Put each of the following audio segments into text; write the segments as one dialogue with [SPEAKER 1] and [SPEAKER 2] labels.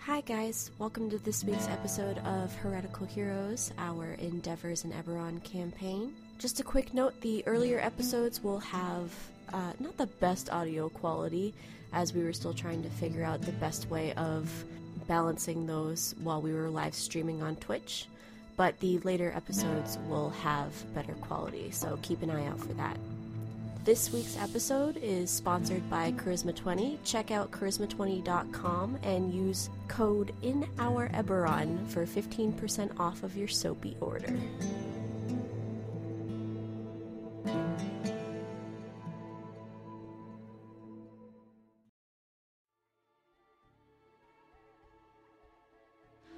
[SPEAKER 1] Hi, guys. Welcome to this week's episode of Heretical Heroes, our Endeavors in Eberron campaign. Just a quick note the earlier episodes will have uh, not the best audio quality, as we were still trying to figure out the best way of balancing those while we were live streaming on Twitch. But the later episodes will have better quality, so keep an eye out for that. This week's episode is sponsored by Charisma20. Check out charisma20.com and use code in our Eberron for 15% off of your soapy order.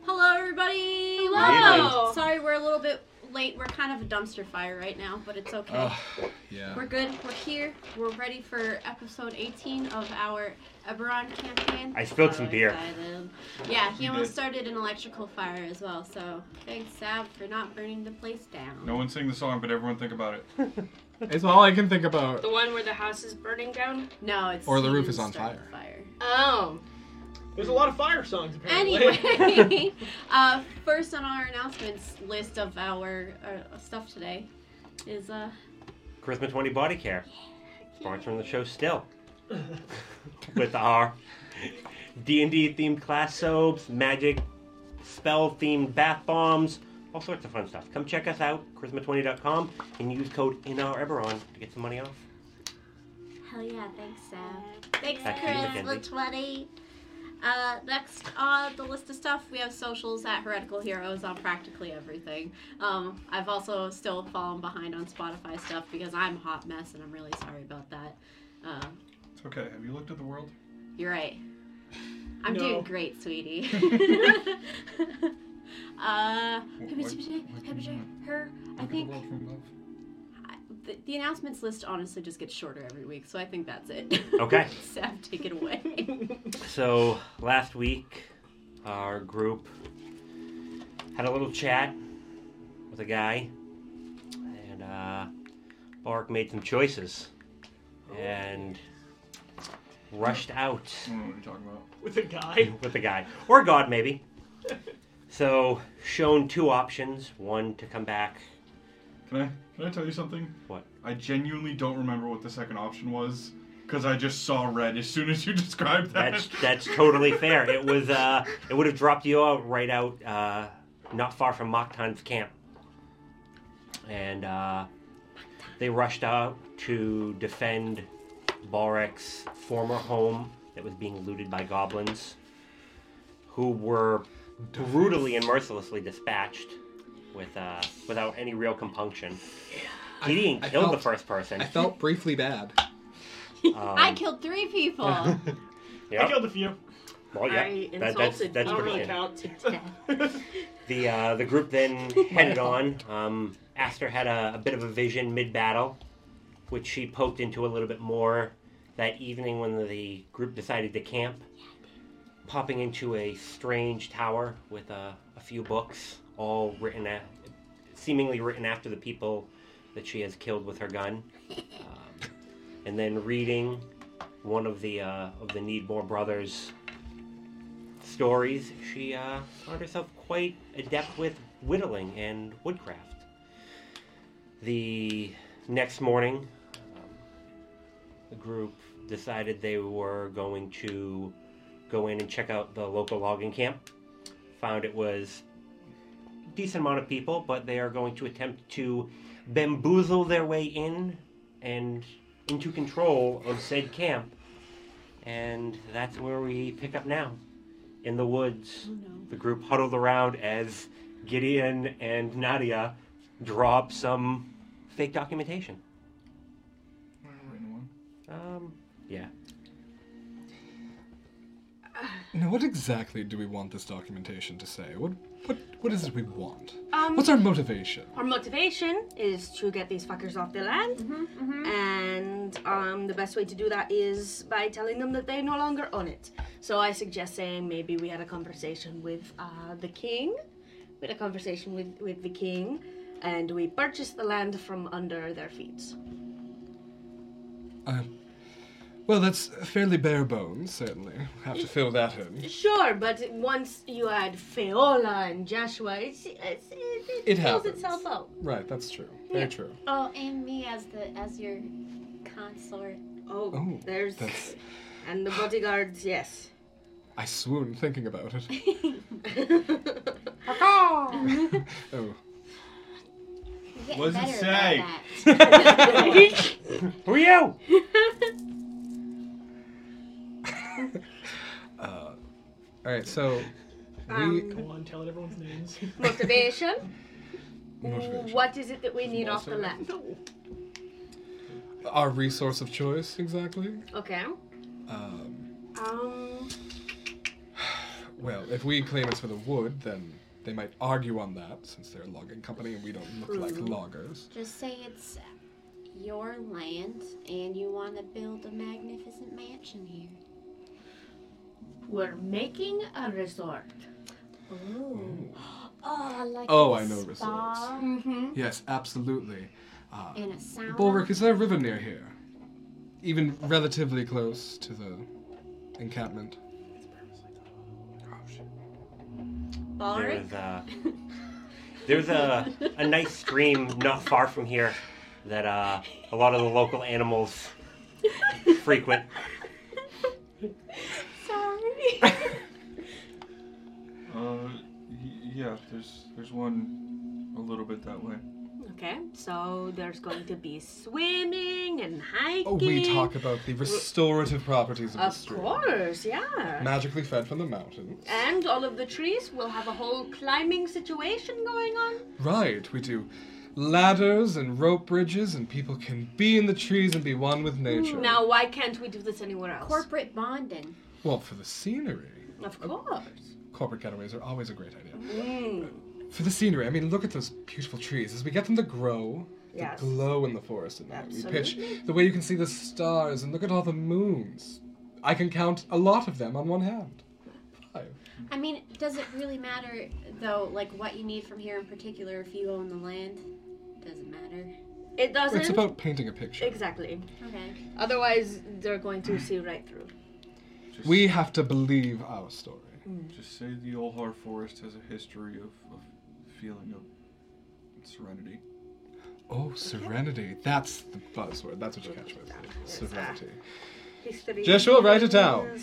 [SPEAKER 2] Hello, everybody.
[SPEAKER 3] Hello.
[SPEAKER 2] Sorry, we're a little bit late. We're kind of a dumpster fire right now, but it's okay.
[SPEAKER 3] Ugh, yeah.
[SPEAKER 2] We're good. We're here. We're ready for episode 18 of our Eberron campaign.
[SPEAKER 4] I spilled some beer.
[SPEAKER 2] excited. Yeah, he
[SPEAKER 3] You
[SPEAKER 2] almost
[SPEAKER 3] did.
[SPEAKER 2] started an electrical fire as well. So thanks, Sab, for not burning the place down.
[SPEAKER 3] No one sing the song, but everyone think about it.
[SPEAKER 5] It's all I can think about.
[SPEAKER 6] The one where the house is burning down?
[SPEAKER 2] No, it's
[SPEAKER 5] Or the
[SPEAKER 2] he
[SPEAKER 5] roof
[SPEAKER 2] didn't
[SPEAKER 5] is on
[SPEAKER 2] start the fire.
[SPEAKER 6] Oh.
[SPEAKER 7] There's a lot of fire songs apparently.
[SPEAKER 2] Anyway, uh, first on our announcements list of our uh, stuff today is uh,
[SPEAKER 4] Charisma 20 Body Care, sponsoring the show still with our D&D themed class soaps, magic spell themed bath bombs, all sorts of fun stuff. Come check us out, charisma20.com, and use code INOUREBERON to get some money off.
[SPEAKER 2] Hell yeah, thanks, Sam. Thanks,
[SPEAKER 4] Back to you, Mackenzie.
[SPEAKER 2] Chris, for 20. Uh, next on the list of stuff, we have socials at Heretical Heroes on practically everything. Um, I've also still fallen behind on Spotify stuff because I'm a hot mess and I'm really sorry about that. Uh,
[SPEAKER 3] It's okay. Have you looked at the world?
[SPEAKER 2] you're right. I'm
[SPEAKER 7] No.
[SPEAKER 2] doing great, sweetie. uh, her. I
[SPEAKER 3] Look
[SPEAKER 2] think
[SPEAKER 3] at the world from above.
[SPEAKER 2] I- the, the announcements list honestly just gets shorter every week, so I think that's it.
[SPEAKER 4] Okay.
[SPEAKER 2] Sam, take it away.
[SPEAKER 4] So last week, our group had a little chat with a guy, and uh, Bark made some choices and rushed out
[SPEAKER 3] I don't know what you're talking about.
[SPEAKER 7] With a guy.
[SPEAKER 4] with the guy or God maybe. So shown two options: one to come back.
[SPEAKER 3] Can I can I tell you something?
[SPEAKER 4] What?
[SPEAKER 3] I genuinely don't remember what the second option was because I just saw red as soon as you described that.
[SPEAKER 4] That's that's totally fair. It was uh, it would have dropped you out right out uh, not far from Mockton's camp, and uh, they rushed out to defend Balrek's former home that was being looted by goblins, who were brutally and mercilessly dispatched with uh, without any real compunction. He didn't
[SPEAKER 5] I
[SPEAKER 4] kill the
[SPEAKER 5] felt-
[SPEAKER 4] first person. Um,
[SPEAKER 5] I felt briefly bad.
[SPEAKER 2] I killed three people.
[SPEAKER 4] Yeah.
[SPEAKER 7] I killed a few.
[SPEAKER 4] Well, yeah.
[SPEAKER 6] I
[SPEAKER 4] That- that's
[SPEAKER 6] insulted
[SPEAKER 4] that's
[SPEAKER 7] I don't
[SPEAKER 4] pretty
[SPEAKER 7] really
[SPEAKER 4] good.
[SPEAKER 7] count.
[SPEAKER 4] The uh, the group then headed on. Um, Aster had a, a bit of a vision mid battle, which she poked into a little bit more that evening when the group decided to camp. Popping into a strange tower with a, a few books, all written, a, seemingly written after the people that she has killed with her gun, um, and then reading one of the uh, of the Needmore brothers' stories, she uh, found herself quite adept with whittling and woodcraft. The next morning, um, the group decided they were going to go in and check out the local logging camp. Found it was a decent amount of people, but they are going to attempt to bamboozle their way in and into control of said camp. And that's where we pick up now in the woods. The group huddled around as Gideon and Nadia draw up some fake documentation.
[SPEAKER 3] Written one.
[SPEAKER 4] Um, yeah.
[SPEAKER 5] Now, what exactly do we want this documentation to say? What what what is it we want?
[SPEAKER 6] Um,
[SPEAKER 5] What's our motivation?
[SPEAKER 6] Our motivation is to get these fuckers off the land, mm-hmm. and um, the best way to do that is by telling them that they no longer own it. So I suggest saying maybe we had a conversation with uh, the king, we had a conversation with, with the king, and we purchased the land from under their feet.
[SPEAKER 5] Um, Well, that's fairly bare bones, certainly. Have to fill that in.
[SPEAKER 6] Sure, but once you add Feola and Joshua, it's, it's, it, it,
[SPEAKER 5] It
[SPEAKER 6] fills
[SPEAKER 5] happens.
[SPEAKER 6] itself out.
[SPEAKER 5] Right, that's true. Very
[SPEAKER 6] Yeah.
[SPEAKER 5] true.
[SPEAKER 2] Oh, and me as the as your consort.
[SPEAKER 6] Oh,
[SPEAKER 5] Oh,
[SPEAKER 6] there's
[SPEAKER 5] that's-
[SPEAKER 6] and the bodyguards. Yes.
[SPEAKER 5] I swoon thinking about it. Oh,
[SPEAKER 3] What does it say?
[SPEAKER 4] Who are you?
[SPEAKER 5] all right. So, we
[SPEAKER 6] Um,
[SPEAKER 7] Come on, tell it everyone's names.
[SPEAKER 6] motivation.
[SPEAKER 5] motivation.
[SPEAKER 6] What is it that we need off the
[SPEAKER 5] Awesome.
[SPEAKER 6] land?
[SPEAKER 7] no.
[SPEAKER 5] Our resource of choice, exactly.
[SPEAKER 6] Okay.
[SPEAKER 5] Um,
[SPEAKER 6] Um.
[SPEAKER 5] well, if we claim it's for the wood, then they might argue on that since they're a logging company and we don't look like loggers.
[SPEAKER 2] Just say it's your land, and you want to build a magnificent mansion here.
[SPEAKER 8] We're making a resort.
[SPEAKER 2] Ooh. Oh, I like
[SPEAKER 5] Oh,
[SPEAKER 2] a
[SPEAKER 5] I know
[SPEAKER 2] spa
[SPEAKER 8] Mm-hmm.
[SPEAKER 5] Yes, absolutely. Uh,
[SPEAKER 2] And a sauna.
[SPEAKER 5] Bulwark, is there a river near here? Even relatively close to the encampment.
[SPEAKER 2] Balric?
[SPEAKER 4] There's a, there's a, a nice stream not far from here that uh, a lot of the local animals frequent.
[SPEAKER 2] Sorry.
[SPEAKER 3] Uh, y- yeah. There's there's one a little bit that way.
[SPEAKER 6] Okay. So there's going to be swimming and hiking.
[SPEAKER 5] Oh, we talk about the restorative properties of, the
[SPEAKER 6] Of
[SPEAKER 5] stream.
[SPEAKER 6] course, Eh? yeah.
[SPEAKER 5] Magically fed from the mountains.
[SPEAKER 6] And all of the trees will have a whole climbing situation going on.
[SPEAKER 5] Right, we do ladders and rope bridges, and people can be in the trees and be one with nature.
[SPEAKER 6] Now, why can't we do this anywhere else?
[SPEAKER 2] Corporate bonding.
[SPEAKER 5] Well, for the scenery,
[SPEAKER 6] of course.
[SPEAKER 5] corporate getaways are always a great idea.
[SPEAKER 6] Mm.
[SPEAKER 5] For the scenery, I mean, look at those beautiful trees. As we get them to grow,
[SPEAKER 6] Yes.
[SPEAKER 5] the glow in the forest at night. We
[SPEAKER 6] Absolutely.
[SPEAKER 5] pitch the way you can see the stars and look at all the moons. I can count a lot of them on one hand. Five.
[SPEAKER 2] I mean, does it really matter though? Like what you need from here in particular, if you own the land, doesn't matter.
[SPEAKER 6] It doesn't.
[SPEAKER 5] It's about painting a picture.
[SPEAKER 6] Exactly.
[SPEAKER 2] Okay.
[SPEAKER 6] Otherwise, they're going to see right through.
[SPEAKER 3] Just,
[SPEAKER 5] We have to believe our story.
[SPEAKER 3] just say the Olhar Forest has a history of, of feeling of serenity.
[SPEAKER 5] Oh, serenity. That's the buzzword. That's what you catch with. Serenity.
[SPEAKER 6] History.
[SPEAKER 5] Joshua, write it down.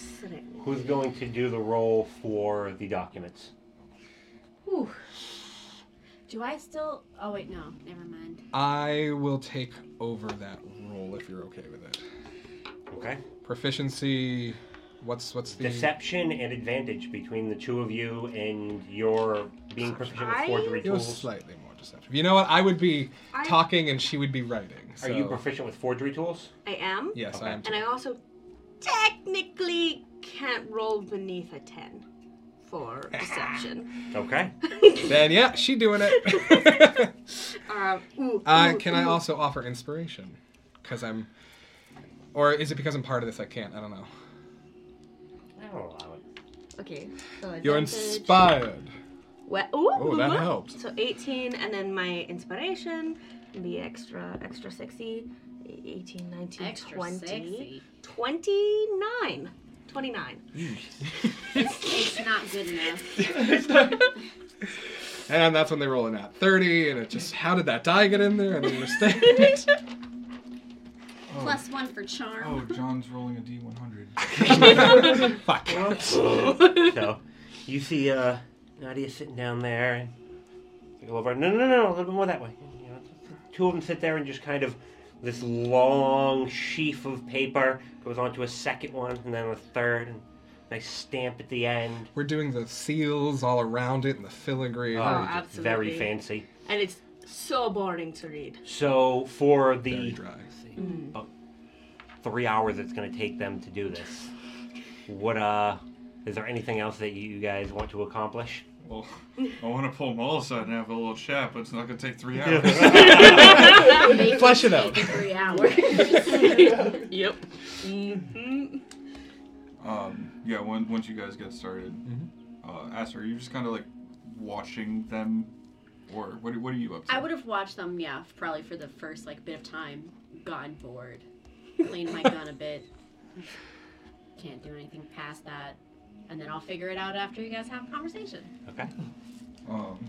[SPEAKER 4] Who's going to do the role for the documents?
[SPEAKER 2] Whew. Do I still? Oh wait, no, never mind.
[SPEAKER 5] I will take over that role if you're okay with it.
[SPEAKER 4] Okay.
[SPEAKER 5] Proficiency. What's what's the
[SPEAKER 4] Deception and advantage between the two of you and your being proficient with forgery
[SPEAKER 5] You're
[SPEAKER 4] tools.
[SPEAKER 5] slightly more deceptive. You know what? I would be
[SPEAKER 6] I-
[SPEAKER 5] talking and she would be writing.
[SPEAKER 4] Are
[SPEAKER 5] So.
[SPEAKER 4] you proficient with forgery tools?
[SPEAKER 6] I am.
[SPEAKER 5] Yes, I
[SPEAKER 4] Okay.
[SPEAKER 5] am. Too.
[SPEAKER 6] And I also technically can't roll beneath a 10 for
[SPEAKER 5] Ah.
[SPEAKER 6] deception.
[SPEAKER 4] Okay.
[SPEAKER 5] Then yeah, she doing it.
[SPEAKER 6] Um, ooh,
[SPEAKER 5] uh,
[SPEAKER 6] ooh,
[SPEAKER 5] can I
[SPEAKER 6] ooh.
[SPEAKER 5] also offer inspiration? Because I'm, or is it because I'm part of this? I can't. I don't know.
[SPEAKER 4] I'll allow it.
[SPEAKER 6] Okay. So
[SPEAKER 5] You're
[SPEAKER 6] advantage.
[SPEAKER 5] inspired.
[SPEAKER 6] Well, ooh,
[SPEAKER 5] Oh, that
[SPEAKER 6] ooh, ooh.
[SPEAKER 5] helped.
[SPEAKER 6] So 18, and then my inspiration can be extra, extra sexy. 18, 19,
[SPEAKER 2] Extra
[SPEAKER 6] 20.
[SPEAKER 2] sexy.
[SPEAKER 6] 29. 29.
[SPEAKER 2] It's not good enough.
[SPEAKER 5] And that's when they roll in at thirty, and it just how did that die get in there? I don't understand. it.
[SPEAKER 2] Plus one for charm.
[SPEAKER 3] Oh, John's rolling a D100.
[SPEAKER 5] Fuck.
[SPEAKER 4] so you see uh, Nadia sitting down there and you go over. No, no, no, a little bit more that way. You know, two of them sit there and just kind of this long sheaf of paper goes on to a second one and then a third and nice stamp at the end.
[SPEAKER 5] We're doing the seals all around it and the filigree.
[SPEAKER 4] Oh,
[SPEAKER 5] and
[SPEAKER 4] it's Very
[SPEAKER 6] absolutely.
[SPEAKER 4] fancy.
[SPEAKER 6] And it's so boring to read.
[SPEAKER 4] So for
[SPEAKER 5] Very
[SPEAKER 4] the
[SPEAKER 5] dry.
[SPEAKER 4] about three hours it's going to take them to do this, what uh, is there anything else that you guys want to accomplish?
[SPEAKER 3] Well, I want to pull them all aside and have a little chat, but it's not going to take three hours.
[SPEAKER 5] Flesh it out.
[SPEAKER 2] Three hours.
[SPEAKER 6] Yep.
[SPEAKER 3] Um, yeah, when, once you guys get started, uh, Astor, are you just kind of like watching them, or what, what are you up to?
[SPEAKER 2] I would have watched them, yeah, probably for the first like bit of time. Gone bored. Cleaned my gun a bit. Can't do anything past that. And then I'll figure it out after you guys have a conversation.
[SPEAKER 4] Okay.
[SPEAKER 3] Um,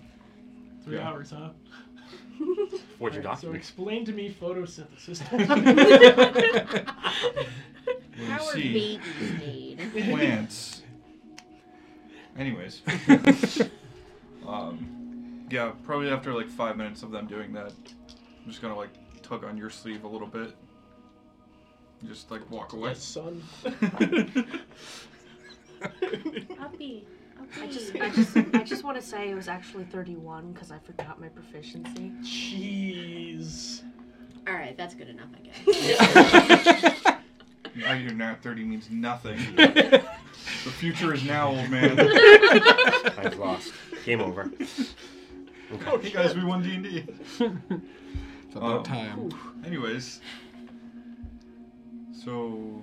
[SPEAKER 7] Three
[SPEAKER 3] Yeah.
[SPEAKER 7] hours, huh?
[SPEAKER 9] Fortune
[SPEAKER 7] Alright, so
[SPEAKER 9] document.
[SPEAKER 7] explain to me photosynthesis.
[SPEAKER 3] when you
[SPEAKER 2] How are
[SPEAKER 3] see
[SPEAKER 2] babies made?
[SPEAKER 3] plants. Anyways. um, yeah, probably after like five minutes of them doing that, I'm just gonna like tug on your sleeve a little bit. Just like walk away.
[SPEAKER 7] yes, son.
[SPEAKER 2] Uppy.
[SPEAKER 6] I just, I just, I just want to say it was actually 31 because I forgot my proficiency.
[SPEAKER 7] Jeez.
[SPEAKER 2] All right, that's good enough, I guess.
[SPEAKER 3] Now you're not 30 means nothing. the future is now, old man.
[SPEAKER 4] I've lost. Game over.
[SPEAKER 3] oh, hey guys, we won D&D.
[SPEAKER 5] It's about
[SPEAKER 3] Um,
[SPEAKER 5] time.
[SPEAKER 3] Anyways, so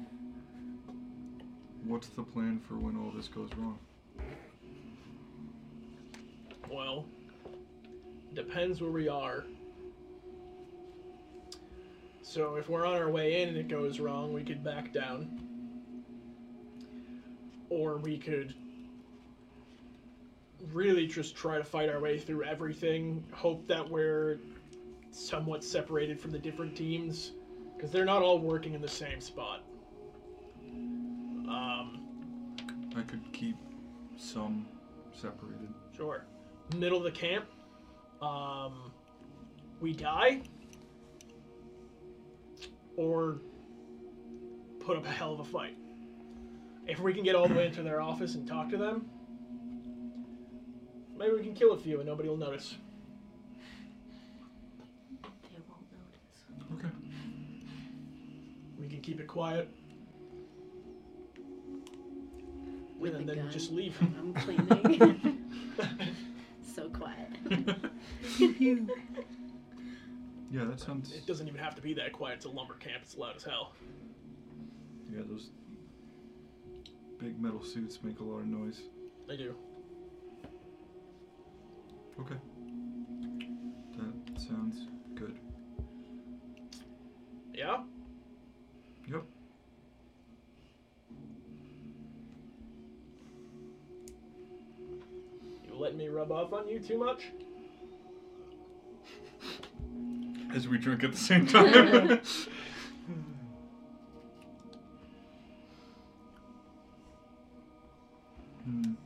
[SPEAKER 3] what's the plan for when all this goes wrong?
[SPEAKER 7] Well, depends where we are. So if we're on our way in and it goes wrong, we could back down. Or we could really just try to fight our way through everything, hope that we're somewhat separated from the different teams, because they're not all working in the same spot. Um,
[SPEAKER 3] I could keep some separated.
[SPEAKER 7] Sure. Middle of the camp. Um, we die. Or put up a hell of a fight. If we can get all the way into their office and talk to them, maybe we can kill a few and nobody will notice.
[SPEAKER 8] They won't notice.
[SPEAKER 3] Okay.
[SPEAKER 7] We can keep it quiet.
[SPEAKER 2] With
[SPEAKER 7] and
[SPEAKER 2] a
[SPEAKER 7] then
[SPEAKER 2] gun.
[SPEAKER 7] just leave.
[SPEAKER 2] I'm cleaning. so quiet.
[SPEAKER 3] Yeah, that sounds.
[SPEAKER 7] It doesn't even have to be that quiet. It's a lumber camp. It's loud as hell.
[SPEAKER 3] Yeah, those big metal suits make a lot of noise.
[SPEAKER 7] They do.
[SPEAKER 3] Okay. That sounds good.
[SPEAKER 7] Yeah?
[SPEAKER 3] Yep.
[SPEAKER 7] You letting me rub off on you too much?
[SPEAKER 3] As we drink at the same time. Hmm.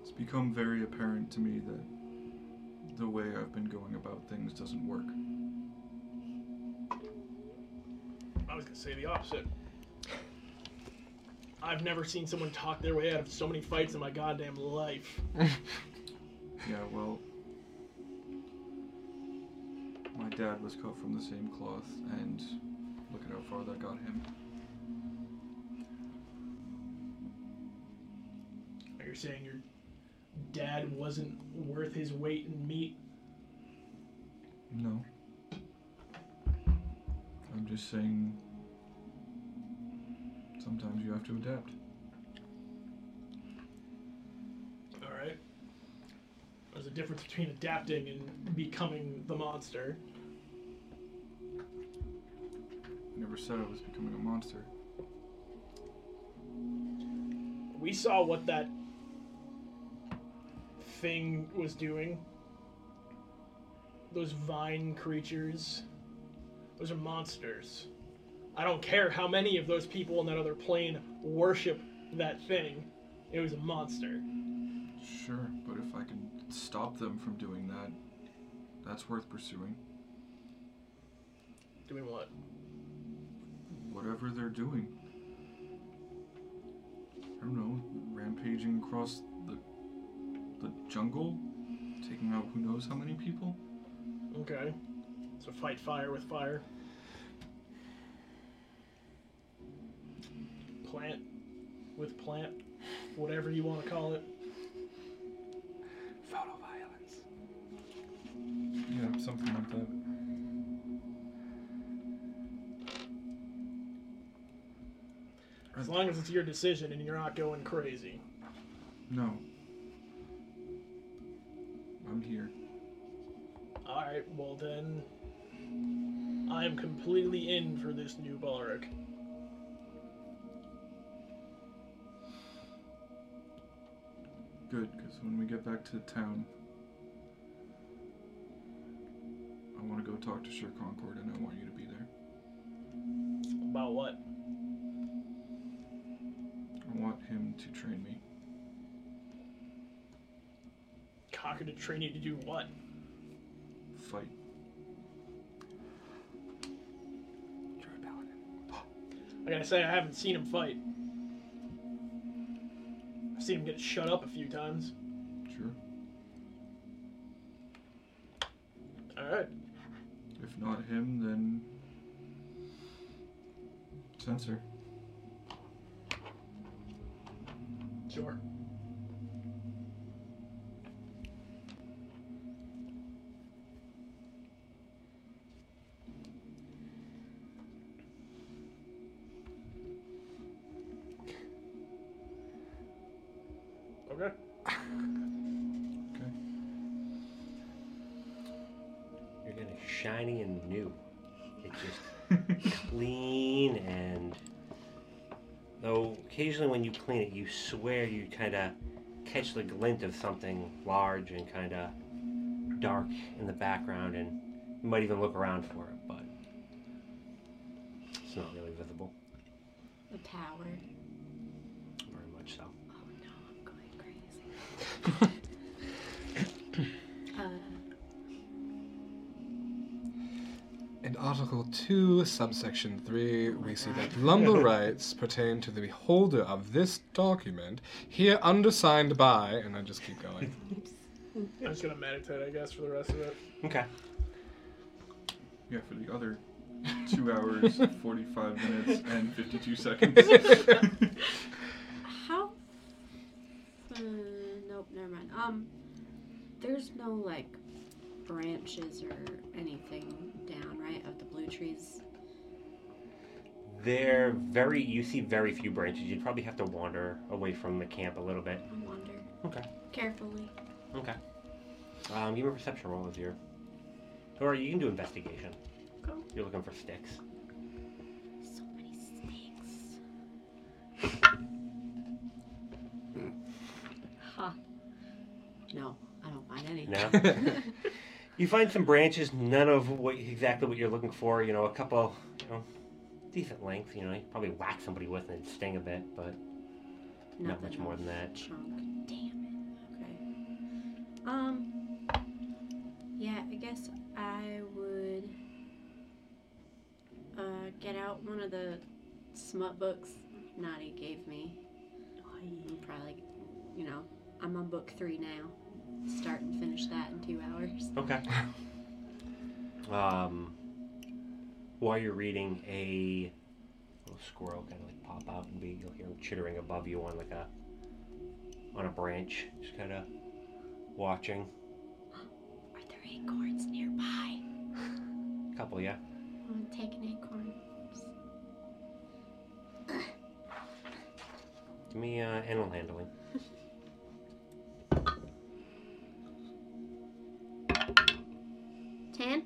[SPEAKER 3] It's become very apparent to me that the way I've been going about things doesn't work.
[SPEAKER 7] I was gonna say the opposite. I've never seen someone talk their way out of so many fights in my goddamn life.
[SPEAKER 3] Yeah, well, my dad was cut from the same cloth, and look at how far that got him.
[SPEAKER 7] Are you saying your dad wasn't worth his weight in meat?
[SPEAKER 3] No. I'm just saying. Sometimes you have to adapt.
[SPEAKER 7] Alright. There's a difference between adapting and becoming the monster.
[SPEAKER 3] I never said I was becoming a monster.
[SPEAKER 7] We saw what that thing was doing. Those vine creatures. Those are monsters. I don't care how many of those people in that other plane worship that thing. It was a monster.
[SPEAKER 3] Sure, but if I can stop them from doing that, that's worth pursuing.
[SPEAKER 7] Doing what?
[SPEAKER 3] Whatever they're doing. I don't know, rampaging across the the jungle, taking out who knows how many people.
[SPEAKER 7] Okay. So fight fire with fire. Plant with plant. Whatever you want to call it.
[SPEAKER 5] Photo violence.
[SPEAKER 3] Yeah, something like that.
[SPEAKER 7] As long as it's your decision and you're not going crazy.
[SPEAKER 3] No. I'm here.
[SPEAKER 7] Alright, well then. I am completely in for this new Balric.
[SPEAKER 3] Good, because when we get back to town, I want to go talk to Sir Concord, and I want you to be there.
[SPEAKER 7] About what?
[SPEAKER 3] I want him to train me.
[SPEAKER 7] Cocker to train you to do what?
[SPEAKER 3] Fight.
[SPEAKER 7] I gotta say, I haven't seen him fight. I've seen him get shut up a few times.
[SPEAKER 3] Sure.
[SPEAKER 7] Alright.
[SPEAKER 3] If not him, then censor.
[SPEAKER 7] Sure. Okay.
[SPEAKER 3] Okay.
[SPEAKER 4] You're gonna shiny and new. It's just clean and though occasionally when you clean it, you swear you kind of catch the glint of something large and kind of dark in the background, and you might even look around for it, but it's not really visible
[SPEAKER 2] The power.
[SPEAKER 4] very much. So
[SPEAKER 2] Oh no, I'm going crazy. uh,
[SPEAKER 5] In Article 2, subsection 3, we see that lumber rights pertain to the holder of this document, here undersigned by, and I just keep going.
[SPEAKER 7] I'm just gonna meditate, I guess, for the rest of it.
[SPEAKER 4] okay,
[SPEAKER 3] Yeah, for the other two hours, 45 minutes, and 52 seconds.
[SPEAKER 2] how? Uh, nope, never mind. Um, there's no like branches or anything down right of the blue trees.
[SPEAKER 4] they're very. You see very few branches. You'd probably have to wander away from the camp a little bit.
[SPEAKER 2] I wander
[SPEAKER 4] Okay.
[SPEAKER 2] carefully.
[SPEAKER 4] Okay. Um, give me a perception roll as your. Or you can do investigation.
[SPEAKER 2] Cool.
[SPEAKER 4] You're looking for sticks.
[SPEAKER 2] So many snakes. huh. No, I don't find any.
[SPEAKER 4] No. you find some branches, none of what exactly what you're looking for. You know, a couple, you know, decent length. You know, you could probably whack somebody with and it'd sting a bit, but not much more than that.
[SPEAKER 2] Chunk. Damn it. Okay. Um. Yeah, I guess I would uh, get out one of the smut books Nadi gave me. I'm probably, you know, I'm on book three now. Start and finish that in two hours.
[SPEAKER 4] Okay. um, while you're reading, a little squirrel kind of like pop out and be you'll hear him chittering above you on like a on a branch, just kind of watching.
[SPEAKER 2] Are there acorns nearby?
[SPEAKER 4] Couple, yeah.
[SPEAKER 2] I'm gonna take an acorn.
[SPEAKER 4] Give me uh, animal handling.
[SPEAKER 2] Ten?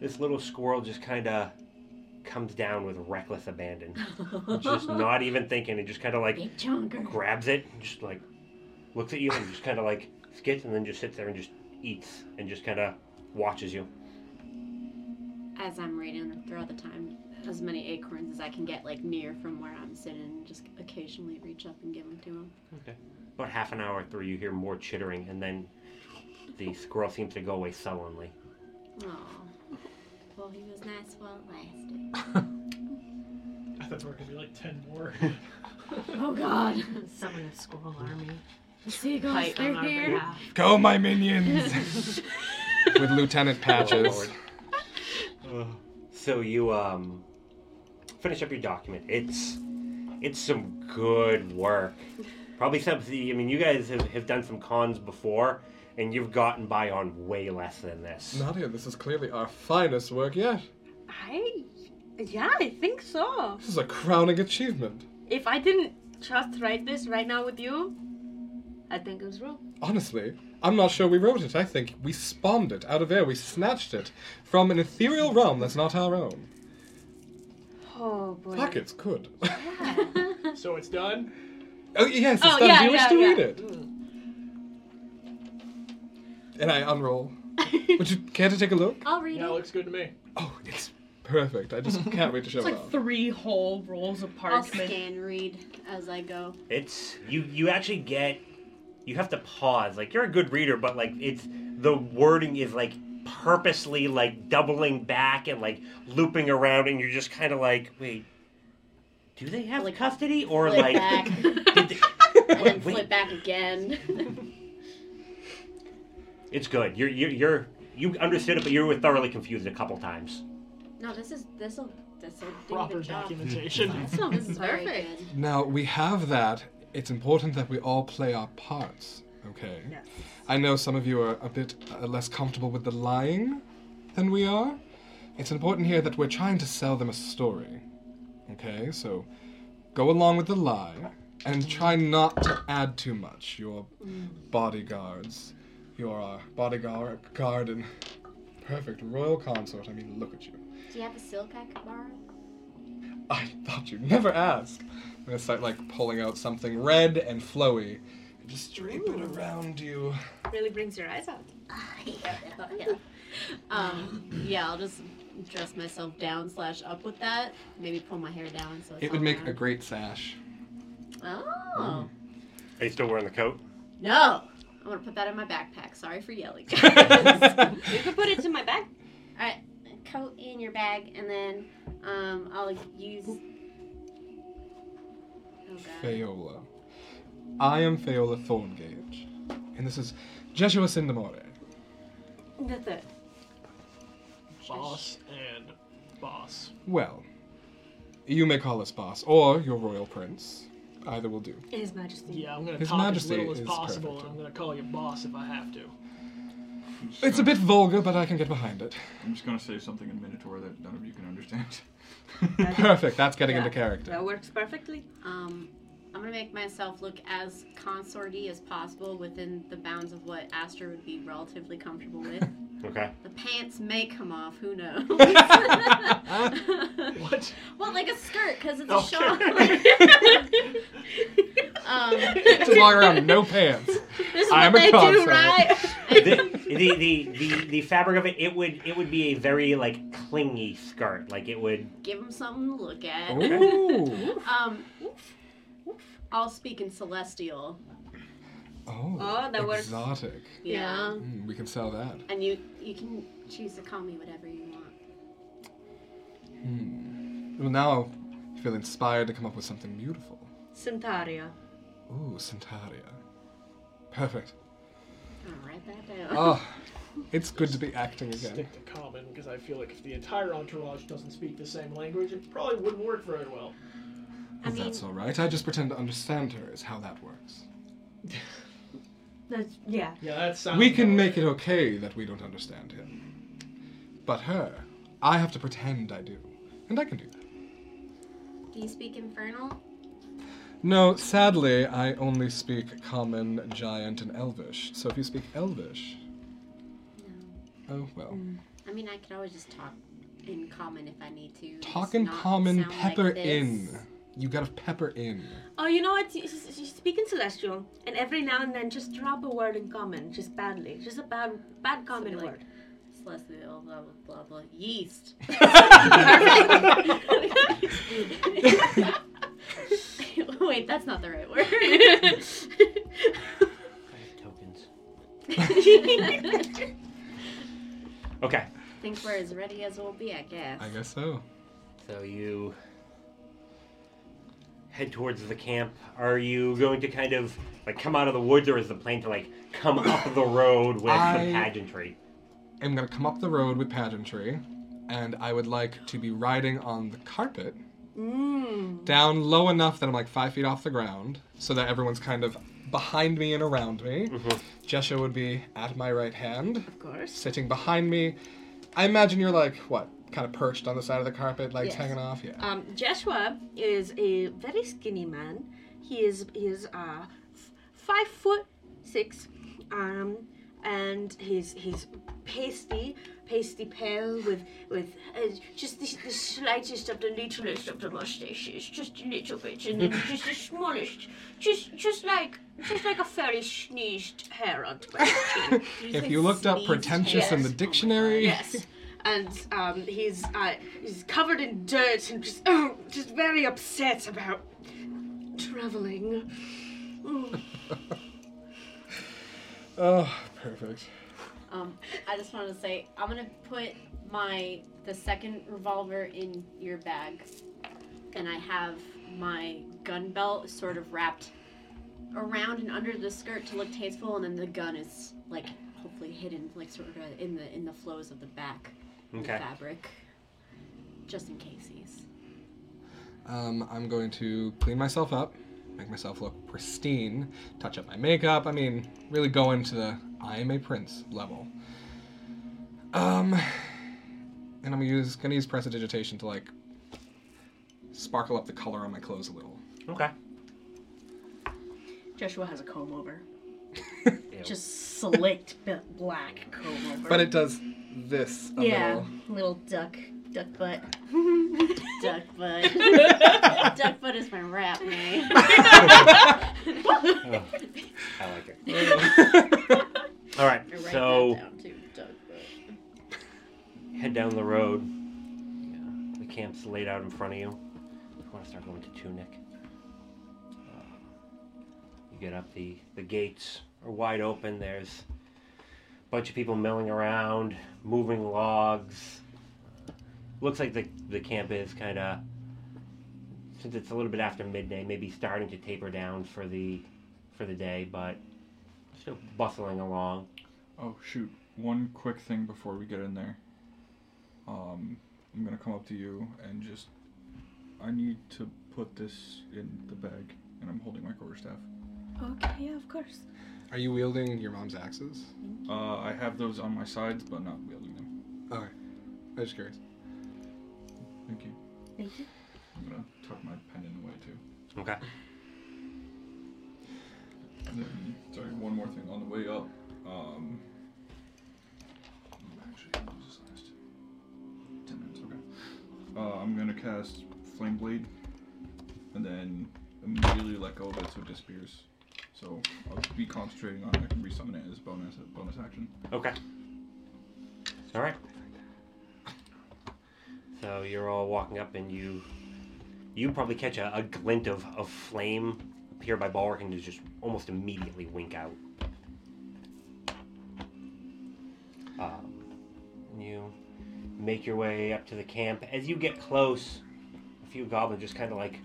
[SPEAKER 4] This little squirrel just kind of comes down with reckless abandon, just not even thinking. It just kind of like
[SPEAKER 2] Big chunker.
[SPEAKER 4] grabs it, and just like looks at you, and just kind of like skits, and then just sits there and just eats and just kind of watches you.
[SPEAKER 2] as I'm reading throughout the time, as many acorns as I can get, like near from where I'm sitting, and just occasionally reach up and give them to him.
[SPEAKER 4] About half an hour through, you hear more chittering, and then the squirrel seems to go away sullenly.
[SPEAKER 2] Aw. Well, he was nice while it lasted.
[SPEAKER 7] I thought there were gonna be like 10 more.
[SPEAKER 2] Oh God,
[SPEAKER 8] Summon a squirrel army.
[SPEAKER 2] seagulls
[SPEAKER 8] Fight on
[SPEAKER 2] they're
[SPEAKER 8] our
[SPEAKER 2] here.
[SPEAKER 8] behalf.
[SPEAKER 5] Go, my minions! Oh, With Lieutenant Patches.
[SPEAKER 4] Uh, So you um, finish up your document. It's it's some good work. Probably something. I mean, you guys have, have done some cons before, and you've gotten by on way less than this.
[SPEAKER 5] Nadia, this is clearly our finest work yet.
[SPEAKER 6] I. Yeah, I think so.
[SPEAKER 5] This is a crowning achievement.
[SPEAKER 6] If I didn't just write this right now with you, I think it was wrong.
[SPEAKER 5] Honestly, I'm not sure we wrote it. I think we spawned it out of air. We snatched it from an ethereal realm that's not our own.
[SPEAKER 6] Oh boy.
[SPEAKER 5] Fuck, it's good.
[SPEAKER 7] So it's done.
[SPEAKER 5] oh, yes, it's
[SPEAKER 2] Oh,
[SPEAKER 5] done.
[SPEAKER 2] yeah,
[SPEAKER 5] Do you wish
[SPEAKER 2] yeah,
[SPEAKER 5] to
[SPEAKER 2] yeah.
[SPEAKER 5] read it? And I unroll. Would you care to take a look?
[SPEAKER 2] I'll read
[SPEAKER 7] Yeah, it
[SPEAKER 2] it.
[SPEAKER 7] looks good to me.
[SPEAKER 5] Oh, it's perfect. I just can't wait to show
[SPEAKER 8] It's
[SPEAKER 5] it off.
[SPEAKER 8] like three whole rolls of
[SPEAKER 2] I'll
[SPEAKER 8] parchment.
[SPEAKER 2] scan read as I go.
[SPEAKER 4] It's you. You actually get. You have to pause. Like you're a good reader, but like it's the wording is like purposely like doubling back and like looping around, and you're just kind of like, wait, do they have
[SPEAKER 2] Like-
[SPEAKER 4] custody or
[SPEAKER 2] Flip
[SPEAKER 4] like?
[SPEAKER 2] back.
[SPEAKER 4] did they-
[SPEAKER 2] and then
[SPEAKER 4] Wait, wait.
[SPEAKER 2] flip back again.
[SPEAKER 4] It's good. You're you're you're you understood it, but you were thoroughly confused a couple times.
[SPEAKER 2] no, this is this'll this'll do
[SPEAKER 7] Proper
[SPEAKER 2] the job.
[SPEAKER 7] documentation.
[SPEAKER 2] No, this is very
[SPEAKER 6] Perfect.
[SPEAKER 2] good.
[SPEAKER 5] Now we have that. It's important that we all play our parts. Okay.
[SPEAKER 6] Yes.
[SPEAKER 5] I know some of you are a bit uh, less comfortable with the lying than we are. It's important here that we're trying to sell them a story. Okay, so go along with the lie and try not to add too much. Your
[SPEAKER 2] Mm.
[SPEAKER 5] bodyguards, your uh, bodyguard guard and perfect royal consort. I mean, look at you.
[SPEAKER 2] Do you have a seal pack tomorrow?
[SPEAKER 5] I thought you'd never ask. I'm gonna start like pulling out something red and flowy. and Just drape it around you.
[SPEAKER 6] Really brings your eyes out.
[SPEAKER 2] Um, yeah, I'll just dress myself down slash up with that. Maybe pull my hair down so it's
[SPEAKER 5] It would
[SPEAKER 2] all
[SPEAKER 5] make a
[SPEAKER 2] round.
[SPEAKER 5] great sash.
[SPEAKER 2] Oh
[SPEAKER 4] Are you still wearing the coat?
[SPEAKER 2] no! I'm gonna put that in my backpack. Sorry for yelling.
[SPEAKER 6] You could put it in my bag.
[SPEAKER 2] Alright, coat in your bag, and then um, I'll use. Oh god.
[SPEAKER 5] Feola. I am Feola Thorngage, and this is Jesua Sindamore.
[SPEAKER 6] The third.
[SPEAKER 7] boss and boss.
[SPEAKER 5] Well, you may call us boss or your royal prince. Either will do.
[SPEAKER 6] His Majesty.
[SPEAKER 7] Yeah, I'm gonna
[SPEAKER 5] His
[SPEAKER 7] talk
[SPEAKER 5] Majesty
[SPEAKER 7] as little as
[SPEAKER 5] is
[SPEAKER 7] possible,
[SPEAKER 5] perfect.
[SPEAKER 7] and I'm gonna call you boss if I have to.
[SPEAKER 5] It's a bit vulgar, but I can get behind it.
[SPEAKER 3] I'm just gonna say something in Minotaur that none of you can understand.
[SPEAKER 5] Perfect. That's getting into
[SPEAKER 6] Yeah,
[SPEAKER 5] character.
[SPEAKER 6] That works perfectly.
[SPEAKER 2] Um, I'm gonna make myself look as consorty as possible within the bounds of what Astra would be relatively comfortable with.
[SPEAKER 4] Okay.
[SPEAKER 2] the pants may come off, who knows? well,
[SPEAKER 7] What?
[SPEAKER 2] like a skirt, because it's a
[SPEAKER 7] Okay.
[SPEAKER 2] shawl. um,
[SPEAKER 5] Just walk around no pants.
[SPEAKER 6] This is
[SPEAKER 5] I am
[SPEAKER 6] what they
[SPEAKER 5] a
[SPEAKER 6] do,
[SPEAKER 5] consort.
[SPEAKER 6] right?
[SPEAKER 4] the, the, the, the, the fabric of it, it would it would be a very like clingy skirt. Like it would.
[SPEAKER 2] give them something to look at.
[SPEAKER 5] Ooh.
[SPEAKER 2] Um, I'll speak in celestial.
[SPEAKER 5] Oh,
[SPEAKER 6] Oh, that works.
[SPEAKER 5] exotic.
[SPEAKER 2] Yeah.
[SPEAKER 5] Mm, we can sell that.
[SPEAKER 2] And you you can choose to call me whatever you want.
[SPEAKER 5] Hmm. Well, now I feel inspired to come up with something beautiful.
[SPEAKER 6] Centaria.
[SPEAKER 5] Ooh, Centaria. Perfect.
[SPEAKER 2] I'll write that down.
[SPEAKER 5] Oh, it's good to be acting again.
[SPEAKER 7] Stick to common because I feel like if the entire entourage doesn't speak the same language, it probably wouldn't work very well.
[SPEAKER 2] I mean,
[SPEAKER 5] That's all right. I just pretend to understand her is how that works.
[SPEAKER 8] That's, yeah.
[SPEAKER 7] Yeah, that sounds.
[SPEAKER 5] We can make it okay that we don't understand him. But her, I have to pretend I do. And I can do that.
[SPEAKER 2] do you speak infernal?
[SPEAKER 5] No, sadly, I only speak common, giant, and elvish. So if you speak elvish,
[SPEAKER 2] No. Mm,
[SPEAKER 5] oh well.
[SPEAKER 2] I mean, I could always just talk in common if I need to.
[SPEAKER 5] Talk
[SPEAKER 2] just
[SPEAKER 5] in
[SPEAKER 2] not
[SPEAKER 5] common,
[SPEAKER 2] sound like
[SPEAKER 5] pepper
[SPEAKER 2] this.
[SPEAKER 5] in. You gotta pepper in.
[SPEAKER 6] Oh, you know what? You, you, you speak in Celestial, and every now and then just drop a word in common, just badly. Just a bad, bad common
[SPEAKER 2] Something like-
[SPEAKER 6] word.
[SPEAKER 2] Celestial, blah blah blah blah. Yeast. Wait, that's not the right word.
[SPEAKER 4] I have tokens. Okay.
[SPEAKER 2] Think we're as ready as we'll be, I guess.
[SPEAKER 5] I guess so.
[SPEAKER 4] So you head towards the camp. Are you going to kind of like come out of the woods, or is the plan to like come up the road with
[SPEAKER 5] I-
[SPEAKER 4] some pageantry?
[SPEAKER 5] am going to come up the road with pageantry, and I would like to be riding on the carpet
[SPEAKER 6] Mm.
[SPEAKER 5] down low enough that I'm like five feet off the ground, so that everyone's kind of behind me and around me. Jesha would be at my right hand,
[SPEAKER 6] Of course.
[SPEAKER 5] sitting behind me. I imagine you're like what, kind of perched on the side of the carpet, legs
[SPEAKER 6] Yes.
[SPEAKER 5] hanging off. Yeah.
[SPEAKER 6] Um, Joshua is a very skinny man. He is he is uh, f- five foot six. Um, and he's he's pasty, pasty pale with with uh, just the, the slightest of the littlest of the mustaches, just a little bit, and then just the smallest, just just like just like a fairy sneezed hair on top of his chin.
[SPEAKER 5] If you looked up pretentious in the dictionary,
[SPEAKER 6] Oh Yes. And um, he's uh, he's covered in dirt and just oh, just very upset about traveling.
[SPEAKER 5] oh, perfect.
[SPEAKER 2] Um, I just want to say I'm gonna put my the second revolver in your bag, and I have my gun belt sort of wrapped around and under the skirt to look tasteful, and then the gun is like hopefully hidden, like sort of in the in the flows of the back of the
[SPEAKER 4] Okay.
[SPEAKER 2] fabric, just in case he's.
[SPEAKER 5] Um, I'm going to clean myself up, make myself look pristine, touch up my makeup. I mean, really go into the I am a prince level. Um, and I'm use, gonna use prestidigitation to like sparkle up the color on my clothes a little.
[SPEAKER 4] Okay.
[SPEAKER 8] Joshua has a comb over. Just select b- black comb over.
[SPEAKER 5] But it does this a
[SPEAKER 8] yeah,
[SPEAKER 5] little.
[SPEAKER 8] little duck, duck butt.
[SPEAKER 2] Duck butt. Duck butt is my rap name.
[SPEAKER 4] I like it. All right,
[SPEAKER 2] I write
[SPEAKER 4] so
[SPEAKER 2] that down too. Duck butt.
[SPEAKER 4] head down the road. Yeah, the camp's laid out in front of you. If you want to start going to Tunic, um, you get up. the The gates are wide open. There's a bunch of people milling around, moving logs. Looks like the the camp is kind of since it's a little bit after midday, maybe starting to taper down for the for the day, but still bustling along.
[SPEAKER 3] Oh shoot! One quick thing before we get in there. Um, I'm gonna come up to you and just. I need to put this in the bag, and I'm holding my quarterstaff.
[SPEAKER 2] Okay, yeah, of course.
[SPEAKER 5] Are you wielding your mom's axes?
[SPEAKER 3] Uh, I have those on my sides, but not wielding them.
[SPEAKER 5] Okay. I was just curious.
[SPEAKER 3] Thank you.
[SPEAKER 8] Thank you.
[SPEAKER 3] I'm gonna tuck my pendant away too.
[SPEAKER 4] Okay.
[SPEAKER 3] And then- Sorry, one more thing on the way up. Um, I'm actually gonna do this last. Ten minutes, okay. Uh, I'm gonna cast Flame Blade, and then immediately let go of it so it disappears. So I'll be concentrating on it. I can resummon it as bonus bonus action.
[SPEAKER 4] Okay. All right. So you're all walking up, and you you probably catch a, a glint of, of flame appear by Bulwark and just almost immediately wink out. Um, you make your way up to the camp. As you get close, a few goblins just kind of like.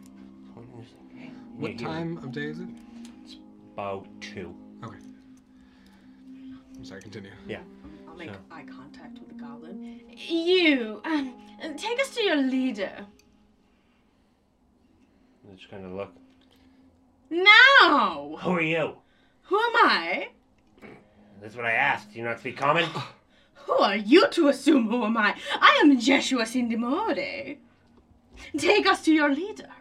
[SPEAKER 4] point and just like, "Hey," and
[SPEAKER 5] What
[SPEAKER 4] you hear
[SPEAKER 5] time of day is it?
[SPEAKER 4] About two.
[SPEAKER 5] Okay. I'm sorry, continue.
[SPEAKER 8] I'll make
[SPEAKER 4] Sure.
[SPEAKER 8] eye contact with the goblin.
[SPEAKER 10] You, um, take us to your leader.
[SPEAKER 4] And just kind of look.
[SPEAKER 10] Now!
[SPEAKER 4] Who are you?
[SPEAKER 10] Who am I?
[SPEAKER 4] That's what I asked. Do you not speak common?
[SPEAKER 10] Who are you to assume who am I? I am Jeshua Sindimore. Take us to your leader.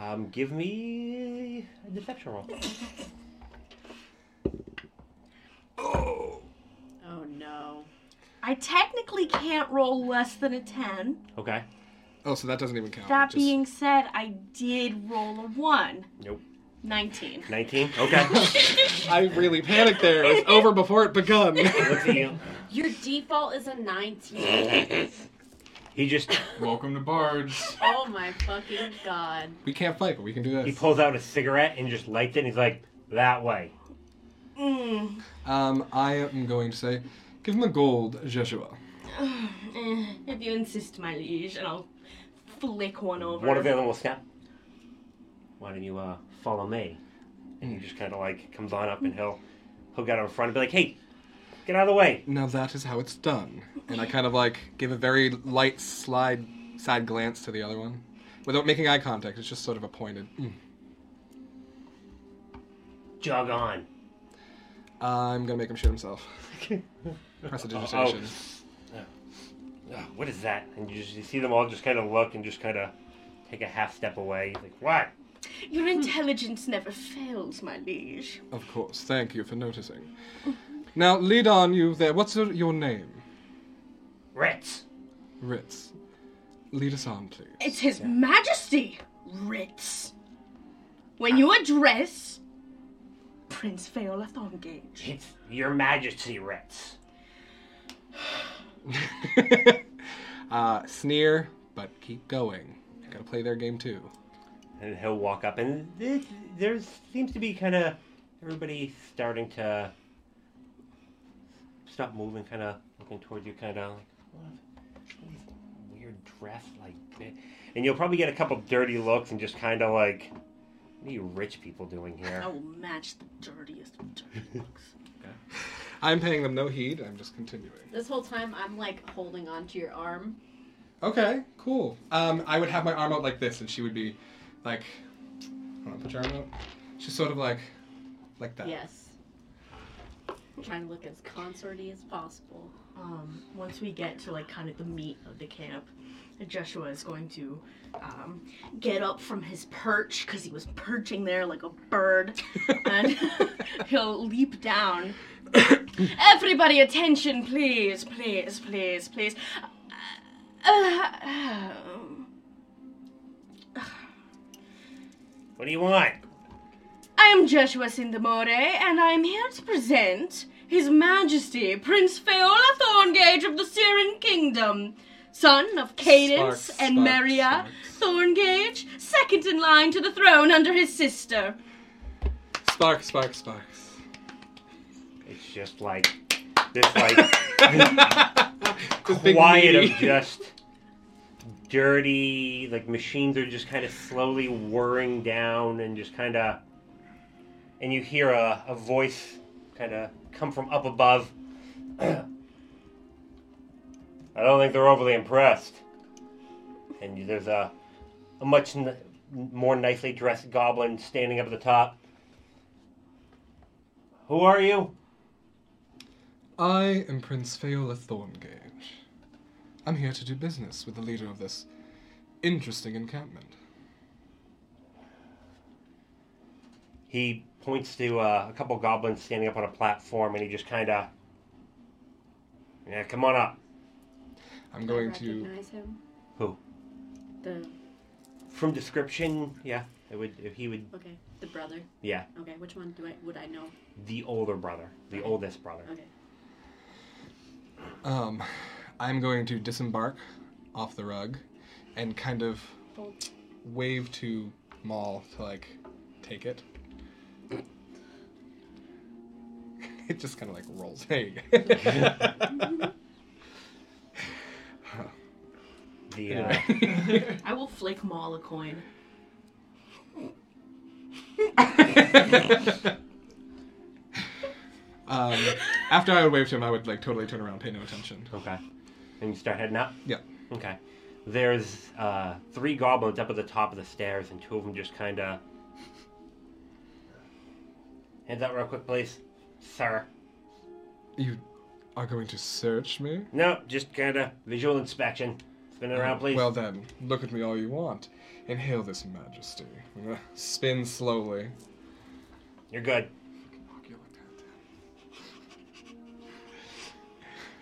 [SPEAKER 4] Um, give me a deception roll.
[SPEAKER 2] Oh no.
[SPEAKER 10] I technically can't roll less than a 10.
[SPEAKER 4] Okay.
[SPEAKER 5] Oh, so that doesn't even count.
[SPEAKER 10] That
[SPEAKER 5] just-
[SPEAKER 10] being said, I did roll a 1.
[SPEAKER 4] Nope.
[SPEAKER 10] 19.
[SPEAKER 4] 19? Okay.
[SPEAKER 5] I really panicked there. It was over before it begun.
[SPEAKER 4] Looks at you.
[SPEAKER 2] Your default is a 19.
[SPEAKER 4] He just,
[SPEAKER 3] Welcome to Bards.
[SPEAKER 2] oh my fucking god.
[SPEAKER 5] we can't fight, but we can do
[SPEAKER 4] he
[SPEAKER 5] this.
[SPEAKER 4] pulls out a cigarette and just lights it and he's like, that way.
[SPEAKER 10] Mm.
[SPEAKER 5] Um, I am going to say, give him a gold, Joshua.
[SPEAKER 10] Eh, if you insist, my liege, and I'll flick one over.
[SPEAKER 4] One of the other will snap. Why don't you, uh, follow me? And he just kind of like comes on up and he'll, he'll get out in front and be like, hey, get out of the way.
[SPEAKER 5] Now that is how it's done. And I kind of like give a very light slide side glance to the other one. Without making eye contact, it's just sort of a pointed. "Mm."
[SPEAKER 4] Jog on.
[SPEAKER 5] I'm gonna make him shoot himself. Prestidigitation.
[SPEAKER 4] Ugh, what is that? And you just you see them all just kind of look and just kind of take a half step away. He's like, what?
[SPEAKER 10] Your intelligence never fails, my liege.
[SPEAKER 5] Of course, thank you for noticing. Now, lead on you there. What's your, your name?
[SPEAKER 4] Ritz.
[SPEAKER 5] Ritz. Lead us on, please.
[SPEAKER 10] It's His Majesty Ritz. When you address Prince Feola Thongage.
[SPEAKER 4] It's Your Majesty Ritz.
[SPEAKER 5] Uh, sneer, but keep going. Gotta play their game too.
[SPEAKER 4] And he'll walk up, and th- there seems to be kind of everybody starting to stop moving, kind of looking towards you, kind of like, "What is this weird dress like thi-" And you'll probably get a couple dirty looks and just kind of like, what are you rich people doing here?
[SPEAKER 8] I will match the dirtiest of dirty looks.
[SPEAKER 5] I'm paying them no heed. I'm just continuing.
[SPEAKER 2] This whole time, I'm like holding onto your arm.
[SPEAKER 5] Okay, cool. Um, I would have my arm out like this, and she would be like, I don't know, put your arm out. She's sort of like, like that.
[SPEAKER 2] Yes. Trying to look as consorty as possible.
[SPEAKER 8] Um, once we get to like kind of the meat of the camp, Joshua is going to um, get up from his perch because he was perching there like a bird, and he'll leap down.
[SPEAKER 10] Everybody, attention, please, please, please, please. Uh,
[SPEAKER 8] um,
[SPEAKER 4] What do you want?
[SPEAKER 10] I am Joshua Sindamore, and I am here to present His Majesty Prince Feola Thorngage of the Siren Kingdom, son of Cadence
[SPEAKER 5] Sparks,
[SPEAKER 10] and
[SPEAKER 5] sparks,
[SPEAKER 10] Maria Thorngage, second in line to the throne under his sister.
[SPEAKER 5] Spark, spark, sparks.
[SPEAKER 4] It's just like this, like
[SPEAKER 5] This big
[SPEAKER 4] quiet of
[SPEAKER 5] meaty-
[SPEAKER 4] just dirty like machines are just kind of slowly whirring down and just kind of and you hear a, a voice kind of come from up above i don't think they're overly impressed and there's a, a much n- more nicely dressed goblin standing up at the top who are you
[SPEAKER 5] I am Prince Feola Thorngage. I'm here to do business with the leader of this interesting encampment.
[SPEAKER 4] he points to uh, a couple goblins standing up on a platform and he just kind of yeah come on up
[SPEAKER 5] I'm going to.
[SPEAKER 2] Recognize him.
[SPEAKER 4] who
[SPEAKER 2] The
[SPEAKER 4] from description yeah it would if he would
[SPEAKER 2] okay, the brother.
[SPEAKER 4] yeah
[SPEAKER 2] Okay, which one do I would I know?
[SPEAKER 4] the older brother the oldest brother
[SPEAKER 2] Okay.
[SPEAKER 5] Um, I'm going to disembark off the rug and kind of wave to Maul to like take it. It just kind of like rolls. Hey.
[SPEAKER 4] the uh,
[SPEAKER 5] Anyway.
[SPEAKER 8] I will flake Maul a coin.
[SPEAKER 5] um, after I would wave to him, I would like totally turn around, pay no attention.
[SPEAKER 4] okay and you start heading up
[SPEAKER 5] Yeah.
[SPEAKER 4] okay there's uh, three goblins up at the top of the stairs and two of them just kind of hands up real quick please sir
[SPEAKER 5] You are going to search me?
[SPEAKER 4] no just kind of visual inspection spin it around please
[SPEAKER 5] Well then, look at me all you want. Inhale this majesty. I'm gonna spin slowly.
[SPEAKER 4] you're good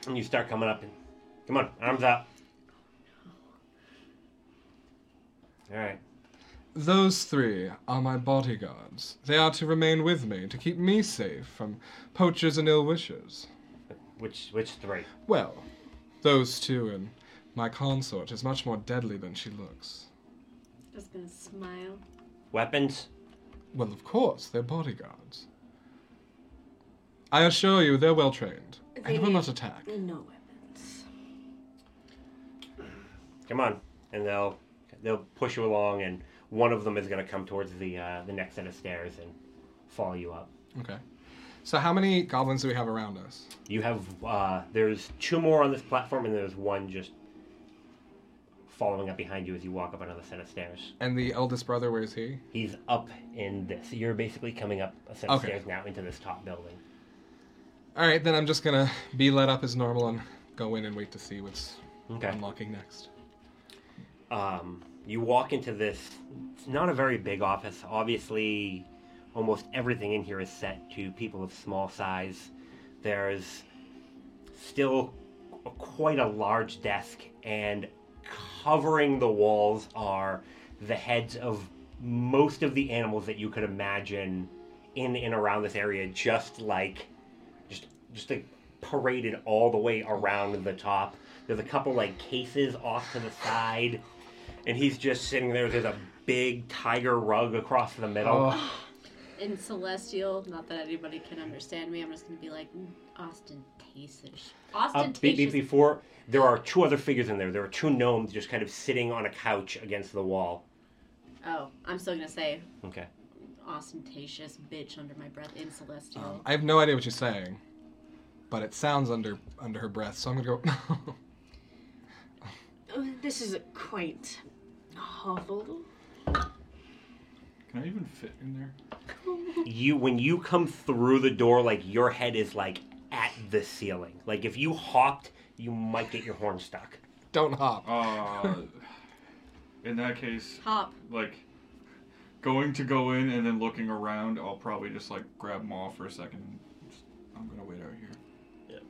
[SPEAKER 4] and you start coming up and come on arms up all right
[SPEAKER 5] Those three are my bodyguards. They are to remain with me to keep me safe from poachers and ill wishers.
[SPEAKER 4] Which which three?
[SPEAKER 5] Well, those two and my consort is much more deadly than she looks.
[SPEAKER 2] Just gonna smile.
[SPEAKER 4] Weapons?
[SPEAKER 5] Well, of course, they're bodyguards. I assure you, they're well trained and will not attack.
[SPEAKER 6] No way.
[SPEAKER 4] Come on, and they'll they'll push you along, and one of them is gonna come towards the uh, the next set of stairs and follow you up.
[SPEAKER 5] Okay. So, how many goblins do we have around us?
[SPEAKER 4] You have uh, there's two more on this platform, and there's one just following up behind you as you walk up another set of stairs.
[SPEAKER 5] And the eldest brother, where is he?
[SPEAKER 4] He's up in this. You're basically coming up a set of
[SPEAKER 5] Okay.
[SPEAKER 4] stairs now into this top building.
[SPEAKER 5] All right, then I'm just gonna be let up as normal and go in and wait to see what's
[SPEAKER 4] Okay.
[SPEAKER 5] unlocking next.
[SPEAKER 4] um, you walk into this it's not a very big office obviously almost everything in here is set to people of small size there's still quite a large desk, and covering the walls are the heads of most of the animals that you could imagine in and around this area, just like just just like paraded all the way around the top. There's a couple like cases off to the side, and he's just sitting there. There's a big tiger rug across the middle.
[SPEAKER 5] Oh,
[SPEAKER 2] In Celestial, not that anybody can understand me, I'm just gonna be like, mm, ostentatious.
[SPEAKER 4] Uh, be- be-
[SPEAKER 2] Ostentatious.
[SPEAKER 4] before there are two other figures in there. There are two gnomes just kind of sitting on a couch against the wall.
[SPEAKER 2] oh, I'm still gonna say
[SPEAKER 4] Okay.
[SPEAKER 2] ostentatious bitch under my breath in Celestial.
[SPEAKER 5] um, I have no idea what she's saying, but it sounds under under her breath. So I'm gonna go.
[SPEAKER 6] Oh, this is a quaint hovel.
[SPEAKER 3] Can I even fit in there?
[SPEAKER 4] You when you come through the door, like your head is like at the ceiling. Like if you hopped, you might get your horn stuck.
[SPEAKER 5] Don't hop.
[SPEAKER 3] Uh, in that case,
[SPEAKER 2] Hop.
[SPEAKER 3] like going to go in and then looking around, I'll probably just like grab Maw for a second. and Just, I'm gonna wait out here.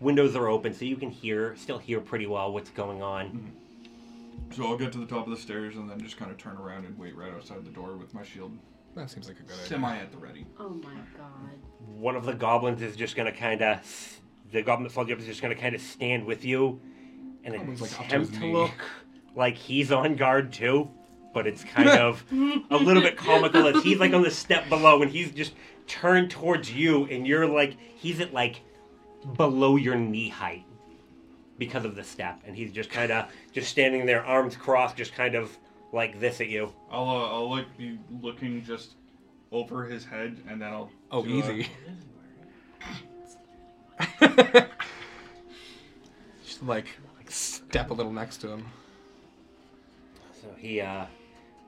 [SPEAKER 4] Windows are open, so you can hear, still hear pretty well what's going on.
[SPEAKER 3] So I'll get to the top of the stairs and then just kind of turn around and wait right outside the door with my shield
[SPEAKER 5] That seems like a good idea.
[SPEAKER 3] semi at the ready.
[SPEAKER 2] Oh my god.
[SPEAKER 4] One of the goblins is just gonna kind of, the goblin that follows you up is just gonna kind of stand with you, and
[SPEAKER 5] Almost like up to
[SPEAKER 4] attempt
[SPEAKER 5] his
[SPEAKER 4] to,
[SPEAKER 5] knee.
[SPEAKER 4] look like he's on guard too, but it's kind of a little bit comical as he's like on the step below and he's just turned towards you, and you're like he's at like below your knee height because of the step, and he's just kind of just standing there, arms crossed, just kind of like this at you.
[SPEAKER 3] I'll uh, I'll like be looking just over his head and then I'll.
[SPEAKER 5] Oh,
[SPEAKER 3] do a-
[SPEAKER 5] easy. Just like step a little next to him.
[SPEAKER 4] So he uh,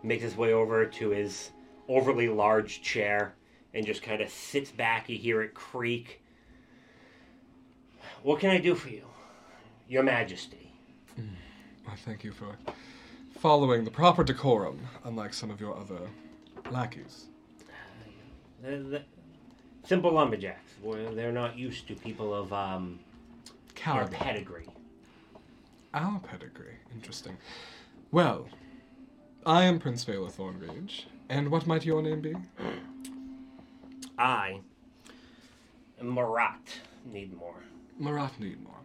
[SPEAKER 4] makes his way over to his overly large chair and just kind of sits back. You hear it creak. What can I do for you, Your Majesty?
[SPEAKER 5] Well, thank you for following the proper decorum, unlike some of your other lackeys.
[SPEAKER 4] The, the simple lumberjacks. Well, they're not used to people of um, our
[SPEAKER 5] Caliber.
[SPEAKER 4] pedigree.
[SPEAKER 5] Our pedigree. Interesting. Well, I am Prince Vela Thornrage, and what might your name be?
[SPEAKER 4] I, Marat, need more.
[SPEAKER 5] Marat Needmore.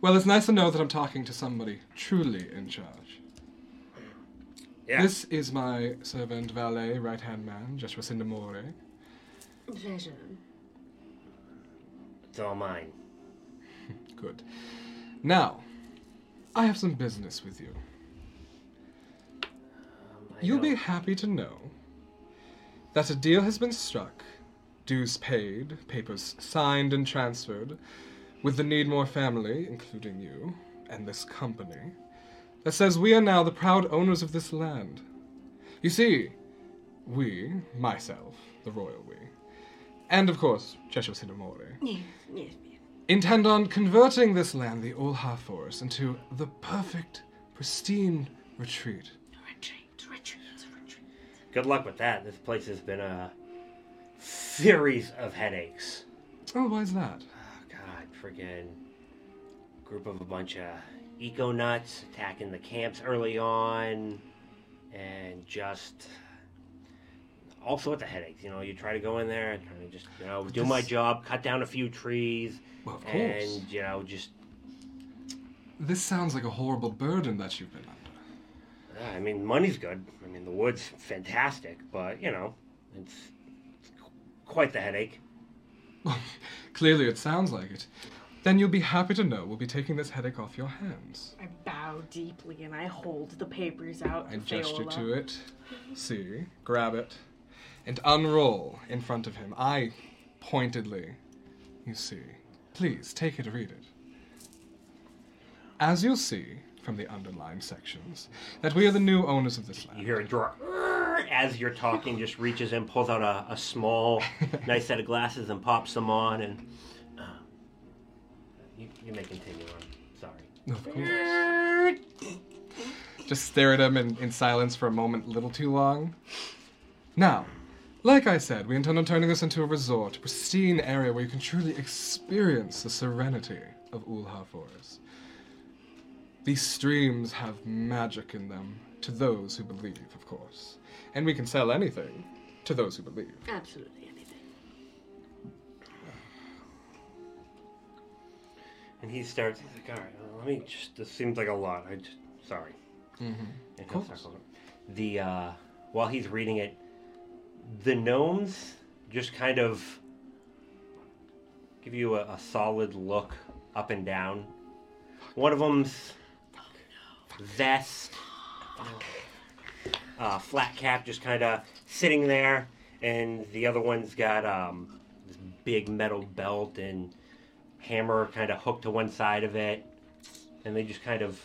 [SPEAKER 5] Well, it's nice to know that I'm talking to somebody truly in charge.
[SPEAKER 4] Yeah.
[SPEAKER 5] This is my servant, valet, right hand man, Joshua Sindamore.
[SPEAKER 6] Pleasure.
[SPEAKER 4] It's all mine.
[SPEAKER 5] Good. Now, I have some business with you.
[SPEAKER 4] Um, I
[SPEAKER 5] You'll be
[SPEAKER 4] don't-
[SPEAKER 5] happy to know that a deal has been struck, dues paid, papers signed and transferred, with the Needmore family, including you, and this company, that says we are now the proud owners of this land. You see, we, myself, the royal we, and of course, Cheshire Cinnamore,
[SPEAKER 6] Yes, yes, yes.
[SPEAKER 5] intend on converting this land, the Ulha Forest, into the perfect, pristine retreat.
[SPEAKER 6] Retreat, retreat, retreat.
[SPEAKER 4] Good luck with that. This place has been a series of headaches.
[SPEAKER 5] Oh, why is that?
[SPEAKER 4] Oh, God, friggin' group of a bunch of eco nuts attacking the camps early on, and just all sorts of headaches. You know, you try to go in there and try to just you know do my
[SPEAKER 5] this-
[SPEAKER 4] job, cut down a few trees,
[SPEAKER 5] Well, of course.
[SPEAKER 4] and you know just.
[SPEAKER 5] This sounds like a horrible burden that you've been under.
[SPEAKER 4] uh, I mean, money's good. I mean, the wood's fantastic, but you know, it's, it's qu- quite the headache.
[SPEAKER 5] Clearly, it sounds like it. Then you'll be happy to know we'll be taking this headache off your hands.
[SPEAKER 6] I bow deeply and I hold the papers out.
[SPEAKER 5] I gesture to it, see, grab it, and unroll in front of him. I pointedly, you see. Please take it, read it. As you'll see from the underlined sections, that we are the new owners of this land.
[SPEAKER 4] You hear a drawer as you're talking, just reaches in, pulls out a, a small, nice set of glasses and pops them on, and uh, you, you may continue on. Sorry.
[SPEAKER 5] Of course. Just stare at him in, in silence for a moment, a little too long. Now, Like I said, we intend on turning this into a resort, a pristine area where you can truly experience the serenity of Ulha Forest. These streams have magic in them, to those who believe, of course. And we can sell anything to those who believe.
[SPEAKER 6] Absolutely anything.
[SPEAKER 4] And he starts, he's like, all right, well, let me just, this seems like a lot. I just, sorry. Mm-hmm. And he'll
[SPEAKER 5] course.
[SPEAKER 4] start going- The, uh, while he's reading it, the gnomes just kind of give you a, a solid look up and down. One of them's vest, uh, flat cap, just kind of sitting there, and the other one's got um, this big metal belt and hammer kind of hooked to one side of it, and they just kind of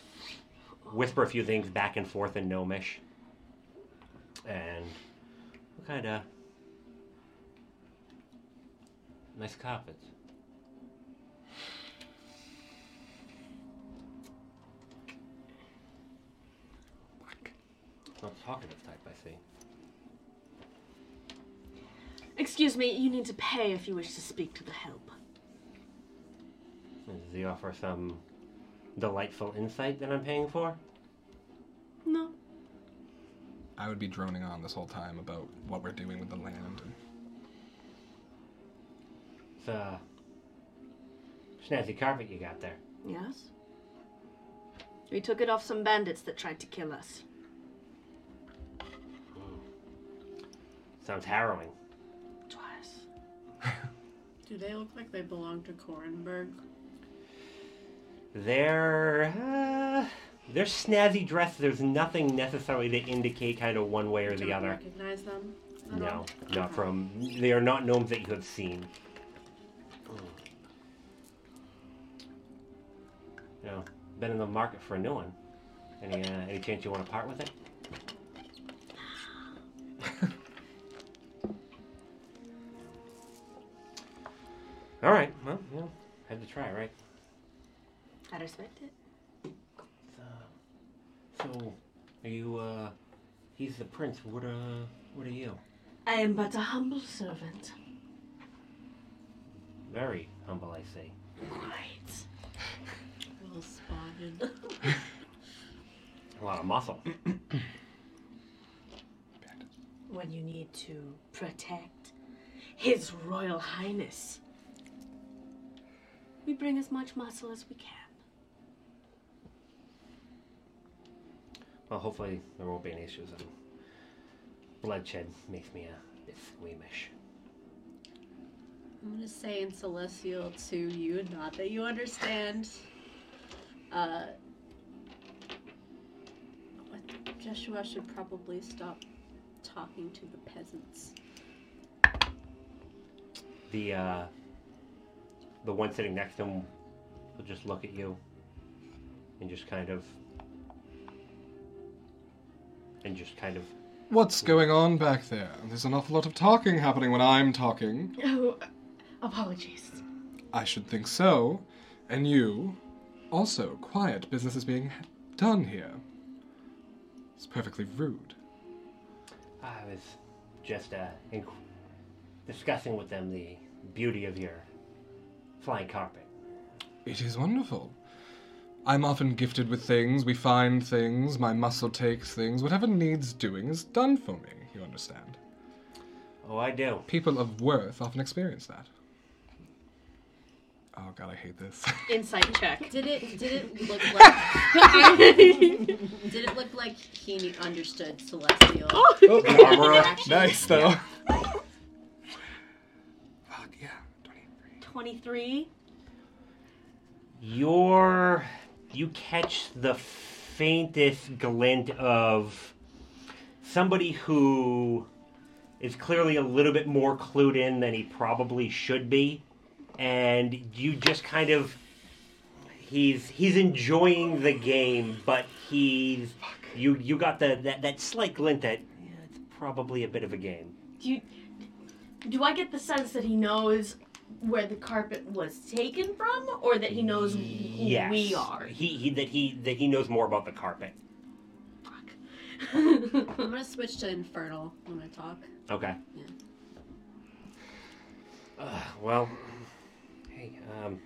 [SPEAKER 4] whisper a few things back and forth in gnomish, and kind of nice carpets. Not talkative type, I see.
[SPEAKER 6] Excuse me, you need to pay if you wish to speak to the help.
[SPEAKER 4] Does he offer some delightful insight that I'm paying for?
[SPEAKER 6] No.
[SPEAKER 5] I would be droning on this whole time about what we're doing with the land. And
[SPEAKER 4] It's a snazzy carpet you got there.
[SPEAKER 6] Yes? We took it off some bandits that tried to kill us.
[SPEAKER 4] Sounds harrowing.
[SPEAKER 6] Twice.
[SPEAKER 2] Do they look like they belong to Korenberg?
[SPEAKER 4] They're uh, they're snazzy dressed. There's nothing necessarily to indicate kind of one way or the
[SPEAKER 2] Don't
[SPEAKER 4] other.
[SPEAKER 2] recognize them? at
[SPEAKER 4] No,
[SPEAKER 2] all?
[SPEAKER 4] not from. They are not gnomes that you have seen.
[SPEAKER 2] Hmm.
[SPEAKER 4] You know, been in the market for a new one. Any uh, any chance you want to part with it? All right. Well, yeah, had to try, right?
[SPEAKER 6] I respect it.
[SPEAKER 4] So, are you, uh, he's the prince. What, uh, what are you?
[SPEAKER 10] I am but a humble servant.
[SPEAKER 4] Very humble, I say.
[SPEAKER 2] Well spotted.
[SPEAKER 4] A lot of muscle.
[SPEAKER 10] When you need to protect His Royal Highness,
[SPEAKER 6] We bring as much muscle as we can.
[SPEAKER 4] Well, hopefully there won't be any issues. And bloodshed makes me a bit squeamish.
[SPEAKER 2] I'm gonna say in Celestial to you, not that you understand. Uh, what- Joshua should probably stop talking to the peasants.
[SPEAKER 4] The, uh, the one sitting next to him will just look at you and just kind of, and just kind of,
[SPEAKER 5] What's going on back there? There's an awful lot of talking happening when I'm talking.
[SPEAKER 8] Oh, apologies.
[SPEAKER 5] I should think so. And you, also, quiet business is being done here. It's perfectly rude.
[SPEAKER 4] I was just, uh, inqu- discussing with them the beauty of your flying carpet.
[SPEAKER 5] It is wonderful. I'm often gifted with things, we find things, my muscle takes things, whatever needs doing is done for me, you understand.
[SPEAKER 4] Oh, I do.
[SPEAKER 5] People of worth often experience that. Oh god, I hate this.
[SPEAKER 6] Insight check.
[SPEAKER 2] Did it? Did it look like? did it look like he understood Celestial?
[SPEAKER 5] nice though. Fuck yeah, 23.
[SPEAKER 6] 23.
[SPEAKER 4] Your you catch the faintest glint of somebody who is clearly a little bit more clued in than he probably should be and you just kind of he's he's enjoying the game but he's you you got the that, that slight glint that yeah, it's probably a bit of a game
[SPEAKER 8] Do I get the sense that he knows where the carpet was taken from, or that he knows who
[SPEAKER 4] yes
[SPEAKER 8] we are?
[SPEAKER 4] he, he that he that he knows more about the carpet
[SPEAKER 2] I'm gonna switch to infernal when I talk.
[SPEAKER 4] Okay.
[SPEAKER 2] Yeah.
[SPEAKER 4] Uh, well, hey, um,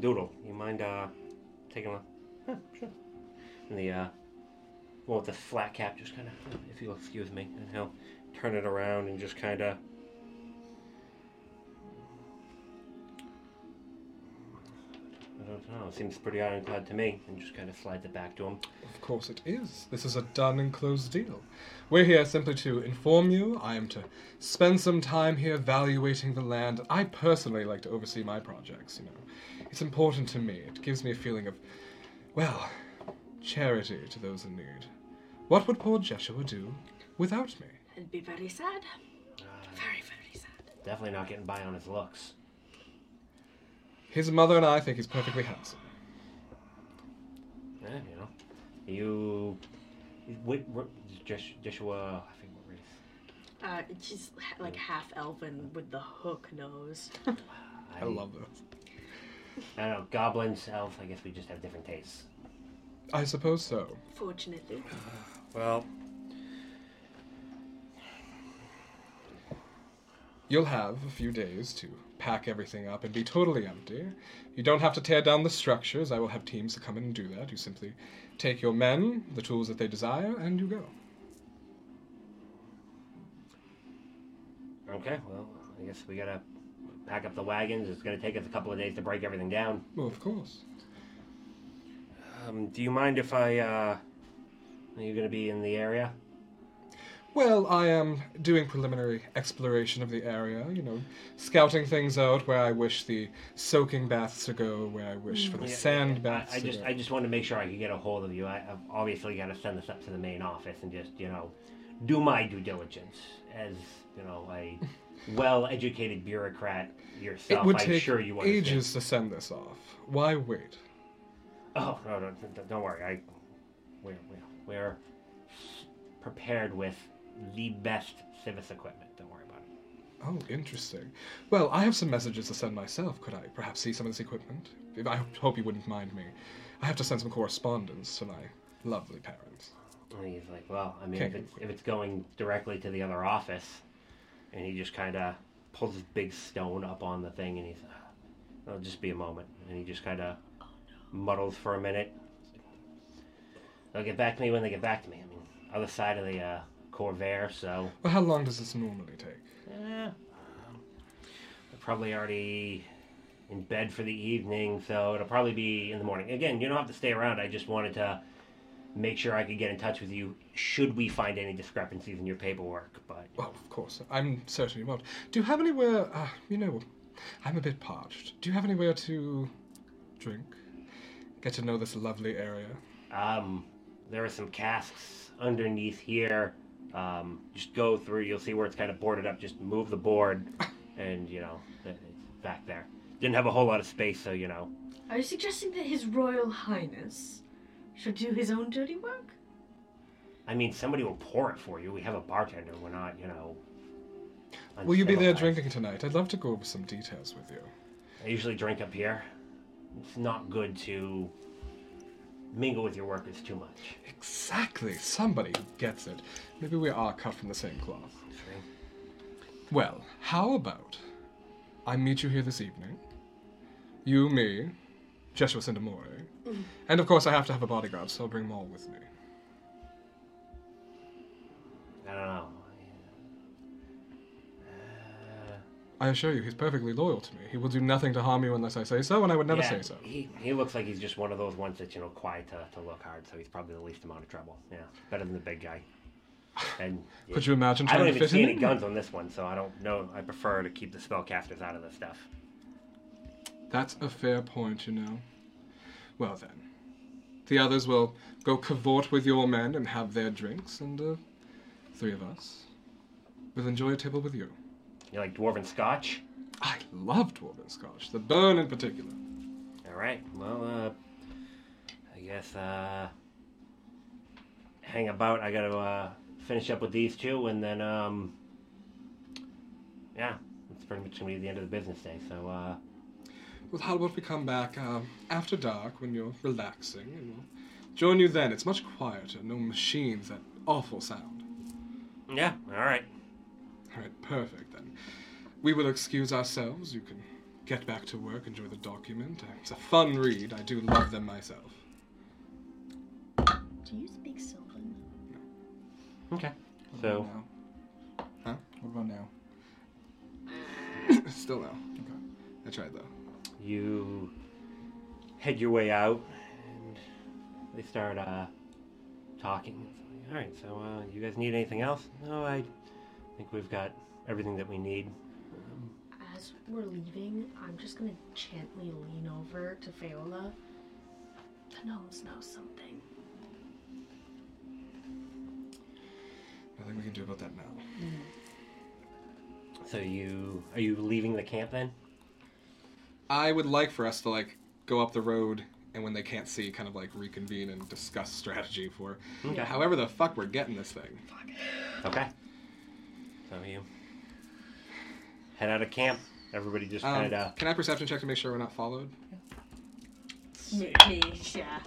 [SPEAKER 4] Doodle, you mind uh, taking a? Huh, sure. And the uh, well, with the flat cap, just kind of, if you'll excuse me, and he'll turn it around and just kind of. I don't know. It seems pretty ironclad to me, and just kind of slides it back to him.
[SPEAKER 5] Of course it is. This is a done and closed deal. We're here simply to inform you. I am to spend some time here evaluating the land. I personally like to oversee my projects, you know. It's important to me. It gives me a feeling of, well, charity to those in need. What would poor Jeshua do without me?
[SPEAKER 6] It'd be very sad. Very, very sad.
[SPEAKER 4] Definitely not getting by on his looks.
[SPEAKER 5] His mother and I think he's perfectly handsome.
[SPEAKER 4] Yeah, you know. You. What, what, Josh- Joshua, I think what race?
[SPEAKER 6] Uh, she's ha- like half elven with the hook nose.
[SPEAKER 5] I love her.
[SPEAKER 4] I don't know, goblins, elf, I guess we just have different tastes.
[SPEAKER 5] I suppose so.
[SPEAKER 6] Fortunately,
[SPEAKER 4] Well,
[SPEAKER 5] You'll have a few days to pack everything up and be totally empty. You don't have to tear down the structures. I will have teams to come in and do that. You simply take your men, the tools that they desire, and you go.
[SPEAKER 4] okay, well, I guess we gotta pack up the wagons. It's gonna take us a couple of days to break everything down.
[SPEAKER 5] Well, of course.
[SPEAKER 4] Um, do you mind if I, uh, are you gonna be in the area?
[SPEAKER 5] Well, I am doing preliminary exploration of the area, you know, scouting things out where I wish the soaking baths to go, where I wish
[SPEAKER 4] Mm,
[SPEAKER 5] for the sand
[SPEAKER 4] I,
[SPEAKER 5] baths
[SPEAKER 4] I
[SPEAKER 5] to
[SPEAKER 4] just,
[SPEAKER 5] go.
[SPEAKER 4] I just want to make sure I can get a hold of you. I, I've obviously gotta send this up to the main office and just, you know, do my due diligence as, you know, a well-educated bureaucrat yourself.
[SPEAKER 5] it would
[SPEAKER 4] I'm
[SPEAKER 5] take
[SPEAKER 4] sure you understand.
[SPEAKER 5] ages to send this off. Why wait?
[SPEAKER 4] Oh no, no, d- d- don't worry. I we're, we're we're prepared with the best civis equipment. Don't worry about it.
[SPEAKER 5] Oh, interesting. Well, I have some messages to send myself. Could I perhaps see some of this equipment? If- I hope you wouldn't mind me. I have to send some correspondence to my lovely parents.
[SPEAKER 4] And he's like, well, I mean, if
[SPEAKER 5] Okay.
[SPEAKER 4] it's, if it's going directly to the other office, and he just kind of pulls his big stone up on the thing, and he's, "Ah, it'll just be a moment, and he just kind of muddles for a minute. They'll get back to me when they get back to me. I mean, other side of the uh, Corvair, so.
[SPEAKER 5] Well, how long does this normally take?
[SPEAKER 4] Yeah. They're probably already in bed for the evening, so it'll probably be in the morning. Again, you don't have to stay around. I just wanted to make sure I could get in touch with you should we find any discrepancies in your paperwork. But
[SPEAKER 5] Well, of course, I'm certainly not. Do you have anywhere? Uh, you know, I'm a bit parched. Do you have anywhere to drink? Get to know this lovely area.
[SPEAKER 4] um, there are some casks underneath here. Um, just go through. You'll see where it's kind of boarded up. Just move the board, and you know, it's back there. Didn't have a whole lot of space, so you know.
[SPEAKER 8] Are you suggesting that His Royal Highness should do his own dirty work?
[SPEAKER 4] I mean, somebody will pour it for you. We have a bartender. We're not, you know.
[SPEAKER 5] Will you be there
[SPEAKER 4] uncivilized.
[SPEAKER 5] drinking tonight? I'd love to go over some details with you.
[SPEAKER 4] I usually drink up here. It's not good to mingle with your workers too much.
[SPEAKER 5] Exactly. Somebody who gets it. Maybe we are cut from the same cloth.
[SPEAKER 4] True.
[SPEAKER 5] Well, how about I meet you here this evening? You, me, Joshua Sindamore, and of course I have to have a bodyguard, so I'll bring Maul with me.
[SPEAKER 4] I don't know.
[SPEAKER 5] I assure you, he's perfectly loyal to me. He will do nothing to harm you unless I say so, and I would never
[SPEAKER 4] Yeah,
[SPEAKER 5] say so.
[SPEAKER 4] He, he looks like he's just one of those ones that's, you know, quiet to, to look hard, so he's probably the least amount of trouble. Yeah, better than the big guy. And
[SPEAKER 5] Could you imagine
[SPEAKER 4] I
[SPEAKER 5] trying
[SPEAKER 4] don't
[SPEAKER 5] to
[SPEAKER 4] even
[SPEAKER 5] fit
[SPEAKER 4] see
[SPEAKER 5] him
[SPEAKER 4] any
[SPEAKER 5] in?
[SPEAKER 4] guns on this one, so I don't know. I prefer to keep the spellcasters out of this stuff.
[SPEAKER 5] That's a fair point, you know. Well then, the others will go cavort with your men and have their drinks, and uh, three of us will enjoy a table with you.
[SPEAKER 4] You like dwarven scotch?
[SPEAKER 5] I love dwarven scotch, the burn in particular.
[SPEAKER 4] All right. Well, uh, I guess uh, hang about. I gotta uh, finish up with these two, and then um, yeah, it's pretty much gonna be the end of the business day. So uh,
[SPEAKER 5] uh, Well, how about we come back um, after dark when you're relaxing and we'll Join you then. It's much quieter. No machines. That awful sound.
[SPEAKER 4] Yeah, all right.
[SPEAKER 5] All right, perfect then. We will excuse ourselves. You can get back to work. Enjoy the document. Uh, It's a fun read. I do love them myself.
[SPEAKER 8] Do you speak Sylvan?
[SPEAKER 4] Okay. So,
[SPEAKER 3] Now?
[SPEAKER 5] Huh?
[SPEAKER 3] What about now?
[SPEAKER 5] Still no. Okay. I tried though.
[SPEAKER 4] you head your way out and they start uh, talking. It's like, All right, so uh, you guys need anything else? No, I think we've got everything that we need.
[SPEAKER 8] As we're leaving, I'm just gonna gently lean over to Feola. The gnomes know something.
[SPEAKER 5] Nothing we can do about that now.
[SPEAKER 4] So you are you leaving the camp then?
[SPEAKER 5] I would like for us to like go up the road and when they can't see, kind of like reconvene and discuss strategy for
[SPEAKER 4] Okay.
[SPEAKER 5] however the fuck we're getting this thing.
[SPEAKER 4] Okay. So you head out of camp. Everybody just
[SPEAKER 5] Um,
[SPEAKER 4] kind of
[SPEAKER 5] Can I perception check to make sure we're not followed?
[SPEAKER 8] Maybe, yeah.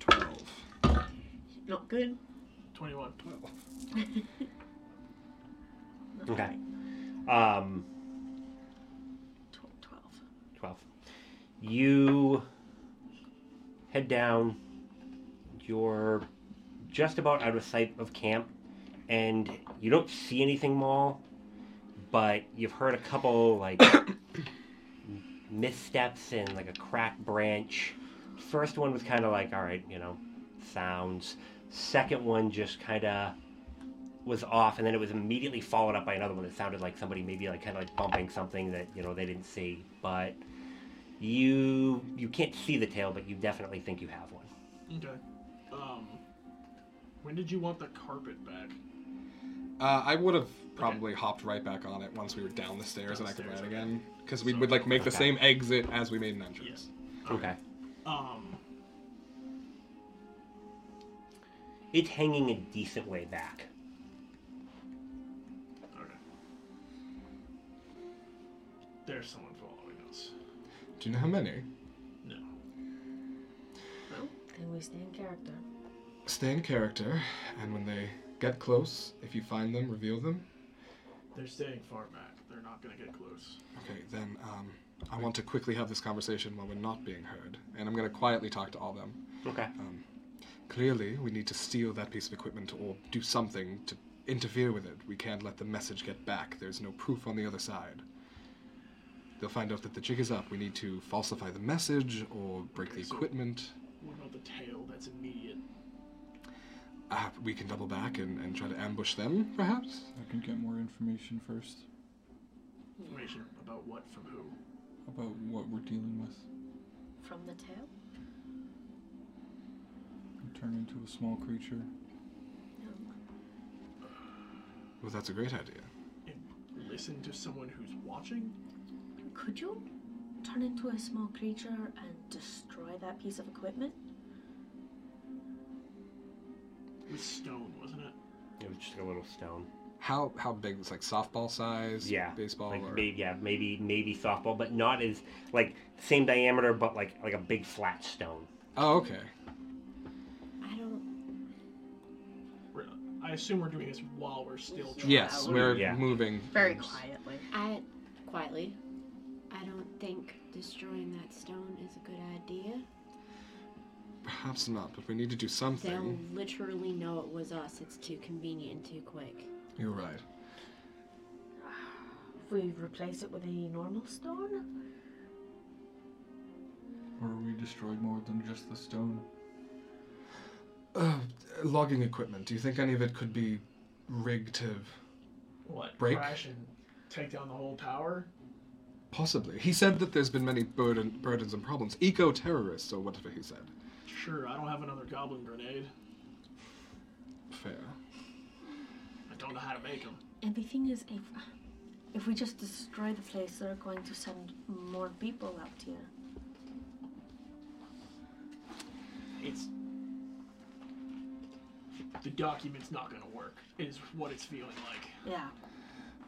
[SPEAKER 5] Twelve.
[SPEAKER 8] Not good.
[SPEAKER 7] 21.
[SPEAKER 5] Twelve.
[SPEAKER 4] okay. Um,
[SPEAKER 8] Tw- Twelve.
[SPEAKER 4] 12. You head down. You're just about out of sight of camp, and you don't see anything, Maul, but you've heard a couple, like, missteps and, like, a cracked branch. First one was kind of like, all right, you know, sounds. Second one just kind of was off, and then it was immediately followed up by another one that sounded like somebody maybe like kind of like bumping something that you know they didn't see. But you you can't see the tail, but you definitely think you have one.
[SPEAKER 7] Okay. Um, when did you want the carpet back?
[SPEAKER 5] Uh, I would have probably hopped right back on it once we were down the stairs and I could
[SPEAKER 7] Downstairs,
[SPEAKER 5] land
[SPEAKER 7] okay.
[SPEAKER 5] again because we
[SPEAKER 7] So-
[SPEAKER 5] would like make the
[SPEAKER 4] Okay.
[SPEAKER 5] same exit as we made an entrance.
[SPEAKER 4] Okay.
[SPEAKER 7] Um,
[SPEAKER 4] It's hanging a decent way back.
[SPEAKER 7] okay. There's someone following us.
[SPEAKER 5] Do you know how many?
[SPEAKER 7] No.
[SPEAKER 8] Well, then we stay in character.
[SPEAKER 5] Stay in character, and when they get close, if you find them, reveal them.
[SPEAKER 7] They're staying far back. They're not gonna get close.
[SPEAKER 5] Okay, then um, I want to quickly have this conversation while we're not being heard, and I'm going to quietly talk to all of them.
[SPEAKER 4] Okay.
[SPEAKER 5] Clearly, we need to steal that piece of equipment or do something to interfere with it. We can't let the message get back. There's no proof on the other side. They'll find out that the jig is up. We need to falsify the message or break the
[SPEAKER 7] Okay, so-
[SPEAKER 5] equipment.
[SPEAKER 7] What about the tail? That's immediate.
[SPEAKER 5] Uh, we can double back and, and try to ambush them, perhaps?
[SPEAKER 3] I can get more information first
[SPEAKER 7] Information about what from who?
[SPEAKER 3] about what we're dealing with.
[SPEAKER 8] From the tail?
[SPEAKER 3] You turn into a small creature.
[SPEAKER 5] Well, that's a great idea.
[SPEAKER 7] Listen to someone who's watching?
[SPEAKER 8] Could you turn into a small creature and destroy that piece of equipment?
[SPEAKER 7] It was stone, wasn't it?
[SPEAKER 4] It was just a little stone.
[SPEAKER 5] How how big? It's like softball size?
[SPEAKER 4] Yeah.
[SPEAKER 5] Baseball?
[SPEAKER 4] Like
[SPEAKER 5] or...
[SPEAKER 4] maybe yeah, maybe maybe softball, but not as like same diameter, but like like a big flat stone.
[SPEAKER 5] Oh, okay.
[SPEAKER 8] I don't.
[SPEAKER 7] We're, I assume we're doing this while we're still trying.
[SPEAKER 5] Yes, we're
[SPEAKER 4] Yeah.
[SPEAKER 5] moving.
[SPEAKER 8] Very quietly.
[SPEAKER 2] I quietly. I don't think destroying that stone is a good idea.
[SPEAKER 5] Perhaps not, but we need to do something.
[SPEAKER 2] They'll literally know it was us. It's too convenient and too quick.
[SPEAKER 5] You're right.
[SPEAKER 8] If we replace it with a normal stone?
[SPEAKER 3] Or we destroyed more than just the stone.
[SPEAKER 5] Uh, logging equipment. Do you think any of it could be rigged to
[SPEAKER 7] What?
[SPEAKER 5] Break?
[SPEAKER 7] Crash and take down the whole tower?
[SPEAKER 5] possibly? He said that there's been many burden, burdens and problems. Eco terrorists, or whatever he said.
[SPEAKER 7] Sure, I don't have another goblin grenade.
[SPEAKER 5] Fair.
[SPEAKER 7] I don't know how to make them.
[SPEAKER 8] And the thing is, if, if we just destroy the place, they're going to send more people out here.
[SPEAKER 7] It's. The document's not gonna work, is what it's feeling like.
[SPEAKER 8] Yeah.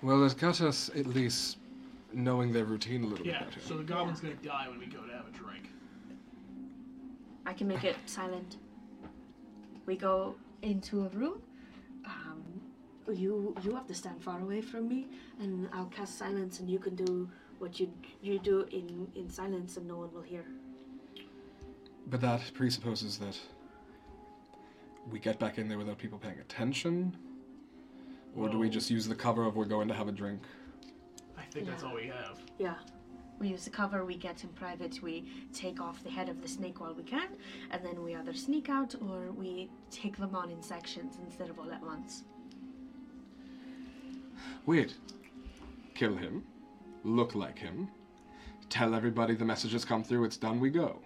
[SPEAKER 5] Well, it got us at least knowing their routine a little
[SPEAKER 7] Yeah,
[SPEAKER 5] bit better.
[SPEAKER 7] so the goblin's gonna die when we go to have a drink.
[SPEAKER 8] I can make it silent. We go into a room.
[SPEAKER 6] Um, you you have to stand far away from me, and I'll cast silence, and you can do what you you do in in silence, and no one will hear.
[SPEAKER 5] But that presupposes that we get back in there without people paying attention. Or do we
[SPEAKER 7] Well-
[SPEAKER 5] just use the cover of we're going to have a drink?
[SPEAKER 7] I think that's all we have.
[SPEAKER 6] Yeah.
[SPEAKER 8] We use the cover we get in private. We take off the head of the snake while we can, and then we either sneak out or we take them on in sections instead of all at once.
[SPEAKER 5] Wait. Kill him. Look like him. Tell everybody the message has come through, it's done, we go.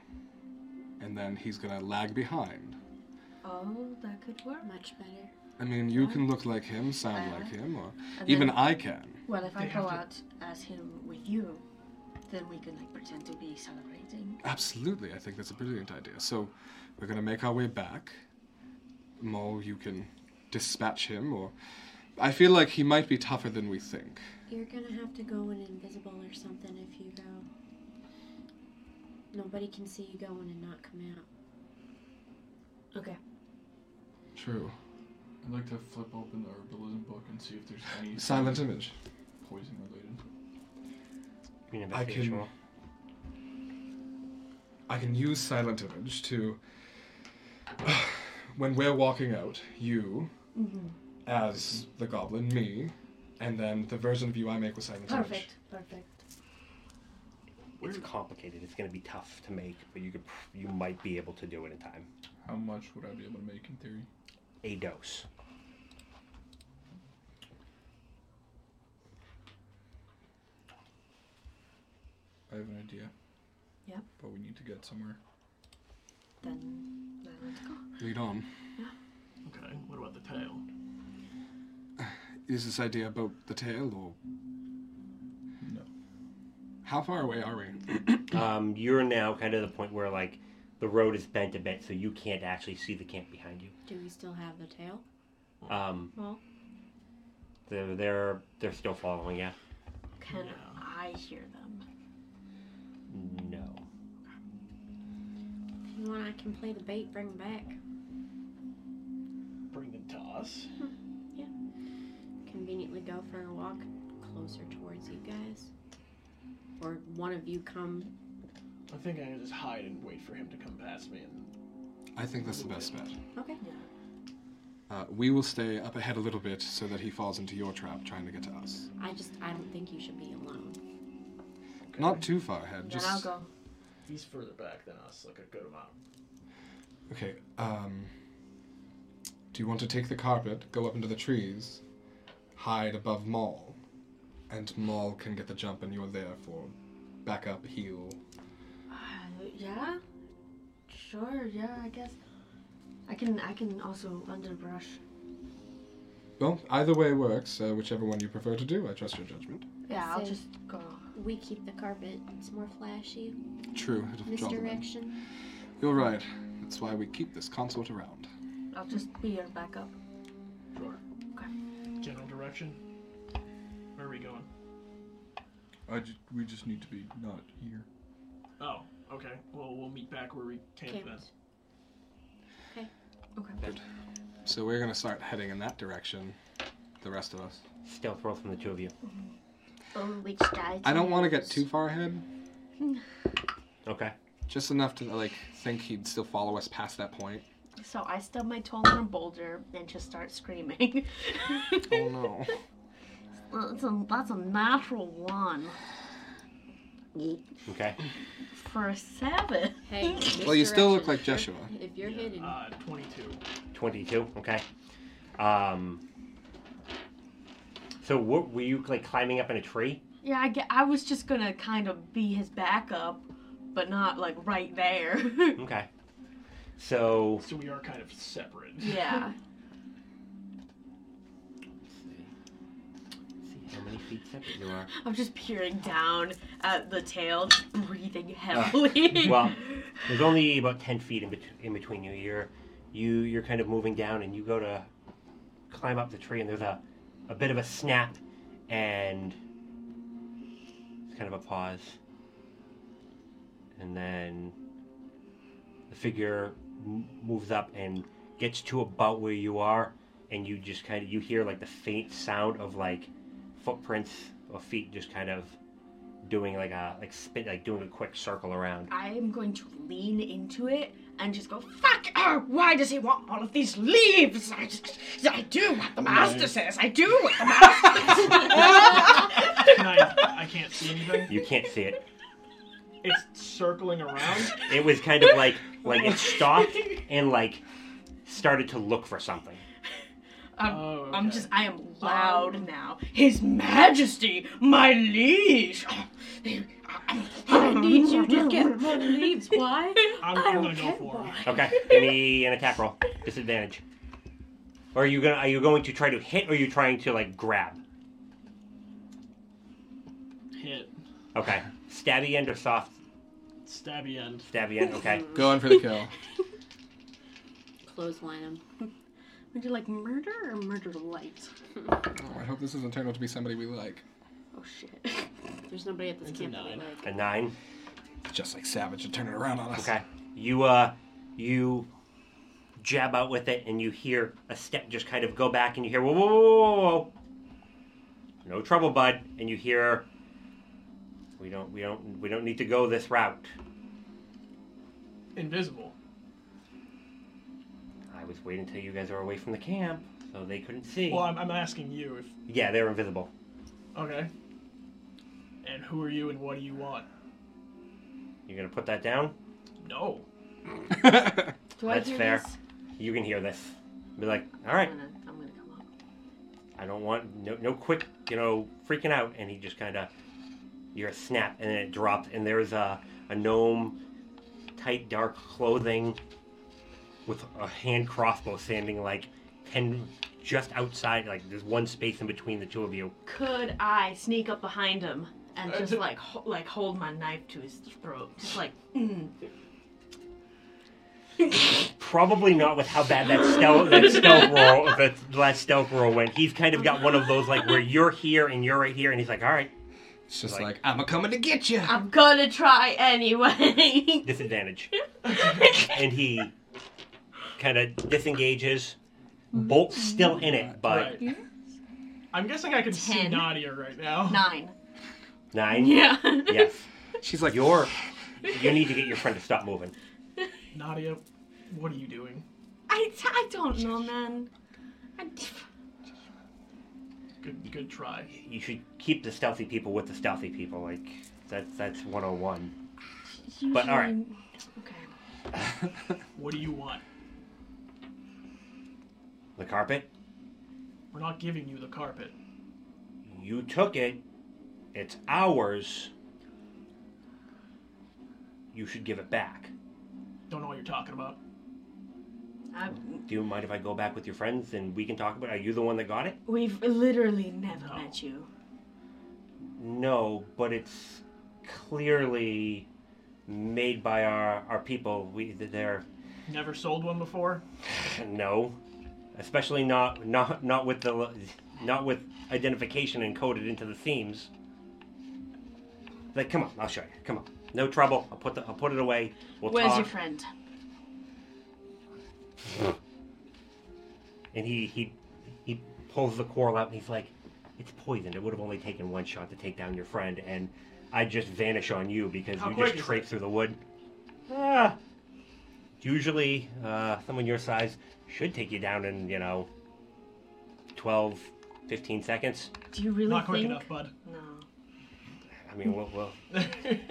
[SPEAKER 5] And then he's gonna lag behind.
[SPEAKER 8] Oh, that could work.
[SPEAKER 2] Much better.
[SPEAKER 5] I mean, you can look like him, sound
[SPEAKER 8] Uh-huh.
[SPEAKER 5] like him, or
[SPEAKER 8] And
[SPEAKER 5] even
[SPEAKER 8] then-
[SPEAKER 5] I can.
[SPEAKER 8] Well, if I
[SPEAKER 7] They
[SPEAKER 8] go
[SPEAKER 7] have to-
[SPEAKER 8] out as him with you, then we can like pretend to be celebrating.
[SPEAKER 5] Absolutely, I think that's a brilliant idea. So we're gonna make our way back. Mole, you can dispatch him, or I feel like he might be tougher than we think.
[SPEAKER 1] You're gonna have to go in invisible or something if you go. Nobody can see you going and not come out.
[SPEAKER 8] Okay.
[SPEAKER 5] True.
[SPEAKER 3] I'd like to flip open the herbalism book and see if there's any
[SPEAKER 5] Silent image.
[SPEAKER 3] poison related.
[SPEAKER 4] Green
[SPEAKER 5] I can-
[SPEAKER 4] investigation roll.
[SPEAKER 5] I can use silent image to. when we're walking out, you, as the goblin, me, and then the version of you I make with silent image.
[SPEAKER 8] Perfect. Perfect.
[SPEAKER 4] It's complicated. It's going to be tough to make, but you could pr- you might be able to do it in time.
[SPEAKER 3] How much would I be able to make in theory?
[SPEAKER 4] A dose.
[SPEAKER 3] I have an idea.
[SPEAKER 8] Yeah.
[SPEAKER 3] But we need to get somewhere.
[SPEAKER 8] Then, then let's go.
[SPEAKER 5] Lead on.
[SPEAKER 7] Okay, what about the tail?
[SPEAKER 5] Is this idea about the tail, or
[SPEAKER 3] No.
[SPEAKER 5] how far away are we?
[SPEAKER 4] Um, you're now kind of the point where like the road is bent a bit, so you can't actually see the camp behind you.
[SPEAKER 2] Do we still have the tail?
[SPEAKER 4] Um,
[SPEAKER 2] Well.
[SPEAKER 4] they're they're they're still following you.
[SPEAKER 8] Can
[SPEAKER 7] Yeah.
[SPEAKER 8] I hear them?
[SPEAKER 4] No.
[SPEAKER 2] If you want, I can play the bait, bring him back.
[SPEAKER 7] Bring them to us.
[SPEAKER 2] Conveniently go for a walk closer towards you guys. Or one of you come.
[SPEAKER 7] I think I can just hide and wait for him to come past me. And
[SPEAKER 5] I think that's the best bet.
[SPEAKER 2] Okay.
[SPEAKER 5] Uh, we will stay up ahead a little bit so that he falls into your trap trying to get to us.
[SPEAKER 2] I just, I don't think you should be alone.
[SPEAKER 5] Not too far ahead,
[SPEAKER 8] Then
[SPEAKER 5] just.
[SPEAKER 8] I'll go.
[SPEAKER 7] he's further back than us, like a good amount.
[SPEAKER 5] Okay, um. Do you want to take the carpet, go up into the trees, hide above Maul, and Maul can get the jump and you're there for backup, heal?
[SPEAKER 8] Uh, yeah. Sure. Yeah. I guess. I can. I can also underbrush.
[SPEAKER 5] Well, either way works, uh, whichever one you prefer to do. I trust your judgment.
[SPEAKER 8] Yeah. I'll
[SPEAKER 1] Same.
[SPEAKER 8] just go.
[SPEAKER 1] We keep the carpet. It's more flashy.
[SPEAKER 5] True, it'll jog them in.
[SPEAKER 1] Misdirection.
[SPEAKER 5] You're right. That's why we keep this consort around.
[SPEAKER 8] I'll just be your backup.
[SPEAKER 7] Sure.
[SPEAKER 8] Okay.
[SPEAKER 7] General direction. Where are we going?
[SPEAKER 3] I ju- we just need to be not here.
[SPEAKER 7] Oh, okay. Well, we'll meet back where we camped then.
[SPEAKER 2] Camped.
[SPEAKER 5] So we're gonna start heading in that direction, the rest of us.
[SPEAKER 4] Stealth roll from the two of you.
[SPEAKER 8] Oh, which died.
[SPEAKER 5] I don't want to get too far ahead,
[SPEAKER 4] Okay.
[SPEAKER 5] just enough to like think he'd still follow us past that point.
[SPEAKER 8] So I stub my toe on a boulder and just start screaming.
[SPEAKER 5] Oh no.
[SPEAKER 8] that's, a, that's a natural one
[SPEAKER 4] Okay.
[SPEAKER 8] for a seven.
[SPEAKER 2] Hey,
[SPEAKER 5] Well, you still look
[SPEAKER 2] misdirection.
[SPEAKER 5] like Joshua.
[SPEAKER 2] If you're
[SPEAKER 7] Yeah,
[SPEAKER 2] hidden,
[SPEAKER 7] Uh, 22.
[SPEAKER 4] Twenty-two. Okay. Um. So what were you like climbing up in a tree?
[SPEAKER 8] Yeah, I, get, I was just gonna kind of be his backup, but not like right there.
[SPEAKER 4] Okay. So
[SPEAKER 7] So we are kind of separate.
[SPEAKER 8] yeah.
[SPEAKER 4] see how many feet separate you are.
[SPEAKER 8] I'm just peering down at the tail, just breathing
[SPEAKER 7] Ah.
[SPEAKER 8] heavily.
[SPEAKER 4] Well, there's only about ten feet in, bet- in between you. You're you you're kind of moving down, and you go to climb up the tree, and there's a a bit of a snap, and it's kind of a pause, and then The figure m- moves up and gets to about where you are, and you just kind of you hear like the faint sound of like footprints or feet just kind of doing like a like spin like doing a quick circle around.
[SPEAKER 8] I'm going to lean into it and just go, fuck! Oh, why does he want all of these leaves? I just, I do what the master says. I do what the master says.
[SPEAKER 7] Can I, I can't see anything.
[SPEAKER 4] You can't see it.
[SPEAKER 7] It's circling around.
[SPEAKER 4] It was kind of like like it stopped and like started to look for something.
[SPEAKER 8] I'm,
[SPEAKER 7] Oh,
[SPEAKER 8] Um, I'm
[SPEAKER 7] okay.
[SPEAKER 8] just, I am loud now. His Majesty, my liege. Oh,
[SPEAKER 10] I need you to get more leaves. Why?
[SPEAKER 7] I'm, I'm gonna go for it.
[SPEAKER 4] Okay. Give me an attack roll. Disadvantage. Or are you gonna are you going to try to hit or are you trying to like grab?
[SPEAKER 7] Hit.
[SPEAKER 4] Okay. Stabby end or soft
[SPEAKER 7] Stabby end.
[SPEAKER 4] stabby end, okay.
[SPEAKER 5] Going for the kill.
[SPEAKER 2] Clothesline him.
[SPEAKER 8] Would you like murder or murder light?
[SPEAKER 5] Oh, I hope this doesn't turn out to be somebody we like.
[SPEAKER 8] Oh shit.
[SPEAKER 2] There's nobody at this
[SPEAKER 7] It's a
[SPEAKER 2] camp that we
[SPEAKER 7] nine.
[SPEAKER 2] like.
[SPEAKER 4] A nine.
[SPEAKER 5] Just like Savage would turn it around on us.
[SPEAKER 4] Okay. You uh you jab out with it and you hear a step just kind of go back and you hear whoa whoa whoa whoa, whoa, whoa. No trouble, bud. And you hear we don't we don't we don't need to go this route.
[SPEAKER 7] Invisible.
[SPEAKER 4] I was waiting until you guys were away from the camp, so they couldn't see.
[SPEAKER 7] Well, I'm, I'm asking you if.
[SPEAKER 4] Yeah, they're invisible.
[SPEAKER 7] Okay. And who are you and what do you want?
[SPEAKER 4] You're gonna put that down?
[SPEAKER 7] No.
[SPEAKER 10] Do I
[SPEAKER 4] That's
[SPEAKER 10] hear
[SPEAKER 4] fair.
[SPEAKER 10] this?
[SPEAKER 4] You can hear this. Be like, all right,
[SPEAKER 10] I'm gonna, I'm gonna come up.
[SPEAKER 4] I don't want no, no quick, you know, freaking out. And he just kind of, you're a snap, and then it dropped. And there's a, a gnome, tight dark clothing, with a hand crossbow standing like ten just outside, like there's one space in between the two of you.
[SPEAKER 8] Could I sneak up behind him and
[SPEAKER 7] Uh,
[SPEAKER 8] just
[SPEAKER 7] d-
[SPEAKER 8] like ho- like hold my knife to his throat, just like mm.
[SPEAKER 4] Probably not with how bad that stealth that stealth roll that last stealth roll went. He's kind of got one of those like where you're here and you're right here, and he's like, all right,
[SPEAKER 5] It's just
[SPEAKER 4] Like-
[SPEAKER 5] like, I'm a coming to get you.
[SPEAKER 8] I'm gonna try anyway.
[SPEAKER 4] disadvantage. and he kind of disengages. Bolt's still in it, but
[SPEAKER 7] right. I'm guessing I can see
[SPEAKER 8] Ten.
[SPEAKER 7] Nadia right now.
[SPEAKER 8] Nine.
[SPEAKER 4] nine.
[SPEAKER 8] Yeah.
[SPEAKER 4] Yes.
[SPEAKER 8] Uh,
[SPEAKER 5] She's like,
[SPEAKER 4] You're. You need to get your friend to stop moving.
[SPEAKER 7] Nadia, what are you doing?
[SPEAKER 8] I, t- I don't know, man. I,
[SPEAKER 7] Good, good try.
[SPEAKER 4] You should keep the stealthy people with the stealthy people. Like that's that's 101. But all right.
[SPEAKER 8] Okay.
[SPEAKER 7] What do you want?
[SPEAKER 4] The carpet.
[SPEAKER 7] We're not giving you the carpet.
[SPEAKER 4] You took it. It's ours. You should give it back.
[SPEAKER 7] Don't know what you're talking about.
[SPEAKER 8] I,
[SPEAKER 4] Do you mind if I go back with your friends and we can talk about? It? Are you the one that got it?
[SPEAKER 8] we've literally never
[SPEAKER 7] No.
[SPEAKER 8] met you.
[SPEAKER 4] No, but it's clearly made by our, our people. We they're
[SPEAKER 7] Never sold one before.
[SPEAKER 4] no, especially not not not with the not with identification encoded into the themes. Like, come on, I'll show you. Come on, no trouble. I'll put the I'll put it away. We'll
[SPEAKER 8] Where's
[SPEAKER 4] talk.
[SPEAKER 8] your friend?
[SPEAKER 4] And he he he pulls the coral out and he's like, "It's poisoned. It would have only taken one shot to take down your friend, and I just vanish on you because
[SPEAKER 7] How
[SPEAKER 4] you
[SPEAKER 7] quick
[SPEAKER 4] just
[SPEAKER 7] is
[SPEAKER 4] traipse through the wood." Ah. Usually, uh, someone your size should take you down in you know 12, 15 seconds.
[SPEAKER 8] Do you really
[SPEAKER 7] not quick
[SPEAKER 8] think?
[SPEAKER 7] enough, bud.
[SPEAKER 8] No.
[SPEAKER 4] I mean, well, well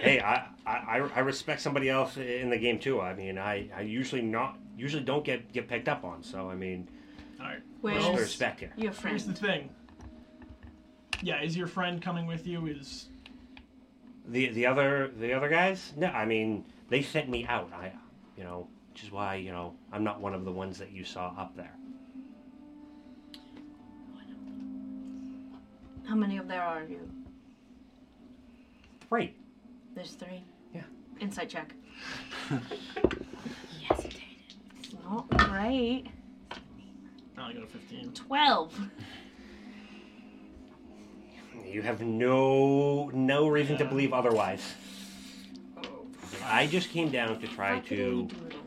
[SPEAKER 4] hey, I, I I- I respect somebody else in the game too. I mean, I, I usually not usually don't get get picked up on. So I mean,
[SPEAKER 7] All right.
[SPEAKER 4] what's
[SPEAKER 8] Where's
[SPEAKER 4] the respect here?
[SPEAKER 8] your
[SPEAKER 7] Here's the thing.
[SPEAKER 8] friend?
[SPEAKER 7] Yeah, is your friend coming with you? Is
[SPEAKER 4] The the other the other guys? No, I mean they sent me out. I you know, which is why you know I'm not one of the ones that you saw up there.
[SPEAKER 8] How many of there are you?
[SPEAKER 4] Three.
[SPEAKER 8] There's three.
[SPEAKER 4] Yeah.
[SPEAKER 8] Insight check. he hesitated. It's not great.
[SPEAKER 7] no, I got a fifteen.
[SPEAKER 8] Twelve.
[SPEAKER 4] You have no no reason to
[SPEAKER 7] Yeah.
[SPEAKER 4] believe otherwise. I just came down to try to
[SPEAKER 8] Fuckity-doodle.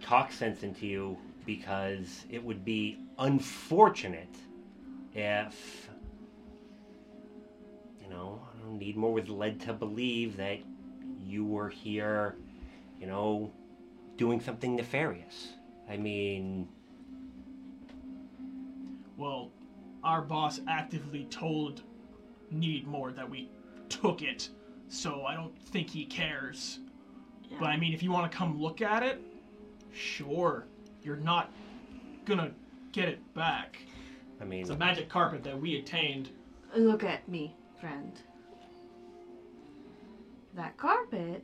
[SPEAKER 4] talk sense into you because it would be unfortunate if you know I don't need more was led to believe that you were here, you know, doing something nefarious. I mean,
[SPEAKER 7] Well, our boss actively told Needmore that we took it, so I don't think he cares. But I mean, if you want to come look at it, sure. You're not gonna get it back.
[SPEAKER 4] I mean,
[SPEAKER 7] It's a magic carpet that we attained.
[SPEAKER 10] Look at me, friend. That carpet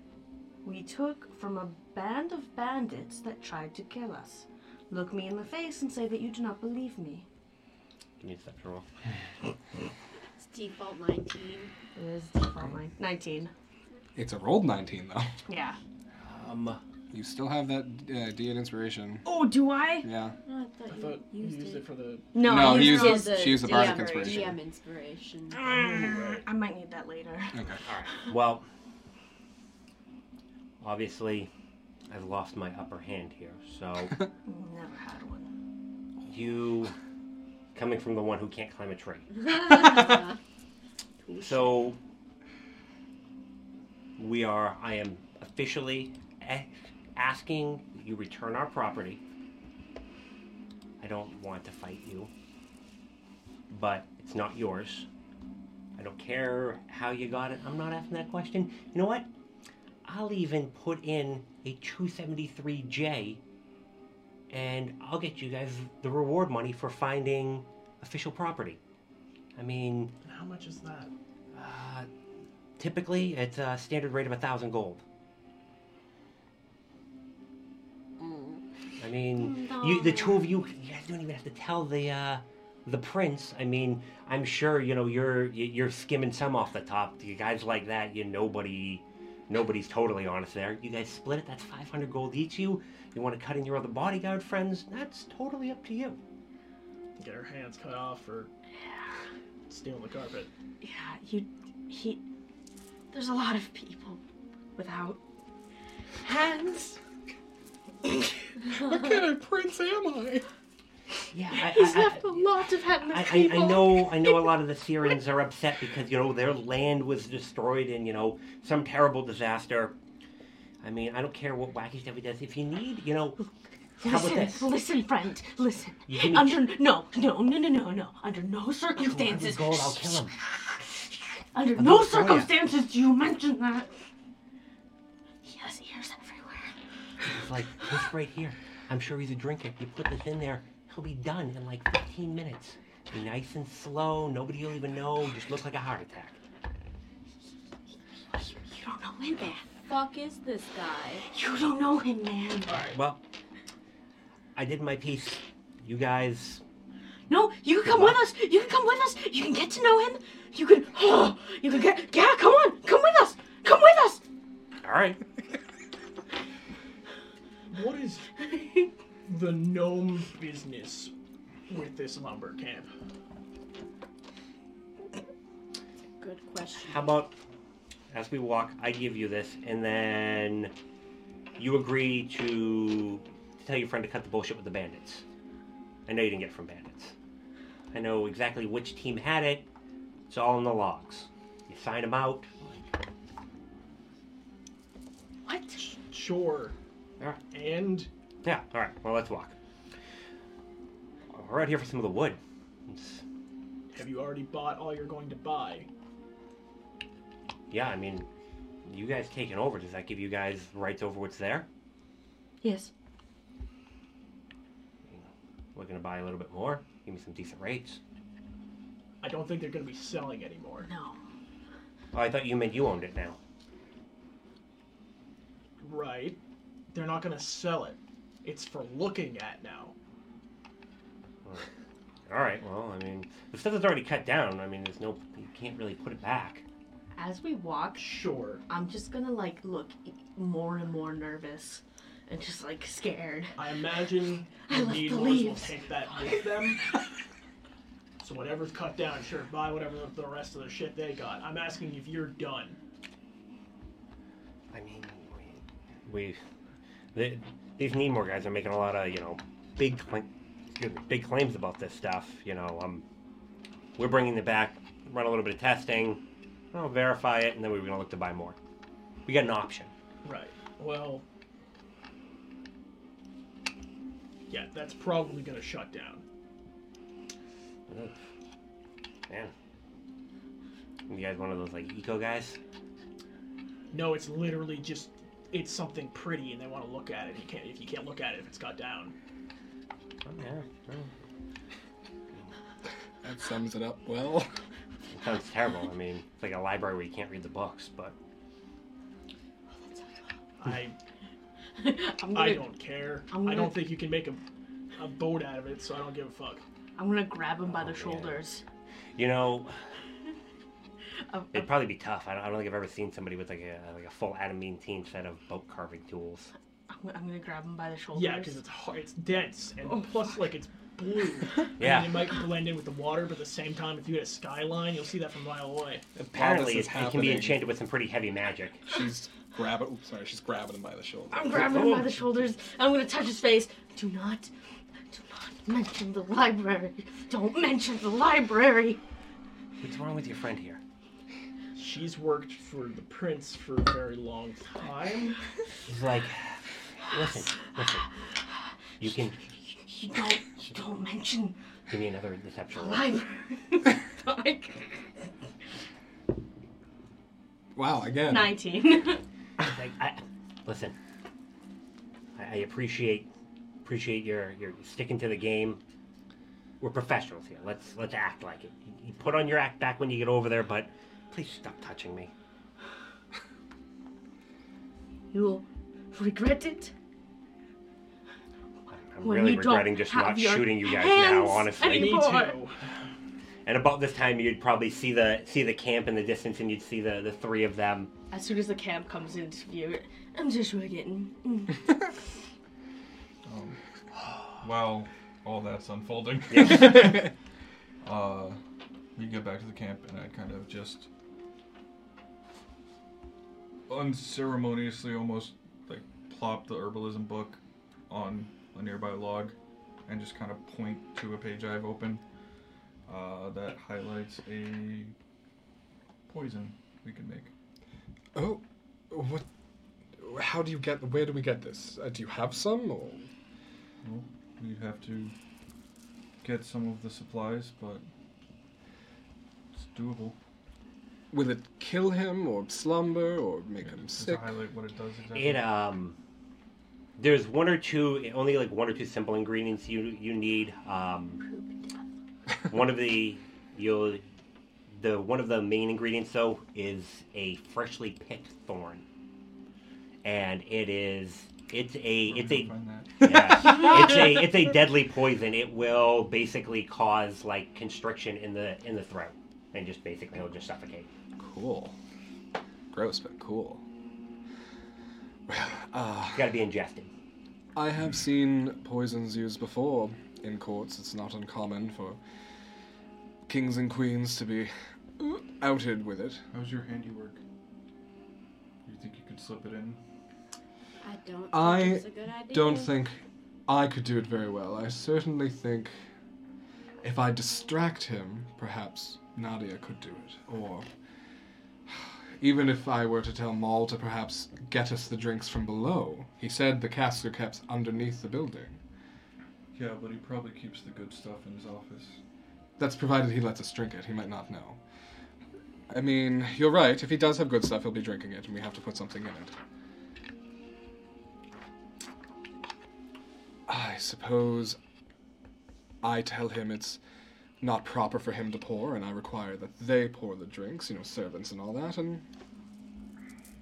[SPEAKER 10] we took from a band of bandits that tried to kill us. Look me in the face and say that you do not believe me.
[SPEAKER 4] give me a deception roll.
[SPEAKER 2] It's default 19.
[SPEAKER 10] It is default line. 19.
[SPEAKER 5] It's a rolled 19, though.
[SPEAKER 10] Yeah.
[SPEAKER 4] Um,
[SPEAKER 5] You still have that uh, D and inspiration.
[SPEAKER 10] Oh, do I?
[SPEAKER 5] Yeah.
[SPEAKER 1] Oh, I thought
[SPEAKER 7] I
[SPEAKER 1] you
[SPEAKER 7] thought you
[SPEAKER 1] used,
[SPEAKER 7] used
[SPEAKER 1] it.
[SPEAKER 7] it for the.
[SPEAKER 10] No,
[SPEAKER 5] no,
[SPEAKER 10] I
[SPEAKER 5] he
[SPEAKER 10] used
[SPEAKER 5] used,
[SPEAKER 10] it.
[SPEAKER 5] she used the bardic
[SPEAKER 10] DM.
[SPEAKER 5] inspiration.
[SPEAKER 2] GM inspiration.
[SPEAKER 10] I might need that later.
[SPEAKER 5] Okay.
[SPEAKER 4] Well, obviously, I've lost my upper hand here. So
[SPEAKER 10] Never had one.
[SPEAKER 4] you, coming from the one who can't climb a tree, so we are. I am officially a- asking you return our property. I don't want to fight you, but it's not yours. I don't care how you got it. I'm not asking that question. You know what? I'll even put in a 273J and I'll get you guys the reward money for finding official property. I mean,
[SPEAKER 7] How much is that?
[SPEAKER 4] uh, typically it's a standard rate of a thousand gold. I mean,
[SPEAKER 10] Mm.
[SPEAKER 4] you, the two of you, you guys don't even have to tell the uh, the prince. I mean, I'm sure you know you're you- you're skimming some off the top. You guys like that, you nobody, nobody's totally honest there. You guys split it. That's 500 gold each. You you want to cut in your other bodyguard friends? That's totally up to you.
[SPEAKER 7] Get our hands cut off for stealing the carpet.
[SPEAKER 10] Yeah, you. He. There's a lot of people without hands.
[SPEAKER 5] what kind of prince am I?
[SPEAKER 4] Yeah, I,
[SPEAKER 10] He's
[SPEAKER 4] I- I-
[SPEAKER 10] left a lot of headless
[SPEAKER 4] I, I,
[SPEAKER 10] people.
[SPEAKER 4] I know I know a lot of the Syrians are upset because you know their land was destroyed in you know some terrible disaster. I mean I don't care what wacky stuff he does. If you need you know how about
[SPEAKER 10] Listen,
[SPEAKER 4] this?
[SPEAKER 10] listen, friend, listen.
[SPEAKER 4] You give me
[SPEAKER 10] Under no, no, no, no, no, no. Under no circumstances.
[SPEAKER 4] gold, I'll kill him.
[SPEAKER 10] Under
[SPEAKER 4] I'm
[SPEAKER 10] no
[SPEAKER 4] gonna kill ya.
[SPEAKER 10] circumstances do you mention that. He has ears everywhere.
[SPEAKER 4] It's like this right here. I'm sure he's a drinker. You put this in there, he'll be done in like 15 minutes. Be nice and slow. Nobody will even know. Just look like a heart attack.
[SPEAKER 10] You, you don't know him, man.
[SPEAKER 2] fuck is this guy?
[SPEAKER 10] You don't know him, man.
[SPEAKER 4] Well, I did my piece. You guys
[SPEAKER 10] No, you can come with us. You can come with us. You can get to know him. You can. Oh, you can get. Yeah, come on. Come with us. Come with us.
[SPEAKER 4] all right.
[SPEAKER 7] What is the gnome business with this lumber camp?
[SPEAKER 2] Good question.
[SPEAKER 4] How about as we walk, I give you this, and then you agree to tell your friend to cut the bullshit with the bandits. I know you didn't get it from bandits. I know exactly which team had it. It's all in the logs. You sign them out.
[SPEAKER 10] What?
[SPEAKER 7] Sure.
[SPEAKER 4] Alright.
[SPEAKER 7] And
[SPEAKER 4] Yeah. All right. Well, let's walk. We're out here for some of the wood. It's-
[SPEAKER 7] have you already bought all you're going to buy?
[SPEAKER 4] yeah. I mean, you guys taking over. Does that give you guys rights over what's there?
[SPEAKER 10] Yes.
[SPEAKER 4] We're gonna buy a little bit more. Give me some decent rates.
[SPEAKER 7] I don't think they're going to be selling anymore.
[SPEAKER 10] No.
[SPEAKER 4] Oh, I thought you meant you owned it now.
[SPEAKER 7] Right. They're not going to sell it. It's for looking at now.
[SPEAKER 4] All right. Well, I mean, the stuff that's already cut down. I mean, there's no you can't really put it back.
[SPEAKER 8] As we walk,
[SPEAKER 7] Sure.
[SPEAKER 8] I'm just gonna like look more and more nervous and just like scared.
[SPEAKER 7] I imagine
[SPEAKER 8] I
[SPEAKER 7] the
[SPEAKER 8] left the
[SPEAKER 7] needlers will
[SPEAKER 8] leaves.
[SPEAKER 7] take that with them. so whatever's cut down, sure, buy whatever the rest of the shit they got. I'm asking if you're done.
[SPEAKER 4] I mean, we, we the, these Needmore guys are making a lot of you know big claim, excuse me, big claims about this stuff. You know, um, we're bringing it back, run a little bit of testing, you know, verify it, and then we were going to look to buy more. We got an option.
[SPEAKER 7] Right. Well. Yeah, that's probably gonna shut down.
[SPEAKER 4] Man, you guys one of those like eco guys?
[SPEAKER 7] No, it's literally just it's something pretty, and they want to look at it. You can't if you can't look at it if it's got down.
[SPEAKER 4] Oh, yeah. well,
[SPEAKER 5] That sums it up uh, well.
[SPEAKER 4] it sounds terrible. I mean, it's like a library where you can't read the books, but
[SPEAKER 7] I
[SPEAKER 8] I'm
[SPEAKER 7] I
[SPEAKER 8] gonna,
[SPEAKER 7] don't care.
[SPEAKER 8] I'm
[SPEAKER 7] I
[SPEAKER 8] gonna-
[SPEAKER 7] don't think you can make a a boat out of it, so I don't give a fuck.
[SPEAKER 8] I'm gonna grab him by the
[SPEAKER 4] Oh, yeah.
[SPEAKER 8] shoulders.
[SPEAKER 4] you know,
[SPEAKER 8] Of-
[SPEAKER 4] it'd probably be tough. I don't, I don't think I've ever seen somebody with like a like a full adamantine set of boat carving tools.
[SPEAKER 8] I'm, I'm gonna grab him by the shoulders.
[SPEAKER 7] Yeah, because it's hard, it's dense, and
[SPEAKER 8] Oh,
[SPEAKER 7] plus like it's blue.
[SPEAKER 4] Yeah.
[SPEAKER 7] and it might blend in with the water, but at the same time, if you get a skyline, you'll see that from a mile away.
[SPEAKER 4] Apparently,
[SPEAKER 5] is
[SPEAKER 4] it, it can be
[SPEAKER 5] happening.
[SPEAKER 4] enchanted with some pretty heavy magic.
[SPEAKER 5] She's grabbing. Oops, sorry. She's grabbing him by the shoulder.
[SPEAKER 8] I'm grabbing him by the shoulders. I'm gonna touch his face. Do not, do not mention the library. Don't mention the library.
[SPEAKER 4] What's wrong with your friend here?
[SPEAKER 7] She's worked for the prince for a very long time.
[SPEAKER 4] He's like, listen, listen. You can
[SPEAKER 8] You don't, you don't mention
[SPEAKER 4] give me another deception
[SPEAKER 8] the
[SPEAKER 4] roll.
[SPEAKER 8] library. Like,
[SPEAKER 5] Wow. Again.
[SPEAKER 8] 19.
[SPEAKER 4] Like, I, listen, I, I appreciate appreciate your your sticking to the game. We're professionals here. Let's let's act like it. You, you put on your act back when you get over there, but please stop touching me.
[SPEAKER 8] You'll regret it
[SPEAKER 4] I'm, I'm
[SPEAKER 8] When
[SPEAKER 4] really
[SPEAKER 8] you don't
[SPEAKER 4] regretting just
[SPEAKER 8] have
[SPEAKER 4] not
[SPEAKER 8] your
[SPEAKER 4] shooting you guys now,
[SPEAKER 8] hands
[SPEAKER 4] honestly.
[SPEAKER 7] Me
[SPEAKER 8] anymore.
[SPEAKER 7] too.
[SPEAKER 4] And about this time, you'd probably see the see the camp in the distance, and you'd see the the three of them.
[SPEAKER 8] as soon as the camp comes into view. I'm just again.
[SPEAKER 3] While all that's unfolding, uh, we get back to the camp, and I kind of just unceremoniously almost like plop the herbalism book on a nearby log and just kind of point to a page I've opened uh, that highlights a poison we can make.
[SPEAKER 5] Oh, what? How do you get? Where do we get this? Uh, do you have some? Or
[SPEAKER 3] Well, we'd have to get some of the supplies, but it's doable.
[SPEAKER 5] will it kill him, or slumber, or make him
[SPEAKER 3] Just
[SPEAKER 5] sick?
[SPEAKER 3] To highlight what it does exactly.
[SPEAKER 4] It um, there's one or two, only like one or two simple ingredients you you need. Um, one of the you'll the one of the main ingredients though is a freshly picked thorn, and it is it's a
[SPEAKER 3] Where
[SPEAKER 4] it's
[SPEAKER 3] do we
[SPEAKER 4] a
[SPEAKER 3] find that?
[SPEAKER 4] yeah. it's a it's a deadly poison. It will basically cause like constriction in the in the throat, and just basically he'll just suffocate.
[SPEAKER 5] Cool. Gross, but cool. Well, uh,
[SPEAKER 4] It's got to be ingested.
[SPEAKER 5] I have seen poisons used before in courts. It's not uncommon for kings and queens to be outed with it.
[SPEAKER 3] How's your handiwork? You think you could slip it in?
[SPEAKER 2] I don't. Think
[SPEAKER 5] I
[SPEAKER 2] it's a good idea.
[SPEAKER 5] Don't think I could do it very well. I certainly think if I distract him, perhaps Nadia could do it. Or even if I were to tell Maul to perhaps get us the drinks from below. He said the casks are kept underneath the building.
[SPEAKER 3] Yeah, but he probably keeps the good stuff in his office.
[SPEAKER 5] That's provided he lets us drink it. He might not know. I mean, you're right. If he does have good stuff, he'll be drinking it, and we have to put something in it. I suppose I tell him it's not proper for him to pour, and I require that they pour the drinks, you know, servants and all that, and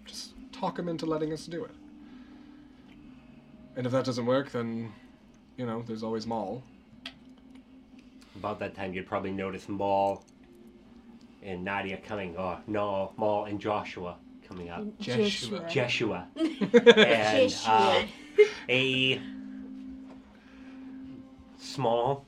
[SPEAKER 5] just talk him into letting us do it. And if that doesn't work, then, you know, there's always Maul.
[SPEAKER 4] About that time, you'd probably notice Maul and Nadia coming, or no, Maul and Joshua coming up.
[SPEAKER 5] Jeshua.
[SPEAKER 4] Jeshua. and uh, a small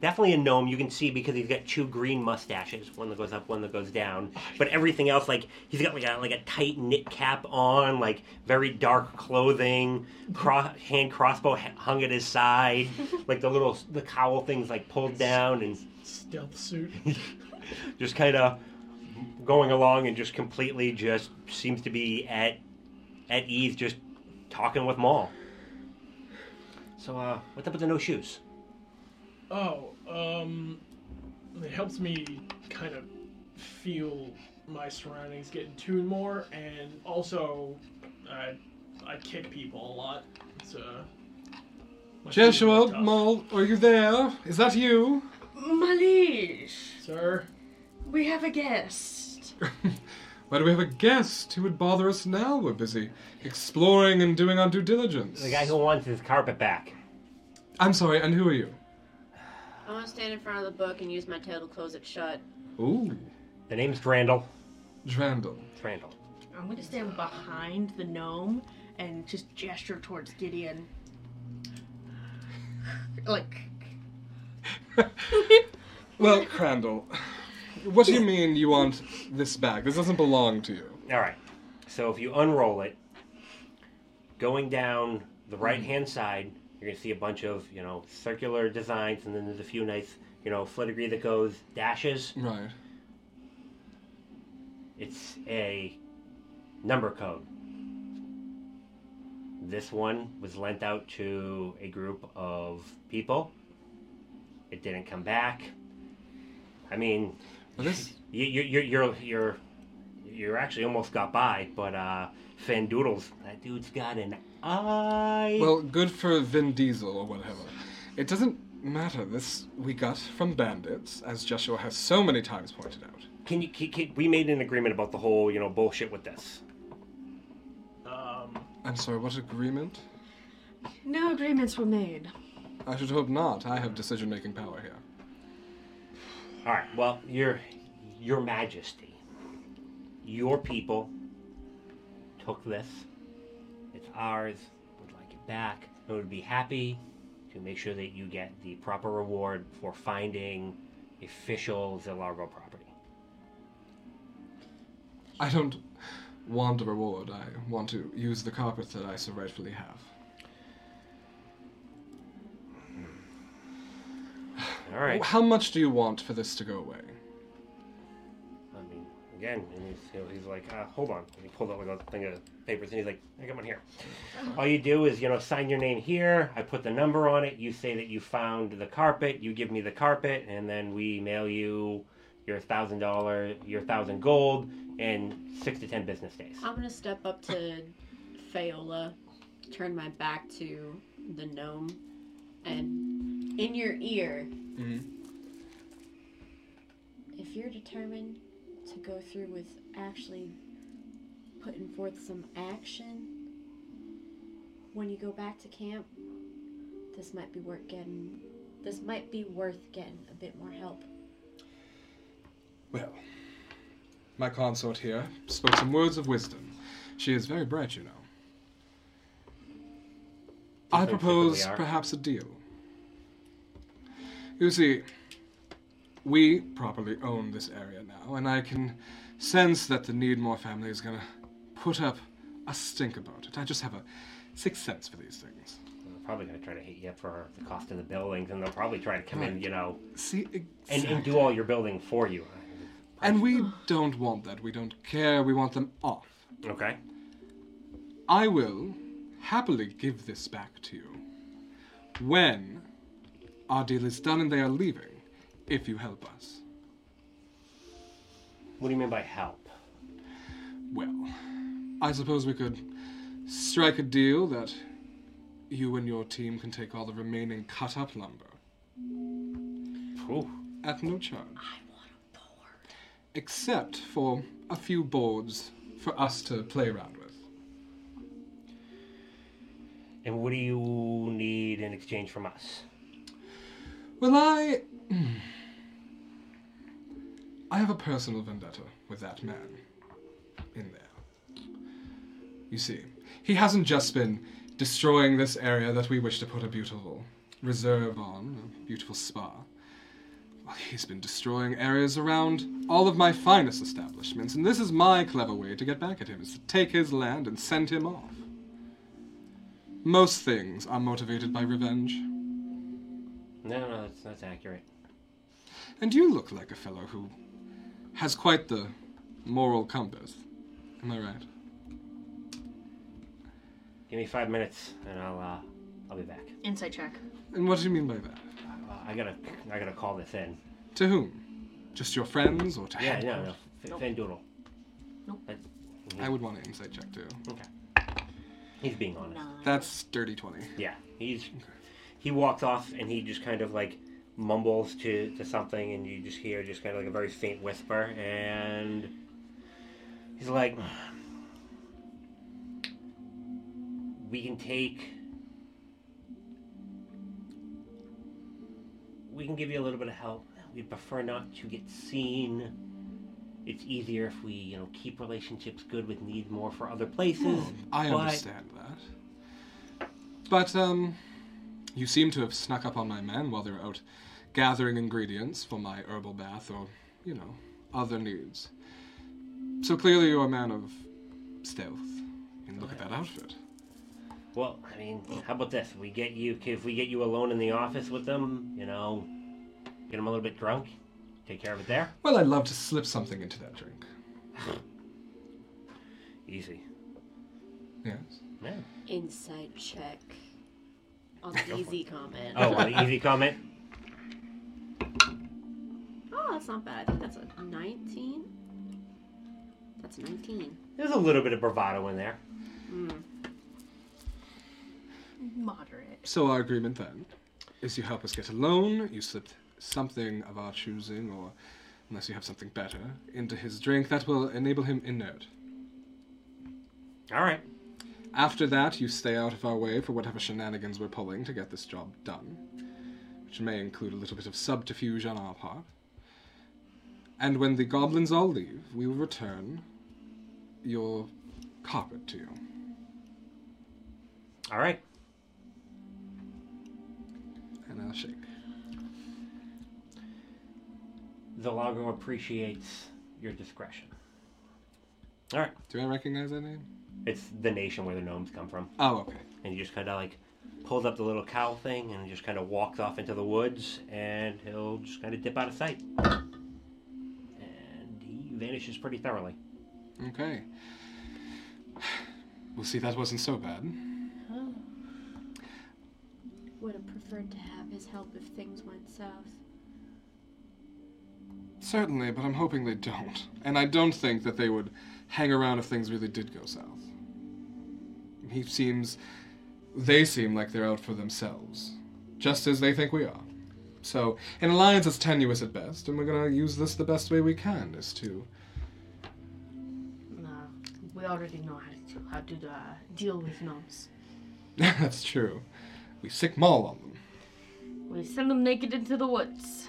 [SPEAKER 4] Definitely a gnome. You can see because he's got two green mustaches, one that goes up, one that goes down. But everything else, like he's got like a like a tight knit cap on, like very dark clothing, cro- hand crossbow h- hung at his side, like the little the cowl things like pulled down and
[SPEAKER 7] Stealth suit.
[SPEAKER 4] just kind of going along and just completely just seems to be at at ease just talking with Maul. So uh what's up with the no shoes?
[SPEAKER 7] Oh, um, it helps me kind of feel my surroundings, get in tune more, and also I I kick people a lot. It's uh, my feet are
[SPEAKER 5] Joshua,
[SPEAKER 7] tough.
[SPEAKER 5] Maul, are you there? Is that you?
[SPEAKER 8] My liege,
[SPEAKER 7] sir.
[SPEAKER 8] we have a guest.
[SPEAKER 5] Why do we have a guest who would bother us now? We're busy exploring and doing our due diligence.
[SPEAKER 4] The guy who wants his carpet back.
[SPEAKER 5] I'm sorry, and who are you?
[SPEAKER 2] I want to stand in front of the book and use my tail to close it shut.
[SPEAKER 5] Ooh,
[SPEAKER 4] The name's Drandal.
[SPEAKER 5] Drandal.
[SPEAKER 4] It's Randall.
[SPEAKER 8] I'm gonna stand behind the gnome and just gesture towards Gideon. Like,
[SPEAKER 5] Well, Crandall, what do you mean you want this bag? This doesn't belong to you.
[SPEAKER 4] All right. So if you unroll it, going down the right hand side, you're gonna see a bunch of you know circular designs, and then there's a few nice you know filigree that goes dashes.
[SPEAKER 5] Right.
[SPEAKER 4] It's a number code. This one was lent out to a group of people. It didn't come back. I mean,
[SPEAKER 5] Well, this
[SPEAKER 4] you, you, you're, you're, you're, you're actually almost got by, but uh, Fan Doodles, that dude's got an eye.
[SPEAKER 5] well, good for Vin Diesel or whatever. It doesn't matter. This we got from bandits, as Joshua has so many times pointed out.
[SPEAKER 4] can you? Can, can, we made an agreement about the whole, you know, bullshit with this.
[SPEAKER 7] Um,
[SPEAKER 5] I'm sorry, what agreement?
[SPEAKER 8] no agreements were made.
[SPEAKER 5] I should hope not. I have decision-making power here.
[SPEAKER 4] All right. Well, your your Majesty, your people took this. It's ours. Would like it back. I would be happy to make sure that you get the proper reward for finding official Zelargo property.
[SPEAKER 5] I don't want a reward. I want to use the carpet that I so rightfully have.
[SPEAKER 4] All right.
[SPEAKER 5] How much do you want for this to go away?
[SPEAKER 4] I mean, again, and he's, you know, he's like, uh, hold on. And he pulled out like a thing of papers, and he's like, hey, come on here. All you do is, you know, sign your name here. I put the number on it. You say that you found the carpet. You give me the carpet, and then we mail you your thousand dollar, your thousand gold, in six to ten business days.
[SPEAKER 2] I'm gonna step up to Fayola, turn my back to the gnome, and in your ear,
[SPEAKER 5] Mhm.
[SPEAKER 2] if you're determined to go through with actually putting forth some action when you go back to camp, this might be worth getting. This might be worth getting a bit more help.
[SPEAKER 5] Well, my consort here spoke some words of wisdom. She is very bright, you know. I
[SPEAKER 4] Different people
[SPEAKER 5] propose
[SPEAKER 4] we are.
[SPEAKER 5] perhaps a deal. You see, we properly own this area now, and I can sense that the Needmore family is going to put up a stink about it. I just have a sixth sense for these things.
[SPEAKER 4] They're probably gonna try to hit you up for the cost of the buildings, and they'll probably try to come in, you know,
[SPEAKER 5] See,
[SPEAKER 4] and, and do all your building for you.
[SPEAKER 5] and we don't want that. We don't care. We want them off.
[SPEAKER 4] Okay.
[SPEAKER 5] I will happily give this back to you when our deal is done and they are leaving, if you help us.
[SPEAKER 4] What do you mean by help?
[SPEAKER 5] Well, I suppose we could strike a deal that you and your team can take all the remaining cut up lumber
[SPEAKER 4] Ooh.
[SPEAKER 5] at no charge. I want a board. Except for a few boards for us to play around with.
[SPEAKER 4] And what do you need in exchange from us?
[SPEAKER 5] Well, I. Hmm. I have a personal vendetta with that man in there. You see, he hasn't just been destroying this area that we wish to put a beautiful reserve on, a beautiful spa. He's been destroying areas around all of my finest establishments, and this is my clever way to get back at him, is to take his land and send him off. Most things are motivated by revenge.
[SPEAKER 4] No, no, that's, that's accurate.
[SPEAKER 5] And you look like a fellow who has quite the moral compass. Am I right?
[SPEAKER 4] Give me five minutes, and I'll uh, I'll be back.
[SPEAKER 8] Insight check.
[SPEAKER 5] And what do you mean by that?
[SPEAKER 4] Uh, I gotta I gotta call this in.
[SPEAKER 5] To whom? Just your friends or to
[SPEAKER 4] Yeah,
[SPEAKER 5] head-
[SPEAKER 4] no, no, F- Fandoodle.
[SPEAKER 8] Nope.
[SPEAKER 4] That's-
[SPEAKER 5] I would want an insight check too.
[SPEAKER 4] He's being honest.
[SPEAKER 5] That's dirty 20.
[SPEAKER 4] Yeah, he's he walks off and he just kind of like mumbles to to something, and you just hear just kind of like a very faint whisper, and he's like, "We can take." We can give you a little bit of help. We prefer not to get seen. It's easier if we, you know, keep relationships good with need more for other places.
[SPEAKER 5] I
[SPEAKER 4] but-
[SPEAKER 5] understand that. But, um, you seem to have snuck up on my men while they're out gathering ingredients for my herbal bath or, you know, other needs. So clearly you're a man of stealth. And look at that outfit.
[SPEAKER 4] Well, I mean, how about this? We get you if we get you alone in the office with them, you know, get them a little bit drunk, take care of it there.
[SPEAKER 5] Well, I'd love to slip something into that drink.
[SPEAKER 4] Easy.
[SPEAKER 5] Yes.
[SPEAKER 4] Yeah.
[SPEAKER 2] Inside check on the easy comment.
[SPEAKER 4] Oh, on the easy comment.
[SPEAKER 2] Oh, that's not bad. I think that's a 19. That's 19.
[SPEAKER 4] There's a little bit of bravado in there.
[SPEAKER 8] Moderate.
[SPEAKER 5] So our agreement then is you help us get a loan, you slip something of our choosing, or unless you have something better, into his drink that will enable him inert.
[SPEAKER 4] All right.
[SPEAKER 5] After that, you stay out of our way for whatever shenanigans we're pulling to get this job done, which may include a little bit of subterfuge on our part. And when the goblins all leave, we will return your carpet to you.
[SPEAKER 4] All right.
[SPEAKER 5] And I'll shake.
[SPEAKER 4] The Lago appreciates your discretion. All right.
[SPEAKER 5] Do I recognize that name?
[SPEAKER 4] It's the nation where the gnomes come from,
[SPEAKER 5] Oh, okay.
[SPEAKER 4] and he just kind of like pulls up the little cowl thing and just kind of walks off into the woods, and he'll just kind of dip out of sight, and he vanishes pretty thoroughly.
[SPEAKER 5] Okay. We'll see, that wasn't so bad.
[SPEAKER 2] Would have preferred to have his help if things went south.
[SPEAKER 5] Certainly, but I'm hoping they don't. And I don't think that they would hang around if things really did go south. He seems. They seem like they're out for themselves, just as they think we are. So, an alliance is tenuous at best, and we're gonna use this the best way we can, is to.
[SPEAKER 8] Uh, we already know how to how to uh, deal with gnomes.
[SPEAKER 5] That's true. We sick maul on them.
[SPEAKER 8] We send them naked into the woods.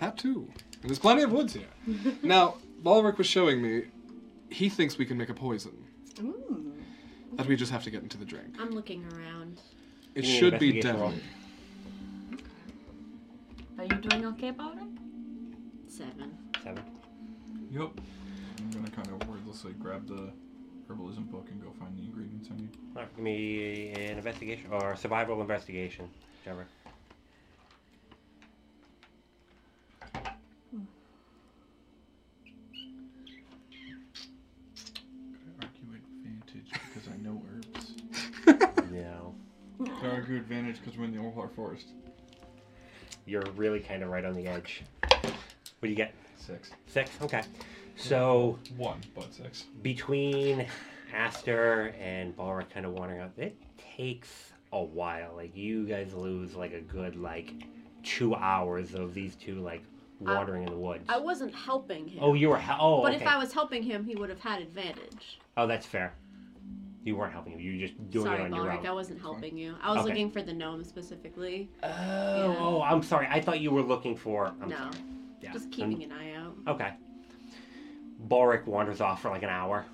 [SPEAKER 5] That too. And there's plenty of woods here. now, Balric was showing me, he thinks we can make a poison. That we just have to get into the drink.
[SPEAKER 2] I'm looking around.
[SPEAKER 5] It
[SPEAKER 4] Give me an
[SPEAKER 5] should be
[SPEAKER 4] investigation roll.
[SPEAKER 5] deadly.
[SPEAKER 8] Are you doing okay, Balric?
[SPEAKER 2] Seven.
[SPEAKER 4] Seven.
[SPEAKER 3] Yep. I'm gonna kind of wordlessly grab the herbalism book and go find the ingredients I need.
[SPEAKER 4] All right, give me an investigation or survival investigation, whichever.
[SPEAKER 3] Could I argue advantage because I know herbs?
[SPEAKER 4] No,
[SPEAKER 3] Could I argue advantage because we're in the Olhar Forest?
[SPEAKER 4] you're really kind of right on the edge. What do you get?
[SPEAKER 3] Six.
[SPEAKER 4] Six. Okay. So
[SPEAKER 3] One, but six.
[SPEAKER 4] between Aster and Balric kind of wandering out, it takes a while. Like you guys lose like a good like two hours of these two like wandering in the woods.
[SPEAKER 2] I wasn't helping him.
[SPEAKER 4] oh, you were. He- oh,
[SPEAKER 2] but
[SPEAKER 4] okay.
[SPEAKER 2] if I was helping him, he would have had advantage.
[SPEAKER 4] oh, that's fair. You weren't helping him. You were just doing
[SPEAKER 2] Sorry,
[SPEAKER 4] it on your
[SPEAKER 2] Balric,
[SPEAKER 4] own.
[SPEAKER 2] I wasn't helping you. I was
[SPEAKER 4] Okay.
[SPEAKER 2] looking for the gnome specifically.
[SPEAKER 4] Oh, oh, I'm sorry. I thought you were looking for. I'm
[SPEAKER 2] no,
[SPEAKER 4] sorry. Yeah.
[SPEAKER 2] just
[SPEAKER 4] I'm-
[SPEAKER 2] keeping an eye out.
[SPEAKER 4] Okay. Balric wanders off for like an hour.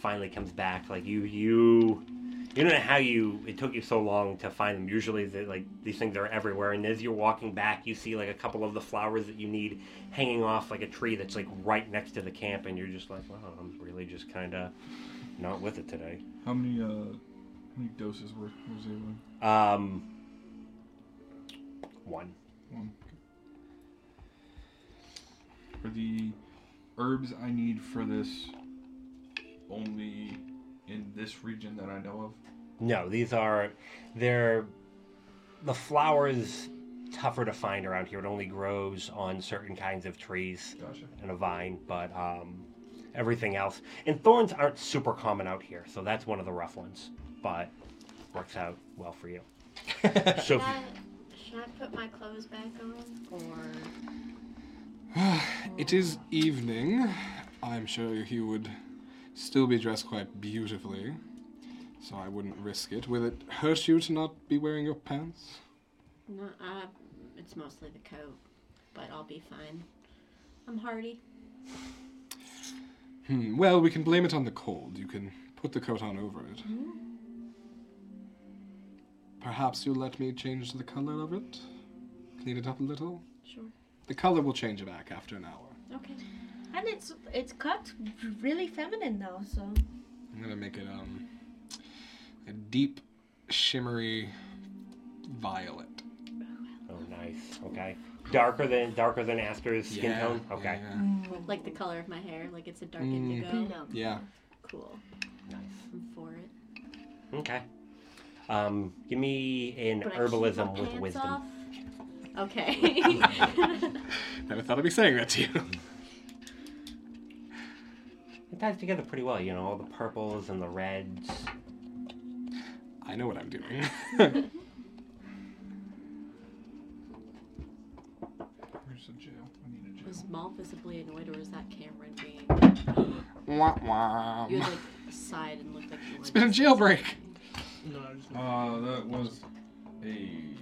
[SPEAKER 4] Finally comes back. Like you, you, You don't know how you it took you so long to find them. Usually, they like these things are everywhere, and as you're walking back, you see like a couple of the flowers that you need hanging off like a tree that's like right next to the camp, and you're just like, wow, I'm really just kind of not with it today.
[SPEAKER 3] How many uh, how many doses were was able?
[SPEAKER 4] Um, one.
[SPEAKER 3] One. For the herbs I need for this, only in this region that I know
[SPEAKER 4] No, these are they're the flower is tougher to find around here. It only grows on certain kinds of trees
[SPEAKER 3] of. Gotcha.
[SPEAKER 4] and a vine, but um, everything else. And thorns aren't super common out here, so that's one of the rough ones. But works out well for you. so
[SPEAKER 2] Should
[SPEAKER 4] oh,
[SPEAKER 2] I, should I put my clothes back on? Or
[SPEAKER 5] It is evening. I'm sure he would still be dressed quite beautifully, so I wouldn't risk it. Will it hurt you to not be wearing your pants?
[SPEAKER 2] no, uh, it's mostly the coat, but I'll be fine. I'm hardy.
[SPEAKER 5] Hmm. Well, we can blame it on the cold. You can put the coat on over it.
[SPEAKER 10] Mm-hmm.
[SPEAKER 5] Perhaps you'll let me change the color of it? Clean it up a little?
[SPEAKER 2] Sure.
[SPEAKER 5] The color will change back after an hour.
[SPEAKER 2] Okay.
[SPEAKER 10] And it's it's cut really feminine now, so
[SPEAKER 5] I'm gonna make it um a deep, shimmery violet.
[SPEAKER 4] oh nice. Okay. Darker than darker than Aster's skin
[SPEAKER 5] Yeah,
[SPEAKER 4] tone? Okay.
[SPEAKER 5] Yeah.
[SPEAKER 10] Mm.
[SPEAKER 2] Like the color of my hair, like it's a dark
[SPEAKER 5] Mm.
[SPEAKER 2] indigo.
[SPEAKER 5] yeah.
[SPEAKER 2] Cool.
[SPEAKER 4] Nice.
[SPEAKER 2] I'm for it.
[SPEAKER 4] Okay. Um, give me an
[SPEAKER 2] But I keep my
[SPEAKER 4] herbalism with
[SPEAKER 2] pants
[SPEAKER 4] wisdom.
[SPEAKER 2] off. Okay.
[SPEAKER 5] yeah. Never thought I'd be saying that to you.
[SPEAKER 4] It ties together pretty well, you know, all the purples and the reds.
[SPEAKER 5] I know what I'm doing.
[SPEAKER 3] Where's the jail? I need a jail.
[SPEAKER 2] Was Maul visibly annoyed, or was that Cameron being?
[SPEAKER 5] wah, wah.
[SPEAKER 2] You had like sighed and looked like you wanted
[SPEAKER 5] It's been a
[SPEAKER 2] to say
[SPEAKER 5] jailbreak.
[SPEAKER 7] No, I'm just
[SPEAKER 3] Uh, that was a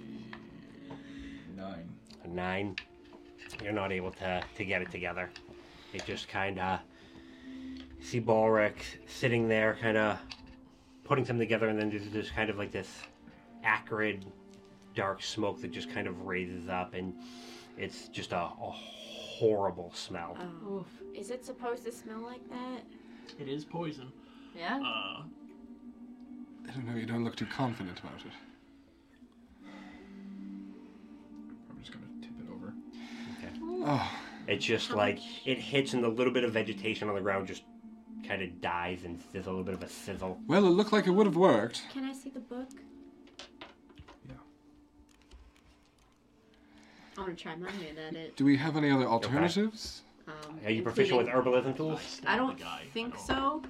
[SPEAKER 3] nine.
[SPEAKER 4] A nine. You're not able to, to get it together. It just kind of see Balric sitting there, kind of putting something together, and then there's just kind of like this acrid, dark smoke that just kind of raises up, and it's just a, a horrible smell.
[SPEAKER 7] Uh,
[SPEAKER 2] something. Oh. Is it supposed to smell like that?
[SPEAKER 7] It is poison.
[SPEAKER 10] yeah.
[SPEAKER 7] Uh,
[SPEAKER 5] I don't know, you don't look too confident about it.
[SPEAKER 3] I'm just gonna tip it over.
[SPEAKER 5] Oh,
[SPEAKER 4] It's just like it hits, and the little bit of vegetation on the ground just kind of dies, and there's a little bit of a sizzle.
[SPEAKER 5] well, it looked like it would have worked.
[SPEAKER 2] Can I see the book?
[SPEAKER 3] Yeah.
[SPEAKER 2] I want to try my hand at it.
[SPEAKER 5] Do we have any other alternatives?
[SPEAKER 2] Um,
[SPEAKER 4] Are you proficient with
[SPEAKER 2] including-
[SPEAKER 4] herbalism
[SPEAKER 7] Oh,
[SPEAKER 4] tools?
[SPEAKER 2] I don't
[SPEAKER 7] The guy,
[SPEAKER 2] think
[SPEAKER 7] I don't-
[SPEAKER 2] so,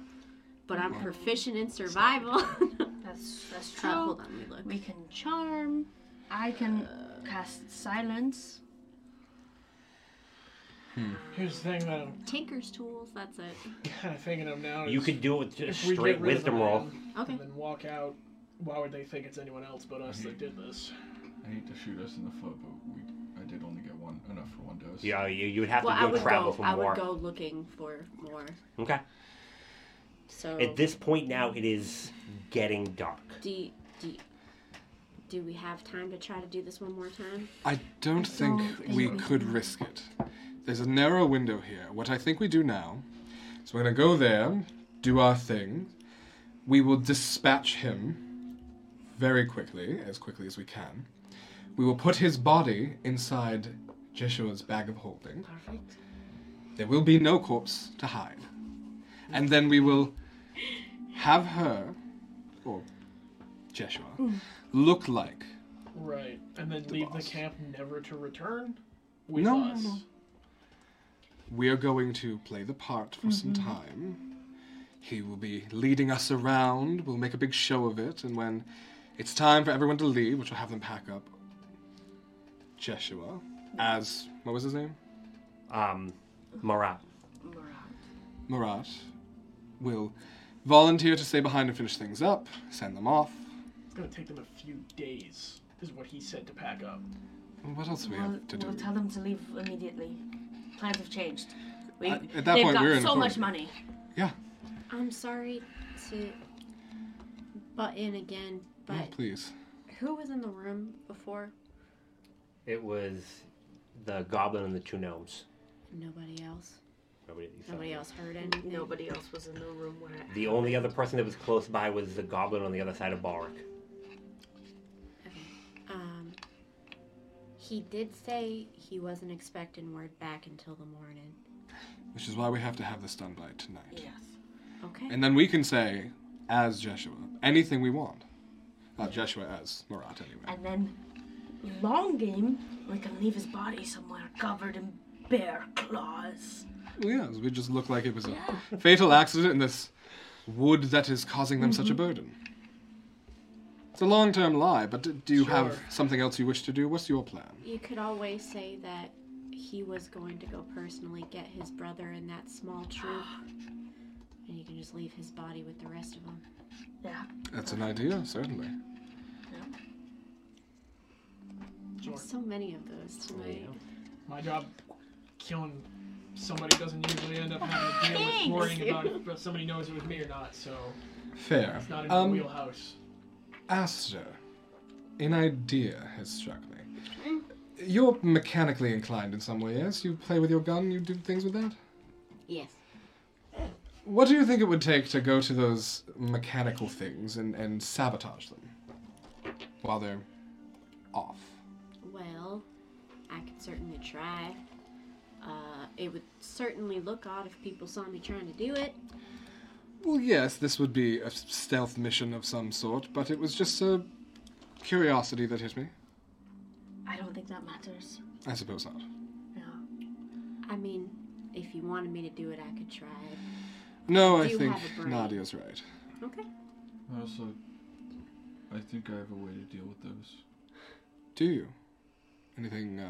[SPEAKER 2] but I'm proficient in survival.
[SPEAKER 10] That's that's true.
[SPEAKER 2] uh, hold on, let me look.
[SPEAKER 10] We can charm. I can cast silence.
[SPEAKER 7] Here's the thing that I'm
[SPEAKER 2] Tinker's tools. That's it.
[SPEAKER 7] kind of thinking of now.
[SPEAKER 4] You
[SPEAKER 7] is
[SPEAKER 4] could do it with just
[SPEAKER 7] if we
[SPEAKER 4] straight
[SPEAKER 7] get rid of the
[SPEAKER 4] wisdom roll.
[SPEAKER 7] man
[SPEAKER 2] Okay.
[SPEAKER 7] And then walk out. Why would they think it's anyone else but us
[SPEAKER 4] Mm-hmm.
[SPEAKER 7] that did this?
[SPEAKER 3] I hate to shoot us in the foot, but we I did only get one enough for one dose.
[SPEAKER 4] Yeah, you, you would have to
[SPEAKER 2] Well, I
[SPEAKER 4] go
[SPEAKER 2] would
[SPEAKER 4] travel
[SPEAKER 2] go.
[SPEAKER 4] for
[SPEAKER 2] I
[SPEAKER 4] more.
[SPEAKER 2] would go Oh, looking for more.
[SPEAKER 4] Okay.
[SPEAKER 2] So
[SPEAKER 4] At this point now, it is getting dark.
[SPEAKER 2] do do do we have time to try to do this one more time?
[SPEAKER 5] I don't think we could risk it. There's a narrow window here. What I think we do now is we're going to go there, do our thing. We will dispatch him very quickly, as quickly as we can. We will put his body inside Jeshua's bag of holding. Perfect. There will be no corpse to hide. And then we will have her, or Jeshua, look like
[SPEAKER 7] Right. And then
[SPEAKER 5] The
[SPEAKER 7] leave
[SPEAKER 5] boss.
[SPEAKER 7] the camp never to return with
[SPEAKER 5] No, no,
[SPEAKER 7] us.
[SPEAKER 5] no. We are going to play the part for some
[SPEAKER 10] Mm-hmm.
[SPEAKER 5] time. He will be leading us around. We'll make a big show of it. And when it's time for everyone to leave, which will have them pack up, Jeshua, as what was his name?
[SPEAKER 4] Um, Marat.
[SPEAKER 5] Marat, will volunteer to stay behind and finish things up, send them off.
[SPEAKER 7] It's gonna take them a few days, is what he said to pack up.
[SPEAKER 5] And What else do we
[SPEAKER 10] We'll,
[SPEAKER 5] have to do?
[SPEAKER 10] we'll tell them to leave immediately. Plans have changed. We,
[SPEAKER 5] At- at that
[SPEAKER 10] they've
[SPEAKER 5] point,
[SPEAKER 10] got
[SPEAKER 5] we're in
[SPEAKER 10] so much money.
[SPEAKER 5] authority. yeah.
[SPEAKER 2] I'm sorry to butt in again, but
[SPEAKER 5] Oh, please.
[SPEAKER 2] who was in the room before?
[SPEAKER 4] It was the goblin and the two gnomes.
[SPEAKER 2] Nobody else.
[SPEAKER 4] Nobody, you saw
[SPEAKER 2] Nobody
[SPEAKER 4] them.
[SPEAKER 2] else heard anything.
[SPEAKER 6] Nobody else was in the room when I.
[SPEAKER 4] The only other person that was close by was the goblin on the other side of Balric.
[SPEAKER 2] Um, he did say he wasn't expecting word back until the morning.
[SPEAKER 5] Which is why we have to have this done by tonight.
[SPEAKER 2] Okay.
[SPEAKER 5] And then we can say, as Jeshua, anything we want. Not Jeshua, as Marat, anyway.
[SPEAKER 8] And then, long game, we can leave his body somewhere covered in bear claws.
[SPEAKER 5] Well, yes, we just look like it was a fatal accident and this wood that is causing them such a burden. It's a long term lie, but d- do you have something else you wish to do? What's your plan?
[SPEAKER 2] You could always say that he was going to go personally get his brother in that small troop, and you can just leave his body with the rest of them.
[SPEAKER 5] That's an idea, certainly.
[SPEAKER 7] Sure.
[SPEAKER 2] So many of those tonight.
[SPEAKER 7] My job, killing somebody doesn't usually end up having to deal with worrying about if somebody knows it was me or not. So
[SPEAKER 5] Fair.
[SPEAKER 7] it's not in
[SPEAKER 5] Um,
[SPEAKER 7] the wheelhouse.
[SPEAKER 5] Aster, an idea has struck me. You're mechanically inclined in some way, yes? You play with your gun, you do things with that?
[SPEAKER 2] Yes.
[SPEAKER 5] What do you think it would take to go to those mechanical things and, and sabotage them while they're off?
[SPEAKER 2] Well, I could certainly try. Uh, it would certainly look odd if people saw me trying to do it.
[SPEAKER 5] Well, yes, this would be a s- stealth mission of some sort, but it was just a curiosity that hit me.
[SPEAKER 8] I don't think that matters.
[SPEAKER 5] I suppose not.
[SPEAKER 2] I mean, if you wanted me to do it, I could try it.
[SPEAKER 5] No,
[SPEAKER 2] Do
[SPEAKER 5] I
[SPEAKER 2] you
[SPEAKER 5] think
[SPEAKER 2] have a brain?
[SPEAKER 5] Nadia's right.
[SPEAKER 2] Okay.
[SPEAKER 3] Also, I think I have a way to deal with those.
[SPEAKER 5] Do you? Anything, uh.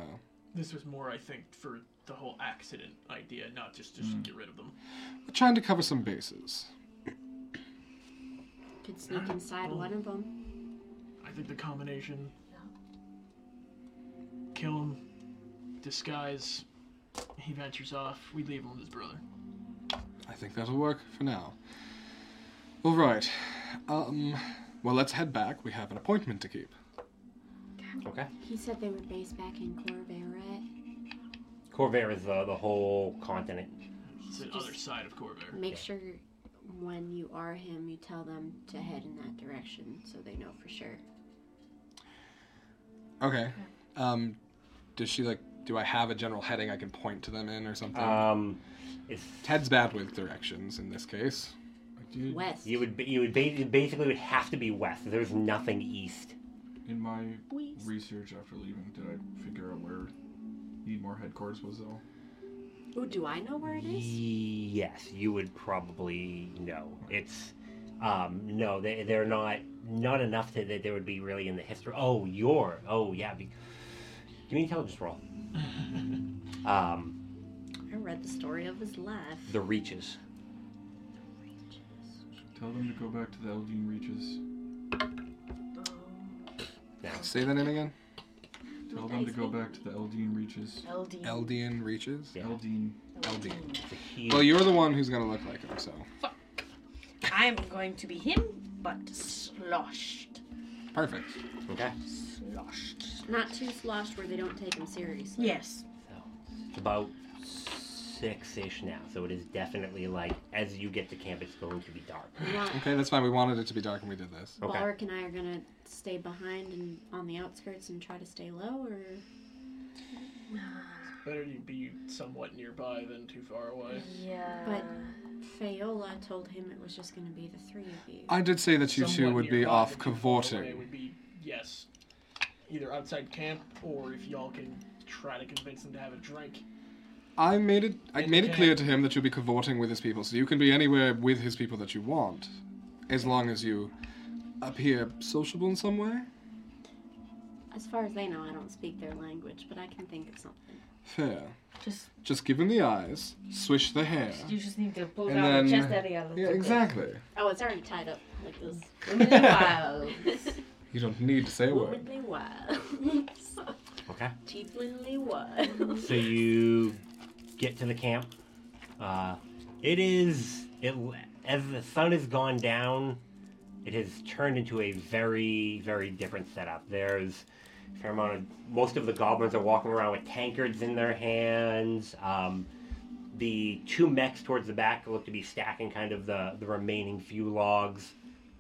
[SPEAKER 7] This was more, I think, for the whole accident idea, not just
[SPEAKER 5] Mm.
[SPEAKER 7] just get rid of them.
[SPEAKER 5] Trying to cover some bases.
[SPEAKER 2] Could sneak inside one of them.
[SPEAKER 7] I think the combination. Kill him, disguise. He ventures off. We leave him with his brother.
[SPEAKER 5] I think that'll work for now. All right. Um. Well, let's head back. We have an appointment to keep.
[SPEAKER 4] Okay.
[SPEAKER 2] He said they were based back in Corvair, right?
[SPEAKER 4] Corvair is the, the whole continent.
[SPEAKER 7] It's the
[SPEAKER 2] just-
[SPEAKER 7] other side of Corvair.
[SPEAKER 2] Make sure when you are him, you tell them to head in that direction so they know for sure.
[SPEAKER 5] Okay. Um, does she like? Do I have a general heading I can point to them in or something?
[SPEAKER 7] Uh,
[SPEAKER 4] Um, it's,
[SPEAKER 5] Ted's bad with directions in this case.
[SPEAKER 3] I did
[SPEAKER 2] West.
[SPEAKER 4] you would be, you would ba- you basically would have to be west. There's nothing east.
[SPEAKER 3] in my research after leaving. Did I figure out where need more headquarters was though?
[SPEAKER 2] Oh, do I know where it is?
[SPEAKER 4] Yes, you would probably know. It's um, no, they they're not not enough to, that there would be really in the history. Oh, your oh yeah. Be, give me an intelligence roll. um,
[SPEAKER 2] I read the story of his life.
[SPEAKER 4] the reaches.
[SPEAKER 3] Tell them to go back to the Eldine Reaches.
[SPEAKER 5] Say that name again.
[SPEAKER 3] Tell them to go back to the Eldine Reaches.
[SPEAKER 8] LD.
[SPEAKER 5] Eldian reaches.
[SPEAKER 4] Yeah.
[SPEAKER 3] Eldine.
[SPEAKER 5] Eldian.
[SPEAKER 4] It's a huge-
[SPEAKER 5] Well, you're the one who's gonna look like him, so
[SPEAKER 8] I am going to be him, but sloshed.
[SPEAKER 5] perfect.
[SPEAKER 4] okay.
[SPEAKER 8] Sloshed.
[SPEAKER 2] Not too sloshed where they don't take him seriously.
[SPEAKER 8] Yes.
[SPEAKER 4] So it's about six ish now. So it is definitely like as you get to camp, it's going to be dark.
[SPEAKER 2] Now,
[SPEAKER 5] Okay, that's fine. We wanted it to be dark, and we did this.
[SPEAKER 4] Okay.
[SPEAKER 2] Balric and I are gonna stay behind and on the outskirts and try to stay low, or
[SPEAKER 7] Better to be somewhat nearby than too far away.
[SPEAKER 8] Yeah.
[SPEAKER 2] But- Fayola told him it was just gonna be the three of you.
[SPEAKER 5] I did say that you two
[SPEAKER 7] Somewhat
[SPEAKER 5] would be
[SPEAKER 7] nearby
[SPEAKER 5] off
[SPEAKER 7] than too far away
[SPEAKER 5] cavorting.
[SPEAKER 7] Would be yes, either outside camp or if y'all can try to convince them to have a drink.
[SPEAKER 5] I made it. I
[SPEAKER 7] In
[SPEAKER 5] made it
[SPEAKER 7] camp.
[SPEAKER 5] clear to him that you'll be cavorting with his people, so you can be anywhere with his people that you want, as long as you appear sociable in some way.
[SPEAKER 2] As far as they know, I don't speak their language, but I can think of something.
[SPEAKER 5] Fair.
[SPEAKER 8] Just-
[SPEAKER 5] Just give him the eyes, swish the hair.
[SPEAKER 8] you just need to pull
[SPEAKER 5] And
[SPEAKER 8] down the
[SPEAKER 5] then-
[SPEAKER 8] chest area. a little
[SPEAKER 5] Yeah,
[SPEAKER 8] bit.
[SPEAKER 5] exactly.
[SPEAKER 2] Oh, it's already tied up like this.
[SPEAKER 8] Women in wild.
[SPEAKER 5] You don't need to say a word.
[SPEAKER 2] Womanly wives.
[SPEAKER 4] Okay.
[SPEAKER 2] Cheaply wives.
[SPEAKER 4] So you get to the camp. Uh, it is it as the sun has gone down. it has turned into a very, very different setup. There's a fair amount of most of the goblins are walking around with tankards in their hands. Um, the two mechs towards the back look to be stacking kind of the, the remaining few logs.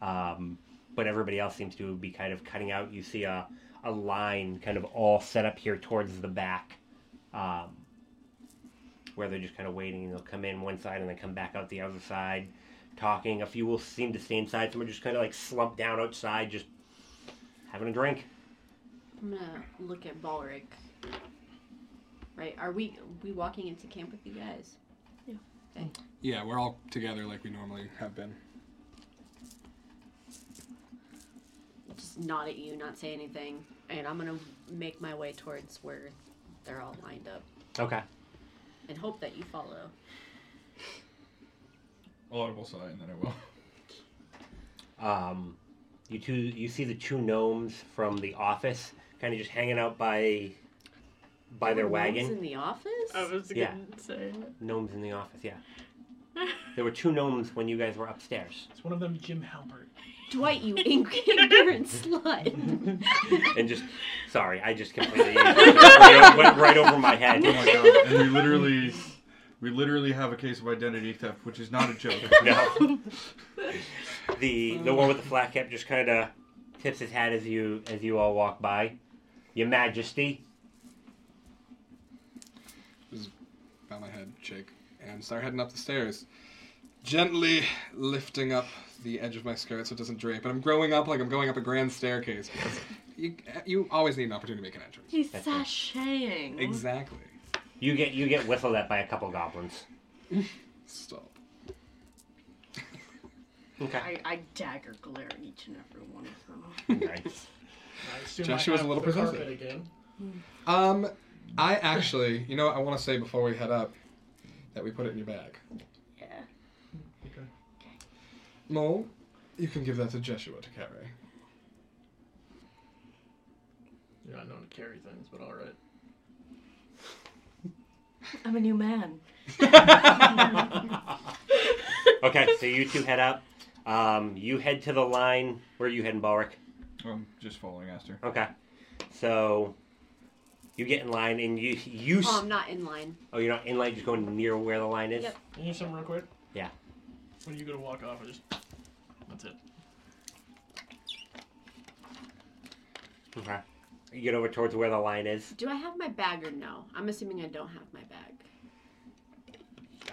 [SPEAKER 4] Um, but everybody else seems to be kind of cutting out. You see a, a line kind of all set up here towards the back um, where they're just kind of waiting. They'll come in one side and then come back out the other side talking. A few will seem to stay inside. Some are just kind of like slumped down outside, just having a drink.
[SPEAKER 2] I'm gonna look at Balric. Right? Are we we walking into camp with you guys?
[SPEAKER 5] Yeah, we're all together like we normally have been.
[SPEAKER 2] Just nod at you, not say anything, and I'm gonna make my way towards where they're all lined up
[SPEAKER 4] Okay.
[SPEAKER 2] and hope that you follow.
[SPEAKER 3] I'll audible sigh and then Oh, I will.
[SPEAKER 4] Um, you two, you see the two gnomes from the office, kind of just hanging out by by their
[SPEAKER 2] Gnomes
[SPEAKER 4] wagon.
[SPEAKER 2] in the office.
[SPEAKER 10] I was
[SPEAKER 4] Yeah.
[SPEAKER 10] gonna say.
[SPEAKER 4] Gnomes in the office, yeah. there were two gnomes when you guys were upstairs,
[SPEAKER 7] It's one of them, Jim Halpert.
[SPEAKER 2] Dwight, you ignorant slut.
[SPEAKER 4] and just sorry, I just completely went right over my head.
[SPEAKER 3] Oh my god! And we literally, we literally have a case of identity theft, which is not a joke.
[SPEAKER 4] No. the the one with the flat cap just kind of tips his hat as you as you all walk by. Your Majesty.
[SPEAKER 5] Bow my head, shake, and start heading up the stairs. Gently lifting up the edge of my skirt so it doesn't drape, and I'm growing up like I'm going up a grand staircase. because you, you always need an opportunity to make an entrance.
[SPEAKER 10] He's
[SPEAKER 4] That's right.
[SPEAKER 10] sashaying.
[SPEAKER 5] Exactly.
[SPEAKER 4] You get you get whistled at by a couple goblins.
[SPEAKER 5] Stop.
[SPEAKER 4] Okay.
[SPEAKER 10] I, I dagger glare at each and every one of them.
[SPEAKER 4] nice.
[SPEAKER 7] I assume
[SPEAKER 5] Joshua's
[SPEAKER 7] I have
[SPEAKER 5] a little
[SPEAKER 7] the
[SPEAKER 5] possessive.
[SPEAKER 7] carpet again.
[SPEAKER 5] Um, I actually, you know, what I want to say before we head up that we put it in your bag.
[SPEAKER 10] Yeah.
[SPEAKER 7] Okay.
[SPEAKER 5] Mole, you can give that to Jeshua to carry.
[SPEAKER 7] You're not known to carry things, but all right.
[SPEAKER 10] I'm a new man.
[SPEAKER 4] Okay, so you two head up. Um, you head to the line. Where are you heading, Balric?
[SPEAKER 3] I'm just following Aster.
[SPEAKER 4] Okay. So you get in line and you you s-
[SPEAKER 2] Oh,
[SPEAKER 6] Um.
[SPEAKER 2] I'm not in line.
[SPEAKER 4] oh you're not in line. Just going near where the line is.
[SPEAKER 2] Yep.
[SPEAKER 7] Can you hear something real quick?
[SPEAKER 4] Yeah.
[SPEAKER 7] When you go to walk off, I just. That's it.
[SPEAKER 4] Okay. You get over towards where the line is.
[SPEAKER 2] Do I have my bag or no? I'm assuming I don't have my bag.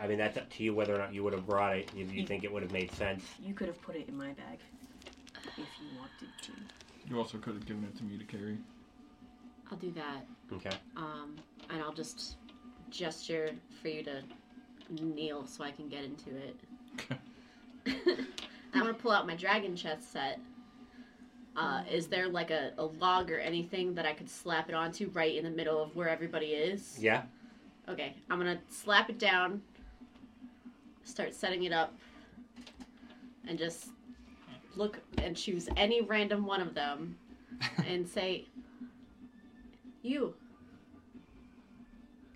[SPEAKER 4] I mean, that's up to you whether or not you would have brought it. If you think it would have made sense.
[SPEAKER 10] You could have put it in my bag if you wanted to.
[SPEAKER 3] You also could have given it to me to carry.
[SPEAKER 2] I'll do that.
[SPEAKER 4] Okay.
[SPEAKER 2] Um, and I'll just gesture for you to kneel so I can get into it. I'm gonna pull out my dragon chest set. Uh, is there like a, a log or anything that I could slap it onto right in the middle of where everybody is?
[SPEAKER 4] Yeah.
[SPEAKER 2] Okay, I'm gonna slap it down, start setting it up, and just look and choose any random one of them and say, You,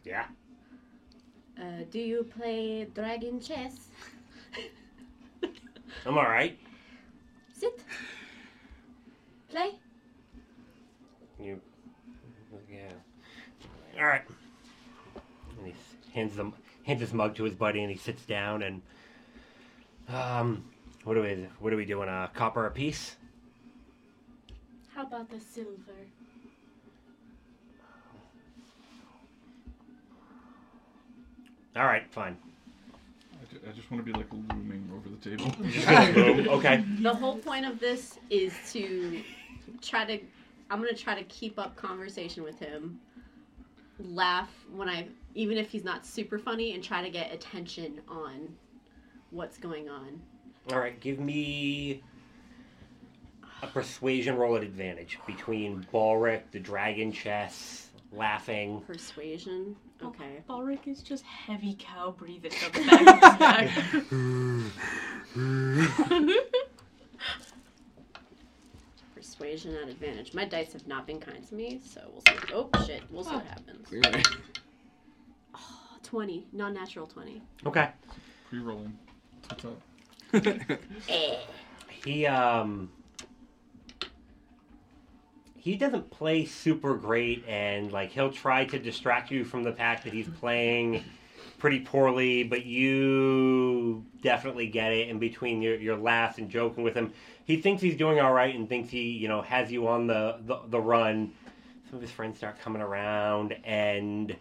[SPEAKER 4] Yeah.
[SPEAKER 2] uh, do you play dragon chess?
[SPEAKER 4] I'm all right.
[SPEAKER 2] Sit. Play.
[SPEAKER 4] You. Yeah. All right. And he s- hands them hands his mug to his buddy, and he sits down and. Um, what are we what are we doing? A copper a piece?
[SPEAKER 2] How about the silver?
[SPEAKER 4] All right, fine.
[SPEAKER 3] I, ju- I just want to be like looming over the table.
[SPEAKER 4] Boom. Okay.
[SPEAKER 2] The whole point of this is to try to. I'm gonna try to keep up conversation with him, laugh when I, even if he's not super funny, and try to get attention on what's going on.
[SPEAKER 4] All right. Give me a persuasion roll at advantage between Balric, the dragon chess, laughing.
[SPEAKER 2] Persuasion. Okay.
[SPEAKER 10] Oh, Balric is just heavy cow breathing on the back of his back.
[SPEAKER 2] Persuasion at advantage. My dice have not been kind to me, so we'll see. Oh shit. We'll see what happens.
[SPEAKER 5] Clearly.
[SPEAKER 2] Twenty. Non-natural twenty.
[SPEAKER 4] Okay.
[SPEAKER 3] Pre-rolling. What's up?
[SPEAKER 4] He He um he doesn't play super great and like he'll try to distract you from the fact that he's playing pretty poorly, but you definitely get it in between your, your laughs and joking with him. He thinks he's doing all right and thinks he, you know, has you on the, the, the run. Some of his friends start coming around and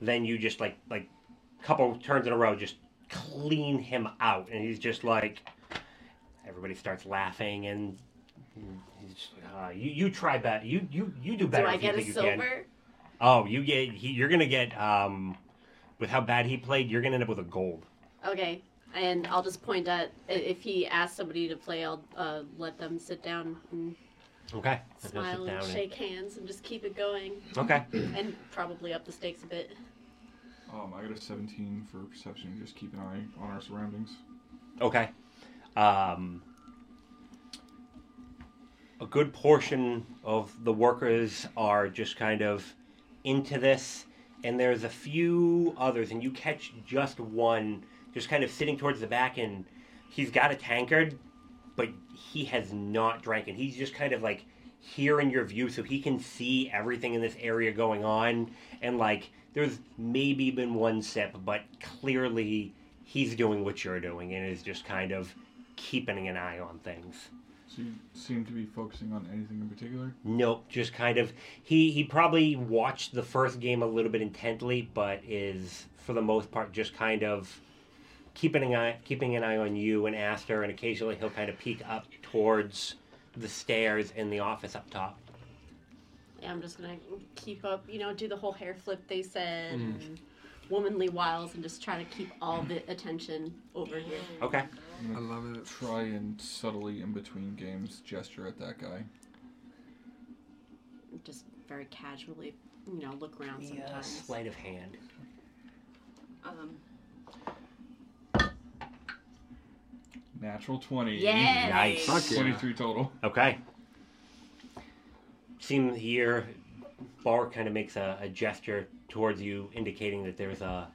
[SPEAKER 4] then you just like like couple turns in a row just clean him out and he's just like everybody starts laughing and he's just, uh, you you try better you you you do better
[SPEAKER 2] Do I
[SPEAKER 4] if you
[SPEAKER 2] get a
[SPEAKER 4] think you can.
[SPEAKER 2] silver?
[SPEAKER 4] Oh, you get he, you're gonna get um, with how bad he played, you're gonna end up with a gold.
[SPEAKER 2] Okay, and I'll just point at i- if he asks somebody to play, I'll uh, let them sit down and
[SPEAKER 4] Okay.
[SPEAKER 2] smile and shake hands and just keep it going
[SPEAKER 4] Okay.
[SPEAKER 2] and probably up the stakes a bit.
[SPEAKER 3] Um, I got a 17 for perception. Just keep an eye on our surroundings.
[SPEAKER 4] Okay. Um, a good portion of the workers are just kind of into this, and there's a few others, and you catch just one just kind of sitting towards the back, and he's got a tankard, but he has not drank, and he's just kind of like here in your view, so he can see everything in this area going on, and like there's maybe been one sip, but clearly he's doing what you're doing and is just kind of keeping an eye on things.
[SPEAKER 3] So you seem to be focusing on anything in particular?
[SPEAKER 4] Nope, just kind of he he probably watched the first game a little bit intently, but is for the most part just kind of keeping an eye keeping an eye on you and Aster, and occasionally he'll kind of peek up towards the stairs in the office up top.
[SPEAKER 2] Yeah, I'm just gonna keep up, you know, do the whole hair flip they said,
[SPEAKER 4] Mm.
[SPEAKER 2] and womanly wiles, and just try to keep all the attention over here.
[SPEAKER 4] Okay.
[SPEAKER 5] I love it.
[SPEAKER 3] Try and subtly in between games gesture at that guy.
[SPEAKER 2] Just very casually, you know, look around
[SPEAKER 4] Yeah,
[SPEAKER 2] sometimes.
[SPEAKER 4] sleight of hand.
[SPEAKER 8] Um,
[SPEAKER 3] Natural 20.
[SPEAKER 2] Yeah.
[SPEAKER 4] Nice.
[SPEAKER 5] Fuck yeah.
[SPEAKER 3] 23 total.
[SPEAKER 4] Okay. Seem here, Bar kind of makes a, a gesture towards you, indicating that there's a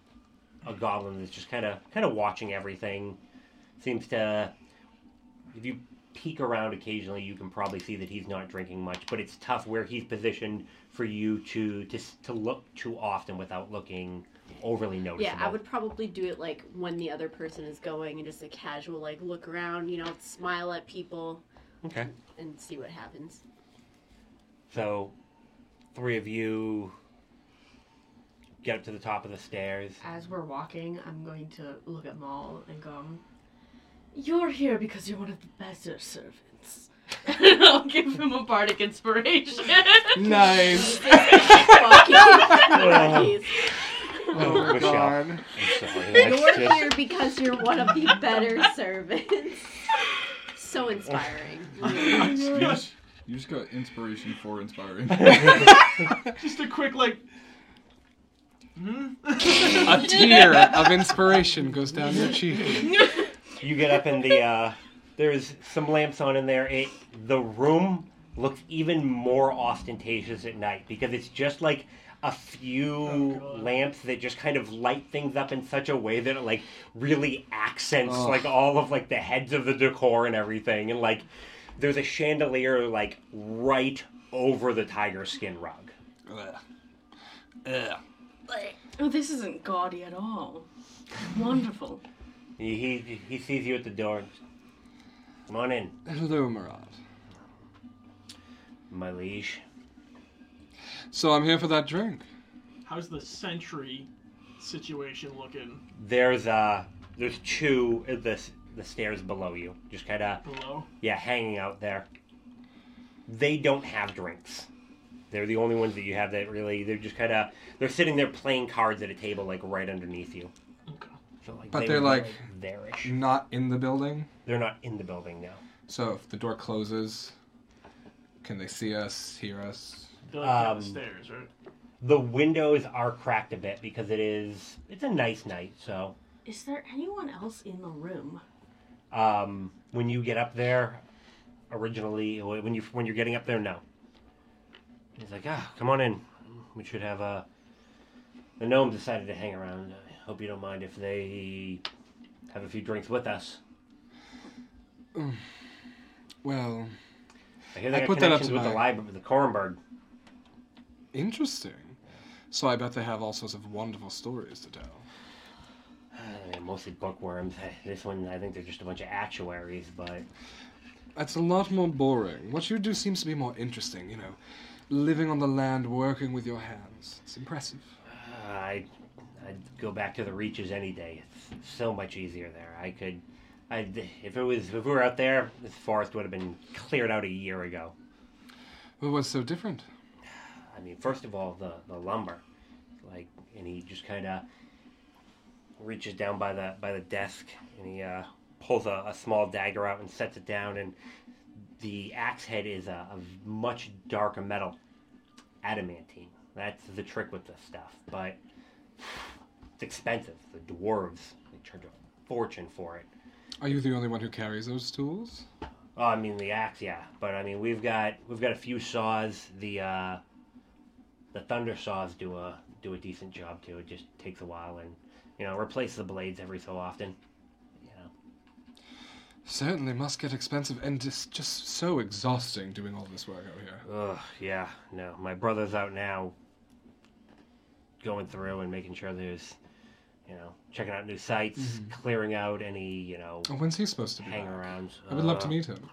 [SPEAKER 4] a goblin that's just kind of kind of watching everything. Seems to, if you peek around occasionally, you can probably see that he's not drinking much, but it's tough where he's positioned for you to to s- to look too often without looking overly noticeable.
[SPEAKER 2] Yeah, I would probably do it like when the other person is going and just a casual like look around, you know, smile at people
[SPEAKER 4] Okay.
[SPEAKER 2] and see what happens.
[SPEAKER 4] So, three of you get up to the top of the stairs.
[SPEAKER 8] as we're walking, I'm going to look at Maul and go, You're here because you're one of the better servants. And I'll give him a bardic inspiration.
[SPEAKER 5] Nice.
[SPEAKER 2] Monkeys.
[SPEAKER 5] Oh my
[SPEAKER 4] Michelle.
[SPEAKER 5] god.
[SPEAKER 9] I'm sorry.
[SPEAKER 2] You're
[SPEAKER 9] That's just-
[SPEAKER 2] here because you're one of the better servants. So inspiring.
[SPEAKER 3] you, just, you just got inspiration for inspiring.
[SPEAKER 7] Just a quick like. Hmm?
[SPEAKER 5] A tear of inspiration goes down your cheek.
[SPEAKER 4] You get up in the uh, there's some lamps on in there. It the room looks even more ostentatious at night because it's just like a few
[SPEAKER 7] Oh, God.
[SPEAKER 4] lamps that just kind of light things up in such a way that it like really accents like all of like the heads of the decor and everything and like there's a chandelier like right over the tiger skin rug.
[SPEAKER 8] oh, this isn't gaudy at all. Wonderful.
[SPEAKER 4] He he, he sees you at the door. and just, Come on in,
[SPEAKER 5] Hello, Murad.
[SPEAKER 4] my liege.
[SPEAKER 5] So I'm here for that drink.
[SPEAKER 7] How's the sentry situation looking
[SPEAKER 4] There's uh there's two at the the stairs below you, just kind of
[SPEAKER 7] below?
[SPEAKER 4] yeah, hanging out there. They don't have drinks. They're the only ones that you have that really. They're just kind of they're sitting there playing cards at a table like right underneath you.
[SPEAKER 7] Okay.
[SPEAKER 4] So like
[SPEAKER 5] But
[SPEAKER 4] they
[SPEAKER 5] they're,
[SPEAKER 4] were,
[SPEAKER 5] like-
[SPEAKER 4] there-ish.
[SPEAKER 5] Not in the building.
[SPEAKER 4] They're not in the building now.
[SPEAKER 5] So if the door closes, can they see us, hear us?
[SPEAKER 7] They're like down the
[SPEAKER 4] Um,
[SPEAKER 7] stairs, right?
[SPEAKER 4] The windows are cracked a bit because it is it's a nice night. So
[SPEAKER 8] Is there anyone else in the room?
[SPEAKER 4] um, when you get up there, originally when you when you're getting up there, no. He's like, ah, come on in. We should have Uh, the gnome decided to hang around. I hope you don't mind if they have a few drinks with us.
[SPEAKER 5] Well,
[SPEAKER 4] I hear
[SPEAKER 5] I
[SPEAKER 4] they got
[SPEAKER 5] put that up
[SPEAKER 4] connections
[SPEAKER 5] to
[SPEAKER 4] with the
[SPEAKER 5] my-
[SPEAKER 4] library, with the Korenberg.
[SPEAKER 5] interesting. So I bet they have all sorts of wonderful stories to tell.
[SPEAKER 4] Uh, mostly bookworms. This one, I think they're just a bunch of actuaries, but
[SPEAKER 5] That's a lot more boring. What you do seems to be more interesting, you know. Living on the land, working with your hands. It's impressive.
[SPEAKER 4] uh, I, I'd go back to the reaches any day. It's so much easier there. I could, I if it was if we were out there, this forest would have been cleared out a year ago.
[SPEAKER 5] What was so different?
[SPEAKER 4] I mean, first of all, the, the lumber, like, and he just kind of reaches down by the by the desk and he uh, pulls a, a small dagger out and sets it down, and the axe head is a, a much darker metal, adamantine. That's the trick with this stuff, but it's expensive. The dwarves they charge a fortune for it.
[SPEAKER 5] Are you the only one who carries those tools?
[SPEAKER 4] Oh, I mean the axe, yeah. But I mean we've got we've got a few saws. The uh, the thunder saws do a do a decent job too. It just takes a while, and you know replace the blades every so often. You know,
[SPEAKER 5] Certainly must get expensive and just, just so exhausting doing all this work out here.
[SPEAKER 4] Ugh, yeah, no. My brother's out now going through and making sure there's, you know, checking out new sites, clearing out any, you know,
[SPEAKER 5] Oh, when's he supposed to Mm-hmm. be? back?
[SPEAKER 4] hangarounds.
[SPEAKER 5] I would love
[SPEAKER 4] Uh,
[SPEAKER 5] to meet him.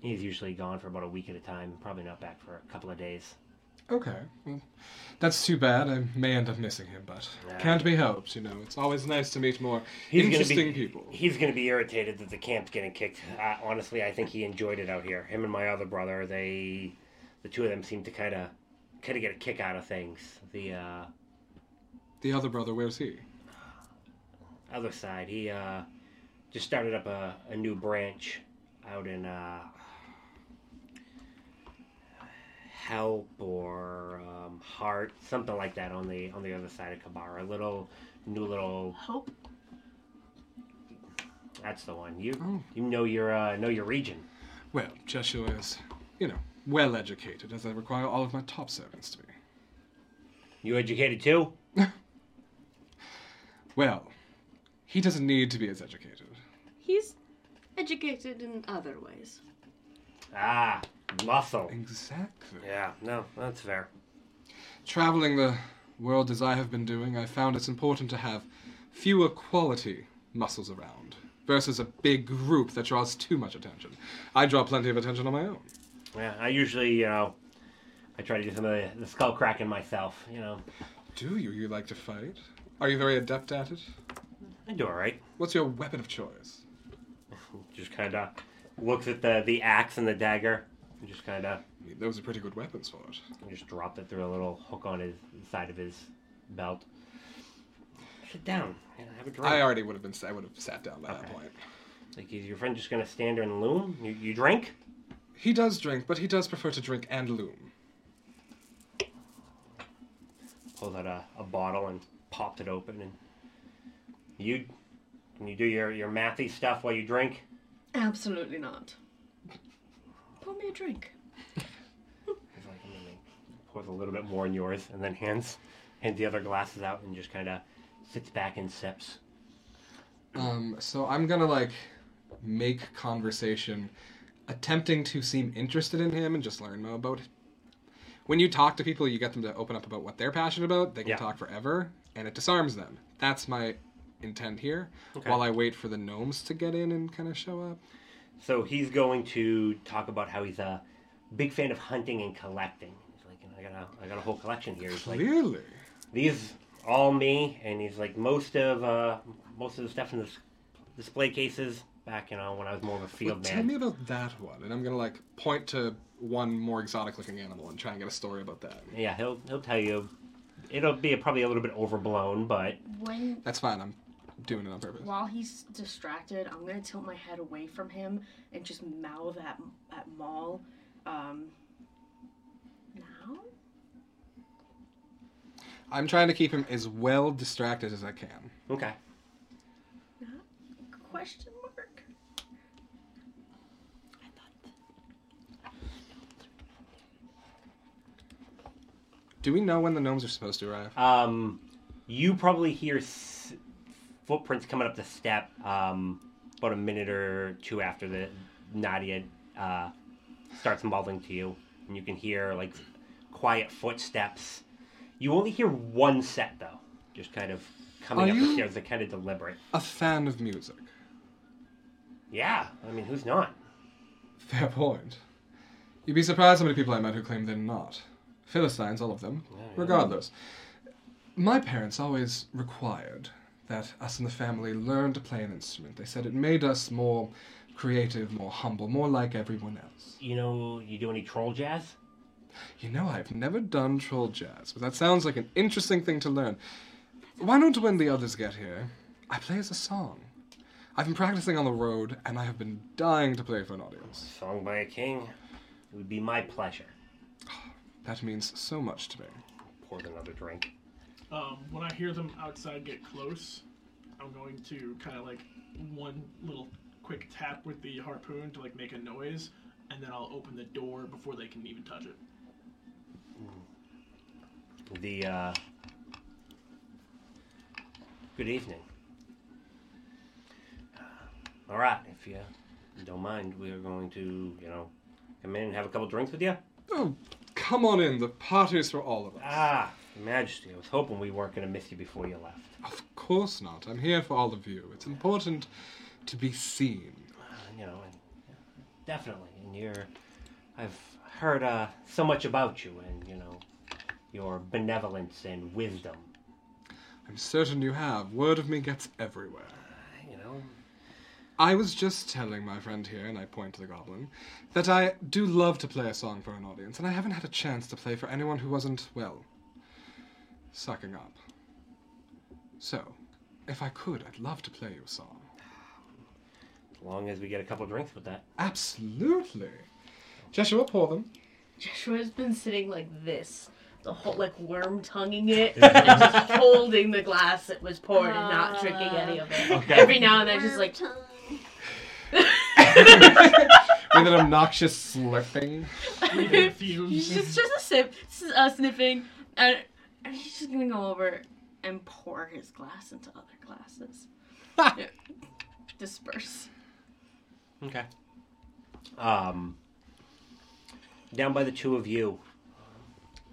[SPEAKER 4] He's usually gone for about a week at a time, probably not back for a couple of days.
[SPEAKER 5] Okay. Well, that's too bad. I may end up missing him, but
[SPEAKER 4] Yeah.
[SPEAKER 5] can't be helped, you know. It's always nice to meet more
[SPEAKER 4] He's gonna
[SPEAKER 5] interesting
[SPEAKER 4] be,
[SPEAKER 5] people.
[SPEAKER 4] He's going to be irritated that the camp's getting kicked. Uh, honestly, I think he enjoyed it out here. Him and my other brother, they, the two of them, seem to kind of, kind of get a kick out of things. The uh,
[SPEAKER 5] The other brother, where's he?
[SPEAKER 4] other side, he uh, just started up a, a new branch out in uh, Help or um, Heart, something like that on the on the other side of Kabara. A little new little
[SPEAKER 8] Hope.
[SPEAKER 4] that's the one. You
[SPEAKER 5] Oh.
[SPEAKER 4] you know your uh, know your region.
[SPEAKER 5] Well, Joshua is, you know, well educated, as I require all of my top servants to be.
[SPEAKER 4] You educated too?
[SPEAKER 5] Well, he doesn't need to be as educated.
[SPEAKER 10] He's educated in other ways.
[SPEAKER 4] Ah, muscle.
[SPEAKER 5] Exactly.
[SPEAKER 4] Yeah, no, that's fair.
[SPEAKER 5] Traveling the world as I have been doing, I found it's important to have fewer quality muscles around versus a big group that draws too much attention. I draw plenty of attention on my own.
[SPEAKER 4] Yeah, I usually, you know, I try to do some of the, the skull cracking myself, you know.
[SPEAKER 5] Do you? You like to fight? Are you very adept at it?
[SPEAKER 4] I do alright.
[SPEAKER 5] What's your weapon of choice?
[SPEAKER 4] Just kind of looks at the, the axe and the dagger and just kind of
[SPEAKER 5] I mean, those are pretty good weapons for it.
[SPEAKER 4] just dropped it through a little hook on his side of his belt. Sit down. You know, have a drink.
[SPEAKER 5] I already would have been. I would have sat down by that
[SPEAKER 4] Okay.
[SPEAKER 5] point.
[SPEAKER 4] Like, is your friend just going to stand there and loom? You, you drink?
[SPEAKER 5] He does drink, but he does prefer to drink and loom.
[SPEAKER 4] Pulls out a, a bottle and popped it open. And you, can you do your, your mathy stuff while you drink?
[SPEAKER 10] Absolutely not. Pour me a drink.
[SPEAKER 4] He's like, I'm gonna pours a little bit more in yours, and then hands hands the other glasses out, and just kind of sits back and sips.
[SPEAKER 5] Um, so I'm gonna like make conversation, attempting to seem interested in him and just learn more about. It. When you talk to people, you get them to open up about what they're passionate about. They can
[SPEAKER 4] Yeah.
[SPEAKER 5] talk forever, and it disarms them. That's my intent here.
[SPEAKER 4] Okay.
[SPEAKER 5] While I wait for the gnomes to get in and kind of show up.
[SPEAKER 4] So he's going to talk about how he's a big fan of hunting and collecting. He's like, I got a, I got a whole collection here. He's like,
[SPEAKER 5] Clearly,
[SPEAKER 4] these all me, and he's like, most of uh, most of the stuff in this display cases back, you know, when I was more of a
[SPEAKER 5] well,
[SPEAKER 4] field
[SPEAKER 5] tell
[SPEAKER 4] man.
[SPEAKER 5] me about that one, and I'm gonna like point to one more exotic-looking animal and try and get a story about that.
[SPEAKER 4] yeah, he'll he'll tell you. It'll be probably a little bit overblown, but
[SPEAKER 8] When
[SPEAKER 5] That's fine. I'm doing it on purpose.
[SPEAKER 8] while he's distracted, I'm gonna tilt my head away from him and just mouth at at Maul. Um, now.
[SPEAKER 5] I'm trying to keep him as well distracted as I can.
[SPEAKER 4] okay.
[SPEAKER 8] Question mark.
[SPEAKER 5] Do we know when the gnomes are supposed to arrive?
[SPEAKER 4] Um, you probably hear s- footprints coming up the step um, about a minute or two after the Nadia uh, starts mumbling to you, and you can hear like quiet footsteps. You only hear one set though, just kind of coming
[SPEAKER 5] Are
[SPEAKER 4] up the
[SPEAKER 5] you-
[SPEAKER 4] stairs. They're kind of deliberate.
[SPEAKER 5] A fan of music.
[SPEAKER 4] Yeah, I mean, who's not?
[SPEAKER 5] Fair point. You'd be surprised how many people I met who claim they're not. Philistines, all of them. Regardless, my parents always required that us in the family learn to play an instrument. They said it made us more creative, more humble, more like everyone else.
[SPEAKER 4] You know, you do any troll jazz?
[SPEAKER 5] You know, I've never done troll jazz, but that sounds like an interesting thing to learn. Why don't when the others get here, I play as a song? I've been practicing on the road, and I have been dying to play for an audience.
[SPEAKER 4] Song by a king. It would be my pleasure.
[SPEAKER 5] That means so much to me.
[SPEAKER 4] Poured another drink.
[SPEAKER 7] Um, when I hear them outside get close, I'm going to kind of like one little quick tap with the harpoon to like make a noise, and then I'll open the door before they can even touch it.
[SPEAKER 4] The uh, good evening. Uh, All right, if you don't mind, we are going to, you know, come in and have a couple drinks with you.
[SPEAKER 5] Oh, come on in. The party's for all of us.
[SPEAKER 4] Ah, Your Majesty, I was hoping we weren't going to miss you before you left.
[SPEAKER 5] Of course not. I'm here for all of you. It's important to be seen.
[SPEAKER 4] Uh, you know, and, definitely. And you're, I've heard uh, so much about you, and you know, your benevolence and wisdom.
[SPEAKER 5] I'm certain you have. Word of me gets everywhere.
[SPEAKER 4] You know,
[SPEAKER 5] I was just telling my friend here, and I point to the goblin, that I do love to play a song for an audience, and I haven't had a chance to play for anyone who wasn't, well, sucking up. So, if I could, I'd love to play you a song.
[SPEAKER 4] as long as we get a couple drinks with that.
[SPEAKER 5] Absolutely. Joshua, pour them.
[SPEAKER 8] Joshua's been sitting like this, the whole like worm tonguing it, and just holding the glass that was poured and not drinking any of it.
[SPEAKER 4] Okay.
[SPEAKER 8] Every now and then, just like
[SPEAKER 5] With an obnoxious slurping.
[SPEAKER 7] Breathing fumes.
[SPEAKER 8] he's just just a sip, s- uh, sniffing, and, and he's just gonna go over and pour his glass into other glasses. Yeah. Disperse.
[SPEAKER 4] Okay. Um, down by the two of you,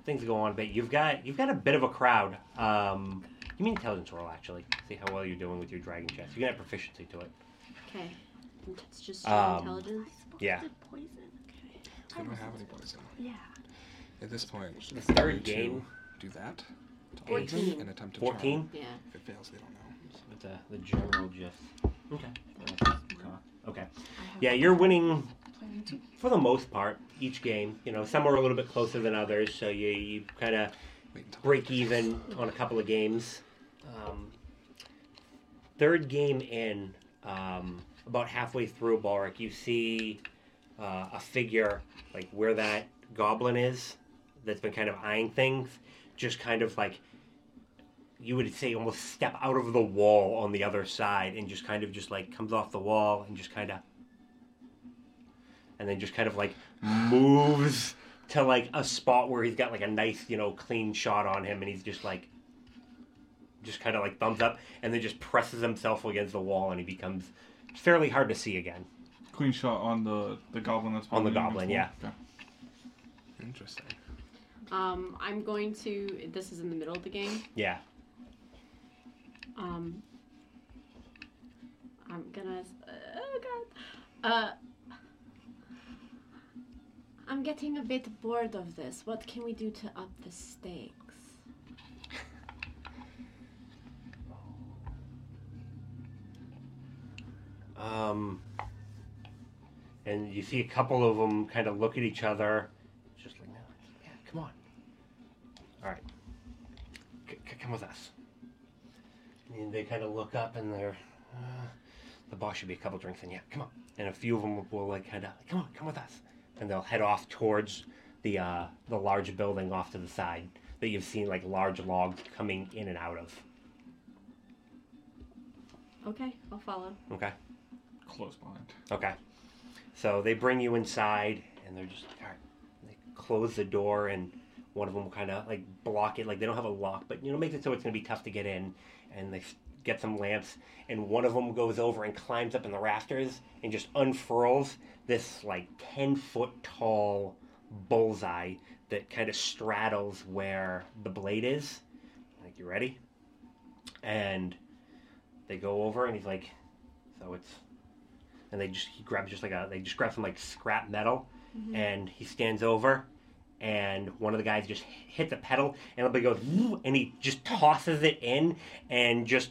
[SPEAKER 4] things go on a bit. You've got you've got a bit of a crowd. Um, you mean intelligence roll actually? See how well you're doing with your dragon chest. You can have proficiency to it.
[SPEAKER 2] Okay. That's just
[SPEAKER 6] Ah.
[SPEAKER 4] Um,
[SPEAKER 2] intelligence.
[SPEAKER 4] Yeah.
[SPEAKER 5] I don't have any poison.
[SPEAKER 2] Yeah.
[SPEAKER 5] At this point,
[SPEAKER 4] The
[SPEAKER 5] it's
[SPEAKER 4] third
[SPEAKER 5] going to
[SPEAKER 4] game.
[SPEAKER 5] Do that. To all of them
[SPEAKER 2] 14.
[SPEAKER 5] And attempt to charm.
[SPEAKER 4] Fourteen.
[SPEAKER 2] Yeah.
[SPEAKER 5] If it fails, they don't know.
[SPEAKER 4] With the the general gist. Okay. Okay. Yeah, you're winning for the most part each game. You know, some are a little bit closer than others, so you you kind of
[SPEAKER 5] Wait until
[SPEAKER 4] break even on a couple of games. Um, third game in, um, about halfway through, Balric, you see uh, a figure like where that goblin is that's been kind of eyeing things, just kind of like you would say almost step out of the wall on the other side and just kind of just like comes off the wall and just kind of and then just kind of like moves to like a spot where he's got like a nice, you know, clean shot on him, and he's just like, just kind of like thumbs up, and then just presses himself against the wall, and he becomes fairly hard to see again.
[SPEAKER 3] Clean shot on the the goblin that's
[SPEAKER 4] On the
[SPEAKER 3] behind you
[SPEAKER 4] goblin,
[SPEAKER 3] as well? Okay.
[SPEAKER 5] Interesting.
[SPEAKER 2] Um, I'm going to. This is in the middle of the game.
[SPEAKER 4] Yeah.
[SPEAKER 2] Um, I'm gonna. Oh god. Uh, I'm getting a bit bored of this. What can we do to up the stakes?
[SPEAKER 4] Um, and you see a couple of them kind of look at each other, just like, no, yeah, come on. All right, C- c- come with us. And they kind of look up and they're, uh, the boss should be a couple drinks in, yeah, come on. And a few of them will like kind of, come on, come with us. And they'll head off towards the uh, the large building off to the side that you've seen like large logs coming in and out of.
[SPEAKER 2] Okay, I'll follow.
[SPEAKER 4] Okay.
[SPEAKER 3] Close behind.
[SPEAKER 4] Okay. So they bring you inside, and they're just all right. They close the door, and One of them will kind of like block it, like they don't have a lock, but you know, makes it so it's going to be tough to get in. And they s- get some lamps, and one of them goes over and climbs up in the rafters and just unfurls this like ten foot tall bullseye that kind of straddles where the blade is. Like, you ready? And they go over, and he's like, so it's and they just he grabs just like a they just grab some like scrap metal and he stands over and one of the guys just hits a pedal and everybody goes "Woo," and he just tosses it in and just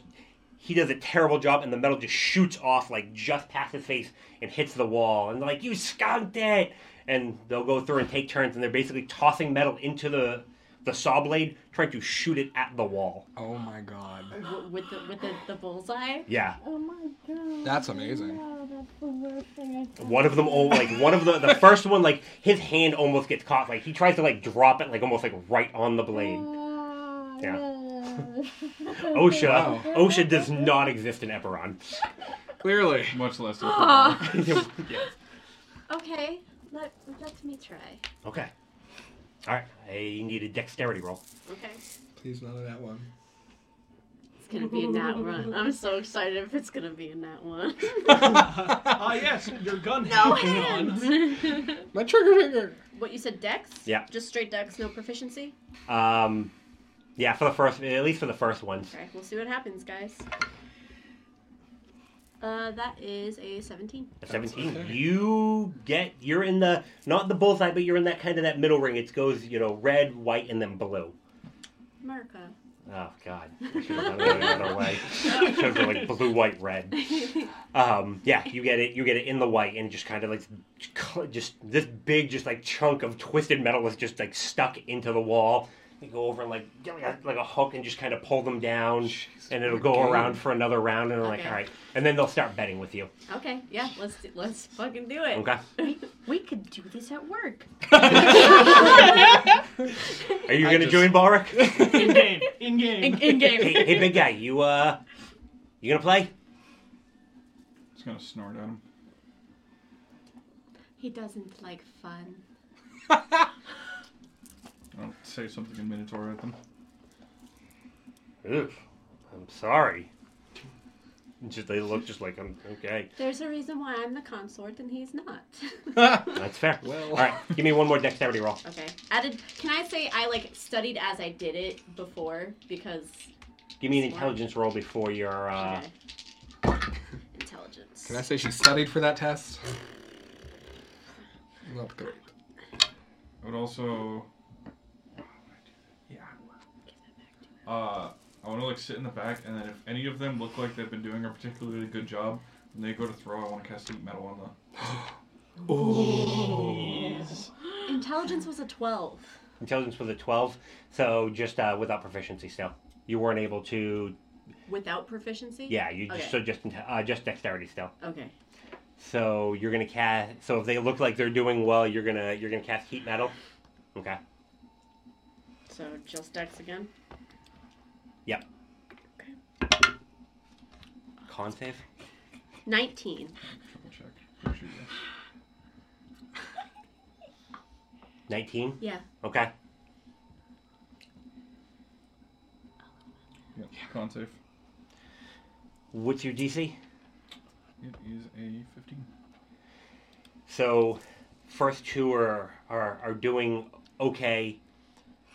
[SPEAKER 4] he does a terrible job and the metal just shoots off like just past his face and hits the wall and they're like you skunked it and they'll go through and take turns and they're basically tossing metal into the the saw blade trying to shoot it at the wall
[SPEAKER 5] Oh my god.
[SPEAKER 2] W- with the with the, the bullseye.
[SPEAKER 4] yeah
[SPEAKER 5] That's amazing.
[SPEAKER 4] One of them, al- like one of the the first one, like his hand almost gets caught. Like he tries to like drop it, like almost like right on the blade. Yeah. OSHA,
[SPEAKER 5] Wow.
[SPEAKER 4] OSHA does not exist in Eperon.
[SPEAKER 5] Clearly.
[SPEAKER 3] Much less.
[SPEAKER 2] Okay, let let me try.
[SPEAKER 4] okay. All right, I need a dexterity roll.
[SPEAKER 2] Okay,
[SPEAKER 5] Please none of that one.
[SPEAKER 2] it's gonna be a nat one. I'm so excited if it's gonna be a nat one.
[SPEAKER 7] Ah, yes, your gun hands on.
[SPEAKER 5] My trigger finger.
[SPEAKER 2] what you said, Dex?
[SPEAKER 4] Yeah.
[SPEAKER 2] Just straight Dex, no proficiency.
[SPEAKER 4] Um, yeah, for the first, at least for the first ones.
[SPEAKER 2] Okay, we'll see what happens, guys. Uh, that is a 17.
[SPEAKER 4] A 17
[SPEAKER 5] okay.
[SPEAKER 4] you get you're in the not the bullseye but you're in that kind of that middle ring it goes you know red white and then blue
[SPEAKER 2] America.
[SPEAKER 4] Oh God! I should have done it the other way. Should have been like blue, white, red. Um, yeah, you get it. You get it in the white, and just kind of like cl- just this big, just like chunk of twisted metal is just like stuck into the wall. You go over and like get like a, like a hook and just kind of pull them down, and it'll go around for another round, and they're like,
[SPEAKER 2] Okay.
[SPEAKER 4] all right, and then they'll start betting with you.
[SPEAKER 2] Okay, yeah, let's do, let's fucking do it.
[SPEAKER 4] Okay?
[SPEAKER 8] We could do this at work.
[SPEAKER 4] Are you
[SPEAKER 5] I
[SPEAKER 4] gonna
[SPEAKER 5] just-
[SPEAKER 4] join Barak? hey,
[SPEAKER 7] In game, in game.
[SPEAKER 8] In game.
[SPEAKER 4] hey, big guy, you uh, you gonna play?
[SPEAKER 3] It's gonna snort at him.
[SPEAKER 2] He doesn't like fun.
[SPEAKER 3] I'll say something in Minotaur at them.
[SPEAKER 4] Oof, I'm sorry. Just they look just like I'm okay.
[SPEAKER 2] There's a reason why I'm the consort and he's not.
[SPEAKER 4] That's fair.
[SPEAKER 5] Well.
[SPEAKER 4] All right, give me one more dexterity roll.
[SPEAKER 2] okay. Added. Can I say I like studied as I did it before because
[SPEAKER 4] Give me an intelligence roll before your. Uh,
[SPEAKER 2] okay. intelligence.
[SPEAKER 5] Can I say she studied for that test? Not great.
[SPEAKER 3] I would also. Yeah. Uh, I want to like sit in the back, and then if any of them look like they've been doing a particularly good job, and they go to throw, I want to cast heat metal on them.
[SPEAKER 7] Jeez.
[SPEAKER 2] Intelligence was a 12.
[SPEAKER 4] Intelligence was a 12, so just uh, without proficiency still. You weren't able to.
[SPEAKER 2] Without proficienty?
[SPEAKER 4] Yeah, you just so
[SPEAKER 2] Okay.
[SPEAKER 4] just inte- uh, just dexterity still.
[SPEAKER 2] Okay.
[SPEAKER 4] So you're gonna cast. So if they look like they're doing well, you're gonna you're gonna cast heat metal. Okay.
[SPEAKER 2] So just Dex again.
[SPEAKER 4] Yep. Con save.
[SPEAKER 2] 19.
[SPEAKER 3] Triple check. Make sure you-
[SPEAKER 4] 19.
[SPEAKER 2] Yeah.
[SPEAKER 4] Okay.
[SPEAKER 3] Yeah. Con safe.
[SPEAKER 4] What's your DC?
[SPEAKER 3] It is a 15.
[SPEAKER 4] So, first two are, are are doing okay,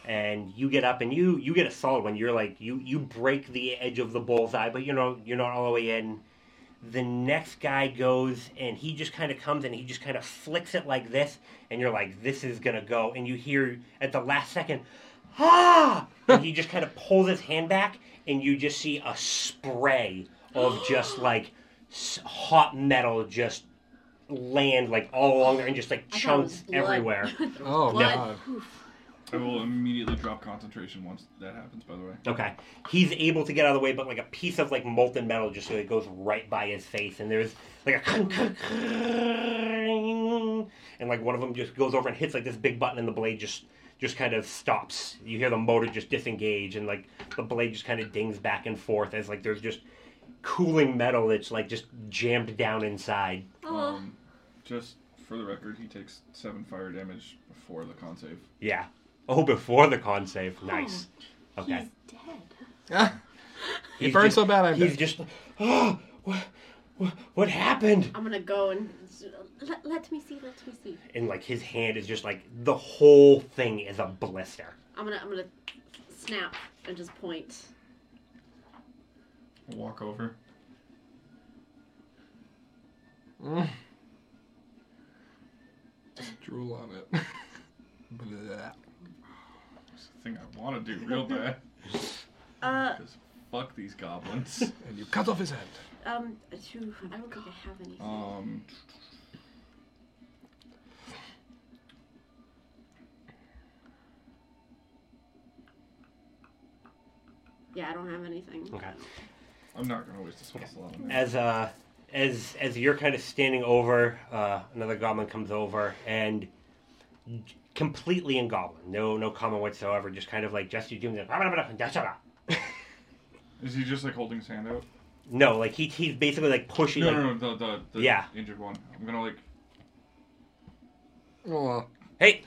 [SPEAKER 4] and you get up and you you get a solid one. You're like you you break the edge of the bullseye, but you know you're not all the way in. The next guy goes and he just kind of comes and he just kind of flicks it like this, and you're like, this is gonna go. And you hear at the last second, ah! and he just kind of pulls his hand back, and you just see a spray of just like s- hot metal just land like all along there and just like
[SPEAKER 2] I thought it was
[SPEAKER 4] chunks
[SPEAKER 2] blood.
[SPEAKER 4] everywhere.
[SPEAKER 5] Oh
[SPEAKER 2] Blood.
[SPEAKER 5] god.
[SPEAKER 3] I will immediately drop concentration once that happens. By the way.
[SPEAKER 4] Okay. He's able to get out of the way, but like a piece of like molten metal just so it goes right by his face, and there's like a and like one of them just goes over and hits like this big button, and the blade just just kind of stops. You hear the motor just disengage, and like the blade just kind of dings back and forth as like there's just cooling metal that's like just jammed down inside.
[SPEAKER 3] Um, just for the record, he takes seven fire damage before the con save.
[SPEAKER 4] Yeah. Oh, before the con save. Nice. Okay.
[SPEAKER 5] Ah,
[SPEAKER 4] He
[SPEAKER 5] burned so bad, I'm
[SPEAKER 4] He's
[SPEAKER 5] dead.
[SPEAKER 4] just. Oh, what, what, what happened?
[SPEAKER 2] I'm gonna go and let, let me see. Let me see.
[SPEAKER 4] And like his hand is just like the whole thing is a blister.
[SPEAKER 2] I'm gonna I'm gonna snap and just point.
[SPEAKER 3] Walk over.
[SPEAKER 5] drool on it. Blech.
[SPEAKER 3] It's the thing I want to do real bad.
[SPEAKER 2] Uh,
[SPEAKER 3] Because fuck these goblins.
[SPEAKER 5] and you cut off his hand.
[SPEAKER 2] um, to, I don't think I have any.
[SPEAKER 3] um.
[SPEAKER 2] Yeah, I don't have anything.
[SPEAKER 4] Okay.
[SPEAKER 3] I'm not gonna waste this whole slot on that.
[SPEAKER 4] As uh, as as you're kind of standing over, uh, another goblin comes over and completely in goblin, no no comment whatsoever, just kind of like just you doing that.
[SPEAKER 3] Is he just like holding his hand out?
[SPEAKER 4] No, like he, he's basically like pushing.
[SPEAKER 3] No,
[SPEAKER 4] like,
[SPEAKER 3] no, no, the, the, the
[SPEAKER 4] Yeah.
[SPEAKER 3] injured one. I'm gonna like.
[SPEAKER 5] Oh,
[SPEAKER 4] Hey!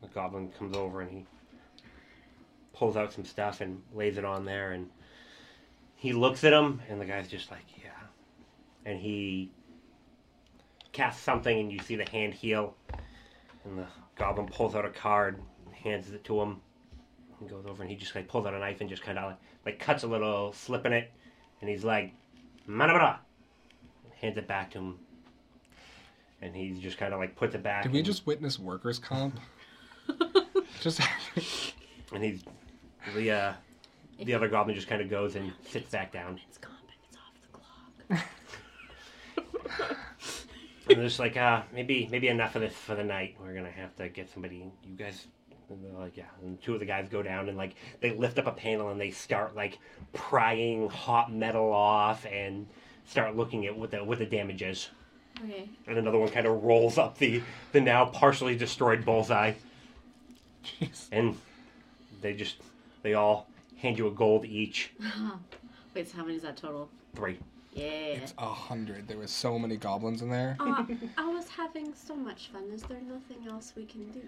[SPEAKER 4] The goblin comes over and he pulls out some stuff and lays it on there and he looks at him and the guy's just like, yeah. And he casts something and you see the hand heal and the goblin pulls out a card and hands it to him and goes over and he just like pulls out a knife and just kind of like, like cuts a little slip in it and he's like, manabra! Hands it back to him and he just kind of like puts it back.
[SPEAKER 5] did we
[SPEAKER 4] and-
[SPEAKER 5] just witness workers' comp? just
[SPEAKER 4] And he's the uh, the other goblin just kind of goes and sits back down.
[SPEAKER 2] It's gone, but it's off the clock.
[SPEAKER 4] And just like uh, maybe maybe enough of this for the night. We're gonna have to get somebody. You guys. And they're like yeah, and two of the guys go down and like they lift up a panel and they start like prying hot metal off and start looking at what the what the damage is.
[SPEAKER 2] Okay.
[SPEAKER 4] And another one kind of rolls up the the now partially destroyed bullseye. And they just they all hand you a gold each
[SPEAKER 2] Wait, so how many is that total?
[SPEAKER 4] three.
[SPEAKER 2] Yeah.
[SPEAKER 5] it's a hundred. There were so many goblins in there.
[SPEAKER 2] Uh, I was having so much fun. Is there nothing else we can do?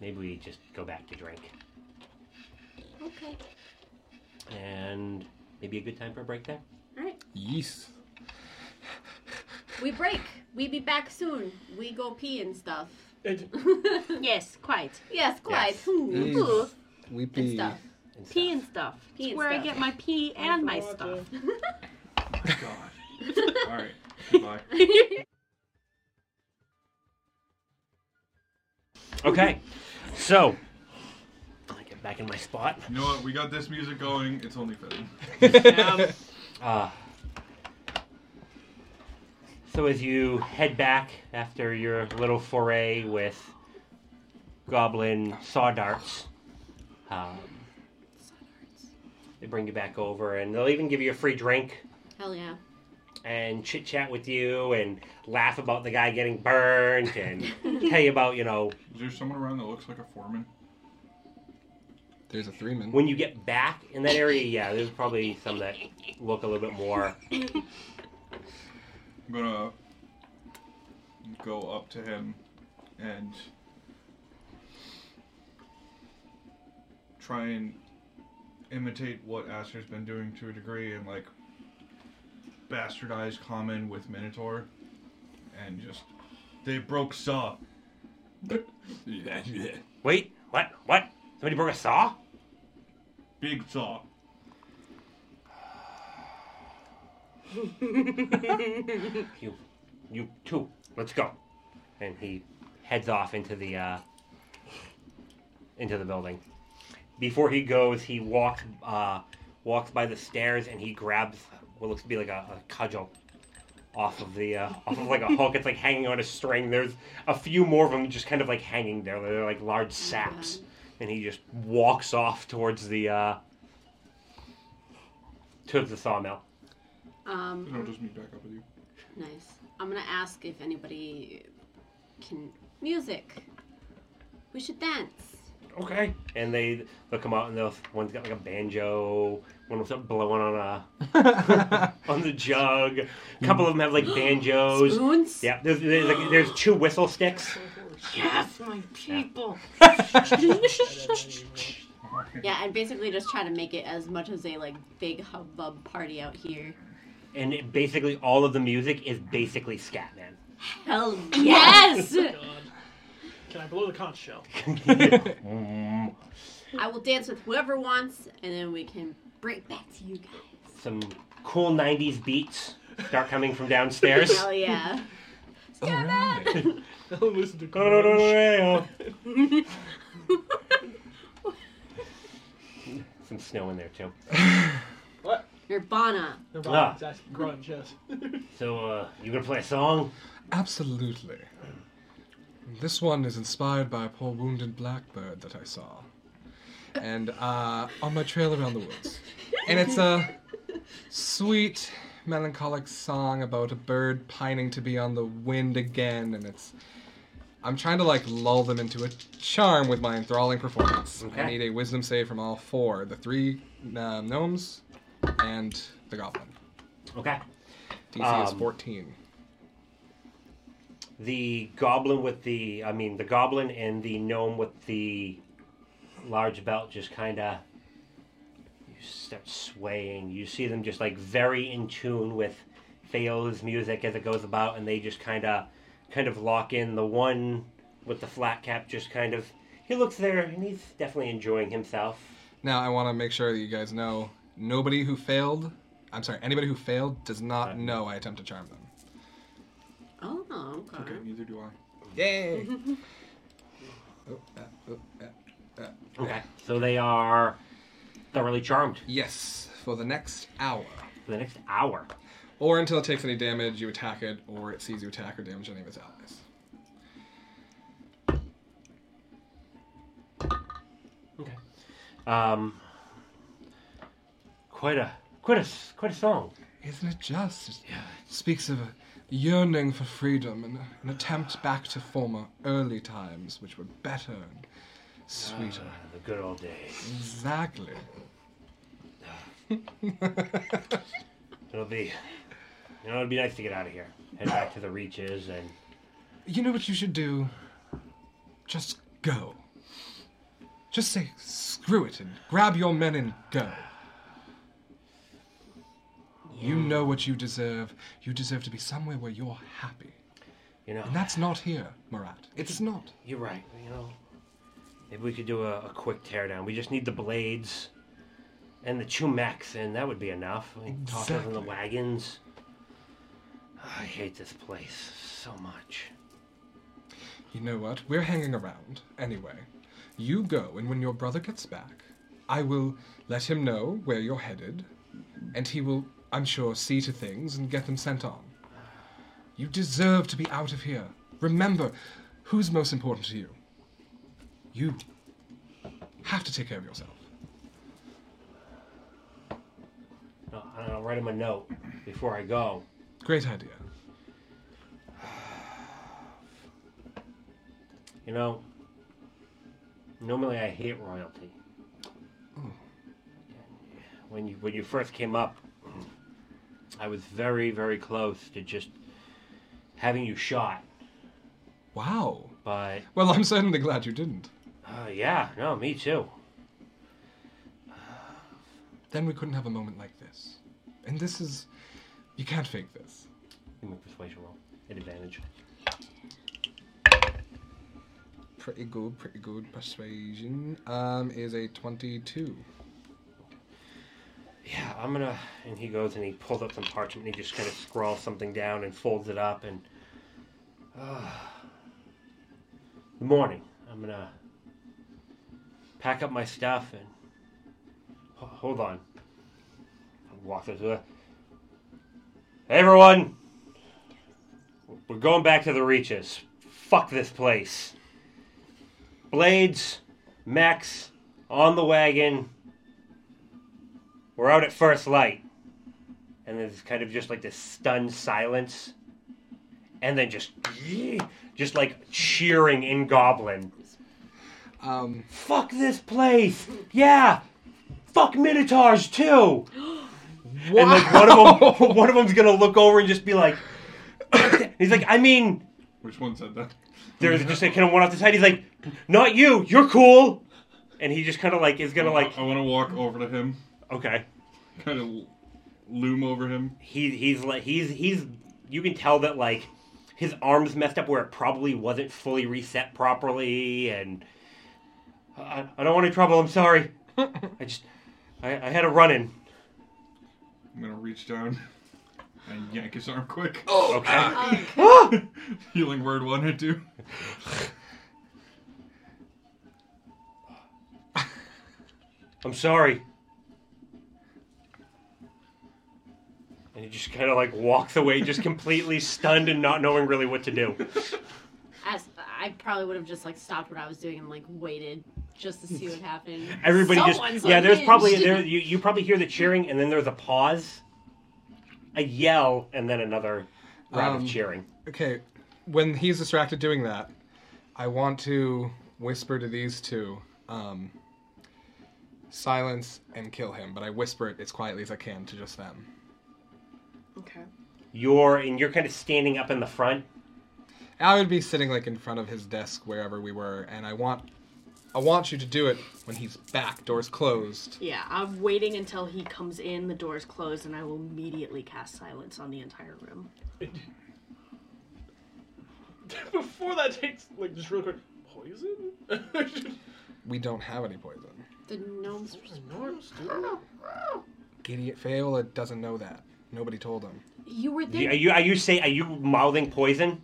[SPEAKER 4] Maybe we just go back to drink.
[SPEAKER 2] Okay.
[SPEAKER 4] and maybe a good time for a break there.
[SPEAKER 2] All right.
[SPEAKER 5] Yeast.
[SPEAKER 2] We break. We be back soon. We go pee and stuff.
[SPEAKER 7] It,
[SPEAKER 6] Yes, quite.
[SPEAKER 2] yes, quite.
[SPEAKER 4] Yes.
[SPEAKER 2] Ooh, ooh.
[SPEAKER 5] Weepy.
[SPEAKER 2] Stuff.
[SPEAKER 4] And
[SPEAKER 6] Pee
[SPEAKER 4] stuff.
[SPEAKER 6] and stuff.
[SPEAKER 2] Pee and
[SPEAKER 6] Where
[SPEAKER 2] stuff.
[SPEAKER 6] I get my pee and my stuff.
[SPEAKER 3] God. All right. Goodbye.
[SPEAKER 4] Okay, so I get back in my spot.
[SPEAKER 3] You know what? We got this music going. It's only fitting.
[SPEAKER 4] Uh, so as you head back after your little foray with goblin saw darts, um, they bring you back over, and they'll even give you a free drink
[SPEAKER 2] Hell yeah.
[SPEAKER 4] and chit chat with you and laugh about the guy getting burnt and tell you about you know
[SPEAKER 3] Is there someone around that looks like a foreman?
[SPEAKER 5] There's a three man.
[SPEAKER 4] When you get back in that area, yeah, there's probably some that look a little bit more.
[SPEAKER 3] I'm gonna go up to him and try and imitate what Aster's been doing to a degree and like bastardize common with Minotaur and just they broke saw.
[SPEAKER 4] Wait, what? What? Somebody broke a saw?
[SPEAKER 3] Big saw.
[SPEAKER 4] You, you too. Let's go. And he heads off into the uh, into the building. Before he goes, he walks uh, walks by the stairs and he grabs what looks to be like a, a cudgel off of the uh, off of like a hook. It's like hanging on a string. There's a few more of them just kind of like hanging there. They're like large saps. And he just walks off towards the uh, towards the sawmill.
[SPEAKER 2] Um,
[SPEAKER 3] It'll just meet back up with you.
[SPEAKER 2] Nice. I'm gonna ask if anybody can music. We should dance.
[SPEAKER 4] okay. And they they'll come out and they'll one's got like a banjo, one will start blowing on a on the jug. A couple of them have like banjos.
[SPEAKER 2] Spoons.
[SPEAKER 4] Yeah, there's, there's, like, there's two whistle sticks,
[SPEAKER 6] Yes, my people.
[SPEAKER 2] Yeah, and basically just try to make it as much as a like big hubbub party out here.
[SPEAKER 4] And it, basically, all of the music is basically scat, man.
[SPEAKER 2] Hell yes!
[SPEAKER 7] Oh God. Can I blow the conch shell?
[SPEAKER 2] I will dance with whoever wants, and then we can bring it back to you guys.
[SPEAKER 4] Some cool 90s beats start coming from downstairs.
[SPEAKER 2] Hell yeah!
[SPEAKER 7] I'll listen to conch.
[SPEAKER 4] Some snow in there too.
[SPEAKER 7] What?
[SPEAKER 2] Nirvana.
[SPEAKER 7] Nirvana's asking grunge, yes.
[SPEAKER 4] So uh, you gonna play a song?
[SPEAKER 5] Absolutely. This one is inspired by a poor wounded blackbird that I saw, and uh, on my trail around the woods. And it's a sweet, melancholic song about a bird pining to be on the wind again. And it's, I'm trying to like lull them into a charm with my enthralling performance. I
[SPEAKER 4] Okay.
[SPEAKER 5] need a wisdom save from all four: the three uh, gnomes and the goblin.
[SPEAKER 4] Okay.
[SPEAKER 5] DC is
[SPEAKER 4] Um,
[SPEAKER 5] 14.
[SPEAKER 4] The goblin with the, I mean, the goblin and the gnome with the large belt just kind of you start swaying. You see them just like very in tune with Theo's music as it goes about, and they just kind of, kind of lock in. The one with the flat cap just kind of, he looks there and he's definitely enjoying himself.
[SPEAKER 5] Now, I want to make sure that you guys know nobody who failed, I'm sorry, anybody who failed does not know I attempt to charm them.
[SPEAKER 2] Oh, okay.
[SPEAKER 3] Okay, neither do I.
[SPEAKER 5] Yay! oh, uh, oh, uh.
[SPEAKER 4] Okay. So they are thoroughly charmed
[SPEAKER 5] Yes, for the next hour.
[SPEAKER 4] for the next hour.
[SPEAKER 5] Or until it takes any damage, you attack it, or it sees you attack or damage any of its allies.
[SPEAKER 4] Okay. Um, quite a quite a s- quite a song.
[SPEAKER 5] Isn't it just? It speaks of a yearning for freedom and an attempt back to former early times, which were better and sweeter.
[SPEAKER 4] The good old days.
[SPEAKER 5] Exactly.
[SPEAKER 4] It'll be you know, it'll be nice to get out of here. Head back to the reaches and
[SPEAKER 5] You know what you should do? Just go. Just say screw it and grab your men and go. You know what you deserve. You deserve to be somewhere where you're happy.
[SPEAKER 4] you know
[SPEAKER 5] And that's not here, Murat. It's not.
[SPEAKER 4] you're right, you know. Maybe we could do a, a quick teardown. We just need the blades and the chumex and that would be enough. We can toss those in the
[SPEAKER 5] Exactly.
[SPEAKER 4] wagons. Ah, I hate this place so much.
[SPEAKER 5] You know what? We're hanging around. Anyway, you go, and when your brother gets back, I will let him know where you're headed, and he will, I'm sure, see to things and get them sent on. You deserve to be out of here. Remember, who's most important to you? You have to take care of yourself.
[SPEAKER 4] No, I'll write him a note before I go.
[SPEAKER 5] Great idea.
[SPEAKER 4] You know, normally I hate royalty. When you when you first came up, I was very very close to just having you shot.
[SPEAKER 5] Wow.
[SPEAKER 4] But
[SPEAKER 5] Well, I'm certainly glad you didn't.
[SPEAKER 4] uh, yeah, no, me too.
[SPEAKER 5] Then we couldn't have a moment like this. And this is. You can't fake this.
[SPEAKER 4] Give me a persuasion roll, an advantage.
[SPEAKER 5] Pretty good, pretty good. Persuasion um, is a 22.
[SPEAKER 4] Yeah, I'm gonna. And he goes and he pulls up some parchment and he just kind of scrawls something down and folds it up. And uh, the morning, I'm gonna pack up my stuff and ho- hold on. I walk into the. Hey everyone, we're going back to the reaches. Fuck this place. Blades, mechs, on the wagon we're out at first light. And there's kind of just like this stunned silence. And then just, just like cheering in Goblin.
[SPEAKER 5] Um,
[SPEAKER 4] Fuck this place! Yeah! Fuck Minotaurs too! And like one of them, one of them's gonna look over and just be like, he's like, I mean,
[SPEAKER 3] Which one said that?
[SPEAKER 4] they're just like kind of one off the side. He's like, "Not you. You're cool." And he just kind of like is gonna like,
[SPEAKER 3] I want to walk over to him,
[SPEAKER 4] okay.
[SPEAKER 3] kind of loom over him.
[SPEAKER 4] He he's like he's he's you can tell that like his arms messed up where it probably wasn't fully reset properly, and I, I don't want any trouble. I'm sorry. I just I, I had a run in.
[SPEAKER 3] I'm gonna reach down and yank his arm quick.
[SPEAKER 8] Oh.
[SPEAKER 4] Okay.
[SPEAKER 3] Healing word one and two.
[SPEAKER 4] I'm sorry. And he just kind of like walks away, just completely stunned and not knowing really what to do.
[SPEAKER 2] As I probably would have just like stopped what I was doing and like waited just to see what happened.
[SPEAKER 4] Everybody
[SPEAKER 2] Someone's
[SPEAKER 4] just yeah. There's probably
[SPEAKER 2] unhinged.
[SPEAKER 4] there, you, you probably hear the cheering, and then there's a pause, a yell, and then another round
[SPEAKER 5] Um,
[SPEAKER 4] of cheering.
[SPEAKER 5] Okay, when he's distracted doing that, I want to whisper to these two, um, silence and kill him. But I whisper it as quietly as I can to just them.
[SPEAKER 6] Okay.
[SPEAKER 4] You're and you're kind of standing up in the front.
[SPEAKER 5] I would be sitting like in front of his desk wherever we were, and I want, I want you to do it when he's back, doors closed.
[SPEAKER 6] Yeah, I'm waiting until he comes in, the door's closed, and I will immediately cast silence on the entire room.
[SPEAKER 7] Before that takes, like, just real quick, poison?
[SPEAKER 5] We don't have any poison.
[SPEAKER 2] The gnomes.
[SPEAKER 5] Gideon Fayola doesn't know that. Nobody told him.
[SPEAKER 2] You were
[SPEAKER 4] You-
[SPEAKER 2] there.
[SPEAKER 4] Are you are you say are you mouthing poison?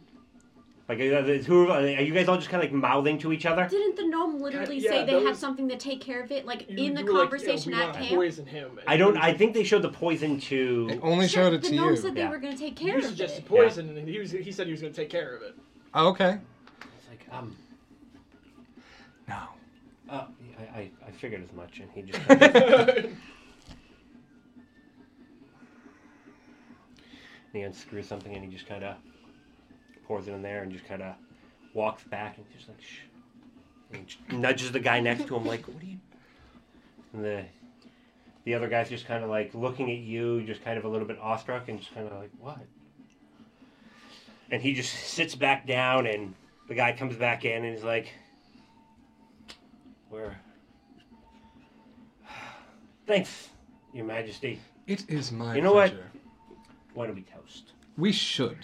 [SPEAKER 4] Like are the- who are you guys all just kind of like mouthing to each other?
[SPEAKER 2] Didn't the gnome literally
[SPEAKER 7] Yeah,
[SPEAKER 2] say they
[SPEAKER 7] that
[SPEAKER 2] had
[SPEAKER 7] was-
[SPEAKER 2] something to take care of it? Like
[SPEAKER 7] You-
[SPEAKER 2] in the
[SPEAKER 7] you were like,
[SPEAKER 2] conversation
[SPEAKER 7] yeah, we
[SPEAKER 2] at
[SPEAKER 7] wanna
[SPEAKER 2] camp.
[SPEAKER 7] Poison him. and
[SPEAKER 4] I don't.
[SPEAKER 7] he
[SPEAKER 4] I
[SPEAKER 7] was
[SPEAKER 4] think they showed the poison
[SPEAKER 5] They
[SPEAKER 4] to.
[SPEAKER 5] only
[SPEAKER 2] Sure,
[SPEAKER 5] showed it
[SPEAKER 2] the
[SPEAKER 5] to
[SPEAKER 2] gnome
[SPEAKER 5] you.
[SPEAKER 2] said they
[SPEAKER 4] Yeah.
[SPEAKER 2] were going to take
[SPEAKER 7] like,
[SPEAKER 2] care
[SPEAKER 7] You
[SPEAKER 2] of
[SPEAKER 7] suggested
[SPEAKER 2] it.
[SPEAKER 7] poison, and he was. He said he was going to take care of it.
[SPEAKER 5] Oh, okay.
[SPEAKER 4] It's like um.
[SPEAKER 5] No.
[SPEAKER 4] Uh, I, I, I figured as much, and he just. Kind of, he unscrews something, and he just kind of pours it in there, and just kind of walks back, and just like shh, and he just nudges the guy next to him, like, "What are you?" And the the other guy's just kind of like looking at you, just kind of a little bit awestruck, and just kind of like, "What?" And he just sits back down, and the guy comes back in, and he's like, "Where?" Thanks, Your Majesty.
[SPEAKER 5] It is my.
[SPEAKER 4] You know what?
[SPEAKER 5] pleasure.
[SPEAKER 4] Why don't we toast?
[SPEAKER 5] We should.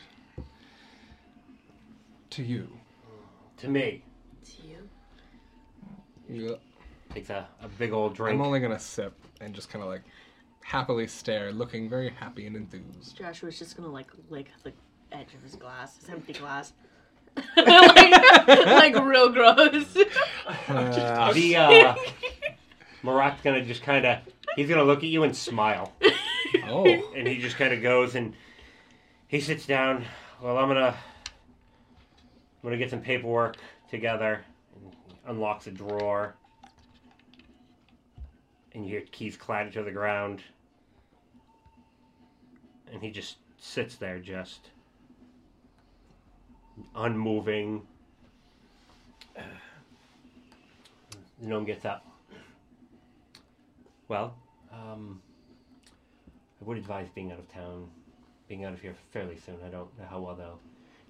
[SPEAKER 5] To you.
[SPEAKER 4] To me,
[SPEAKER 5] Yeah.
[SPEAKER 4] takes a, a big old drink.
[SPEAKER 5] I'm only gonna sip and just kind of like happily stare, looking very happy and enthused.
[SPEAKER 6] Joshua's just gonna like lick the edge of his glass, his empty glass.
[SPEAKER 10] like real gross.
[SPEAKER 4] the uh, Marat's gonna just kind of he's gonna look at you and smile,
[SPEAKER 5] oh,
[SPEAKER 4] and he just kind of goes and he sits down. Well, I'm gonna I'm gonna get some paperwork together. And he unlocks a drawer, and you hear keys clatter to the ground, and he just sits there, just unmoving. The gnome gets up. Well, um, I would advise being out of town, being out of here fairly soon. I don't know how well they'll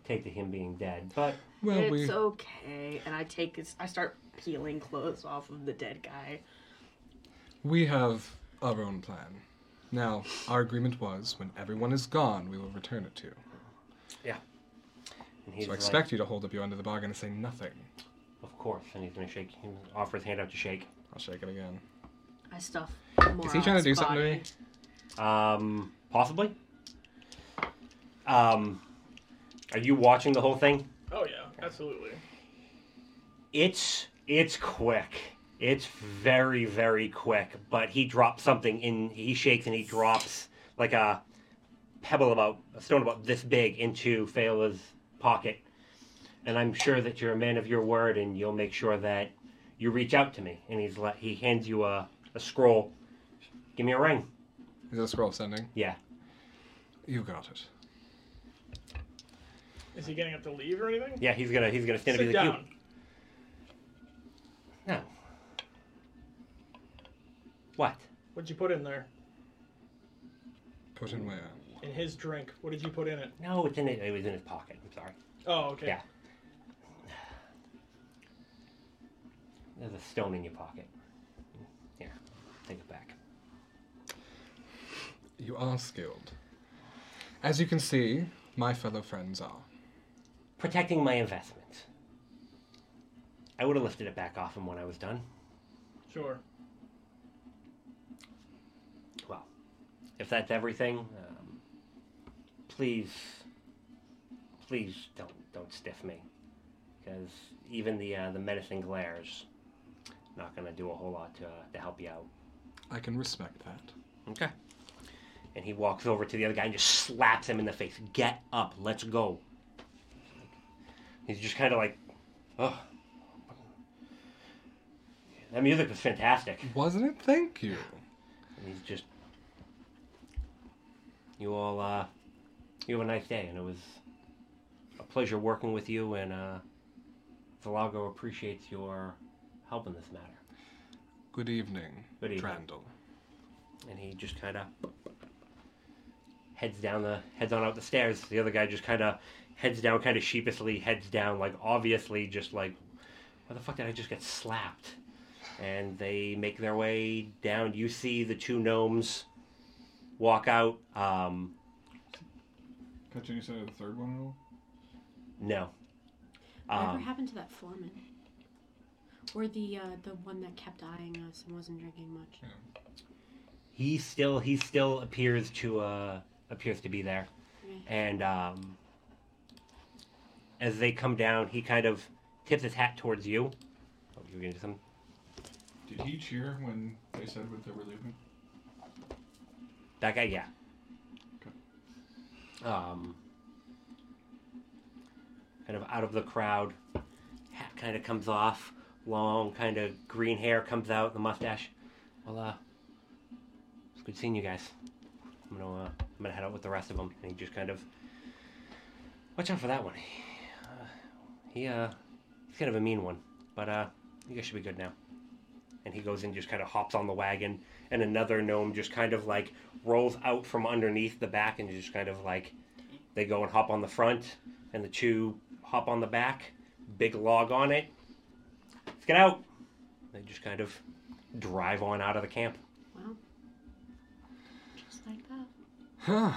[SPEAKER 4] take to him being dead, but
[SPEAKER 5] well, we.
[SPEAKER 6] it's okay. And I take his, I start peeling clothes off of the dead guy.
[SPEAKER 5] We have our own plan. Now, our agreement was when everyone is gone, we will return it to you.
[SPEAKER 4] and he's
[SPEAKER 5] So I
[SPEAKER 4] like,
[SPEAKER 5] expect you to hold up your end of the bargain and say nothing.
[SPEAKER 4] of course, and he's gonna shake him, offer his hand out to shake.
[SPEAKER 5] I'll shake it again.
[SPEAKER 6] I stuff.
[SPEAKER 5] Is he trying to do something to me?
[SPEAKER 4] Um, possibly. Um, are you watching the whole thing?
[SPEAKER 7] Oh yeah, absolutely.
[SPEAKER 4] It's it's quick. It's very very quick. But he drops something in. He shakes and he drops like a pebble about a stone about this big into Fela's pocket. And I'm sure that you're a man of your word, and you'll make sure that you reach out to me. And he's like he hands you a, a scroll. Give me a ring.
[SPEAKER 5] Is it a scroll of sending?
[SPEAKER 4] Yeah.
[SPEAKER 5] You got it.
[SPEAKER 7] Is he getting up to leave or anything?
[SPEAKER 4] Yeah. He's gonna he's gonna stand up.
[SPEAKER 7] Sit
[SPEAKER 4] and be like,
[SPEAKER 7] down.
[SPEAKER 4] You, no. What?
[SPEAKER 7] What'd you put in there?
[SPEAKER 5] Put in where?
[SPEAKER 7] In his drink. What did you put in it?
[SPEAKER 4] No, it's in it. It was in his pocket. I'm sorry.
[SPEAKER 7] Oh, okay.
[SPEAKER 4] Yeah. There's a stone in your pocket. Here, take it back.
[SPEAKER 5] You are skilled. As you can see, my fellow friends are.
[SPEAKER 4] Protecting my investment. I would have lifted it back off him when I was done.
[SPEAKER 7] Sure.
[SPEAKER 4] Well, if that's everything, um, please, please don't don't stiff me, because even the uh, the medicine glares not gonna do a whole lot to uh, to help you out.
[SPEAKER 5] I can respect that.
[SPEAKER 4] Okay. And he walks over to the other guy and just slaps him in the face. Get up, let's go. He's just kind of like, oh. That music was fantastic.
[SPEAKER 5] Wasn't it? Thank you.
[SPEAKER 4] And he's just. You all, uh. You have a nice day, and it was a pleasure working with you, and, uh. Zalago appreciates your help in this matter.
[SPEAKER 5] Good evening,
[SPEAKER 4] Good evening.
[SPEAKER 5] Trandle.
[SPEAKER 4] And he just kind of. Heads down the. Heads on out the stairs. The other guy just kind of heads down, kind of sheepishly, heads down, like, obviously, just like, why the fuck did I just get slapped? and they make their way down. You see the two gnomes walk out. Um,
[SPEAKER 3] Catch any side of the third one at all?
[SPEAKER 4] no.
[SPEAKER 2] Whatever
[SPEAKER 4] Um,
[SPEAKER 2] happened to that foreman? Or the uh, the one that kept eyeing us and wasn't drinking much?
[SPEAKER 4] he still he still appears to uh, appears to be there,
[SPEAKER 2] Right.
[SPEAKER 4] and um, as they come down, he kind of tips his hat towards you. Oh, you're gonna do something.
[SPEAKER 3] Did he cheer when they said what they were leaving?
[SPEAKER 4] That guy, yeah. Um, kind of out of the crowd, hat kind of comes off, long kind of green hair comes out, the mustache. Well, uh, it's good seeing you guys. I'm gonna, uh, I'm gonna head out with the rest of them, and he just kind of, watch out for that one. Uh, he, uh, he's kind of a mean one, but uh, you guys should be good now. And he goes and just kind of hops on the wagon, and another gnome just kind of like rolls out from underneath the back and just kind of like they go and hop on the front and the two hop on the back big log on it let's get out they just kind of drive on out of the camp
[SPEAKER 2] Wow. Just like that.
[SPEAKER 5] Huh.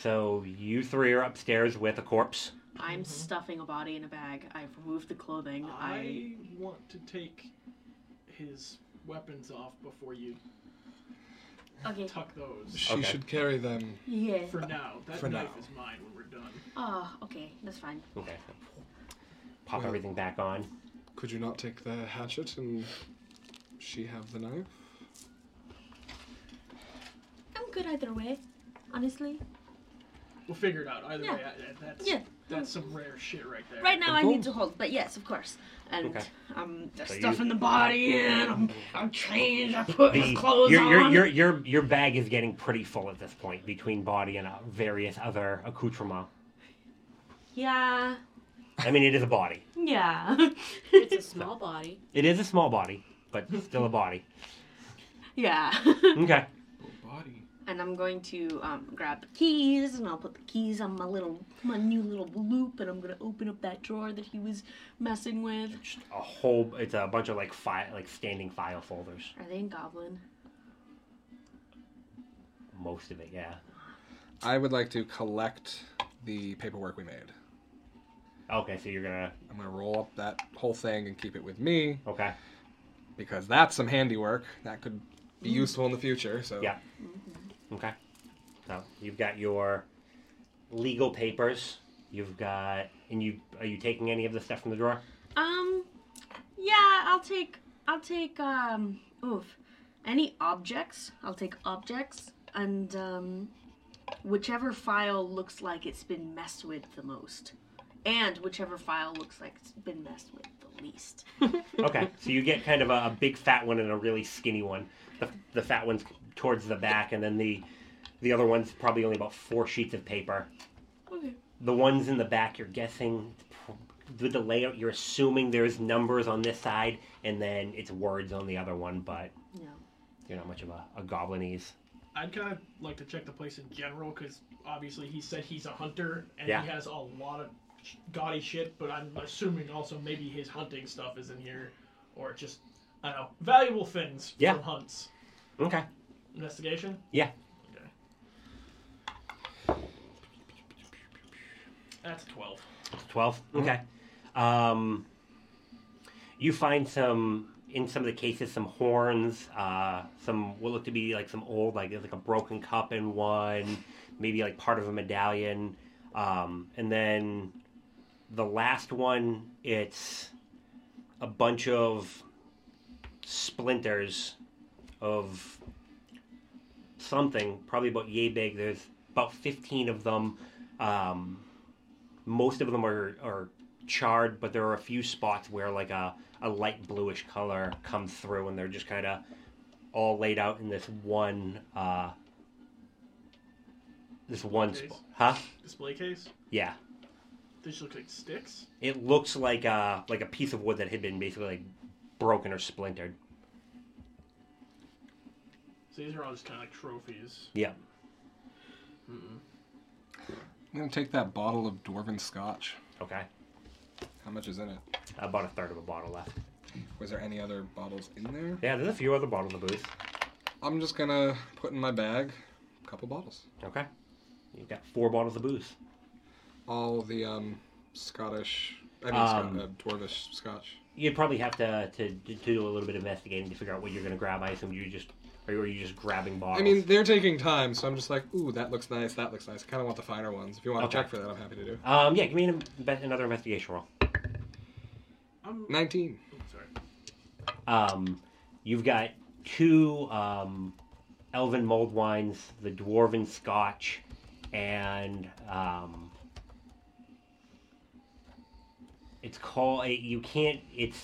[SPEAKER 4] so you three are upstairs with a corpse
[SPEAKER 8] I'm stuffing a body in a bag. I've removed the clothing. I
[SPEAKER 7] I want to take his weapons off before you
[SPEAKER 8] okay.
[SPEAKER 7] tuck those.
[SPEAKER 5] She
[SPEAKER 4] Okay.
[SPEAKER 5] should carry them.
[SPEAKER 8] Yeah.
[SPEAKER 7] For now, that
[SPEAKER 5] For
[SPEAKER 7] knife
[SPEAKER 5] now.
[SPEAKER 7] is mine when we're done.
[SPEAKER 8] Oh, okay. That's fine.
[SPEAKER 4] okay pop
[SPEAKER 5] Well-
[SPEAKER 4] everything back on
[SPEAKER 5] Could you not take the hatchet and she have the knife?
[SPEAKER 8] I'm good either way, honestly.
[SPEAKER 7] We'll figure it out. Either
[SPEAKER 8] Yeah.
[SPEAKER 7] way, I, I- that's
[SPEAKER 8] Yeah.
[SPEAKER 7] that's some rare shit right there.
[SPEAKER 8] Right now,
[SPEAKER 5] Of
[SPEAKER 8] I need
[SPEAKER 5] course.
[SPEAKER 8] to hold, but yes, of course. And um,
[SPEAKER 4] Okay.
[SPEAKER 8] I'm just
[SPEAKER 4] So you-
[SPEAKER 8] stuffing the body in. I'm, I'm changed. I put his clothes
[SPEAKER 4] your, your,
[SPEAKER 8] on.
[SPEAKER 4] your, your, your bag is getting pretty full at this point between body and uh, various other accoutrements
[SPEAKER 8] Yeah.
[SPEAKER 4] i mean it is a body
[SPEAKER 8] Yeah.
[SPEAKER 2] It's a small body.
[SPEAKER 4] it is a small body but still a body
[SPEAKER 8] yeah.
[SPEAKER 4] okay
[SPEAKER 3] Body.
[SPEAKER 8] and I'm going to um, grab the keys, and I'll put the keys on my little, my new little loop, and I'm gonna open up that drawer that he was messing with.
[SPEAKER 4] just a whole it's a bunch of like file like standing file folders
[SPEAKER 8] Are they in Goblin?
[SPEAKER 4] most of it yeah
[SPEAKER 5] I would like to collect the paperwork we made.
[SPEAKER 4] okay so you're gonna
[SPEAKER 5] I'm gonna roll up that whole thing and keep it with me
[SPEAKER 4] okay
[SPEAKER 5] because that's some handiwork that could be useful in the future. So
[SPEAKER 4] Yeah. okay so you've got your legal papers you've got and you are you taking any of the stuff from the drawer
[SPEAKER 8] Um, yeah, I'll take, I'll take, um, oof, any objects. I'll take objects, and um, whichever file looks like it's been messed with the most, and whichever file looks like it's been messed with the least.
[SPEAKER 4] okay so you get kind of a, a big fat one and a really skinny one the, the fat one's towards the back and then the the other one's probably only about four sheets of paper
[SPEAKER 8] Okay.
[SPEAKER 4] the ones in the back you're guessing with the layout you're assuming there's numbers on this side and then it's words on the other one but
[SPEAKER 8] Yeah.
[SPEAKER 4] you're not much of a, a goblinese
[SPEAKER 7] I'd kind of like to check the place in general because obviously he said he's a hunter and
[SPEAKER 4] Yeah.
[SPEAKER 7] he has a lot of sh- gaudy shit. But I'm assuming also maybe his hunting stuff is in here, or just I don't know valuable things
[SPEAKER 4] Yeah.
[SPEAKER 7] from hunts.
[SPEAKER 4] Okay.
[SPEAKER 7] Investigation.
[SPEAKER 4] Yeah.
[SPEAKER 7] Okay. That's a twelve.
[SPEAKER 4] 12 okay um, you find some in some of the cases some horns uh, some what look to be like some old like there's like a broken cup in one maybe like part of a medallion um, and then the last one it's a bunch of splinters of something probably about yay big there's about 15 of them um, most of them are, are charred, but there are a few spots where like a, a light bluish color comes through, and they're just kind of all laid out in this one uh, this one
[SPEAKER 7] Case?
[SPEAKER 4] spot, huh?
[SPEAKER 7] Display case.
[SPEAKER 4] Yeah,
[SPEAKER 7] These look like sticks.
[SPEAKER 4] it looks like a like a piece of wood that had been basically like broken or splintered.
[SPEAKER 7] So these are all just kind of like trophies.
[SPEAKER 4] Yeah.
[SPEAKER 5] I'm gonna take that bottle of dwarven scotch.
[SPEAKER 4] Okay.
[SPEAKER 5] How much is in it?
[SPEAKER 4] About a third of a bottle left.
[SPEAKER 5] Was there any other bottles in there?
[SPEAKER 4] Yeah, there's a few other bottles of booze.
[SPEAKER 5] I'm just gonna put in my bag a couple bottles.
[SPEAKER 4] Okay. You've got four bottles of booze.
[SPEAKER 5] All the um, Scottish, I mean,
[SPEAKER 4] Um,
[SPEAKER 5] Scot- uh, dwarvish scotch.
[SPEAKER 4] You'd probably have to, to, to do a little bit of investigating to figure out what you're going to grab. I assume you just or are you just grabbing bottles?
[SPEAKER 5] I mean, they're taking time, so I'm just like, ooh, that looks nice, that looks nice. I kind of want the finer ones. If you want
[SPEAKER 4] Okay.
[SPEAKER 5] to check for that, I'm happy to do.
[SPEAKER 4] um, yeah. Give me an, inve- another investigation roll.
[SPEAKER 7] I'm
[SPEAKER 5] 19.
[SPEAKER 7] oh, sorry.
[SPEAKER 4] Um, you've got two um, elven mold wines, the dwarven scotch, and um, it's called. It, you can't. It's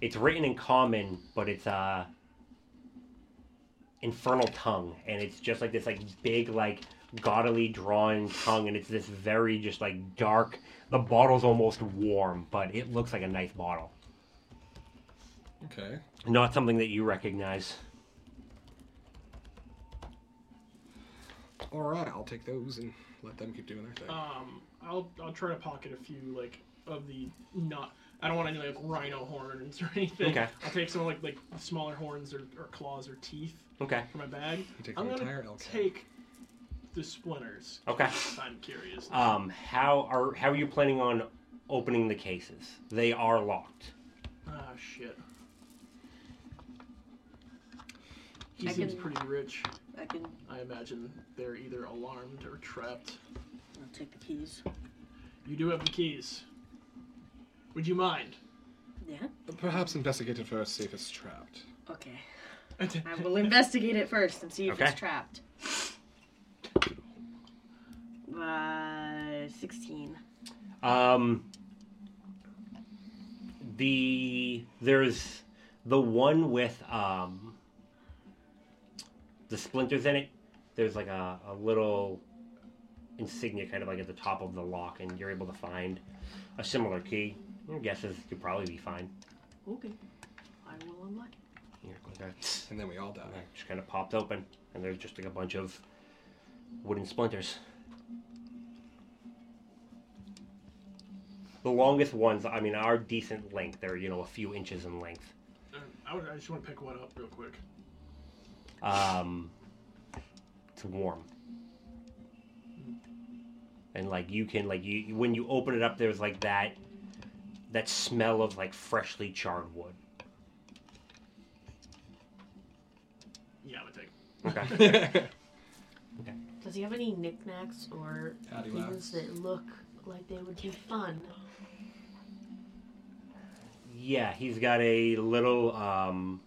[SPEAKER 4] it's written in common, but it's uh infernal tongue, and it's just like this like big like gaudily drawn tongue, and it's this very just like dark. The bottle's almost warm, but it looks like a nice bottle
[SPEAKER 5] Okay.
[SPEAKER 4] not something that you recognize.
[SPEAKER 5] All right, I'll take those and let them keep doing their thing.
[SPEAKER 7] Um, I'll I'll try to pocket a few like of the not. I don't want any like rhino horns or anything.
[SPEAKER 4] Okay.
[SPEAKER 7] I'll take some like like smaller horns or, or claws or teeth
[SPEAKER 4] Okay.
[SPEAKER 7] from my bag.
[SPEAKER 5] take
[SPEAKER 7] I'm
[SPEAKER 5] the
[SPEAKER 7] gonna
[SPEAKER 5] entire elk head.
[SPEAKER 7] take the splinters.
[SPEAKER 4] Okay.
[SPEAKER 7] I'm curious.
[SPEAKER 5] Ah.
[SPEAKER 4] Um, how are how are you planning on opening the cases? They are locked.
[SPEAKER 7] Ah shit. He
[SPEAKER 8] I
[SPEAKER 7] seems
[SPEAKER 8] can-
[SPEAKER 7] pretty rich.
[SPEAKER 8] I can.
[SPEAKER 7] I imagine they're either alarmed or trapped.
[SPEAKER 8] I'll take the keys.
[SPEAKER 7] You do have the keys. Would you mind?
[SPEAKER 8] Yeah.
[SPEAKER 5] Perhaps investigate it first, see if it's trapped.
[SPEAKER 8] Okay. I will investigate it first and see if
[SPEAKER 4] Okay.
[SPEAKER 8] it's trapped. Uh, 16.
[SPEAKER 4] Um, the there's the one with um, the splinters in it. There's like a, a little insignia kind of like at the top of the lock, and you're able to find a similar key. My guess is you'll probably be fine.
[SPEAKER 8] Okay. I will unlock it.
[SPEAKER 4] You're like,
[SPEAKER 5] And then we all die.
[SPEAKER 4] And it just kind of popped open, and there's just like a bunch of wooden splinters. The longest ones, I mean, are decent length. They're, you know, a few inches in length.
[SPEAKER 7] Uh, I, would, I just want to pick one up real quick.
[SPEAKER 4] Um, it's warm. And like you can like you when you open it up, there's like that that smell of like freshly charred wood.
[SPEAKER 7] Yeah, I'm gonna take.
[SPEAKER 4] Okay.
[SPEAKER 8] Does he have any knickknacks or
[SPEAKER 5] Paddywhacks.
[SPEAKER 8] things that look like they would be fun?
[SPEAKER 4] Yeah, he's got a little um,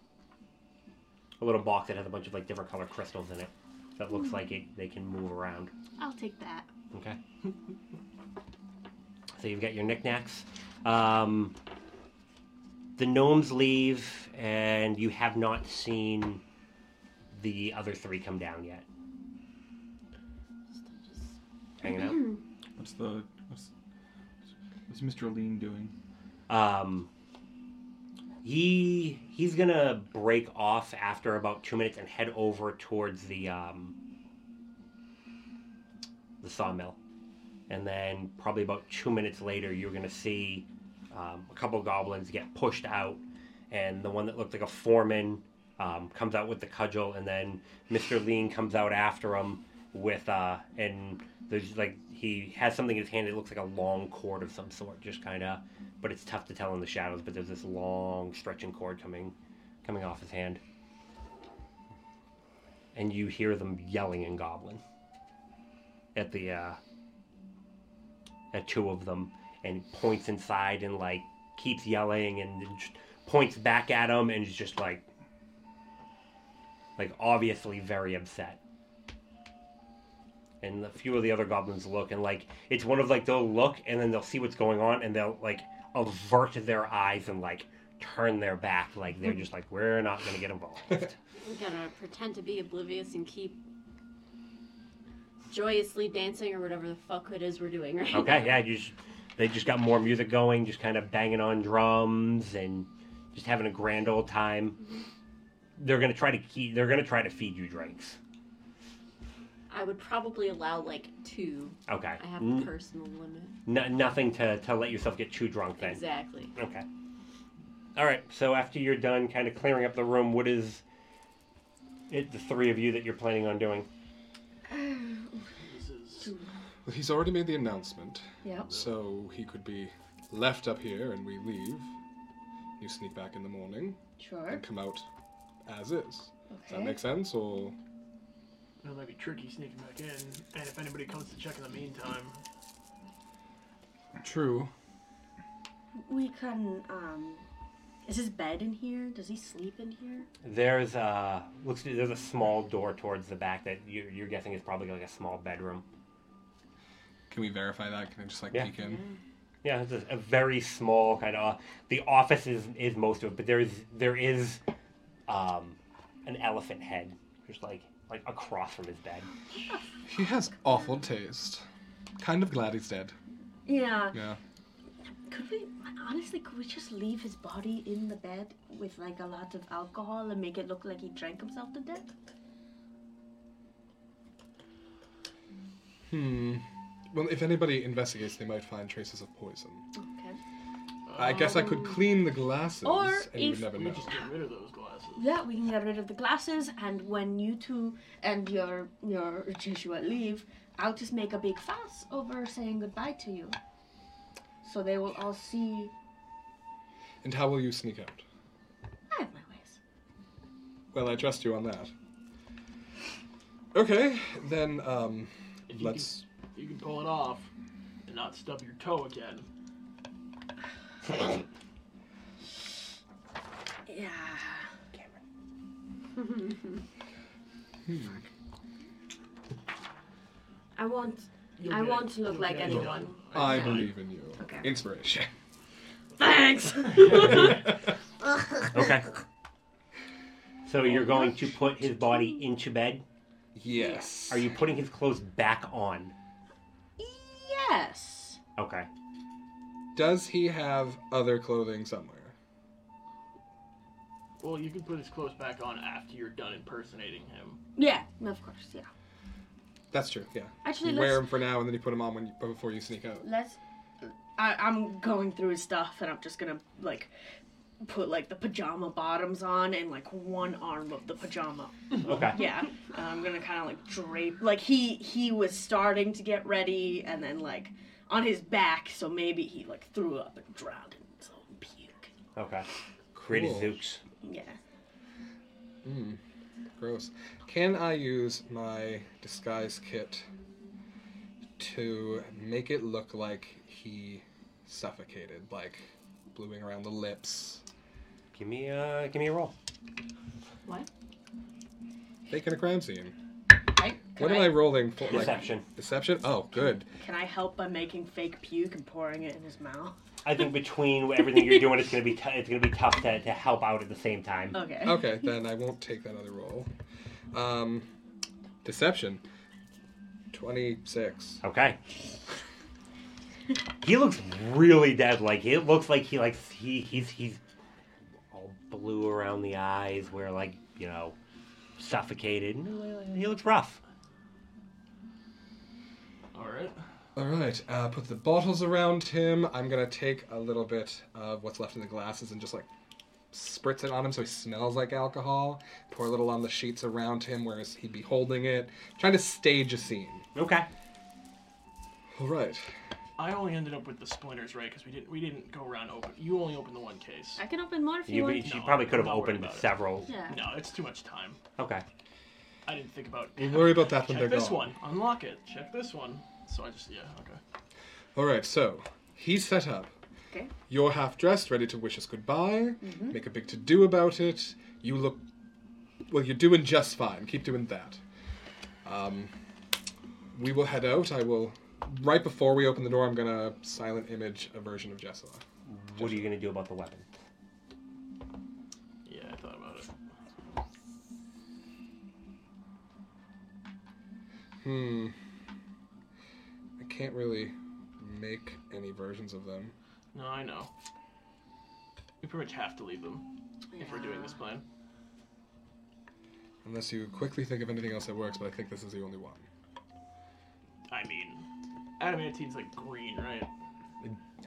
[SPEAKER 4] a little box that has a bunch of like different color crystals in it that looks like it they can move around.
[SPEAKER 8] I'll take that.
[SPEAKER 4] Okay. so you've got your knickknacks. Um, the gnomes leave, and you have not seen the other three come down yet. Hanging out.
[SPEAKER 3] What's the what's, what's Mr. Lean doing?
[SPEAKER 4] Um, he he's gonna break off after about two minutes and head over towards the um, the sawmill, and then probably about two minutes later, you're gonna see um, a couple goblins get pushed out, and the one that looked like a foreman um, comes out with the cudgel, and then Mr. Lean comes out after him with uh, and there's like he has something in his hand. It looks like a long cord of some sort, just kind of, but it's tough to tell in the shadows. But there's this long stretching cord coming, coming off his hand, and you hear them yelling in Goblin at the uh, at two of them, and points inside and like keeps yelling and then just points back at him and is just like like obviously very upset and a few of the other goblins look and like it's one of like they'll look and then they'll see what's going on and they'll like avert their eyes and like turn their back like they're just like we're not gonna get involved
[SPEAKER 2] I'm gonna pretend to be oblivious and keep joyously dancing or whatever the fuck it is we're doing right
[SPEAKER 4] okay yeah you just, they just got more music going just kind of banging on drums and just having a grand old time they're gonna try to keep they're gonna try to feed you drinks
[SPEAKER 2] I would probably allow like two.
[SPEAKER 4] okay
[SPEAKER 2] I have a
[SPEAKER 4] N-
[SPEAKER 2] personal limit.
[SPEAKER 4] no- nothing to, to let yourself get too drunk then
[SPEAKER 2] Exactly.
[SPEAKER 4] Okay. All right. So after you're done, kind of clearing up the room, what is it? The three of you that you're planning on doing?
[SPEAKER 5] Well, he's already made the announcement,
[SPEAKER 8] Yep.
[SPEAKER 5] so he could be left up here and we leave. You sneak back in the morning
[SPEAKER 8] Sure.
[SPEAKER 5] and come out as is. Does that
[SPEAKER 8] Okay.
[SPEAKER 5] make sense? Or
[SPEAKER 7] It might be tricky sneaking back in, and if anybody comes to check in the meantime,
[SPEAKER 5] true.
[SPEAKER 8] We can. Um, is his bed in here? Does he sleep in here?
[SPEAKER 4] There's uh looks there's a small door towards the back that you're, you're guessing is probably like a small bedroom.
[SPEAKER 5] Can we verify that? Can I just like
[SPEAKER 4] Yeah.
[SPEAKER 5] peek in?
[SPEAKER 4] Yeah, it's a, a very small kind of. The office is is most of it, but there's there is um an elephant head just like like across from his bed.
[SPEAKER 5] He has awful taste. Kind of glad he's dead.
[SPEAKER 8] Yeah.
[SPEAKER 5] Yeah.
[SPEAKER 8] Could we honestly? Could we just leave his body in the bed with like a lot of alcohol and make it look like he drank himself to death?
[SPEAKER 5] Hmm. Well, if anybody investigates, they might find traces of poison.
[SPEAKER 8] Okay.
[SPEAKER 5] I guess I could clean the glasses,
[SPEAKER 8] Um, or
[SPEAKER 5] and you
[SPEAKER 8] if-
[SPEAKER 5] would never
[SPEAKER 7] let me
[SPEAKER 5] know.
[SPEAKER 7] just get rid of those glasses.
[SPEAKER 8] Yeah, we can get rid of the glasses, and when you two and your your Joshua leave, I'll just make a big fuss over saying goodbye to you. So they will all see.
[SPEAKER 5] And how will you sneak out?
[SPEAKER 8] I have my ways.
[SPEAKER 5] Well, I trust you on that. Okay, then um,
[SPEAKER 7] If you
[SPEAKER 5] let's.
[SPEAKER 7] can, you can pull it off and not stub your toe again.
[SPEAKER 8] Yeah.
[SPEAKER 6] I won't.
[SPEAKER 7] You'll
[SPEAKER 6] I
[SPEAKER 7] get it.
[SPEAKER 6] won't look
[SPEAKER 7] You'll
[SPEAKER 6] like
[SPEAKER 7] get it
[SPEAKER 6] anyone.
[SPEAKER 7] done.
[SPEAKER 5] I believe in you.
[SPEAKER 8] Okay.
[SPEAKER 5] Inspiration.
[SPEAKER 6] Thanks.
[SPEAKER 4] Okay. So you're going to put his body into bed.
[SPEAKER 5] Yes.
[SPEAKER 4] Are you putting his clothes back on?
[SPEAKER 8] Yes.
[SPEAKER 4] Okay.
[SPEAKER 5] Does he have other clothing somewhere?
[SPEAKER 7] Well, you can put his clothes back on after you're done impersonating him.
[SPEAKER 8] Yeah. Of course. Yeah.
[SPEAKER 5] That's true. Yeah.
[SPEAKER 8] Actually,
[SPEAKER 5] You
[SPEAKER 8] let's
[SPEAKER 5] wear them for now, and then you put them on when you, before you sneak out.
[SPEAKER 8] let's. I, I'm going through his stuff, and I'm just gonna like put like the pajama bottoms on and like one arm of the pajama
[SPEAKER 4] Okay.
[SPEAKER 8] yeah and i'm gonna kind of like drape like he he was starting to get ready and then like on his back so maybe he like threw up and drowned in his own puke
[SPEAKER 4] Okay. Creative
[SPEAKER 5] Cool.
[SPEAKER 4] Zooks.
[SPEAKER 8] yeah
[SPEAKER 5] Mm, gross. Can I use my disguise kit to make it look like he suffocated, like bluing around the lips?
[SPEAKER 4] Give me uh give me a roll.
[SPEAKER 5] Making a crime scene.
[SPEAKER 8] I,
[SPEAKER 5] what
[SPEAKER 8] can,
[SPEAKER 5] am I
[SPEAKER 8] I,
[SPEAKER 5] rolling for? like-
[SPEAKER 4] Deception.
[SPEAKER 5] deception? Oh, good.
[SPEAKER 8] can i help by making fake puke and pouring it in his mouth
[SPEAKER 4] I think between everything you're doing, it's gonna be t- it's gonna be tough to, to help out at the same time.
[SPEAKER 8] okay
[SPEAKER 5] Okay, then I won't take that other roll. Um, deception. 26.
[SPEAKER 4] Okay. He looks really dead. Like it looks like he like he he's he's all blue around the eyes, where like you know suffocated. uh, He looks rough.
[SPEAKER 7] All right.
[SPEAKER 5] All right, uh, put the bottles around him. I'm gonna take a little bit of what's left in the glasses and just like spritz it on him so he smells like alcohol. Pour a little on the sheets around him where he'd be holding it. Trying to stage a scene.
[SPEAKER 4] Okay.
[SPEAKER 5] All right.
[SPEAKER 7] I only ended up with the splinters, right? Because we didn't we didn't go around open. You only opened the one case.
[SPEAKER 2] I can open more if you,
[SPEAKER 4] You,
[SPEAKER 2] want.
[SPEAKER 4] you
[SPEAKER 7] No,
[SPEAKER 4] probably could have
[SPEAKER 7] don't worry
[SPEAKER 4] opened
[SPEAKER 7] about it.
[SPEAKER 4] several.
[SPEAKER 2] Yeah.
[SPEAKER 7] No, it's too much time.
[SPEAKER 4] Okay.
[SPEAKER 7] I didn't think about.
[SPEAKER 5] We'll worry about that when
[SPEAKER 7] Check
[SPEAKER 5] they're
[SPEAKER 7] this
[SPEAKER 5] gone.
[SPEAKER 7] one. Unlock it. Check this one. So I just yeah okay.
[SPEAKER 5] All right, so he's set up.
[SPEAKER 2] Okay.
[SPEAKER 5] You're half dressed, ready to wish us goodbye. Make a big to do about it. You look. Well, you're doing just fine. Keep doing that. Um, we will head out. I will. Right before we open the door, I'm gonna silent image a version of Jessela.
[SPEAKER 4] What are you gonna do about the weapon?
[SPEAKER 7] Yeah, I thought about it.
[SPEAKER 5] Hmm. I can't really make any versions of them.
[SPEAKER 7] No, I know. We pretty much have to leave them if we're doing this plan.
[SPEAKER 5] Unless you quickly think of anything else that works, but I think this is the only one.
[SPEAKER 7] I mean, adamantine's like green, right?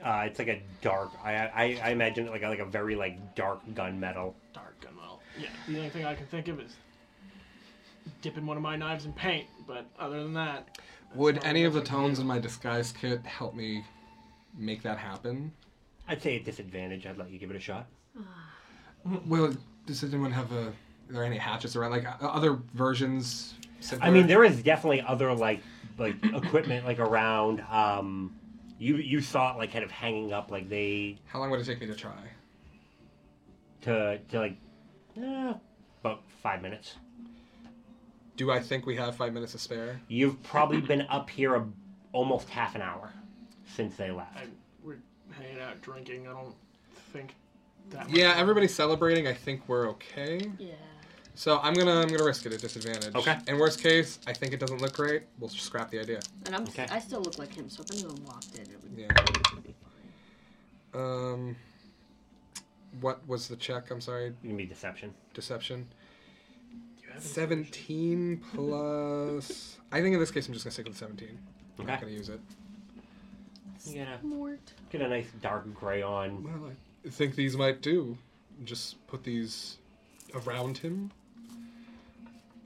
[SPEAKER 4] Uh, it's like a dark. I, I I imagine it like a, like a very like dark gunmetal.
[SPEAKER 7] Dark gunwell. Yeah. The only thing I can think of is dipping one of my knives in paint, but other than that,
[SPEAKER 5] Would any of the tones in my disguise kit help me make that happen?
[SPEAKER 4] I'd say a disadvantage. I'd let you give it a shot.
[SPEAKER 5] Well, does anyone have a? Are there any hatchets around? Like o- other versions? Simpler?
[SPEAKER 4] I mean, there is definitely other like like equipment like around. Um, you you saw it like kind of hanging up like they
[SPEAKER 5] How long would it take me to try?
[SPEAKER 4] to to like eh, about five minutes.
[SPEAKER 5] Do I think we have five minutes to spare?
[SPEAKER 4] You've probably been up here a, almost half an hour since they left.
[SPEAKER 7] I, we're hanging out drinking. I don't think that.
[SPEAKER 5] Yeah, everybody's celebrating. I think we're okay.
[SPEAKER 8] Yeah.
[SPEAKER 5] So I'm gonna I'm gonna risk it at disadvantage.
[SPEAKER 4] Okay.
[SPEAKER 5] And worst case, I think it doesn't look great. We'll scrap the idea.
[SPEAKER 8] And I'm
[SPEAKER 4] Okay.
[SPEAKER 8] I still look like him, so if anyone walked in, it would
[SPEAKER 5] Yeah.
[SPEAKER 8] be fine.
[SPEAKER 5] Um. What was the check? I'm sorry,
[SPEAKER 4] You can be deception.
[SPEAKER 5] deception.
[SPEAKER 7] You have inspiration.
[SPEAKER 5] Seventeen plus. I think in this case I'm just gonna stick with seventeen. I'm not
[SPEAKER 4] Okay.
[SPEAKER 5] gonna use it.
[SPEAKER 4] You gotta get a nice dark gray on.
[SPEAKER 5] Well, I think these might do. Just put these around him.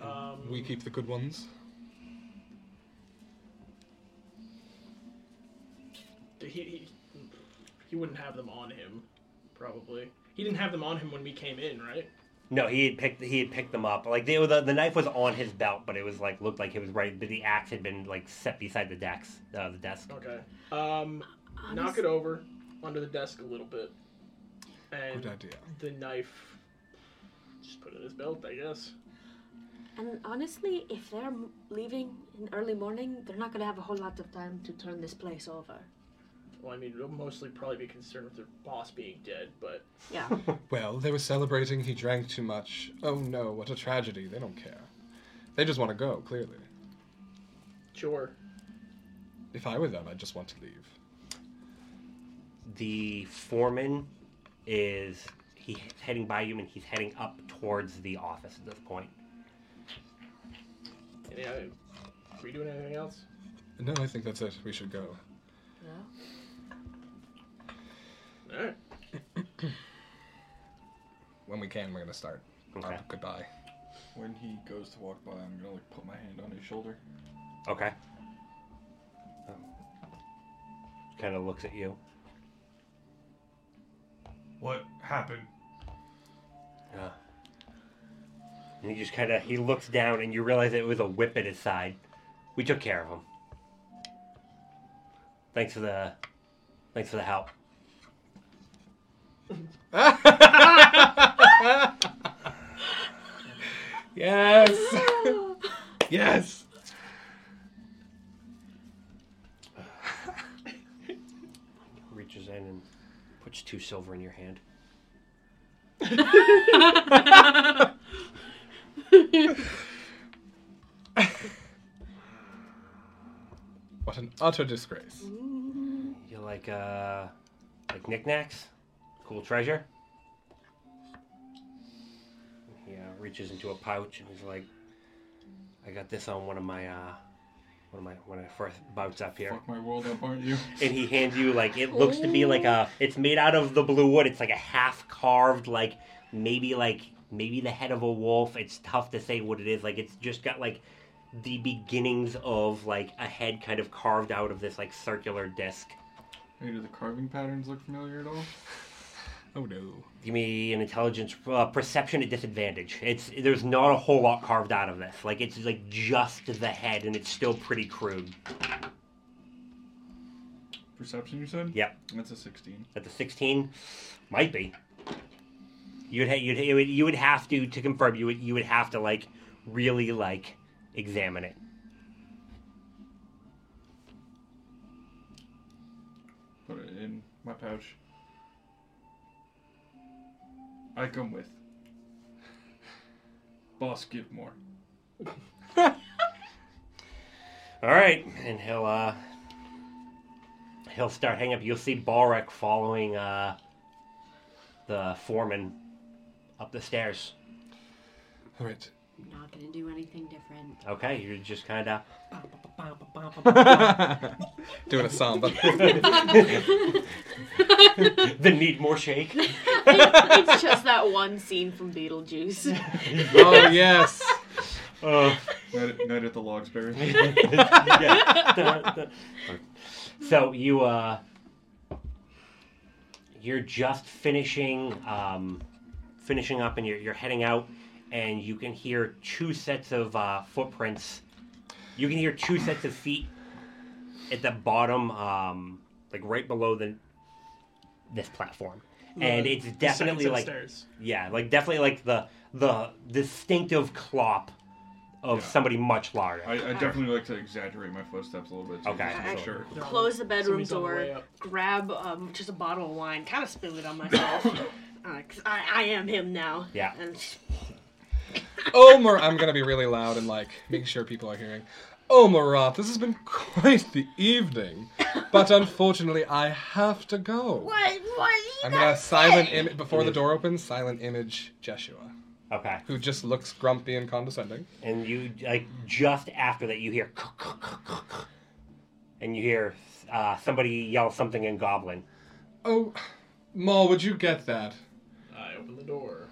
[SPEAKER 7] Um,
[SPEAKER 5] We keep the good ones.
[SPEAKER 7] he, he he wouldn't have them on him, probably. He didn't have them on him when we came in, right?
[SPEAKER 4] No, he had picked he had picked them up. Like they, were- the the knife was on his belt, but it was like looked like it was right. But the axe had been like set beside the desk. Uh, the
[SPEAKER 5] Oh,
[SPEAKER 4] desk.
[SPEAKER 7] Okay. Um, knock it over under the desk a little bit, and
[SPEAKER 5] Good idea.
[SPEAKER 7] the knife. Just put it in his belt, I guess.
[SPEAKER 6] And honestly, if they're m- leaving in early morning, they're not gonna have a whole lot of time to turn this place over.
[SPEAKER 7] Well, I mean, they'll mostly probably be concerned with their boss being dead, but
[SPEAKER 6] Yeah.
[SPEAKER 5] Well, they were celebrating he drank too much. Oh no, what a tragedy. They don't care. They just want to go, clearly.
[SPEAKER 7] sure.
[SPEAKER 5] If I were them, I'd just want to leave.
[SPEAKER 4] The foreman is he's heading by you, and he's heading up towards the office at this point.
[SPEAKER 7] Any other, are we doing anything else?
[SPEAKER 5] No, I think that's it. We should go.
[SPEAKER 7] All right.
[SPEAKER 5] When we can, we're going to start.
[SPEAKER 4] Okay.
[SPEAKER 5] Uh, goodbye.
[SPEAKER 3] When he goes to walk by, I'm gonna like put my hand on his shoulder.
[SPEAKER 4] Okay. Kind of looks at you.
[SPEAKER 9] What happened?
[SPEAKER 4] Yeah. And he just kind of he looks down, and you realize it was a whip at his side. We took care of him. Thanks for the, thanks for the help.
[SPEAKER 5] yes! yes!
[SPEAKER 4] Reaches in and puts two silver in your hand.
[SPEAKER 5] What an utter disgrace.
[SPEAKER 4] You like uh, like knickknacks, cool treasure. He uh, reaches into a pouch and he's like, "I got this on one of my uh, One of my one of my first bouts up here,
[SPEAKER 5] Fuck my world up, aren't you?
[SPEAKER 4] and he hands you like it looks to be like a. It's made out of the blue wood. It's like a half carved, like maybe like maybe the head of a wolf. It's tough to say what it is. Like it's just got like the beginnings of like a head kind of carved out of this like circular disc.
[SPEAKER 5] Hey, do the carving patterns look familiar at all? Oh no.
[SPEAKER 4] Give me an intelligence uh, perception at disadvantage. It's there's not a whole lot carved out of this. Like it's like just the head, and it's still pretty crude.
[SPEAKER 5] Perception, you said?
[SPEAKER 4] Yep.
[SPEAKER 5] That's a 16.
[SPEAKER 4] At the 16, might be. You'd ha- you'd you would, you would have to to confirm. You would you would have to like really like examine it.
[SPEAKER 5] Put it in my pouch. I come with.
[SPEAKER 3] Boss, give more.
[SPEAKER 4] All right, and he'll uh he'll start hanging up. You'll see Balrek following uh the foreman up the stairs.
[SPEAKER 5] All right.
[SPEAKER 2] I'm not gonna do anything different.
[SPEAKER 4] Okay, you're just kind of
[SPEAKER 5] Doing a samba.
[SPEAKER 4] the need more shake.
[SPEAKER 6] it's just that one scene from Beetlejuice.
[SPEAKER 5] oh yes.
[SPEAKER 4] Uh,
[SPEAKER 3] Night at, night at the Logsberry.
[SPEAKER 4] Yeah. so you uh you're just finishing um finishing up and you're, you're heading out and you can hear two sets of uh, footprints you can hear two sets of feet at the bottom um like right below the this platform and it's
[SPEAKER 7] The second
[SPEAKER 4] definitely
[SPEAKER 7] set of
[SPEAKER 4] like
[SPEAKER 7] stairs.
[SPEAKER 4] yeah, like definitely like the the distinctive clop of
[SPEAKER 3] Yeah.
[SPEAKER 4] somebody much larger.
[SPEAKER 3] I, I definitely like to exaggerate my footsteps a little bit. Too,
[SPEAKER 4] Okay.
[SPEAKER 3] just to
[SPEAKER 6] I-
[SPEAKER 3] be Sure.
[SPEAKER 7] They're on-
[SPEAKER 6] Close the bedroom
[SPEAKER 7] somebody's on the
[SPEAKER 6] door,
[SPEAKER 7] way up.
[SPEAKER 6] grab um, just a bottle of wine, kind of spill it on myself. Uh 'cause I, I am him now.
[SPEAKER 4] Yeah.
[SPEAKER 6] And
[SPEAKER 5] Omar, I'm gonna be really loud and like making sure people are hearing. Oh, Marat, this has been quite the evening, but unfortunately I have to go.
[SPEAKER 10] What? What?
[SPEAKER 5] I'm gonna silent Im- before the door opens. Silent image Jeshua,
[SPEAKER 4] Okay,
[SPEAKER 5] who just looks grumpy and condescending.
[SPEAKER 4] and you like just after that you hear, and you hear uh, somebody yell something in Goblin.
[SPEAKER 5] Oh, Maul, would you get that?
[SPEAKER 7] I open the door.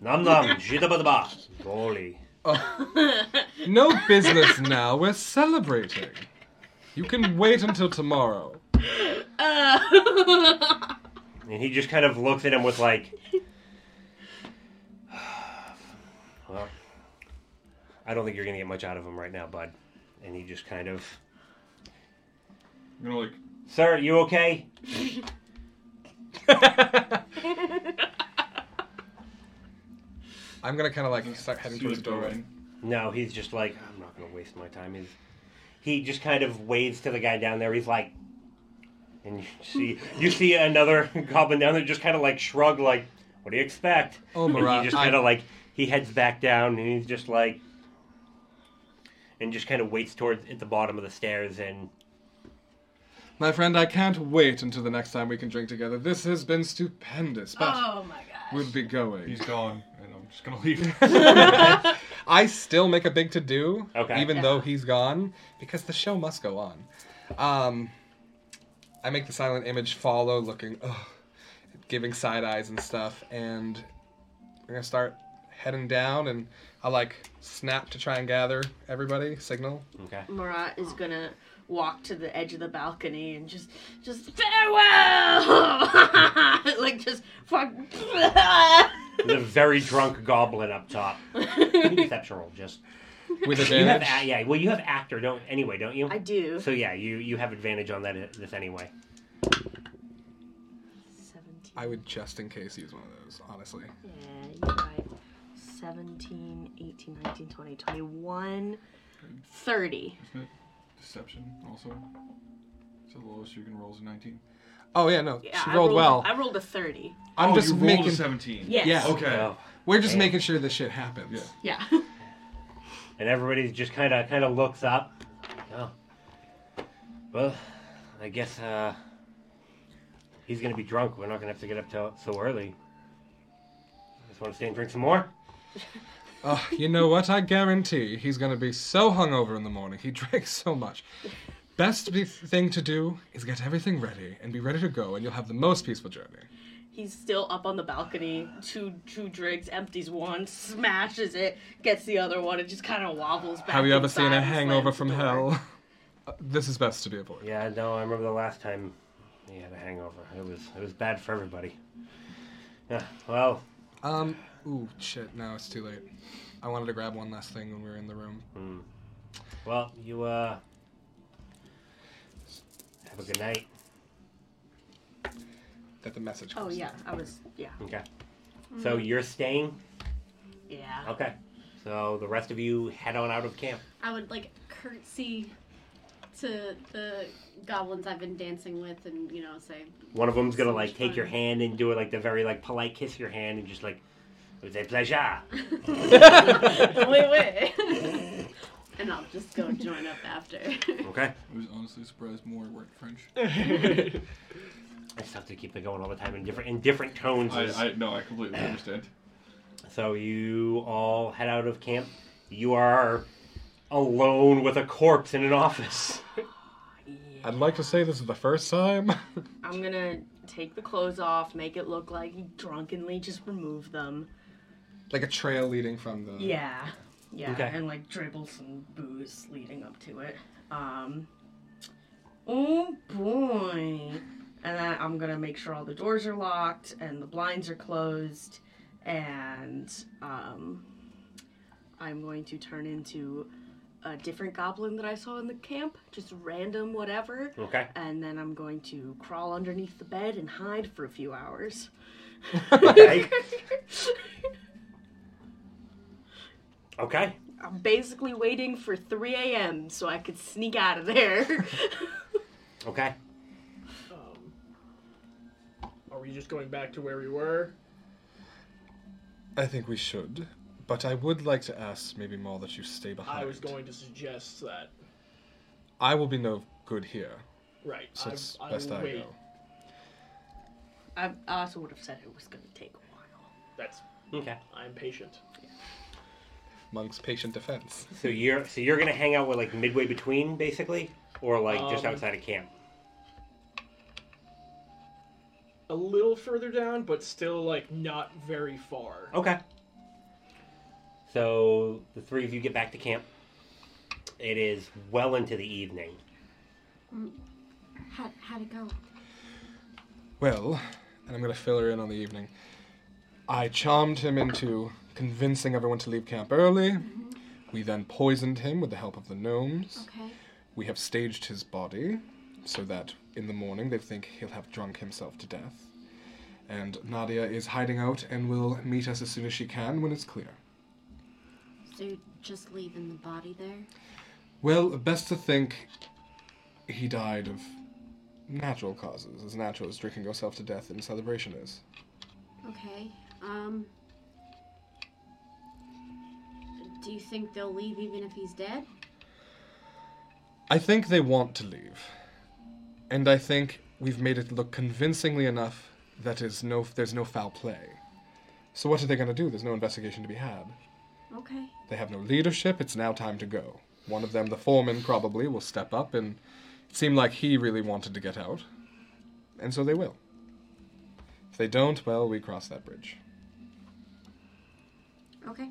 [SPEAKER 4] Nom nom, jitterbaba, golly.
[SPEAKER 5] No business now. We're celebrating. You can wait until tomorrow.
[SPEAKER 4] And he just kind of looks at him with like, well, I don't think you're gonna get much out of him right now, bud. And he just kind of,
[SPEAKER 3] I'm gonna like
[SPEAKER 4] sir, you okay?
[SPEAKER 5] I'm gonna kind of like start heading
[SPEAKER 3] see
[SPEAKER 5] towards
[SPEAKER 3] the
[SPEAKER 5] the doorway.
[SPEAKER 3] doorway.
[SPEAKER 4] No, he's just like, I'm not gonna waste my time. He's, he just kind of waves to the guy down there. He's like, and you see, you see another goblin down there, just kind of like shrug, like, what do you expect?
[SPEAKER 5] Oh,
[SPEAKER 4] and
[SPEAKER 5] Marat,
[SPEAKER 4] he just
[SPEAKER 5] I-
[SPEAKER 4] kind of like he heads back down, and he's just like, and just kind of waits towards at the bottom of the stairs, and
[SPEAKER 5] My friend, I can't wait until the next time we can drink together. This has been stupendous, but
[SPEAKER 10] Oh my god.
[SPEAKER 5] we'll be going.
[SPEAKER 3] He's gone, and I'm just gonna leave.
[SPEAKER 5] I still make a big to do,
[SPEAKER 4] Okay.
[SPEAKER 5] even though he's gone, because the show must go on. Um, I make the silent image follow, looking, ugh, giving side eyes and stuff, and we're gonna start heading down, and I like snap to try and gather everybody, signal.
[SPEAKER 4] okay,
[SPEAKER 6] Marat is gonna walk to the edge of the balcony and just, just farewell, like just fuck.
[SPEAKER 4] the very drunk goblin up top. Perception roll, just
[SPEAKER 5] With
[SPEAKER 4] you have,
[SPEAKER 5] advantage.
[SPEAKER 4] a- yeah. Well, you have actor, don't anyway, don't you?
[SPEAKER 6] I do.
[SPEAKER 4] So yeah, you you have advantage on that uh, this anyway.
[SPEAKER 6] Seventeen.
[SPEAKER 5] I would just in case use one of those, honestly.
[SPEAKER 6] Yeah, you're right. 17, 18, 19, 20, 21, 30.
[SPEAKER 3] Isn't it deception also? So the lowest you can roll is a 19.
[SPEAKER 5] Oh yeah, no,
[SPEAKER 6] Yeah,
[SPEAKER 5] she
[SPEAKER 6] I
[SPEAKER 5] rolled, well.
[SPEAKER 6] I rolled a 30.
[SPEAKER 5] I'm
[SPEAKER 3] oh,
[SPEAKER 5] just
[SPEAKER 3] you rolled
[SPEAKER 5] making.
[SPEAKER 3] a 17.
[SPEAKER 10] Yes.
[SPEAKER 5] Yeah,
[SPEAKER 3] Okay.
[SPEAKER 4] So-
[SPEAKER 5] we're just
[SPEAKER 4] Damn.
[SPEAKER 5] making sure this shit happens.
[SPEAKER 3] Yeah.
[SPEAKER 10] Yeah.
[SPEAKER 4] and everybody just kind of kind of looks up. Oh, well, I guess uh, he's gonna be drunk. We're not gonna have to get up till so early. Just want to stay and drink some more.
[SPEAKER 5] Uh, you know what? I guarantee he's going to be so hungover in the morning. He drinks so much. Best be- thing to do is get everything ready and be ready to go, and you'll have the most peaceful journey.
[SPEAKER 6] He's still up on the balcony. Two two drinks, empties one, smashes it, gets the other one, and just kind of wobbles back.
[SPEAKER 5] have you ever seen
[SPEAKER 6] inside
[SPEAKER 5] a
[SPEAKER 6] and
[SPEAKER 5] hangover
[SPEAKER 6] slams
[SPEAKER 5] from
[SPEAKER 6] the door.
[SPEAKER 5] hell? Uh, this is best to be avoided.
[SPEAKER 4] Yeah, no, I remember the last time he had a hangover. It was it was bad for everybody. Yeah, well,
[SPEAKER 5] Um, ooh, shit, no, it's too late. I wanted to grab one last thing when we were in the room.
[SPEAKER 4] well, you uh have a good night.
[SPEAKER 5] That the message
[SPEAKER 6] Oh
[SPEAKER 5] goes
[SPEAKER 6] yeah,
[SPEAKER 5] through.
[SPEAKER 6] I was yeah
[SPEAKER 4] Okay. So you're staying?
[SPEAKER 6] yeah.
[SPEAKER 4] Okay. So the rest of you head on out of camp.
[SPEAKER 2] I would like curtsy to the goblins I've been dancing with, and you know, say,
[SPEAKER 4] One of them's gonna
[SPEAKER 2] So
[SPEAKER 4] like
[SPEAKER 2] much
[SPEAKER 4] take
[SPEAKER 2] fun.
[SPEAKER 4] your hand and do it like the very like polite kiss your hand and just like it was a pleasure.
[SPEAKER 2] "Wait, wait," and I'll just go join up after.
[SPEAKER 4] Okay.
[SPEAKER 3] I was honestly surprised more worked French.
[SPEAKER 4] I just have to keep it going all the time in different in different tones.
[SPEAKER 3] I, I no, I completely understand.
[SPEAKER 4] So you all head out of camp. You are alone with a corpse in an office.
[SPEAKER 5] I'd like to say this is the first time.
[SPEAKER 6] I'm gonna take the clothes off, make it look like he drunkenly just removed them.
[SPEAKER 5] like a trail leading from the.
[SPEAKER 8] Yeah. Yeah.
[SPEAKER 4] Okay.
[SPEAKER 8] And like dribble some booze leading up to it. Um Oh boy. And then I'm gonna make sure all the doors are locked and the blinds are closed and um
[SPEAKER 6] I'm going to turn into a different goblin that I saw in the camp, just random whatever,
[SPEAKER 4] Okay.
[SPEAKER 6] and then I'm going to crawl underneath the bed and hide for a few hours.
[SPEAKER 4] Okay. okay.
[SPEAKER 6] I'm basically waiting for 3 a.m. so I could sneak out of there.
[SPEAKER 4] Okay.
[SPEAKER 7] Um, are we just going back to where we were?
[SPEAKER 5] I think we should, but I would like to ask maybe more that you stay behind.
[SPEAKER 7] I was going to suggest that.
[SPEAKER 5] I will be no good here,
[SPEAKER 7] Right.
[SPEAKER 5] so it's
[SPEAKER 7] I, I
[SPEAKER 5] best
[SPEAKER 7] will
[SPEAKER 5] I
[SPEAKER 7] wait.
[SPEAKER 5] go.
[SPEAKER 6] I I also would have said it was going to take a while.
[SPEAKER 7] That's.
[SPEAKER 4] Okay.
[SPEAKER 7] I'm patient.
[SPEAKER 5] Monk's patient defense.
[SPEAKER 4] So you're so you're gonna hang out with like midway between basically, or like just
[SPEAKER 7] Um,
[SPEAKER 4] outside of camp.
[SPEAKER 7] A little further down, but still like not very far.
[SPEAKER 4] Okay. So the three of you get back to camp. It is well into the evening.
[SPEAKER 2] How how'd it go?
[SPEAKER 5] Well, and I'm going to fill her in on the evening. I charmed him into convincing everyone to leave camp early. We then poisoned him with the help of the gnomes.
[SPEAKER 2] Okay.
[SPEAKER 5] We have staged his body so that in the morning they think he'll have drunk himself to death. And Nadia is hiding out and will meet us as soon as she can when it's clear.
[SPEAKER 1] So you're just leaving the body there?
[SPEAKER 5] Well, best to think he died of natural causes, as natural as drinking yourself to death in celebration is.
[SPEAKER 1] Okay. Um. Do you think they'll leave even if he's dead?
[SPEAKER 5] I think they want to leave. And I think we've made it look convincingly enough that is no, there's no foul play. So what are they going to do? There's no investigation to be had.
[SPEAKER 1] Okay.
[SPEAKER 5] They have no leadership. It's now time to go. One of them, the foreman, probably will step up, and it seemed like he really wanted to get out, and so they will. If they don't, well, we cross that bridge.
[SPEAKER 1] Okay.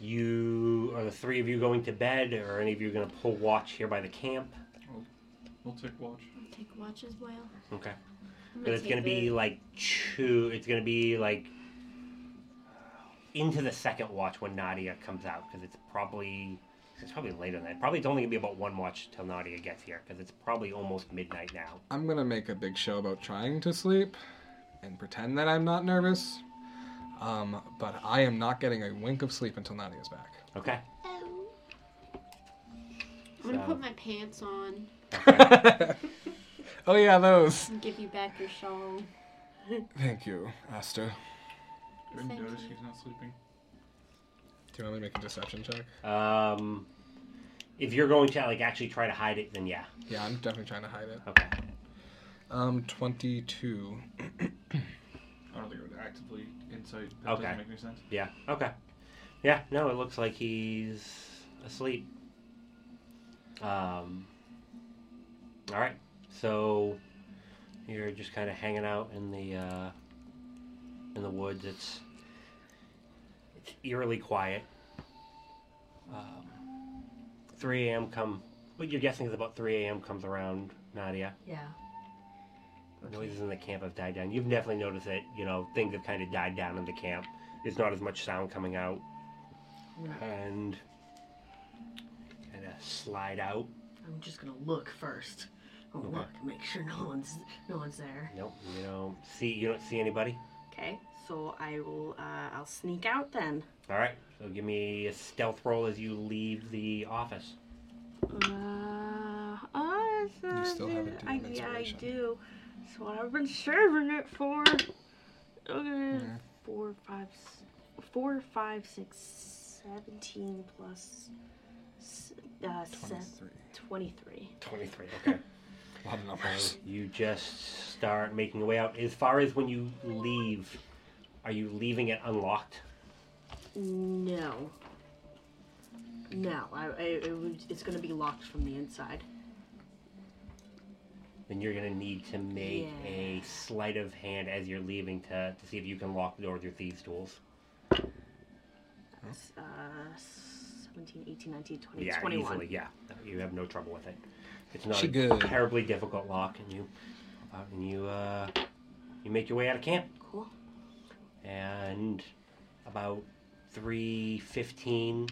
[SPEAKER 4] You are the three of you going to bed, or any of you going to pull watch here by the camp?
[SPEAKER 3] We'll take watch.
[SPEAKER 1] I'll take watch as well.
[SPEAKER 4] Okay.
[SPEAKER 1] I'm
[SPEAKER 4] But it's
[SPEAKER 1] take
[SPEAKER 4] gonna be
[SPEAKER 1] the-
[SPEAKER 4] like two. It's gonna be like into the second watch when Nadia comes out because it's probably it's probably late on that. Probably it's only gonna be about one watch till Nadia gets here because it's probably almost midnight now.
[SPEAKER 5] I'm gonna make a big show about trying to sleep, and pretend that I'm not nervous. Um, but I am not getting a wink of sleep until Nadia's back.
[SPEAKER 4] Okay.
[SPEAKER 2] I'm gonna
[SPEAKER 4] So-
[SPEAKER 2] put my pants on
[SPEAKER 5] Oh yeah, those.
[SPEAKER 2] and give you back your shawl.
[SPEAKER 5] Thank you, Aster.
[SPEAKER 3] Did
[SPEAKER 2] Thank
[SPEAKER 3] you notice
[SPEAKER 2] you.
[SPEAKER 3] he's not sleeping?
[SPEAKER 5] Do you want me to make a deception check?
[SPEAKER 4] Um, if you're going to like actually try to hide it, then yeah.
[SPEAKER 5] Yeah, I'm Um, definitely trying to hide it.
[SPEAKER 4] Okay.
[SPEAKER 5] Um, 22.
[SPEAKER 3] I don't don't think I would actively insight. That
[SPEAKER 4] Okay.
[SPEAKER 3] doesn't make any sense.
[SPEAKER 4] Yeah. Okay. Yeah. No, it looks like he's asleep. Um. All right. So you're just kind of hanging out in the uh, in the woods. It's it's eerily quiet. Um, 3 a.m. come. What you're guessing is about 3 a.m. comes around, Nadia.
[SPEAKER 8] Yeah.
[SPEAKER 4] Noises in the camp have died down. You've definitely noticed that, you know, things have kind of died down in the camp. There's not as much sound coming out. And kind of slide out.
[SPEAKER 8] I'm just gonna look first. I'll
[SPEAKER 4] Okay.
[SPEAKER 8] look, make sure no one's no one's there.
[SPEAKER 4] Nope, you don't see you don't see anybody.
[SPEAKER 6] Okay, so I will. Uh, I'll sneak out then.
[SPEAKER 4] All right, so give me a stealth roll as you leave the office.
[SPEAKER 6] Uh, oh, it's
[SPEAKER 5] You
[SPEAKER 6] not
[SPEAKER 5] still haven't
[SPEAKER 6] good.
[SPEAKER 5] done
[SPEAKER 6] I,
[SPEAKER 5] an
[SPEAKER 6] yeah, I
[SPEAKER 5] inspiration.
[SPEAKER 6] do. So I've been serving it for. Okay,
[SPEAKER 5] Yeah.
[SPEAKER 6] four, five, s- four, five, six, seventeen plus. s- Uh, se-
[SPEAKER 5] 23.
[SPEAKER 6] 23.
[SPEAKER 4] Twenty-three. Okay.
[SPEAKER 5] A lot of numbers.
[SPEAKER 4] you just start making your way out. As far as when you leave, are you leaving it unlocked?
[SPEAKER 6] No. No, I, I, it would- it's gonna be locked from the inside.
[SPEAKER 4] Then you're gonna need to make a sleight of hand as you're leaving to, to see if you can lock the door with your thieves' tools.
[SPEAKER 6] That's, uh, 17, 18, 19, 20,
[SPEAKER 4] Yeah,
[SPEAKER 6] 21.
[SPEAKER 4] easily. Yeah, you have no trouble with it. It's not
[SPEAKER 5] She
[SPEAKER 4] a
[SPEAKER 5] good.
[SPEAKER 4] terribly difficult lock, and you uh, and you uh, you make your way out of camp.
[SPEAKER 6] Cool.
[SPEAKER 4] And about three fifteen,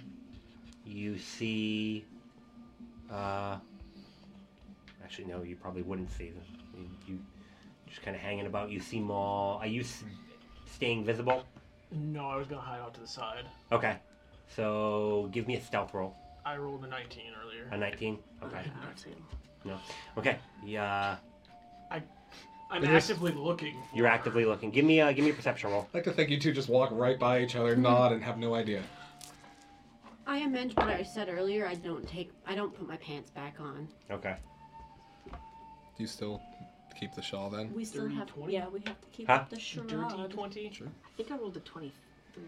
[SPEAKER 4] you see. Uh, actually, no, you probably wouldn't see them. You, you just kind of hanging about. You see more. Are you s- staying visible?
[SPEAKER 7] No, I was gonna hide out to the side.
[SPEAKER 4] Okay. So give me a stealth roll.
[SPEAKER 7] I rolled a 19 earlier.
[SPEAKER 4] A nineteen. Okay.
[SPEAKER 6] I don't see 'em.
[SPEAKER 4] Okay. Yeah.
[SPEAKER 7] I'm
[SPEAKER 5] It is-
[SPEAKER 7] actively looking. For
[SPEAKER 4] You're actively looking. Give me a give me a perception roll.
[SPEAKER 5] I like to think you two just walk right by each other, nod, and have no idea.
[SPEAKER 2] I amend what I said earlier. I don't take. I don't put my pants back on.
[SPEAKER 4] Okay.
[SPEAKER 5] Do you still keep the shawl then?
[SPEAKER 2] We still
[SPEAKER 7] Dirty
[SPEAKER 2] have.
[SPEAKER 7] 20?
[SPEAKER 2] Yeah, we have to keep
[SPEAKER 4] Huh?
[SPEAKER 2] up the
[SPEAKER 7] Dirty
[SPEAKER 2] shroud.
[SPEAKER 7] 20.
[SPEAKER 6] I think I rolled a 23.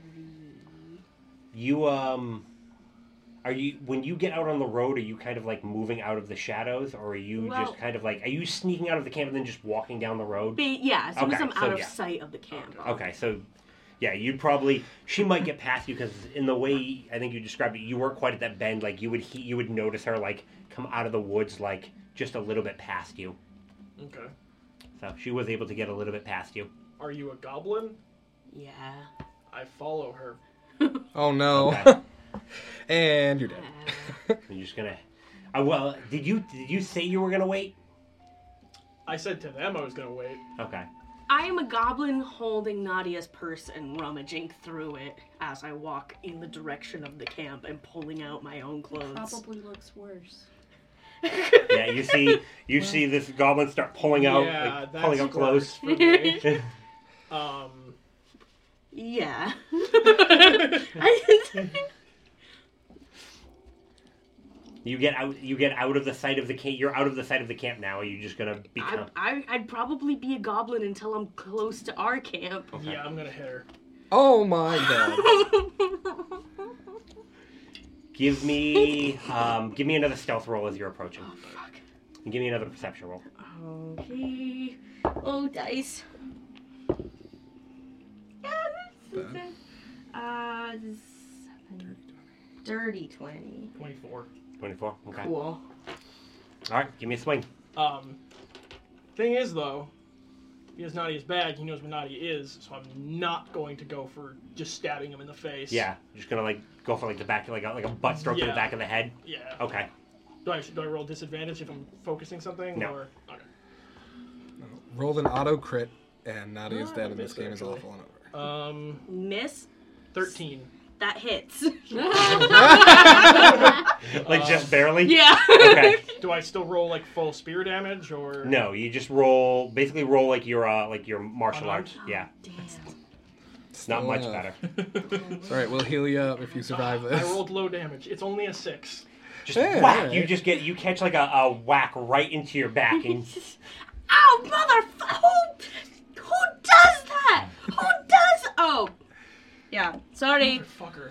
[SPEAKER 4] You um are you when you get out on the road are you kind of like moving out of the shadows or are you
[SPEAKER 6] Well-
[SPEAKER 4] just kind of like are you sneaking out of the camp and then just walking down the road?
[SPEAKER 6] Be- yeah, as soon as
[SPEAKER 4] Okay,
[SPEAKER 6] I'm
[SPEAKER 4] so
[SPEAKER 6] out of
[SPEAKER 4] yeah.
[SPEAKER 6] sight of the camp.
[SPEAKER 4] Okay, so yeah, you'd probably she might get past you because in the way I think you described it, you weren't quite at that bend. Like you would he, you would notice her like come out of the woods like just a little bit past you.
[SPEAKER 7] Okay.
[SPEAKER 4] So she was able to get a little bit past you.
[SPEAKER 7] Are you a goblin?
[SPEAKER 6] Yeah.
[SPEAKER 7] I follow her.
[SPEAKER 5] Oh no.
[SPEAKER 4] Okay.
[SPEAKER 5] and you're dead.
[SPEAKER 4] And you're just gonna. Uh, well, did you did you say you were gonna wait?
[SPEAKER 7] I said to them I was gonna wait.
[SPEAKER 4] Okay.
[SPEAKER 6] I am a goblin holding Nadia's purse and rummaging through it as I walk in the direction of the camp and pulling out my own clothes.
[SPEAKER 2] Probably looks worse.
[SPEAKER 4] Yeah, you see, you see this goblin start pulling out,
[SPEAKER 7] yeah,
[SPEAKER 4] like,
[SPEAKER 7] that's
[SPEAKER 4] pulling out
[SPEAKER 7] worse
[SPEAKER 4] clothes.
[SPEAKER 7] for me. um,
[SPEAKER 6] Yeah.
[SPEAKER 4] You get out, you get out of the sight of the camp. You're out of the sight of the camp now. Are you just gonna
[SPEAKER 6] I,
[SPEAKER 4] become?
[SPEAKER 6] I, I'd probably be a goblin until I'm close to our camp.
[SPEAKER 7] yeah, I'm gonna hit her.
[SPEAKER 5] Oh my god.
[SPEAKER 4] Give me, um, give me another stealth roll as you're approaching. Oh, fuck. And give me another perception roll.
[SPEAKER 6] Okay. Oh, dice. Yeah, this is a- Uh, this is seven.
[SPEAKER 10] Dirty 20.
[SPEAKER 7] 24.
[SPEAKER 4] Twenty-four. Okay.
[SPEAKER 10] Cool.
[SPEAKER 4] All right. Give me a swing.
[SPEAKER 7] Um, thing is though, because Nadia's bad, he knows what Nadia is, so I'm not going to go for just stabbing him in the face.
[SPEAKER 4] Yeah. You're just gonna like go for like the back, like a, like a butt stroke to the
[SPEAKER 7] Yeah.
[SPEAKER 4] back of the head.
[SPEAKER 7] Yeah.
[SPEAKER 4] Okay.
[SPEAKER 7] Do I do I roll disadvantage if I'm focusing something?
[SPEAKER 4] No.
[SPEAKER 7] Or, okay.
[SPEAKER 5] Rolled an auto crit, and Nadia's
[SPEAKER 7] Ah,
[SPEAKER 5] dead, and
[SPEAKER 7] missed
[SPEAKER 5] this game is
[SPEAKER 7] actually.
[SPEAKER 5] awful and over.
[SPEAKER 7] Um,
[SPEAKER 6] Miss,
[SPEAKER 7] 13.
[SPEAKER 6] that hits.
[SPEAKER 4] Like just barely.
[SPEAKER 6] yeah.
[SPEAKER 4] Okay.
[SPEAKER 7] Do I still roll like full spear damage or?
[SPEAKER 4] No, you just roll, basically roll like your uh, like your martial
[SPEAKER 7] Unarmed?
[SPEAKER 4] arts. Yeah.
[SPEAKER 5] It's
[SPEAKER 4] Not much better.
[SPEAKER 5] All right, we'll heal you up if you survive this.
[SPEAKER 7] I rolled low damage. It's only a six.
[SPEAKER 4] Just
[SPEAKER 5] Yeah,
[SPEAKER 4] whack.
[SPEAKER 5] alright.
[SPEAKER 4] You just get you catch like a, a whack right into your back and
[SPEAKER 6] Ow, mother! Who, who does that? Who
[SPEAKER 2] Oh,
[SPEAKER 8] Yeah, sorry,
[SPEAKER 7] Motherfucker.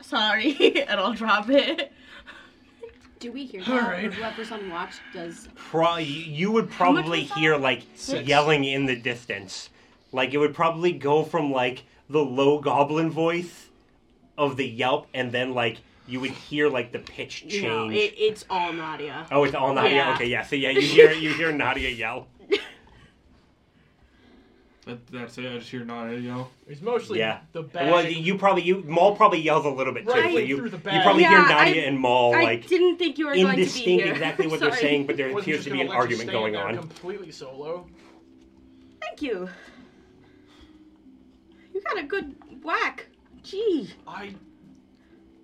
[SPEAKER 8] sorry, and I'll drop it.
[SPEAKER 2] do we hear
[SPEAKER 7] All
[SPEAKER 2] that?
[SPEAKER 7] right.
[SPEAKER 2] Or Whoever's on watch does.
[SPEAKER 4] Pro- you- you would probably hear like
[SPEAKER 7] Six.
[SPEAKER 4] yelling in the distance. Like it would probably go from like the low goblin voice of the yelp, and then like you would hear like the pitch change.
[SPEAKER 6] No, it, it's all Nadia.
[SPEAKER 4] oh, it's all Nadia.
[SPEAKER 6] Yeah.
[SPEAKER 4] Okay, yeah. So yeah, you hear you hear Nadia yell.
[SPEAKER 5] That, that's it. I just hear Nadia yell.
[SPEAKER 7] It's mostly
[SPEAKER 4] Yeah.
[SPEAKER 7] the bag.
[SPEAKER 4] Well, you probably you Maul probably yells a little bit too.
[SPEAKER 7] Right
[SPEAKER 4] so you,
[SPEAKER 7] through the
[SPEAKER 4] you
[SPEAKER 7] bag.
[SPEAKER 4] probably
[SPEAKER 10] Yeah,
[SPEAKER 4] hear Nadia
[SPEAKER 10] I-
[SPEAKER 4] and Maul like
[SPEAKER 10] I didn't think you were going to be
[SPEAKER 4] indistinct
[SPEAKER 10] here.
[SPEAKER 4] exactly what they're
[SPEAKER 10] Sorry.
[SPEAKER 4] saying, but there
[SPEAKER 7] Wasn't
[SPEAKER 4] appears
[SPEAKER 7] just
[SPEAKER 4] to be
[SPEAKER 7] gonna
[SPEAKER 4] an
[SPEAKER 7] let you
[SPEAKER 4] argument
[SPEAKER 7] stay in
[SPEAKER 4] going
[SPEAKER 7] there
[SPEAKER 4] on.
[SPEAKER 7] Completely solo.
[SPEAKER 6] Thank you.
[SPEAKER 10] You got a good whack.
[SPEAKER 6] Gee.
[SPEAKER 7] I.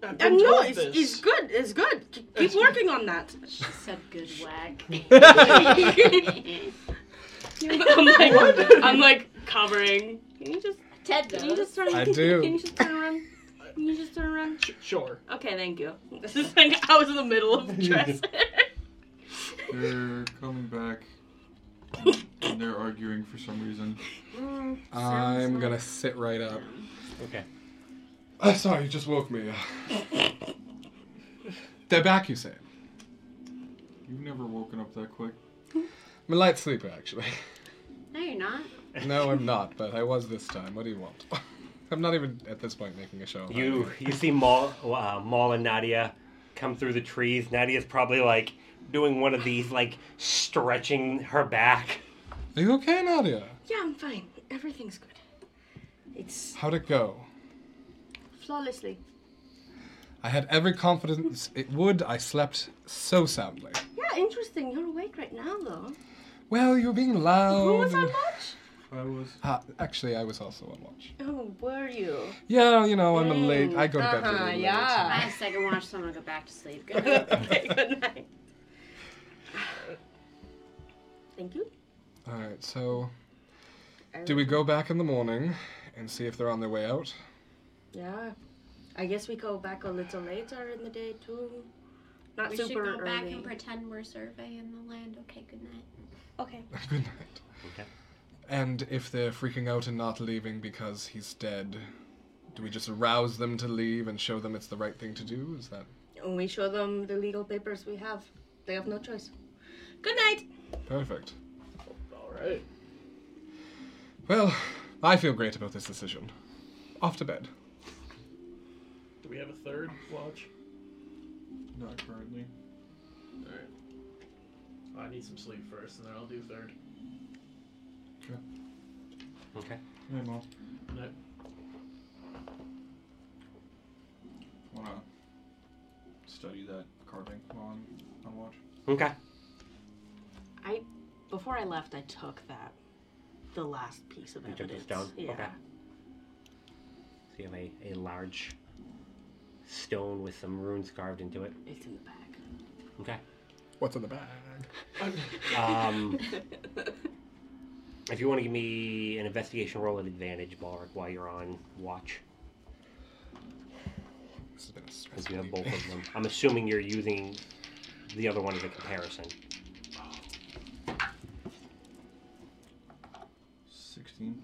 [SPEAKER 7] I've
[SPEAKER 6] Uh,
[SPEAKER 7] been
[SPEAKER 6] no,
[SPEAKER 7] told
[SPEAKER 6] it's,
[SPEAKER 7] this.
[SPEAKER 6] it's good. It's good. K- Keep
[SPEAKER 7] It's-
[SPEAKER 6] working on that.
[SPEAKER 2] She said good whack.
[SPEAKER 6] I'm like, I'm like covering.
[SPEAKER 10] Can you just
[SPEAKER 2] Ted
[SPEAKER 10] can you just
[SPEAKER 2] does.
[SPEAKER 10] turn?
[SPEAKER 5] I do.
[SPEAKER 10] Can you just turn around? Can you just turn around?
[SPEAKER 7] Sh- Sure.
[SPEAKER 10] Okay, thank you. This is like I was in the middle of the dress.
[SPEAKER 3] They're coming back. and they're arguing for some reason.
[SPEAKER 5] I'm gonna sit right up.
[SPEAKER 4] Okay.
[SPEAKER 5] Uh, sorry, you just woke me. They're back, you say?
[SPEAKER 3] You've never woken up that quick.
[SPEAKER 5] I'm a light sleeper, actually.
[SPEAKER 2] No, you're not.
[SPEAKER 5] No, I'm not, but I was this time. What do you want? I'm not even at this point making a show. of
[SPEAKER 4] You you see Maul, uh, Maul and Nadia come through the trees. Nadia's probably like doing one of these, like stretching her back.
[SPEAKER 5] it. Are you okay, Nadia?
[SPEAKER 10] yeah, I'm fine. Everything's good.
[SPEAKER 6] It's
[SPEAKER 5] How'd it go?
[SPEAKER 6] flawlessly.
[SPEAKER 5] I had every confidence it would. I slept so soundly.
[SPEAKER 10] Yeah, interesting. You're awake right now, though.
[SPEAKER 5] Well, you were being loud.
[SPEAKER 10] Who was on
[SPEAKER 5] and-
[SPEAKER 10] watch?
[SPEAKER 3] I was.
[SPEAKER 5] Ah, actually, I was also on watch.
[SPEAKER 6] Oh, were you?
[SPEAKER 5] Yeah, you know, I'm a late. I go to bed
[SPEAKER 6] Uh-huh,
[SPEAKER 5] really late.
[SPEAKER 2] I
[SPEAKER 6] yeah.
[SPEAKER 2] have second watch, so I'm gonna go back to sleep. Good night.
[SPEAKER 6] okay, good night. Thank you.
[SPEAKER 5] All right, so do we go back in the morning and see if they're on their way out?
[SPEAKER 6] Yeah. I guess we go back a little later in the day, too. Not
[SPEAKER 2] We should
[SPEAKER 6] super
[SPEAKER 2] go
[SPEAKER 6] early.
[SPEAKER 2] back and pretend we're surveying the land. Okay, good night.
[SPEAKER 6] okay.
[SPEAKER 5] Good night.
[SPEAKER 4] Okay.
[SPEAKER 5] And if they're freaking out and not leaving because he's dead, do we just rouse them to leave and show them it's the right thing to do? Is that
[SPEAKER 6] And we show them the legal papers we have. They have no choice. Good night.
[SPEAKER 5] perfect?
[SPEAKER 7] All right.
[SPEAKER 5] Well, I feel great about this decision. Off to bed.
[SPEAKER 7] Do we have a third watch?
[SPEAKER 3] Not currently.
[SPEAKER 7] All right. I need some sleep first, and then I'll do third.
[SPEAKER 4] Okay.
[SPEAKER 3] Hey, Mom.
[SPEAKER 7] No.
[SPEAKER 3] Wanna study that carving while I'm on watch?
[SPEAKER 4] Okay.
[SPEAKER 6] Before I left, I took that. The last piece of
[SPEAKER 4] You took
[SPEAKER 6] evidence.
[SPEAKER 4] this down.
[SPEAKER 6] Yeah.
[SPEAKER 4] Okay. So you have a, a large stone with some runes carved into it.
[SPEAKER 6] It's in the bag.
[SPEAKER 4] Okay.
[SPEAKER 5] What's in the bag?
[SPEAKER 4] Um, if you want to give me an investigation roll at advantage, Balric, while you're on watch,
[SPEAKER 5] This has been a
[SPEAKER 4] because
[SPEAKER 5] stressful
[SPEAKER 4] you have both
[SPEAKER 5] evening.
[SPEAKER 4] of them. I'm assuming you're using the other one as a comparison.
[SPEAKER 3] 16.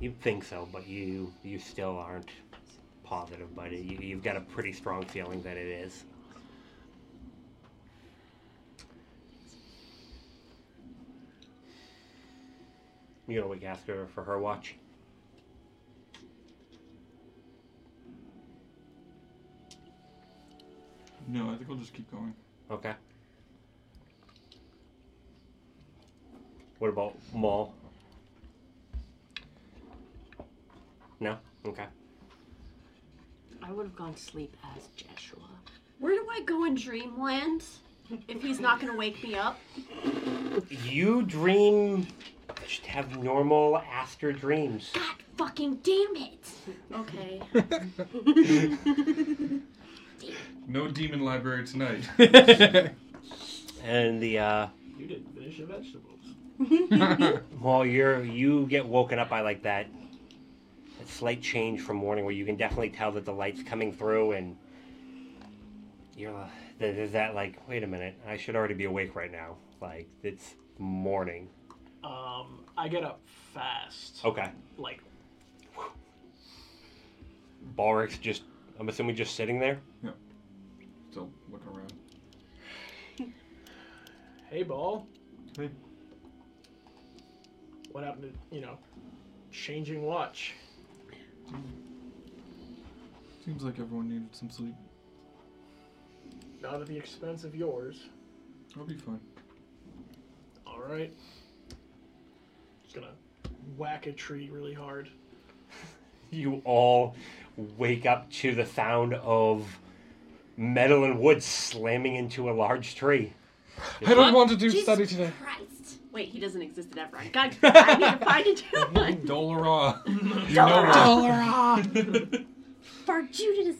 [SPEAKER 4] You'd think so, but you you still aren't positive. But you, you've got a pretty strong feeling that it is. You gonna wake Asker for her watch?
[SPEAKER 3] No, I think I'll just keep going.
[SPEAKER 4] Okay. What about Maul? No? Okay.
[SPEAKER 6] I would have gone to sleep as Joshua.
[SPEAKER 2] Where do I go in Dreamland if he's not gonna wake me up?
[SPEAKER 4] You dream. Just have normal Aster dreams.
[SPEAKER 2] God fucking damn it! Okay.
[SPEAKER 3] No demon library tonight.
[SPEAKER 4] And the, uh.
[SPEAKER 7] You didn't finish the vegetables.
[SPEAKER 4] Well, you're you get woken up by like that, that slight change from morning where you can definitely tell that the light's coming through and you're uh, there- there's that like wait a minute I should already be awake right now like it's morning?
[SPEAKER 7] Um, I get up fast.
[SPEAKER 4] Okay.
[SPEAKER 7] Like,
[SPEAKER 4] Balric's just, I'm assuming, just sitting there.
[SPEAKER 3] Still looking around.
[SPEAKER 7] hey, ball.
[SPEAKER 3] Hey.
[SPEAKER 7] What happened to you know, changing watch?
[SPEAKER 3] Seems like everyone needed some sleep.
[SPEAKER 7] Not at the expense of yours.
[SPEAKER 3] I'll be fine.
[SPEAKER 7] All right. Just gonna whack a tree really hard.
[SPEAKER 4] You all wake up to the sound of metal and wood slamming into a large tree.
[SPEAKER 5] I don't want to do
[SPEAKER 2] Jesus
[SPEAKER 5] study today.
[SPEAKER 2] Christ. Wait, he doesn't exist at Everon. God, I need to find a new one.
[SPEAKER 3] Dolara. you know it.
[SPEAKER 2] For Judas.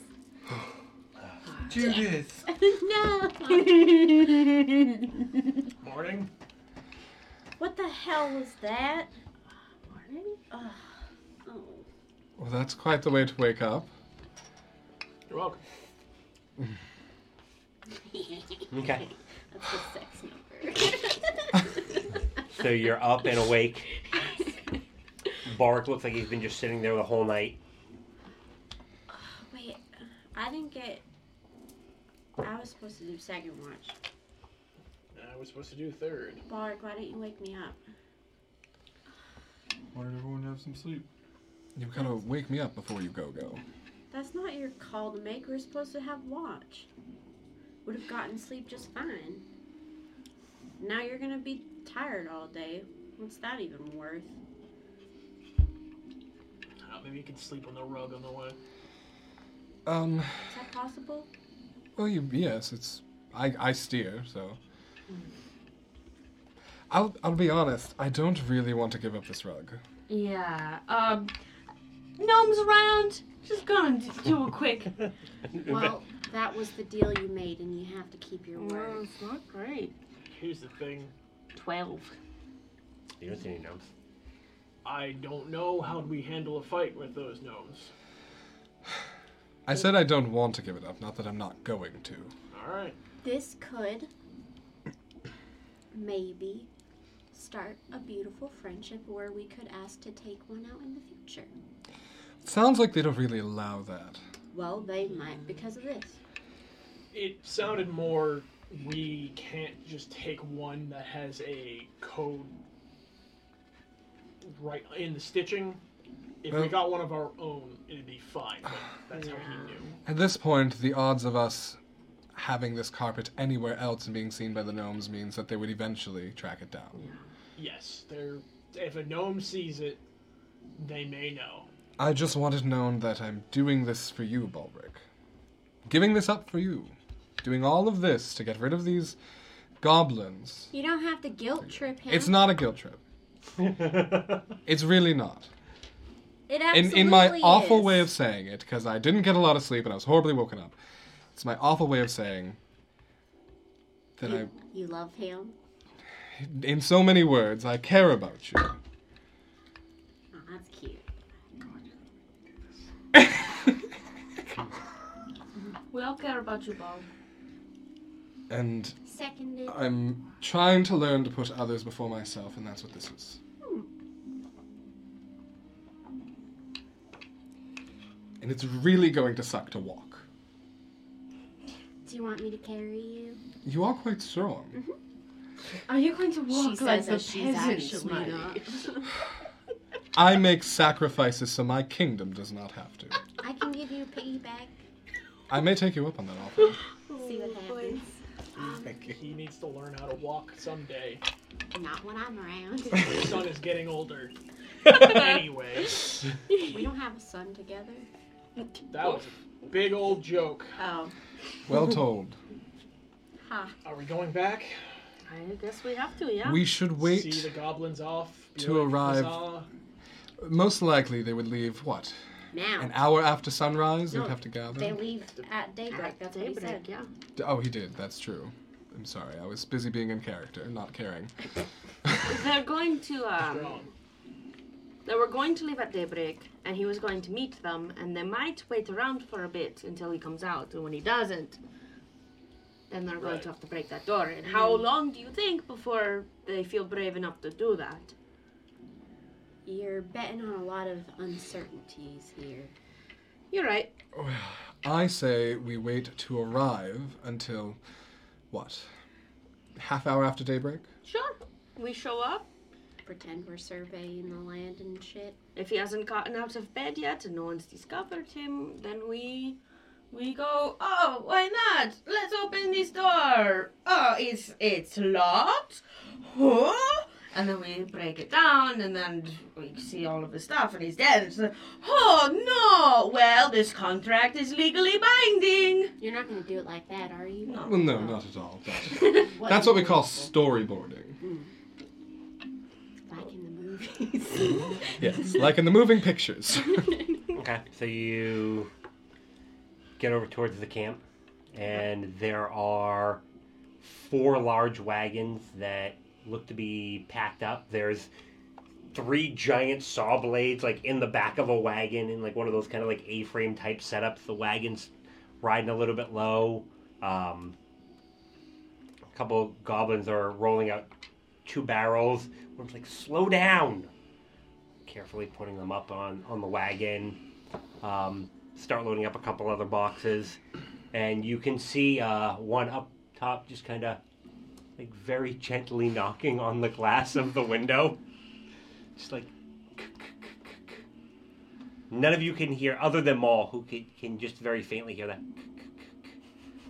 [SPEAKER 9] Judith!
[SPEAKER 2] no.
[SPEAKER 7] Morning.
[SPEAKER 10] What the hell was that?
[SPEAKER 2] Oh.
[SPEAKER 5] Well, that's quite the way to wake up.
[SPEAKER 7] You're welcome.
[SPEAKER 4] Okay.
[SPEAKER 2] That's the sex number.
[SPEAKER 4] So you're up and awake. Balric looks like he's been just sitting there the whole night.
[SPEAKER 2] Wait, I didn't get. I was supposed to do second watch.
[SPEAKER 7] I was Uh, supposed to do third.
[SPEAKER 2] Bark, why didn't you wake me up?
[SPEAKER 3] Wanted everyone to have some sleep.
[SPEAKER 5] You gotta wake me up before you go go.
[SPEAKER 2] That's not your call to make. We're supposed to have watch. Would have gotten sleep just fine. Now you're gonna be tired all day. What's that even worth?
[SPEAKER 7] Uh, maybe you can sleep on the rug on the way.
[SPEAKER 5] Um,
[SPEAKER 2] Is that possible?
[SPEAKER 5] well, you, yes, it's. I, I steer, so.
[SPEAKER 2] Mm.
[SPEAKER 5] I'll, I'll be honest, I don't really want to give up this rug.
[SPEAKER 10] Yeah. Um, gnomes around. Just gonna d- do a quick.
[SPEAKER 6] Uh,
[SPEAKER 2] Well, that was the deal you made, and you have to keep your
[SPEAKER 6] Well,
[SPEAKER 2] word.
[SPEAKER 6] it's not great.
[SPEAKER 7] Here's the thing.
[SPEAKER 6] 12.
[SPEAKER 4] you don't see any gnomes.
[SPEAKER 7] I don't know how we handle a fight with those gnomes.
[SPEAKER 5] I said I don't want to give it up, not that I'm not going to.
[SPEAKER 7] All right.
[SPEAKER 2] This could maybe start a beautiful friendship where we could ask to take one out in the future.
[SPEAKER 5] Sounds like they don't really allow that.
[SPEAKER 2] Well, they might because of this.
[SPEAKER 7] It sounded more we can't just take one that has a code right in the stitching. If we
[SPEAKER 5] Well-
[SPEAKER 7] got one of our own, it'd be fine. But that's how he knew.
[SPEAKER 5] At this point, the odds of us having this carpet anywhere else and being seen by the gnomes means that they would eventually track it down.
[SPEAKER 7] Yes, they're. If a gnome sees it, they may know.
[SPEAKER 5] I just want it known that I'm doing this for you, Balric. Giving this up for you. Doing all of this to get rid of these goblins.
[SPEAKER 2] You don't have to guilt trip him.
[SPEAKER 5] It's not a guilt trip. It's really not.
[SPEAKER 2] It
[SPEAKER 5] In,
[SPEAKER 2] absolutely
[SPEAKER 5] in my awful
[SPEAKER 2] is.
[SPEAKER 5] way of saying it, because I didn't get a lot of sleep and I was horribly woken up, it's my awful way of saying that I,
[SPEAKER 2] you love him.
[SPEAKER 5] in so many words, I care about you.
[SPEAKER 10] Oh,
[SPEAKER 2] Aw, that's cute.
[SPEAKER 10] We all care about you, Bob.
[SPEAKER 5] And
[SPEAKER 2] Seconded.
[SPEAKER 5] I'm trying to learn to put others before myself, and that's what this is.
[SPEAKER 10] Hmm.
[SPEAKER 5] And it's really going to suck to walk.
[SPEAKER 2] Do you want me to carry you?
[SPEAKER 5] You are quite strong.
[SPEAKER 10] Mm-hmm. Are you going to walk like the
[SPEAKER 2] that she's
[SPEAKER 10] peasants,
[SPEAKER 2] actually
[SPEAKER 10] Mike?
[SPEAKER 2] not.
[SPEAKER 5] I make sacrifices so my kingdom does not have to.
[SPEAKER 2] I can give you a piggyback.
[SPEAKER 5] I may take you up on that offer.
[SPEAKER 2] See what happens.
[SPEAKER 7] He needs to learn how to walk someday.
[SPEAKER 2] Not when I'm around.
[SPEAKER 7] His son is getting older. anyway,
[SPEAKER 2] we don't have a son together.
[SPEAKER 7] that was a big old joke.
[SPEAKER 2] Oh,
[SPEAKER 5] Well told.
[SPEAKER 2] ha.
[SPEAKER 7] Are we going back?
[SPEAKER 6] I guess we have to, yeah.
[SPEAKER 5] We should
[SPEAKER 7] See
[SPEAKER 5] wait.
[SPEAKER 7] the goblins off. be
[SPEAKER 5] to
[SPEAKER 7] like,
[SPEAKER 5] arrive.
[SPEAKER 7] "Huzzah."
[SPEAKER 5] Most likely they would leave, what,
[SPEAKER 2] Now.
[SPEAKER 5] an hour after sunrise?
[SPEAKER 2] No,
[SPEAKER 5] They'd have to
[SPEAKER 2] They
[SPEAKER 5] gather?
[SPEAKER 2] leave at daybreak.
[SPEAKER 6] At
[SPEAKER 2] That's what he
[SPEAKER 6] daybreak,
[SPEAKER 2] said.
[SPEAKER 6] yeah.
[SPEAKER 5] Oh, he did. That's true. I'm sorry. I was busy being in character, not caring.
[SPEAKER 6] They're going to, um,
[SPEAKER 7] Wrong.
[SPEAKER 6] they were going to leave at daybreak, and he was going to meet them, and they might wait around for a bit until he comes out, and when he doesn't, then they're going to have to break that door. And how long do you think before they feel brave enough to do that?
[SPEAKER 2] You're betting on a lot of uncertainties here.
[SPEAKER 6] You're right.
[SPEAKER 5] I say we wait to arrive until what? Half hour after daybreak?
[SPEAKER 6] Sure. We show up.
[SPEAKER 2] Pretend we're surveying the land and shit.
[SPEAKER 6] If he hasn't gotten out of bed yet and no one's discovered him, then we we go.
[SPEAKER 10] Oh, why not? Let's open this door. Oh,
[SPEAKER 8] uh,
[SPEAKER 10] it's it's locked. Huh? And then we break it down, and then we see all of his stuff, and he's dead. It's like, oh no! Well, this contract is legally binding.
[SPEAKER 2] You're not gonna do it like that, are you?
[SPEAKER 10] No.
[SPEAKER 5] Well, no, not at all. That's, that's what we call storyboarding.
[SPEAKER 2] Like in the movies.
[SPEAKER 5] Yes, like in the moving pictures.
[SPEAKER 4] Okay, so you get over towards the camp, and there are four large wagons that look to be packed up. There's three giant saw blades, like in the back of a wagon, in like one of those kind of like A-frame type setups. The wagon's riding a little bit low. Um, a couple goblins are rolling out two barrels. One's like, "Slow down!" Carefully putting them up on on the wagon. Um, start loading up a couple other boxes, and you can see uh, one up top just kind of like very gently knocking on the glass of the window. Just like. None of you can hear, other than Maul, who can, can just very faintly hear that.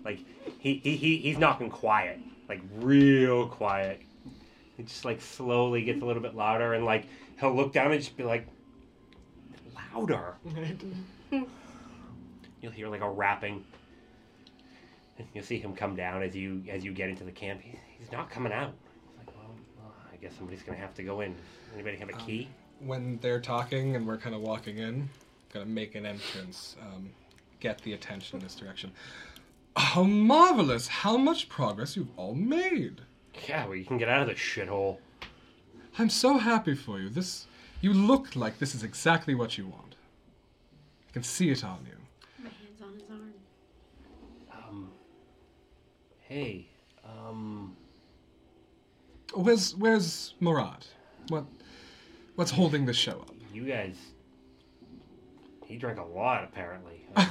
[SPEAKER 4] Like, he, he, he, he's knocking quiet. Like, real quiet. It just, like, slowly gets a little bit louder, and, like, he'll look down and just be like, louder. You'll hear, like, a rapping. You'll see him come down as you as you get into the camp. He's, he's not coming out. It's like, well, well, I guess somebody's gonna have to go in. Anybody have a key?
[SPEAKER 5] when they're talking and we're kind of walking in, gonna make an entrance, um, get the attention in this direction. How marvelous! How much progress you've all made!
[SPEAKER 4] Yeah, well, you can get out of this shithole.
[SPEAKER 5] I'm so happy for you. This, you look like this is exactly what you want. I can see it on you.
[SPEAKER 2] My hands on his arm.
[SPEAKER 4] Um, hey, um,
[SPEAKER 5] Where's Where's Murad? What, what's holding this show up?
[SPEAKER 4] you guys. He drank a lot, apparently. Um,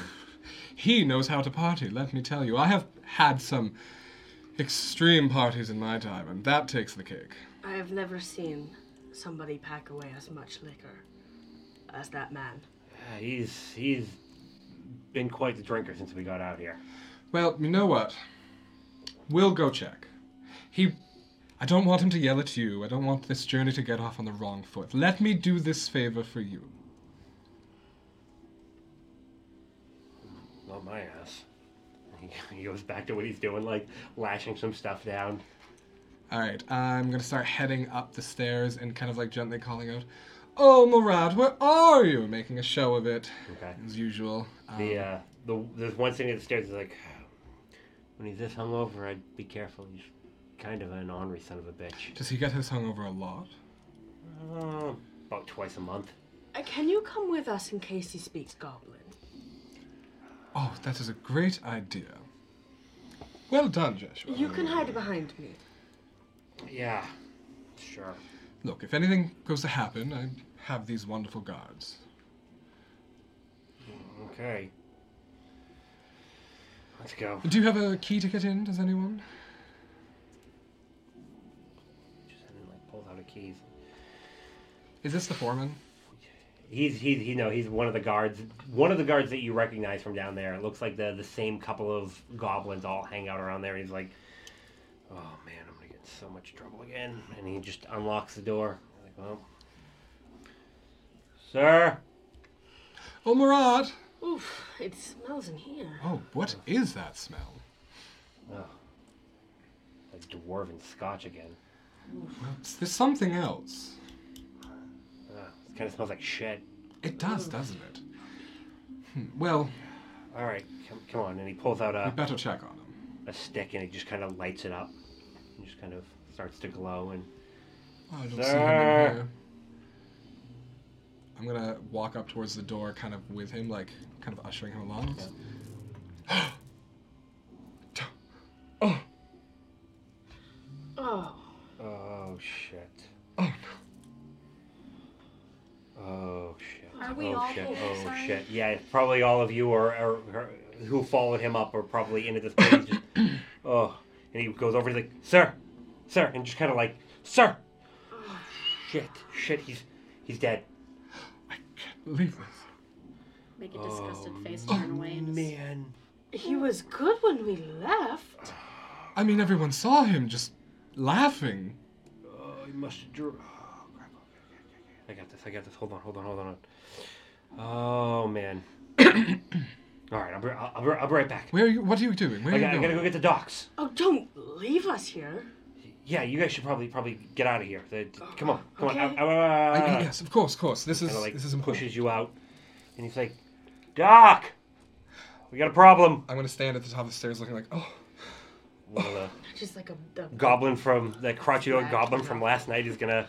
[SPEAKER 5] He knows how to party. Let me tell you, I have had some extreme parties in my time, and that takes the cake.
[SPEAKER 6] I have never seen somebody pack away as much liquor as that man.
[SPEAKER 4] yeah, he's he's been quite the drinker since we got out here.
[SPEAKER 5] Well, you know what? We'll go check. He. I don't want him to yell at you. I don't want this journey to get off on the wrong foot. Let me do this favor for you.
[SPEAKER 4] Not my ass. He goes back to what he's doing, like lashing some stuff down.
[SPEAKER 5] Alright, I'm gonna start heading up the stairs and kind of like gently calling out, Oh, Murad, where are you? Making a show of it,
[SPEAKER 4] Okay.
[SPEAKER 5] as usual. Um,
[SPEAKER 4] The uh, the there's one thing at the stairs is like, when he's this hungover, I'd be careful. He's kind of an ornery son of a bitch.
[SPEAKER 5] Does he get his hungover a lot?
[SPEAKER 4] Uh, about twice a month.
[SPEAKER 6] Uh, can you come with us in case he speaks goblin?
[SPEAKER 5] Oh, that is a great idea. Well done, Joshua.
[SPEAKER 6] You can hide behind me.
[SPEAKER 4] Yeah, sure.
[SPEAKER 5] Look, if anything goes to happen, I have these wonderful guards.
[SPEAKER 4] Okay. Let's go.
[SPEAKER 5] Do you have a key to get in? Does anyone?
[SPEAKER 4] Just and then, like pulls out a keys.
[SPEAKER 5] Is this the foreman?
[SPEAKER 4] He's he's he no he's one of the guards. One of the guards that you recognize from down there. It looks like the the same couple of goblins all hang out around there. He's like, oh man, I'm gonna get in so much trouble again. And he just unlocks the door. Like, well, sir.
[SPEAKER 5] Oh, Murad!
[SPEAKER 6] Oof, it smells in here.
[SPEAKER 5] Oh, what is that smell?
[SPEAKER 4] Oh, that dwarven scotch again.
[SPEAKER 5] It's- There's something else.
[SPEAKER 4] Ugh, it kind of Ah, smells like shit.
[SPEAKER 5] It does, doesn't it? Hmm, Well,
[SPEAKER 4] All right, come, come on. And he pulls out
[SPEAKER 5] we
[SPEAKER 4] a,
[SPEAKER 5] better check on him.
[SPEAKER 4] a stick and he just kind of lights it up. And just kind of starts to glow and
[SPEAKER 5] I don't see him in
[SPEAKER 4] Sir.
[SPEAKER 5] here. I'm gonna walk up towards the door, kind of with him, like kind of ushering him along.
[SPEAKER 8] Oh.
[SPEAKER 4] Oh shit.
[SPEAKER 5] Oh, no.
[SPEAKER 4] Oh shit.
[SPEAKER 2] Are we
[SPEAKER 4] oh
[SPEAKER 2] all
[SPEAKER 4] shit.
[SPEAKER 2] over
[SPEAKER 4] Oh
[SPEAKER 2] sorry?
[SPEAKER 4] shit. Yeah, probably all of you are, are, are who followed him up are probably into this. place. Just, oh, and he goes over to the sir, sir, and just kind of like sir. Shit, shit. He's he's dead.
[SPEAKER 5] Leave this.
[SPEAKER 2] Make a
[SPEAKER 4] Oh,
[SPEAKER 2] disgusted face, turn away, and just
[SPEAKER 4] man.
[SPEAKER 6] He was good when we left.
[SPEAKER 5] I mean, everyone saw him just laughing.
[SPEAKER 4] Oh, he must have drew. Oh, crap. Okay, okay, okay, okay. I got this. I got this. Hold on. Hold on. Hold on. Oh man. All right, I'll be, I'll, I'll be- I'll be right back.
[SPEAKER 5] Where are you? What are you doing? Where are
[SPEAKER 4] I,
[SPEAKER 5] you
[SPEAKER 4] got, I
[SPEAKER 5] going?
[SPEAKER 4] gotta go get the docs.
[SPEAKER 6] Oh, don't leave us here.
[SPEAKER 4] Yeah, you guys should probably probably get out of here. The- d- come on, come on.
[SPEAKER 6] Okay.
[SPEAKER 4] Out, out, out, out,
[SPEAKER 5] I-
[SPEAKER 4] out.
[SPEAKER 5] yes, of course, of course. This is
[SPEAKER 4] Kinda, uh, like,
[SPEAKER 5] this is important.
[SPEAKER 4] pushes you out, and he's like, "Doc, we got a problem."
[SPEAKER 5] I'm gonna stand at the top of the stairs, looking like, oh,
[SPEAKER 4] One of the
[SPEAKER 8] Just like a the
[SPEAKER 4] goblin from the crotchety old goblin from last night is gonna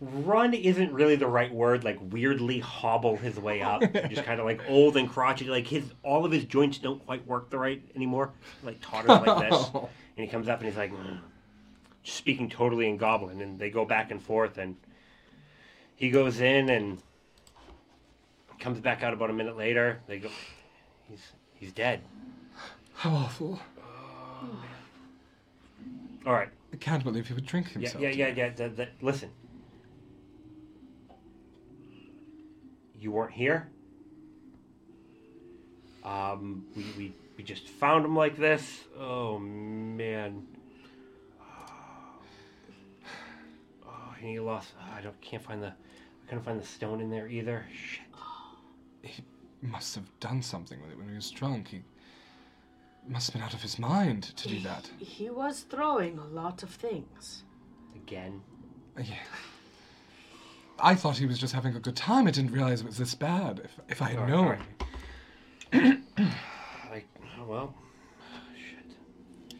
[SPEAKER 4] run isn't really the right word like weirdly hobble his way up just kind of like old and crotchety like his all of his joints don't quite work the right anymore like totters like this and he comes up and he's like "Mm," just speaking totally in goblin and they go back and forth and he goes in and comes back out about a minute later they go he's he's dead
[SPEAKER 5] how awful.
[SPEAKER 4] all right
[SPEAKER 5] I can't believe he would drink
[SPEAKER 4] Yeah,
[SPEAKER 5] himself.
[SPEAKER 4] yeah,
[SPEAKER 5] to
[SPEAKER 4] yeah,
[SPEAKER 5] death.
[SPEAKER 4] yeah. that- that- listen. You weren't here. Um, we, we, we just found him like this. Oh, man. Oh, and he lost. I don't, can't find the. I couldn't find the stone in there either. Shit.
[SPEAKER 5] Must have done something with it when he was drunk. He must have been out of his mind to do that.
[SPEAKER 6] He was throwing a lot of things.
[SPEAKER 4] Again.
[SPEAKER 5] Yeah. I thought he was just having a good time. I didn't realize it was this bad. If, if I had
[SPEAKER 4] All right,
[SPEAKER 5] known.
[SPEAKER 4] all right. like, oh, well, shit.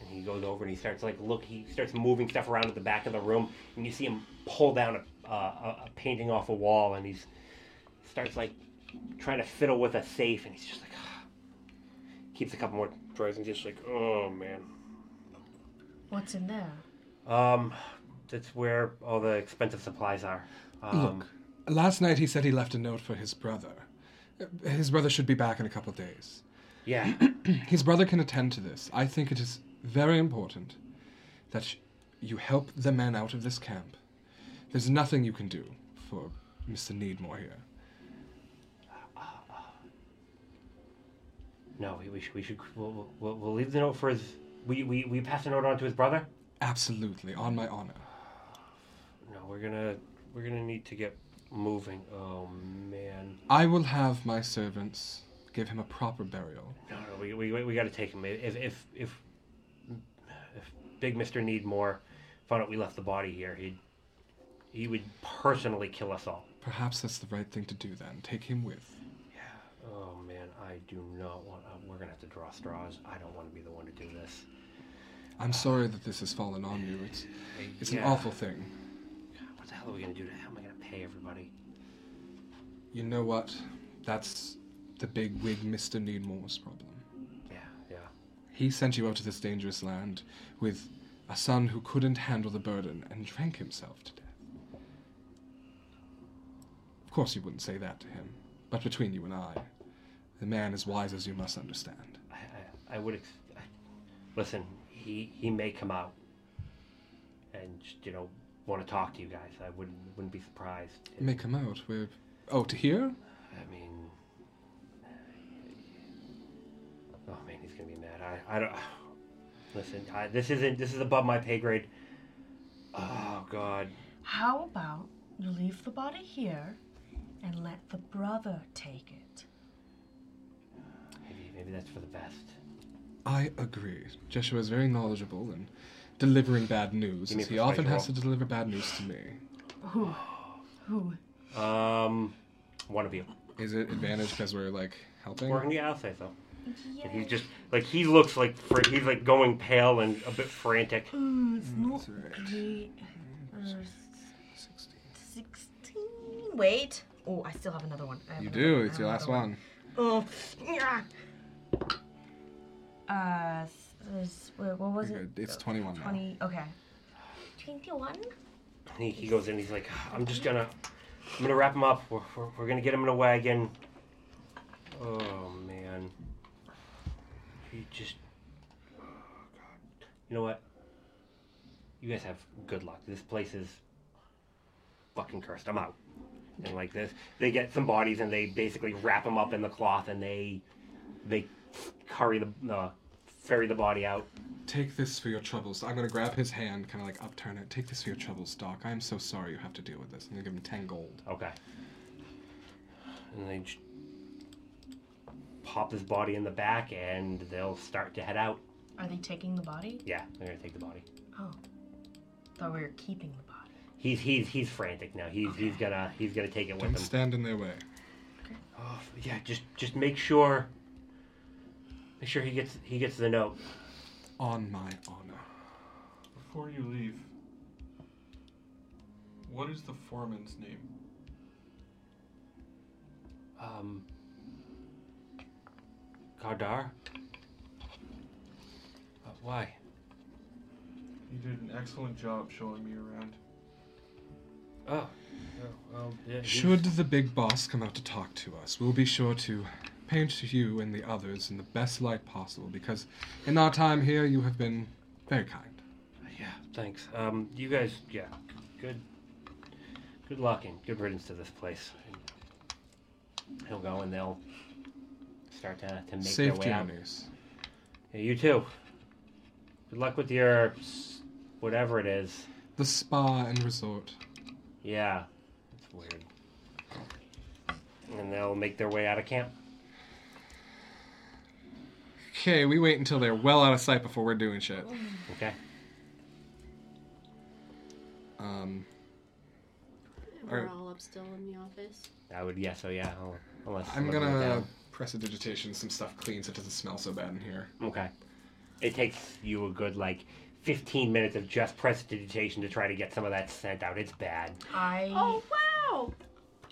[SPEAKER 4] And he goes over and he starts like look. He starts moving stuff around at the back of the room, and you see him pull down a, uh, a, a painting off a wall, and he's starts like trying to fiddle with a safe, and he's just like keeps a couple more tries, and just like, oh man.
[SPEAKER 8] What's in there?
[SPEAKER 4] Um, that's where all the expensive supplies are. Um,
[SPEAKER 5] Look, last night he said he left a note for his brother. Uh, His brother should be back in a couple of days.
[SPEAKER 4] yeah.
[SPEAKER 5] His brother can attend to this. I think it is very important that sh- you help the men out of this camp. There's nothing you can do for Mr. Needmore here.
[SPEAKER 4] No, we, we should we should we'll, we'll, we'll leave the note for his. We, we we pass the note on to his brother.
[SPEAKER 5] Absolutely, on my honor.
[SPEAKER 4] No, we're gonna we're gonna need to get moving. Oh man.
[SPEAKER 5] I will have my servants give him a proper burial.
[SPEAKER 4] No, no, we we, we got to take him. If if if if Big Mister Needmore found out we left the body here, he'd he would personally kill us all.
[SPEAKER 5] Perhaps that's the right thing to do then. Take him with.
[SPEAKER 4] Oh man, I do not want. Uh, we're gonna have to draw straws. I don't want to be the one to do this.
[SPEAKER 5] I'm sorry that this has fallen on you. It's, it's an
[SPEAKER 4] Yeah.
[SPEAKER 5] awful thing.
[SPEAKER 4] What the hell are we gonna do? To, how am I gonna pay everybody?
[SPEAKER 5] You know what? That's the big wig Mr. Needmore's problem.
[SPEAKER 4] Yeah, yeah.
[SPEAKER 5] He sent you out to this dangerous land with a son who couldn't handle the burden and drank himself to death. Of course, you wouldn't say that to him, but between you and I, the man is wise as you must understand.
[SPEAKER 4] I I, I would. Ex- I, listen, he he may come out and you know want to talk to you guys. I wouldn't wouldn't be surprised. if-
[SPEAKER 5] Make him out. We're oh to here.
[SPEAKER 4] I mean, oh man, he's gonna be mad. I, I don't. Listen, I, this isn't. This is above my pay grade. Oh God.
[SPEAKER 8] How about you leave the body here and let the brother take it?
[SPEAKER 4] Maybe maybe that's for the best.
[SPEAKER 5] I agree. Jeshua is very knowledgeable in delivering bad news,
[SPEAKER 4] Give me
[SPEAKER 5] as he
[SPEAKER 4] a
[SPEAKER 5] often
[SPEAKER 4] persuasion
[SPEAKER 5] has to deliver bad news to me.
[SPEAKER 8] Who? Who?
[SPEAKER 4] Um, one of you.
[SPEAKER 5] Is it advantage because we're like helping?
[SPEAKER 4] Or yeah, I'll say so. And He's just like he looks like fr- he's like going pale and a bit frantic.
[SPEAKER 8] Uh, it's not
[SPEAKER 5] right.
[SPEAKER 8] great. Uh,
[SPEAKER 5] 16.
[SPEAKER 8] 16. Wait. Oh, I still have another one. I have
[SPEAKER 5] You
[SPEAKER 8] another
[SPEAKER 5] do.
[SPEAKER 11] Oh,
[SPEAKER 8] one.
[SPEAKER 5] It's
[SPEAKER 8] I
[SPEAKER 5] your
[SPEAKER 8] have
[SPEAKER 5] last
[SPEAKER 8] another
[SPEAKER 5] one.
[SPEAKER 8] Oh, yeah.
[SPEAKER 11] Uh, s- is- wait, what was
[SPEAKER 5] You're
[SPEAKER 11] it?
[SPEAKER 5] good. It's 21 now.
[SPEAKER 11] 20. Okay. 21?
[SPEAKER 4] He, he goes in. He's like, I'm just gonna, I'm gonna wrap him up. We're, we're, we're gonna get him in a wagon. Oh man. He just. oh, God. You know what? You guys have good luck. This place is fucking cursed. I'm out. And like this, they get some bodies and they basically wrap them up in the cloth and they, they, carry the, uh, ferry the body out.
[SPEAKER 5] Take this for your troubles. I'm gonna grab his hand, kind of like upturn it. Take this for your troubles, Doc. I am so sorry you have to deal with this. I'm gonna give him 10 gold.
[SPEAKER 4] Okay. And they j- pop his body in the back, and they'll start to head out.
[SPEAKER 11] Are they taking the body?
[SPEAKER 4] Yeah, they're gonna take the body.
[SPEAKER 11] Oh. Thought we were keeping the body.
[SPEAKER 4] He's he's he's frantic now. He's he's gonna he's gonna take it with
[SPEAKER 5] Don't
[SPEAKER 4] him.
[SPEAKER 5] stand in their way.
[SPEAKER 4] Oh, yeah, just just make sure. Make sure he gets he gets the note.
[SPEAKER 5] On my honor.
[SPEAKER 9] Before you leave, what is the foreman's name?
[SPEAKER 4] Um. Kardar. Uh, why?
[SPEAKER 9] You did an excellent job showing me around.
[SPEAKER 4] Oh. Well, yeah, he's-
[SPEAKER 5] Should the big boss come out to talk to us, we'll be sure to paint you and the others in the best light possible because in our time here, you have been very kind.
[SPEAKER 4] Yeah, thanks. Um, you guys, yeah, good, good luck and good riddance to this place. He'll go and they'll start to, to make their
[SPEAKER 5] Safe
[SPEAKER 4] way out.
[SPEAKER 5] journeys.
[SPEAKER 4] Yeah, you too. Good luck with your s- whatever it is.
[SPEAKER 5] The spa and resort.
[SPEAKER 4] Yeah, it's weird. And they'll make their way out of camp.
[SPEAKER 5] Okay, we wait until they're well out of sight before we're doing shit.
[SPEAKER 4] Okay.
[SPEAKER 5] Um,
[SPEAKER 2] We're
[SPEAKER 5] Alright.
[SPEAKER 2] all up still in the office.
[SPEAKER 4] I would yeah. So yeah. I'll, unless unless
[SPEAKER 5] I'm
[SPEAKER 4] I'm
[SPEAKER 5] gonna
[SPEAKER 4] down.
[SPEAKER 5] press a digitation some stuff clean so it doesn't smell so bad in here.
[SPEAKER 4] Okay. It takes you a good like. 15 minutes of just prestidigitation to try to get some of that scent out. It's bad.
[SPEAKER 11] I.
[SPEAKER 2] Oh wow!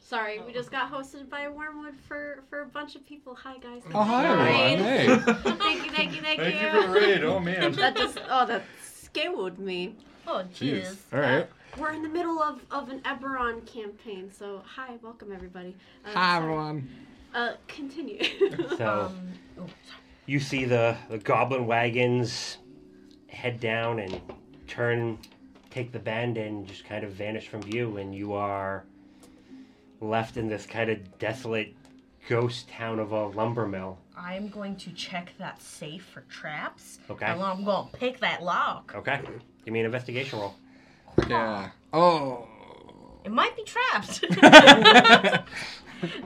[SPEAKER 2] Sorry, we just got hosted by Wormwood for for a bunch of people. Hi guys.
[SPEAKER 5] Oh, hi everyone. Hey.
[SPEAKER 2] Thank you, thank you, thank,
[SPEAKER 9] Thank you for the raid. Oh man.
[SPEAKER 2] that just oh that scared me.
[SPEAKER 11] Oh, jeez.
[SPEAKER 5] All right.
[SPEAKER 2] We're in the middle of of an Eberron campaign, so hi, welcome everybody. Uh,
[SPEAKER 5] Hi
[SPEAKER 2] sorry.
[SPEAKER 5] everyone.
[SPEAKER 2] Uh, continue.
[SPEAKER 4] So.
[SPEAKER 11] Um,
[SPEAKER 4] you see the, the goblin wagons head down and turn take the bend and just kind of vanish from view and you are left in this kind of desolate ghost town of a lumber mill
[SPEAKER 11] I'm going to check that safe for traps.
[SPEAKER 4] Okay.
[SPEAKER 11] And I'm going to pick that lock.
[SPEAKER 4] okay give me an investigation roll
[SPEAKER 5] Yeah. Oh.
[SPEAKER 11] It might be traps.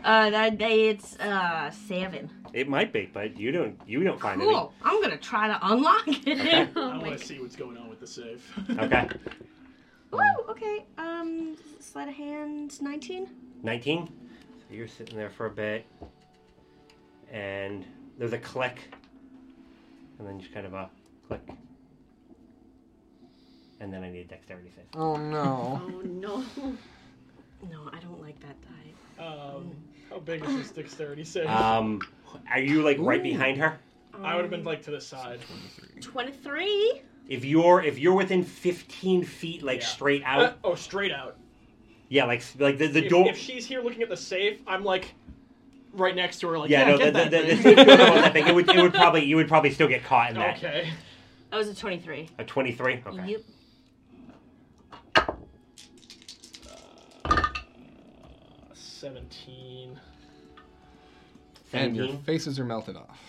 [SPEAKER 6] Uh, that day it's uh seven.
[SPEAKER 4] it might be but you don't you don't find
[SPEAKER 6] Cool. I'm gonna try to unlock it.
[SPEAKER 4] Okay.
[SPEAKER 7] I want to see what's going on with the safe.
[SPEAKER 4] any okay
[SPEAKER 6] Whoa. Okay. Um, sleight of hand, nineteen.
[SPEAKER 4] 19 so you're sitting there for a bit and there's a click and then just kind of a click and then i need a dexterity save
[SPEAKER 5] Oh no.
[SPEAKER 2] oh no.
[SPEAKER 6] No, I don't like that die.
[SPEAKER 7] Um, how big is this dexterity save?
[SPEAKER 4] Um, are you like right behind her?
[SPEAKER 7] I would have been like to the side.
[SPEAKER 6] Twenty-three.
[SPEAKER 4] If you're if you're within fifteen feet, like
[SPEAKER 7] Yeah.
[SPEAKER 4] straight
[SPEAKER 7] Uh,
[SPEAKER 4] out,
[SPEAKER 7] oh, straight out.
[SPEAKER 4] yeah, like like the, the
[SPEAKER 7] if,
[SPEAKER 4] door.
[SPEAKER 7] if she's here looking at the safe, I'm like right next to her. Like,
[SPEAKER 4] yeah,
[SPEAKER 7] yeah,
[SPEAKER 4] no, the,
[SPEAKER 7] get
[SPEAKER 4] the,
[SPEAKER 7] that
[SPEAKER 4] the,
[SPEAKER 7] thing."
[SPEAKER 4] the- no, no, that thing, It would it would probably you would probably still get caught in that.
[SPEAKER 7] okay.
[SPEAKER 6] I Oh, was a twenty-three.
[SPEAKER 4] A twenty three. Okay.
[SPEAKER 6] Yep.
[SPEAKER 7] Uh, Seventeen.
[SPEAKER 5] And your
[SPEAKER 4] 17.
[SPEAKER 5] faces are melted off.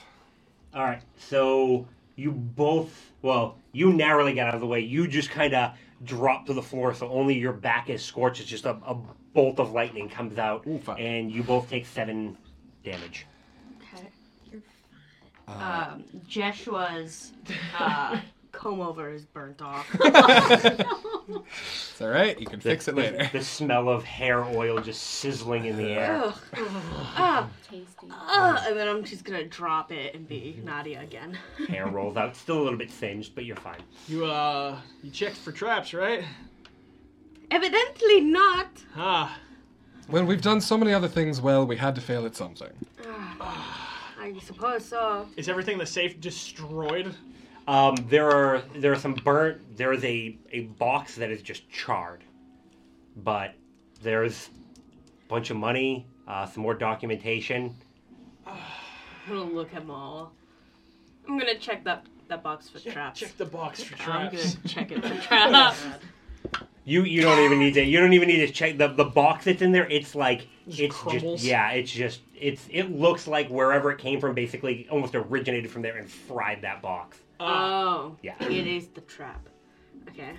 [SPEAKER 4] All right. So you both, well, you narrowly got out of the way. You just kind of drop to the floor, so only your back is scorched. It's just a, a bolt of lightning comes out,
[SPEAKER 5] Ooh, fuck.
[SPEAKER 4] and you both take seven damage.
[SPEAKER 6] Okay.
[SPEAKER 5] Uh,
[SPEAKER 6] Um, Jeshua's uh, comb over is burnt off.
[SPEAKER 5] it's all right. You can fix it
[SPEAKER 4] the,
[SPEAKER 5] later.
[SPEAKER 4] The smell of hair oil just sizzling in the air.
[SPEAKER 6] Ugh. Ah,
[SPEAKER 2] Tasty.
[SPEAKER 6] ah, and then I'm just gonna drop it and be
[SPEAKER 7] Mm-hmm.
[SPEAKER 6] Nadia again.
[SPEAKER 4] hair rolls out. Still a little bit singed, but you're fine.
[SPEAKER 7] You uh, you checked for traps, right?
[SPEAKER 6] Evidently not.
[SPEAKER 7] Ah,
[SPEAKER 5] Well, we've done so many other things well. We had to fail at something.
[SPEAKER 6] Ah, I I suppose so.
[SPEAKER 7] Is everything in the safe destroyed?
[SPEAKER 4] Um, there are there are some burnt. There is a a box that is just charred, but there's a bunch of money, uh, some more documentation.
[SPEAKER 6] I'm gonna look at them all. I'm gonna check that that box for traps.
[SPEAKER 7] Check the box for
[SPEAKER 6] I'm gonna
[SPEAKER 7] traps.
[SPEAKER 6] check it for traps.
[SPEAKER 4] You you don't even need to you don't even need to check the the box that's in there. It's like
[SPEAKER 7] Just
[SPEAKER 4] it's
[SPEAKER 7] crumbles?
[SPEAKER 4] just yeah. It's just it's it looks like wherever it came from basically almost originated from there and fried that box.
[SPEAKER 7] Uh,
[SPEAKER 6] oh,
[SPEAKER 4] Yeah.
[SPEAKER 6] it is the trap. Okay.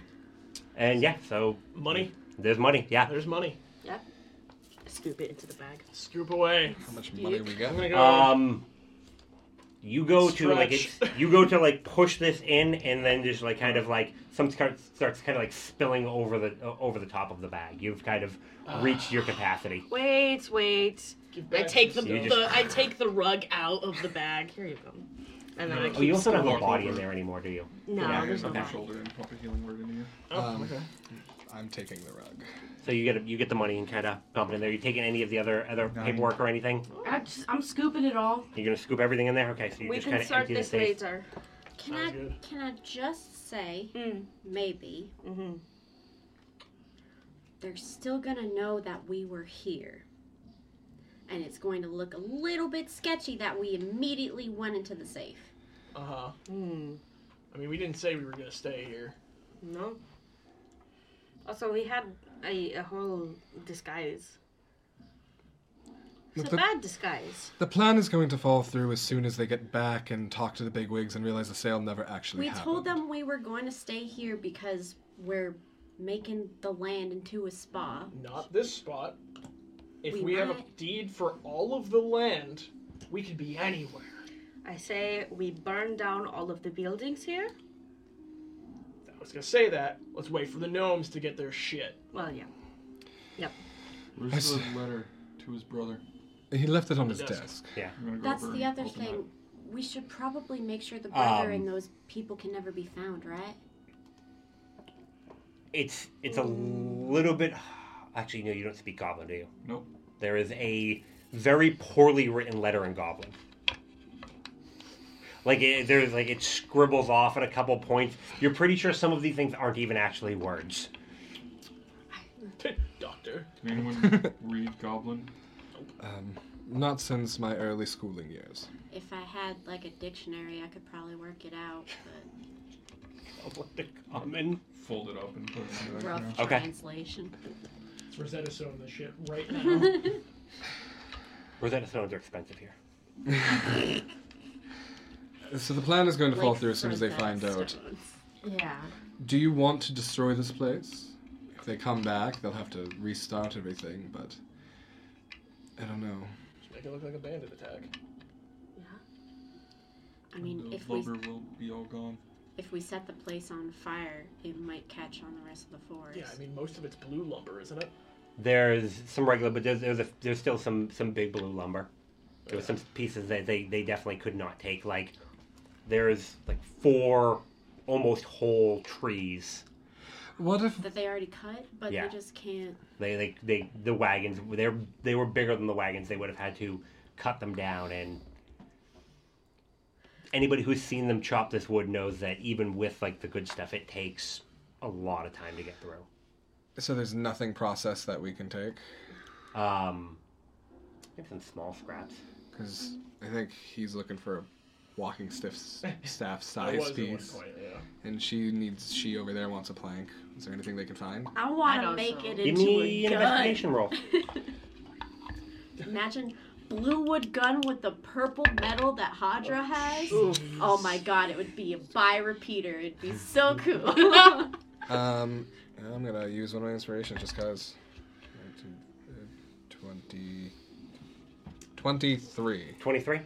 [SPEAKER 4] And yeah, so
[SPEAKER 7] money.
[SPEAKER 4] there's money. Yeah.
[SPEAKER 7] There's money.
[SPEAKER 6] Scoop it into the bag.
[SPEAKER 7] Scoop away.
[SPEAKER 5] How much money we got?
[SPEAKER 7] I'm gonna go.
[SPEAKER 4] Um, you go to like
[SPEAKER 7] Stretch.
[SPEAKER 4] it's, you go to like push this in, and then just like kind of like some starts starts kind of like spilling over the uh, over the top of the bag. You've kind of reached your capacity.
[SPEAKER 6] Wait, wait.
[SPEAKER 8] I take the,
[SPEAKER 4] You
[SPEAKER 8] the I take the rug out of the bag. Here you go. And then I
[SPEAKER 4] Oh, you also don't have a
[SPEAKER 3] walk
[SPEAKER 4] body in
[SPEAKER 3] over.
[SPEAKER 4] there anymore, do you?
[SPEAKER 6] No,
[SPEAKER 4] Yeah,
[SPEAKER 6] there's no
[SPEAKER 4] okay.
[SPEAKER 6] bag.
[SPEAKER 3] shoulder and pop a healing word into you.
[SPEAKER 5] Um, I'm taking the rug.
[SPEAKER 4] So you get you get the money and kind of dump it in there. You taking any of the other other
[SPEAKER 3] Nine.
[SPEAKER 4] paperwork or anything?
[SPEAKER 6] I just, I'm scooping it all.
[SPEAKER 4] You're gonna scoop everything in there. Okay, so you
[SPEAKER 6] we
[SPEAKER 4] just
[SPEAKER 6] can
[SPEAKER 4] kind of
[SPEAKER 6] start
[SPEAKER 4] empty the
[SPEAKER 6] this
[SPEAKER 4] safe.
[SPEAKER 6] later.
[SPEAKER 2] Can
[SPEAKER 7] Sounds
[SPEAKER 2] I
[SPEAKER 7] good.
[SPEAKER 2] can I just say
[SPEAKER 6] Mm.
[SPEAKER 2] maybe
[SPEAKER 6] Mm-hmm.
[SPEAKER 2] they're still gonna know that we were here. And it's going to look a little bit sketchy that we immediately went into the safe.
[SPEAKER 7] Uh huh.
[SPEAKER 6] Mm.
[SPEAKER 7] I mean, we didn't say we were gonna stay here.
[SPEAKER 6] No. Also, we had a, a whole disguise. It's
[SPEAKER 5] Look,
[SPEAKER 6] a
[SPEAKER 5] the-
[SPEAKER 6] bad disguise.
[SPEAKER 5] The plan is going to fall through as soon as they get back and talk to the bigwigs and realize the sale never actually
[SPEAKER 2] We
[SPEAKER 5] happened.
[SPEAKER 2] told them we were going to stay here because we're making the land into a spa.
[SPEAKER 7] Not this spot. If we,
[SPEAKER 2] We
[SPEAKER 7] have a
[SPEAKER 2] might.
[SPEAKER 7] deed for all of the land, we could be anywhere.
[SPEAKER 6] I say we burn down all of the buildings here.
[SPEAKER 7] I was gonna say that. Let's wait for the gnomes to get their shit.
[SPEAKER 6] Well, yeah.
[SPEAKER 5] I
[SPEAKER 9] Where's
[SPEAKER 5] s-
[SPEAKER 9] the letter to his brother?
[SPEAKER 5] He left it on his
[SPEAKER 7] the
[SPEAKER 5] desk.
[SPEAKER 7] desk.
[SPEAKER 3] I'm gonna go
[SPEAKER 2] That's
[SPEAKER 3] over
[SPEAKER 2] the
[SPEAKER 3] and
[SPEAKER 2] other
[SPEAKER 3] open
[SPEAKER 2] thing.
[SPEAKER 3] that.
[SPEAKER 2] We should probably make sure
[SPEAKER 5] Uh,
[SPEAKER 2] the brother
[SPEAKER 4] Um,
[SPEAKER 2] and those people can never be found, right?
[SPEAKER 4] It's it's a little bit. Actually, no, you don't speak Goblin, do you?
[SPEAKER 3] Nope.
[SPEAKER 4] There is a very poorly written letter in Goblin. Like it, there's like it scribbles off at a couple points. You're pretty sure some of these things aren't even actually words.
[SPEAKER 7] Doctor.
[SPEAKER 3] Can anyone read Goblin?
[SPEAKER 5] Um, not since my early schooling years.
[SPEAKER 2] If I had like a dictionary, I could probably work it out. But
[SPEAKER 4] Common.
[SPEAKER 3] Fold it up and put it in the
[SPEAKER 2] rough
[SPEAKER 3] back. now.
[SPEAKER 4] Okay.
[SPEAKER 2] translation.
[SPEAKER 7] It's Rosetta Stone this shit right now.
[SPEAKER 4] Rosetta Stones are expensive here.
[SPEAKER 5] So the plan is going to fall
[SPEAKER 2] Like
[SPEAKER 5] through as soon as they
[SPEAKER 2] Rosetta
[SPEAKER 5] find out.
[SPEAKER 2] Stones.
[SPEAKER 8] yeah.
[SPEAKER 5] Do you want to destroy this place? If they come back, they'll have to restart everything, but I don't know.
[SPEAKER 7] Just make it look like a bandit attack.
[SPEAKER 2] I mean,
[SPEAKER 9] the
[SPEAKER 2] if we
[SPEAKER 9] lover will be all gone.
[SPEAKER 2] if we set the place on fire, it might catch on the rest of the forest.
[SPEAKER 7] Yeah, I mean, most of it's blue lumber, isn't it?
[SPEAKER 4] There's some regular, but there's there's, a, there's still some some big blue lumber. There were some pieces that they they definitely could not take. Like there's like four almost whole trees.
[SPEAKER 5] What if
[SPEAKER 2] that they already cut, but
[SPEAKER 4] Yeah.
[SPEAKER 2] they just can't.
[SPEAKER 4] They they they the wagons they they were bigger than the wagons. They would have had to cut them down and. Anybody who's seen them chop this wood knows that even with like the good stuff, it takes a lot of time to get through.
[SPEAKER 5] so there's nothing process that we can take?
[SPEAKER 4] Um, I have some small scraps.
[SPEAKER 5] Because I think he's looking for a walking stiff s- staff
[SPEAKER 7] It
[SPEAKER 5] size
[SPEAKER 7] was at one
[SPEAKER 5] piece,
[SPEAKER 7] point, yeah.
[SPEAKER 5] and she needs she over there wants a plank. Is there anything they can find?
[SPEAKER 2] I
[SPEAKER 8] I'd
[SPEAKER 2] want to
[SPEAKER 8] also-
[SPEAKER 2] make it
[SPEAKER 4] Give
[SPEAKER 2] into
[SPEAKER 4] me
[SPEAKER 2] a
[SPEAKER 4] an
[SPEAKER 2] gun.
[SPEAKER 4] investigation roll.
[SPEAKER 2] Imagine blue wood gun with the purple metal that Hadra has. Oh my god, it would be a bi repeater. It'd be so cool.
[SPEAKER 5] Um, I'm gonna use one of my inspirations just cause. 20, 23.
[SPEAKER 4] 23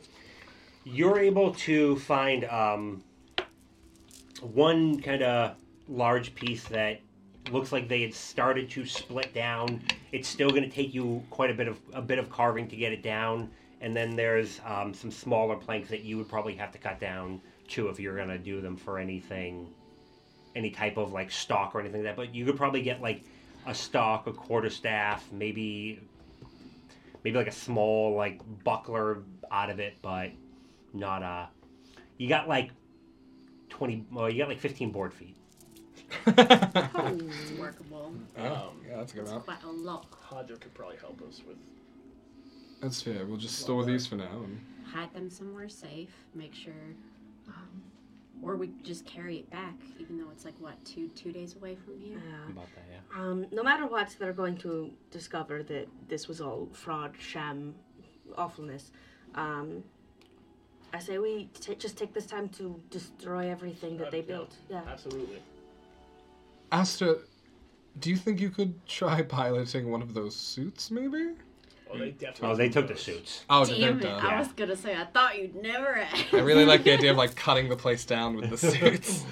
[SPEAKER 4] you're able to find um, one kind of large piece that looks like they had started to split down it's still going to take you quite a bit of a bit of carving to get it down and then there's um, some smaller planks that you would probably have to cut down too if you're going to do them for anything any type of like stock or anything like that but you could probably get like a stock a quarter staff maybe maybe like a small like buckler out of it, but not uh you got like 20 well you got like 15 board feet
[SPEAKER 2] Oh, workable.
[SPEAKER 5] Oh,
[SPEAKER 7] Um,
[SPEAKER 5] yeah, that's a good
[SPEAKER 2] That's
[SPEAKER 5] map.
[SPEAKER 2] quite a lot.
[SPEAKER 12] Hodger could probably help us with.
[SPEAKER 5] That's fair. We'll just store these for now. And...
[SPEAKER 2] Hide them somewhere safe. Make sure. Um, or we just carry it back, even though it's like what two two days away from here.
[SPEAKER 6] Yeah.
[SPEAKER 4] about that yeah
[SPEAKER 6] Um, no matter what, they're going to discover that this was all fraud, sham, awfulness. Um, I say we ta just take this time to destroy everything that they
[SPEAKER 12] Yeah.
[SPEAKER 6] built. Yeah.
[SPEAKER 12] Absolutely.
[SPEAKER 5] Asta, do you think you could try piloting one of those suits, maybe?
[SPEAKER 12] Oh, they definitely.
[SPEAKER 4] oh they took the suits
[SPEAKER 5] Oh,
[SPEAKER 2] Damn it!
[SPEAKER 5] done.
[SPEAKER 2] I was gonna say I thought you'd never ask.
[SPEAKER 5] I really like the idea of like cutting the place down with the suits.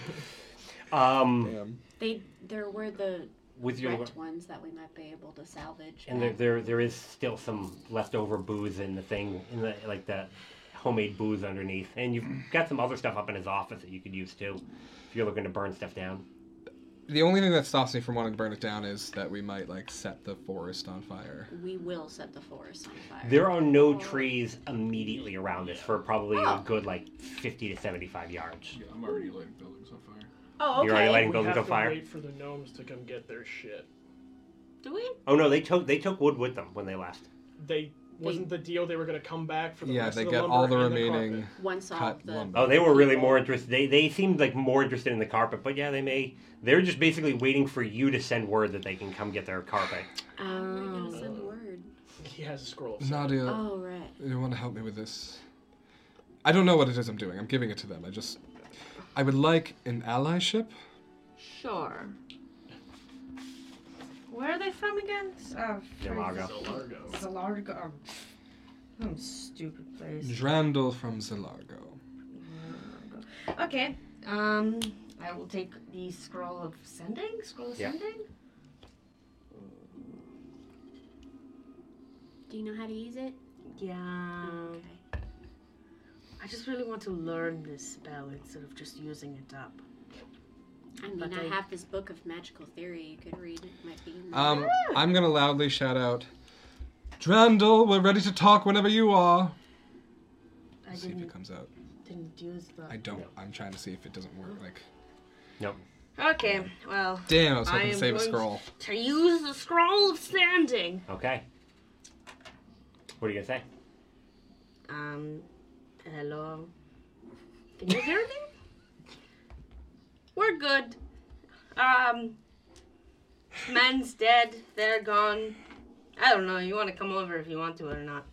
[SPEAKER 4] um
[SPEAKER 5] Damn.
[SPEAKER 2] They there were the
[SPEAKER 4] with your
[SPEAKER 2] wrecked ones that we might be able to salvage.
[SPEAKER 4] and there,
[SPEAKER 2] back.
[SPEAKER 4] there there is still some leftover booze in the thing in the like that homemade booze underneath and you've got some other stuff up in his office that you could use too if you're looking to burn stuff down
[SPEAKER 5] The only thing that stops me from wanting to burn it down is that we might like set the forest on fire.
[SPEAKER 2] we will set the forest on fire.
[SPEAKER 4] there are no trees immediately around us for probably a
[SPEAKER 2] Oh.
[SPEAKER 4] good like 50 to 75 yards
[SPEAKER 3] Yeah, I'm already lighting buildings on fire.
[SPEAKER 2] oh,
[SPEAKER 4] you're already
[SPEAKER 2] okay.
[SPEAKER 4] lighting
[SPEAKER 12] We
[SPEAKER 4] buildings
[SPEAKER 12] have
[SPEAKER 4] on
[SPEAKER 12] to
[SPEAKER 4] fire
[SPEAKER 12] wait for the gnomes to come get their shit.
[SPEAKER 2] Do we?
[SPEAKER 4] oh no they took they took wood with them when they left
[SPEAKER 12] They wasn't the deal they were going to come back for the
[SPEAKER 5] Yeah,
[SPEAKER 12] rest
[SPEAKER 5] they
[SPEAKER 12] of the
[SPEAKER 5] get
[SPEAKER 12] lumber
[SPEAKER 5] all the
[SPEAKER 12] and
[SPEAKER 5] remaining
[SPEAKER 12] carpet.
[SPEAKER 2] Once all
[SPEAKER 5] cut
[SPEAKER 2] of the
[SPEAKER 5] lumber.
[SPEAKER 4] Oh, they were really more interested. They they seemed like more interested in the carpet, but yeah, they may. They're just basically waiting for you to send word that they can come get their carpet.
[SPEAKER 2] we're
[SPEAKER 6] Um,
[SPEAKER 2] gonna send word.
[SPEAKER 12] He has a scroll. Of silver.
[SPEAKER 5] Nadia,
[SPEAKER 2] Oh right.
[SPEAKER 5] you want to help me with this? I don't know what it is I'm doing. I'm giving it to them. I just, I would like an allyship.
[SPEAKER 6] sure.
[SPEAKER 10] Where are they from again?
[SPEAKER 8] uh,
[SPEAKER 10] Oh,
[SPEAKER 4] Demago.
[SPEAKER 12] Largo.
[SPEAKER 8] um,
[SPEAKER 10] Zalargo. Oh, stupid place.
[SPEAKER 5] Drandal from Zelargo.
[SPEAKER 10] Okay. Um, I will take the scroll of sending. Scroll of
[SPEAKER 4] Yeah.
[SPEAKER 10] sending.
[SPEAKER 2] Do you know how to use it?
[SPEAKER 6] Yeah.
[SPEAKER 2] Okay.
[SPEAKER 6] I just really want to learn this spell instead of just using it up.
[SPEAKER 2] I mean,
[SPEAKER 6] But
[SPEAKER 2] I
[SPEAKER 6] they-
[SPEAKER 2] have this book of magical theory you could read. It might be. in there.
[SPEAKER 5] Um,
[SPEAKER 6] Ah.
[SPEAKER 5] I'm gonna loudly shout out, Drandal, we're ready to talk whenever you are.
[SPEAKER 6] I
[SPEAKER 5] see if it
[SPEAKER 6] didn't
[SPEAKER 5] comes out.
[SPEAKER 6] didn't use the.
[SPEAKER 5] I don't. I'm trying to see if it doesn't work. Like,
[SPEAKER 6] Okay. Well,
[SPEAKER 5] damn, I was
[SPEAKER 6] I
[SPEAKER 5] hoping to
[SPEAKER 6] am
[SPEAKER 5] save a
[SPEAKER 6] going
[SPEAKER 5] scroll.
[SPEAKER 6] to use the scroll of standing.
[SPEAKER 4] Okay. What are you gonna say?
[SPEAKER 6] Um, hello. Can you hear me?
[SPEAKER 10] We're good. Um, man's dead. They're gone. I don't know. You want to come over if you want to or not.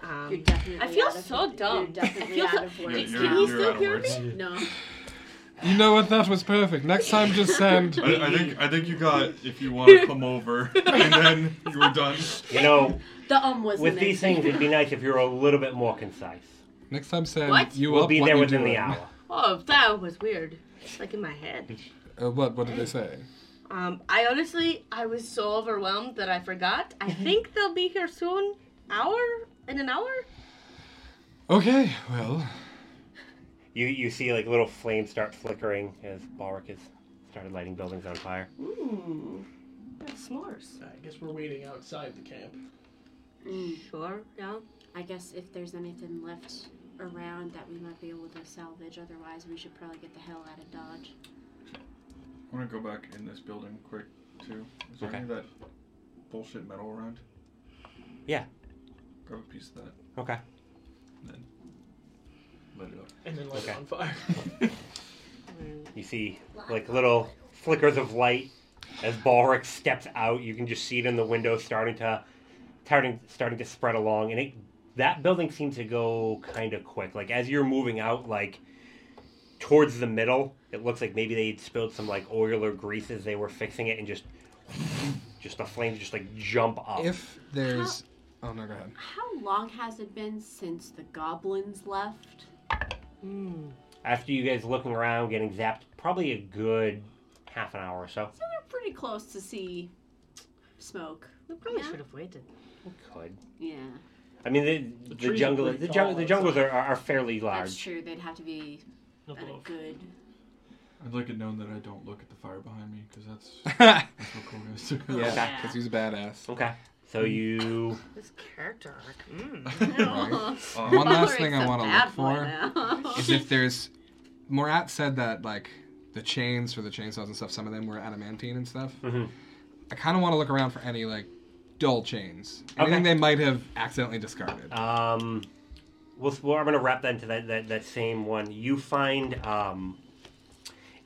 [SPEAKER 2] You're
[SPEAKER 10] Um,
[SPEAKER 2] definitely
[SPEAKER 10] I feel
[SPEAKER 2] out of-
[SPEAKER 10] so dumb.
[SPEAKER 2] You're definitely
[SPEAKER 10] I feel
[SPEAKER 2] out
[SPEAKER 10] so-
[SPEAKER 2] of words.
[SPEAKER 10] It's- Can you still
[SPEAKER 3] out of
[SPEAKER 10] hear
[SPEAKER 3] words.
[SPEAKER 10] me?
[SPEAKER 2] No.
[SPEAKER 5] You know what? That was perfect. Next time, just send.
[SPEAKER 3] I, I think I think you got if you want to come over, and then you were done.
[SPEAKER 4] You know,
[SPEAKER 2] The um was
[SPEAKER 4] with these things, it'd be nice if you were a little bit more concise.
[SPEAKER 5] Next time, send.
[SPEAKER 6] What?
[SPEAKER 5] You
[SPEAKER 4] We'll
[SPEAKER 5] up,
[SPEAKER 4] be
[SPEAKER 5] what
[SPEAKER 4] there
[SPEAKER 5] you
[SPEAKER 4] within the
[SPEAKER 5] doing.
[SPEAKER 4] hour.
[SPEAKER 6] Oh, that was weird. It's like in my head.
[SPEAKER 5] Uh, what? What did they say?
[SPEAKER 6] Um, I honestly, I was so overwhelmed that I forgot. I
[SPEAKER 2] Mm-hmm.
[SPEAKER 6] think they'll be here soon. Hour in an hour.
[SPEAKER 5] Okay. Well,
[SPEAKER 4] You you see like little flames start flickering as Balric has started lighting buildings on fire.
[SPEAKER 10] Ooh, that's s'mores.
[SPEAKER 12] I guess we're waiting outside the camp.
[SPEAKER 2] Mm.
[SPEAKER 6] Sure. Yeah.
[SPEAKER 2] I guess if there's anything left around that we might be able to salvage, otherwise we should probably get the hell out of Dodge.
[SPEAKER 3] I want to go back in this building quick too. Is there
[SPEAKER 4] Okay.
[SPEAKER 3] any of that bullshit metal around?
[SPEAKER 4] Yeah.
[SPEAKER 3] Grab a piece of that,
[SPEAKER 4] Okay.
[SPEAKER 3] light it up.
[SPEAKER 12] And then light
[SPEAKER 4] Okay.
[SPEAKER 12] it on fire.
[SPEAKER 4] You see like little flickers of light as Balric steps out. You can just see it in the window starting to starting starting to spread along, and it that building seems to go kind of quick. Like as you're moving out, like towards the middle, it looks like maybe they'd spilled some like oil or grease as they were fixing it, and just just the flames just like jump up.
[SPEAKER 5] if there's, oh no, go ahead.
[SPEAKER 2] How long has it been since the goblins left?
[SPEAKER 4] After you guys looking around, getting zapped, probably a good half an hour or so.
[SPEAKER 2] So they're pretty close to see smoke.
[SPEAKER 6] We probably
[SPEAKER 2] Yeah.
[SPEAKER 6] should have waited.
[SPEAKER 4] Could.
[SPEAKER 2] Yeah,
[SPEAKER 4] I mean the the,
[SPEAKER 12] trees are
[SPEAKER 4] jungle
[SPEAKER 12] pretty
[SPEAKER 4] the, jung-
[SPEAKER 12] tall
[SPEAKER 4] the jungles are, are are fairly
[SPEAKER 2] that's
[SPEAKER 4] large.
[SPEAKER 2] true. They'd have to be at a good.
[SPEAKER 9] I'd like it known that I don't look at the fire behind me because that's,
[SPEAKER 5] yeah,
[SPEAKER 9] that's what Koga is doing.
[SPEAKER 4] Oh.
[SPEAKER 5] because he's a badass.
[SPEAKER 4] Okay. So you
[SPEAKER 10] This character arc. Mm.
[SPEAKER 5] Right. One last thing I want to look for is if there's. Morat said that like the chains for the chainsaws and stuff, some of them were adamantine and stuff.
[SPEAKER 4] Mm-hmm.
[SPEAKER 5] I kind of want to look around for any like dull chains, anything they might have accidentally discarded.
[SPEAKER 4] Um, we'll, well, I'm going to wrap that into that, that, that same one. You find, um,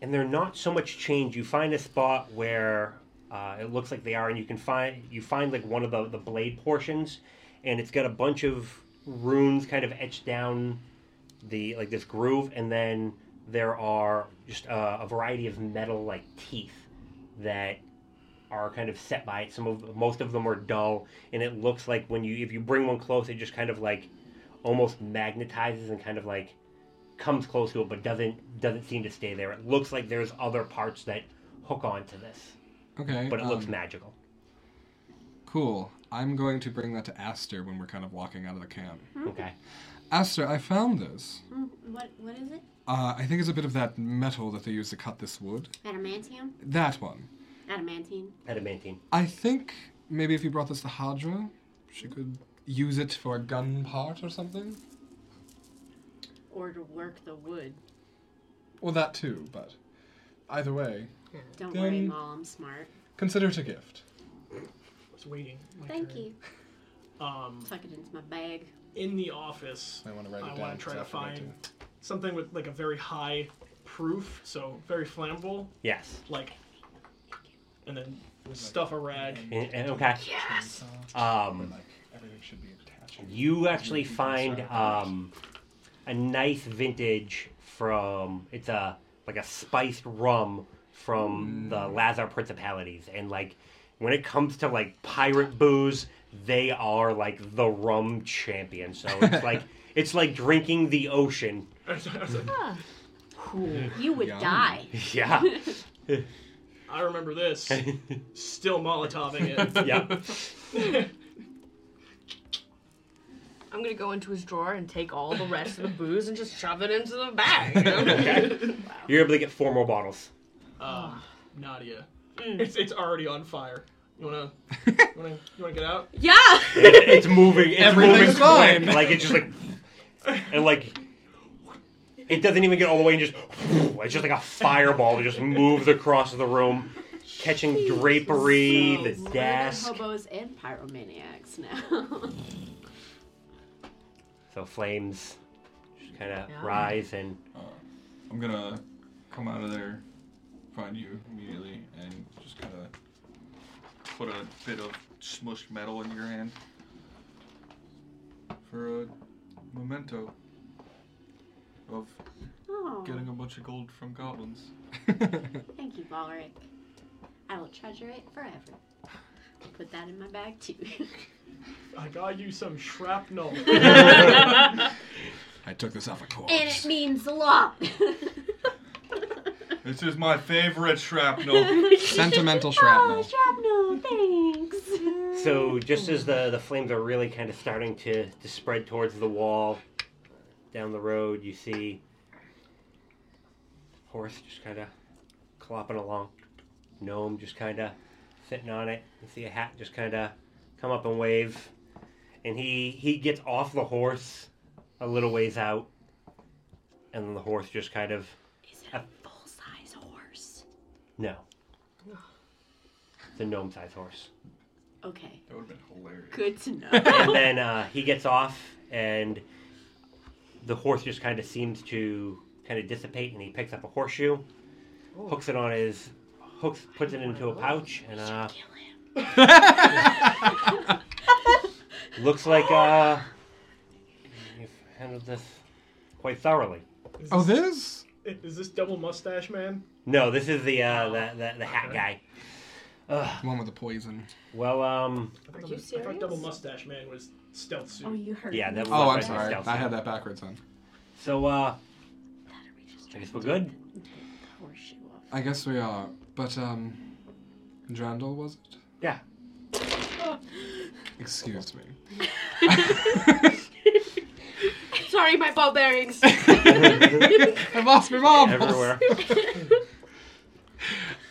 [SPEAKER 4] and they're not so much change. You find a spot where uh, it looks like they are, and you can find you find like one of the, the blade portions, and it's got a bunch of runes kind of etched down the like this groove, and then there are just uh, a variety of metal like teeth that are kind of set by it. Some of most of them are dull, and it looks like when you if you bring one close, it just kind of like almost magnetizes and kind of like comes close to it, but doesn't doesn't seem to stay there. It looks like there's other parts that hook onto this,
[SPEAKER 5] Okay.
[SPEAKER 4] but it looks
[SPEAKER 5] um,
[SPEAKER 4] magical.
[SPEAKER 5] Cool. I'm going to bring that to Aster when we're kind of walking out of the camp.
[SPEAKER 4] Okay.
[SPEAKER 5] Aster, I found this.
[SPEAKER 2] Mm, What what is it?
[SPEAKER 5] Uh, I think it's a bit of that metal that they use to cut this wood.
[SPEAKER 2] Adamantium?
[SPEAKER 5] That one.
[SPEAKER 2] Adamantine.
[SPEAKER 4] Adamantine.
[SPEAKER 5] I think maybe if you brought this to Hadra, she could use it for a gun part or something.
[SPEAKER 2] Or to work the wood.
[SPEAKER 5] Well, that too, but either way,
[SPEAKER 2] Don't
[SPEAKER 5] Then-
[SPEAKER 2] worry, Maul, I'm smart.
[SPEAKER 5] consider it a gift.
[SPEAKER 12] I was waiting. my
[SPEAKER 2] Thank
[SPEAKER 12] turn.
[SPEAKER 2] you.
[SPEAKER 12] Um,
[SPEAKER 2] Tuck it into my bag.
[SPEAKER 12] in the office,
[SPEAKER 5] I wanna write it
[SPEAKER 12] I
[SPEAKER 5] down
[SPEAKER 12] want to try to
[SPEAKER 5] 'cause I forget
[SPEAKER 12] find something with like a very high proof, so very flammable,
[SPEAKER 4] Yes.
[SPEAKER 12] like, and then stuff a rag.
[SPEAKER 4] And- and- Eh, okay.
[SPEAKER 12] Yes.
[SPEAKER 4] Um,
[SPEAKER 3] Everything should be attached.
[SPEAKER 4] you actually find um, a nice vintage from it's a like a spiced rum
[SPEAKER 3] Mm.
[SPEAKER 4] from the Lazar principalities, and like when it comes to like pirate booze, they are like the rum champion. So it's like it's like drinking the ocean.
[SPEAKER 2] You would
[SPEAKER 4] Yum.
[SPEAKER 2] die.
[SPEAKER 4] Yeah.
[SPEAKER 12] I remember this. Still molotoving
[SPEAKER 4] yeah.
[SPEAKER 12] it.
[SPEAKER 6] I'm gonna go into his drawer and take all the rest of the booze and just shove it into the bag.
[SPEAKER 4] You're able to get four more bottles.
[SPEAKER 12] uh, Nadia, it's it's already on fire. You wanna you wanna you wanna get out?
[SPEAKER 2] Yeah.
[SPEAKER 4] It- it's moving. It's moving
[SPEAKER 12] Everything's
[SPEAKER 4] quick.
[SPEAKER 12] fine.
[SPEAKER 4] Like it's just like, and like, it doesn't even get all the way and just, it's just like a fireball that just moves across the room, catching drapery, the
[SPEAKER 2] We're
[SPEAKER 4] desk.
[SPEAKER 2] hobos and pyromaniacs now.
[SPEAKER 4] So flames just kind of rise and
[SPEAKER 3] I'm gonna come out of there, find you immediately, and just kind of put a bit of smushed metal in your hand for a memento of
[SPEAKER 2] oh,
[SPEAKER 3] getting a bunch of gold from goblins.
[SPEAKER 2] thank you, Balric. I will treasure it forever. I'll put that in my bag too.
[SPEAKER 12] I got you some shrapnel.
[SPEAKER 5] I took this off a corpse.
[SPEAKER 2] and it means a lot.
[SPEAKER 3] This is my favorite shrapnel.
[SPEAKER 5] Sentimental
[SPEAKER 2] Oh,
[SPEAKER 5] shrapnel.
[SPEAKER 2] shrapnel, thanks.
[SPEAKER 4] So just as the the flames are really kind of starting to to spread towards the wall, down the road you see horse just kind of clopping along, gnome just kind of sitting on it. You see a hat just kind of come up and wave, and he he gets off the horse a little ways out, and then the horse just kind of
[SPEAKER 2] Is it a full size horse?
[SPEAKER 4] no. The gnome sized horse.
[SPEAKER 2] Okay.
[SPEAKER 3] That would have been hilarious.
[SPEAKER 2] Good to know.
[SPEAKER 4] and then uh, he gets off, and the horse just kind of seems to kind of dissipate, and he picks up a horseshoe, hooks it on his hooks, puts it into a pouch, and uh, looks like uh, you've handled this quite thoroughly.
[SPEAKER 5] Oh, this?
[SPEAKER 12] Is this double mustache man?
[SPEAKER 4] No, this is the uh, the, the, the hat guy. Ugh.
[SPEAKER 5] The one with the poison.
[SPEAKER 4] Well, um,
[SPEAKER 12] I thought, the- I thought double mustache man was stealth suit.
[SPEAKER 8] Oh, you heard.
[SPEAKER 4] yeah, that was
[SPEAKER 5] Oh, I'm
[SPEAKER 4] right,
[SPEAKER 5] sorry.
[SPEAKER 4] stealth.
[SPEAKER 5] I had that backwards on.
[SPEAKER 4] So, uh, I guess we're good.
[SPEAKER 2] Horseshoe off.
[SPEAKER 5] I guess we are. But, um, Drandal, was it?
[SPEAKER 4] Yeah.
[SPEAKER 5] Excuse me.
[SPEAKER 6] Sorry, my ball bearings.
[SPEAKER 5] I've lost my marbles.
[SPEAKER 4] Everywhere.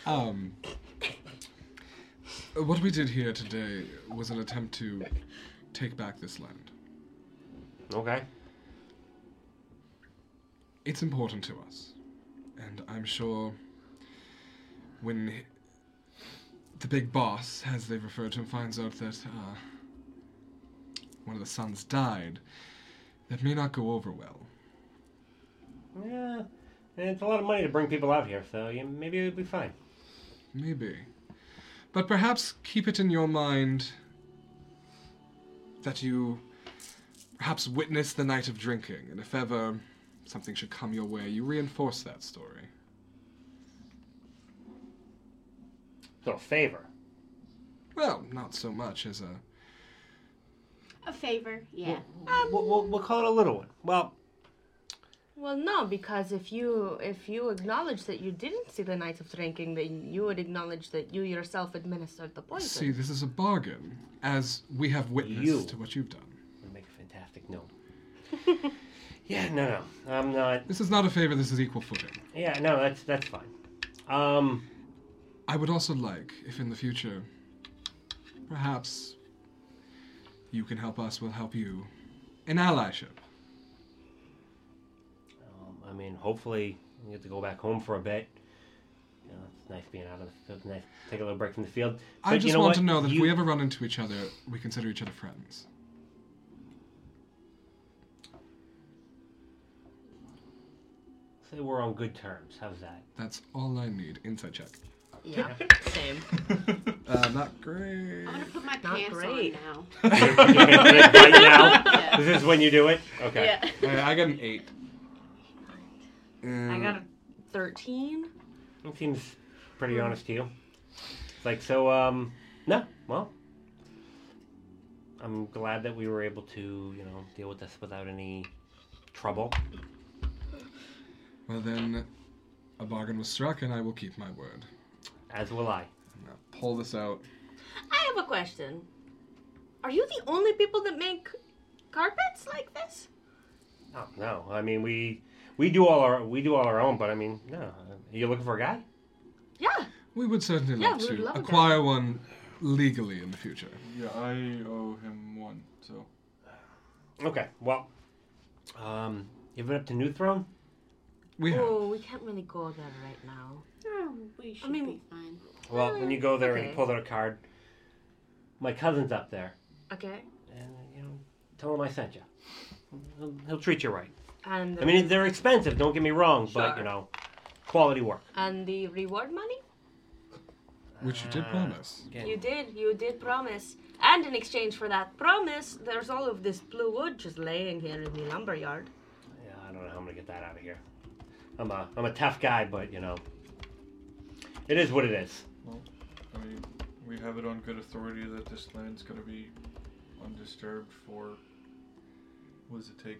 [SPEAKER 5] um, what we did here today was an attempt to take back this land.
[SPEAKER 4] Okay.
[SPEAKER 5] It's important to us. And I'm sure when he- the big boss, as they refer to him, finds out that uh, one of the sons died, that may not go over well.
[SPEAKER 4] Yeah, and it's a lot of money to bring people out here, so you, maybe it'll be fine.
[SPEAKER 5] Maybe. But perhaps keep it in your mind that you perhaps witnessed the night of drinking, and if ever something should come your way, you reinforce that story.
[SPEAKER 4] So a favor.
[SPEAKER 5] Well, not so much as a.
[SPEAKER 2] A favor, yeah.
[SPEAKER 4] Uh, We'll, we'll, we'll call it a little one. Well,
[SPEAKER 6] Well, no, because if you if you acknowledge that you didn't see the night of drinking, then you would acknowledge that you yourself administered the poison.
[SPEAKER 5] See, this is a bargain, as we have witnessed
[SPEAKER 4] You.
[SPEAKER 5] to what you've done.
[SPEAKER 4] we make a fantastic note. yeah, no, no, I'm not.
[SPEAKER 5] This is not a favor, this is equal footing.
[SPEAKER 4] Yeah, no, that's that's fine. Um,
[SPEAKER 5] I would also like, if in the future, perhaps you can help us, we'll help you. An allyship.
[SPEAKER 4] um, I mean, hopefully we get to go back home for a bit. You know, it's nice being out of the field. Nice to take a little break from the field. But
[SPEAKER 5] I just
[SPEAKER 4] you know
[SPEAKER 5] want
[SPEAKER 4] what?
[SPEAKER 5] to know that if
[SPEAKER 4] You-
[SPEAKER 5] we ever run into each other, we consider each other friends.
[SPEAKER 4] say we're on good terms. How's that?
[SPEAKER 5] That's all I need. Inside check.
[SPEAKER 13] Yeah, same.
[SPEAKER 5] Uh, not
[SPEAKER 2] I'm
[SPEAKER 5] great.
[SPEAKER 2] gonna put my
[SPEAKER 13] Not
[SPEAKER 2] pants
[SPEAKER 13] great.
[SPEAKER 2] on now.
[SPEAKER 4] right now,
[SPEAKER 2] Yeah.
[SPEAKER 4] this is when you do it. Okay.
[SPEAKER 2] Yeah.
[SPEAKER 5] Uh, I got an eight.
[SPEAKER 13] I
[SPEAKER 5] Um,
[SPEAKER 13] got a 13.
[SPEAKER 4] It seems pretty honest to you. It's like, so, um, no, well, I'm glad that we were able to, you know, deal with this without any trouble.
[SPEAKER 5] Well then, a bargain was struck, and I will keep my word.
[SPEAKER 4] As will I.
[SPEAKER 5] I'm gonna pull this out.
[SPEAKER 14] I have a question. Are you the only people that make carpets like this?
[SPEAKER 4] Oh, no, I mean, we we do all our we do all our own, but I mean, no, are you looking for a guy?
[SPEAKER 14] Yeah.
[SPEAKER 5] We would certainly
[SPEAKER 14] Yeah,
[SPEAKER 5] love
[SPEAKER 14] we would
[SPEAKER 5] to
[SPEAKER 14] love that.
[SPEAKER 5] acquire one legally in the future.
[SPEAKER 3] Yeah, I owe him one, so.
[SPEAKER 4] Okay, well, um, you have been up to New Throne?
[SPEAKER 5] We have.
[SPEAKER 6] Oh, we can't really go there right now.
[SPEAKER 2] Oh, we should
[SPEAKER 6] mean-
[SPEAKER 2] be fine.
[SPEAKER 4] Well, when you go there and
[SPEAKER 6] okay.
[SPEAKER 4] you pull out a card, my cousin's up there,
[SPEAKER 6] Okay.
[SPEAKER 4] and you know, tell him I sent you. He'll, he'll treat you right.
[SPEAKER 6] And
[SPEAKER 4] I mean, they're expensive. Don't get me wrong, but you know, quality work.
[SPEAKER 6] and the reward money?
[SPEAKER 5] Which you did
[SPEAKER 4] Ah,
[SPEAKER 5] promise.
[SPEAKER 4] again.
[SPEAKER 6] You did. You did promise. And in exchange for that promise, there's all of this blue wood just laying here in the lumber yard.
[SPEAKER 4] Yeah, I don't know how I'm gonna get that out of here. I'm a I'm a tough guy, but you know, it is what it is.
[SPEAKER 3] I mean, we have it on good authority that this land's gonna be undisturbed for. What does it take?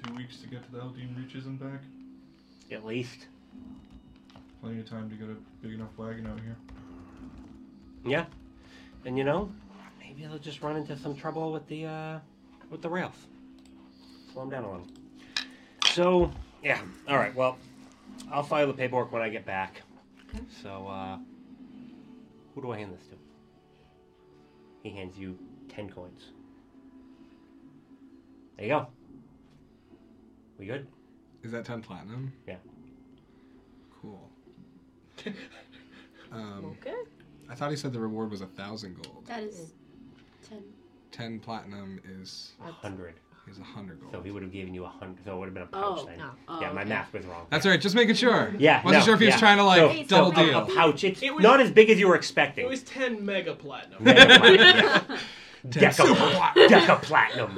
[SPEAKER 3] Two weeks to get to the Eldean Reaches and back?
[SPEAKER 4] At least,
[SPEAKER 3] Plenty of time to get a big enough wagon out here.
[SPEAKER 4] yeah. And you know, maybe they'll just run into some trouble with the uh, with the rails. Slow them down a little. So yeah, all right. Well, I'll file the paperwork when I get back. So uh, who do I hand this to? He hands you ten coins. There you go. We good?
[SPEAKER 5] Is that ten platinum?
[SPEAKER 4] Yeah.
[SPEAKER 5] Cool. Um, okay. I thought he said the reward was a thousand gold.
[SPEAKER 2] That is ten.
[SPEAKER 5] Ten platinum is
[SPEAKER 4] A hundred.
[SPEAKER 5] is a hundred gold.
[SPEAKER 4] So he would have given you a hundred. So it would have been a pouch
[SPEAKER 2] Oh,
[SPEAKER 4] then.
[SPEAKER 2] no. Oh,
[SPEAKER 4] yeah, my
[SPEAKER 2] okay.
[SPEAKER 4] math was wrong.
[SPEAKER 5] That's all right. Just making sure.
[SPEAKER 4] Yeah,
[SPEAKER 5] Wasn't
[SPEAKER 4] no,
[SPEAKER 5] sure if he was
[SPEAKER 4] yeah.
[SPEAKER 5] trying to like
[SPEAKER 4] So-
[SPEAKER 5] double
[SPEAKER 4] so a-
[SPEAKER 5] deal.
[SPEAKER 4] A, pouch. It's
[SPEAKER 7] It was-
[SPEAKER 4] not as big as you were expecting.
[SPEAKER 7] It was 10 mega platinum.
[SPEAKER 4] Megaplat- yeah.
[SPEAKER 5] Ten
[SPEAKER 4] Deca-
[SPEAKER 5] super plat-
[SPEAKER 4] Decaplatinum.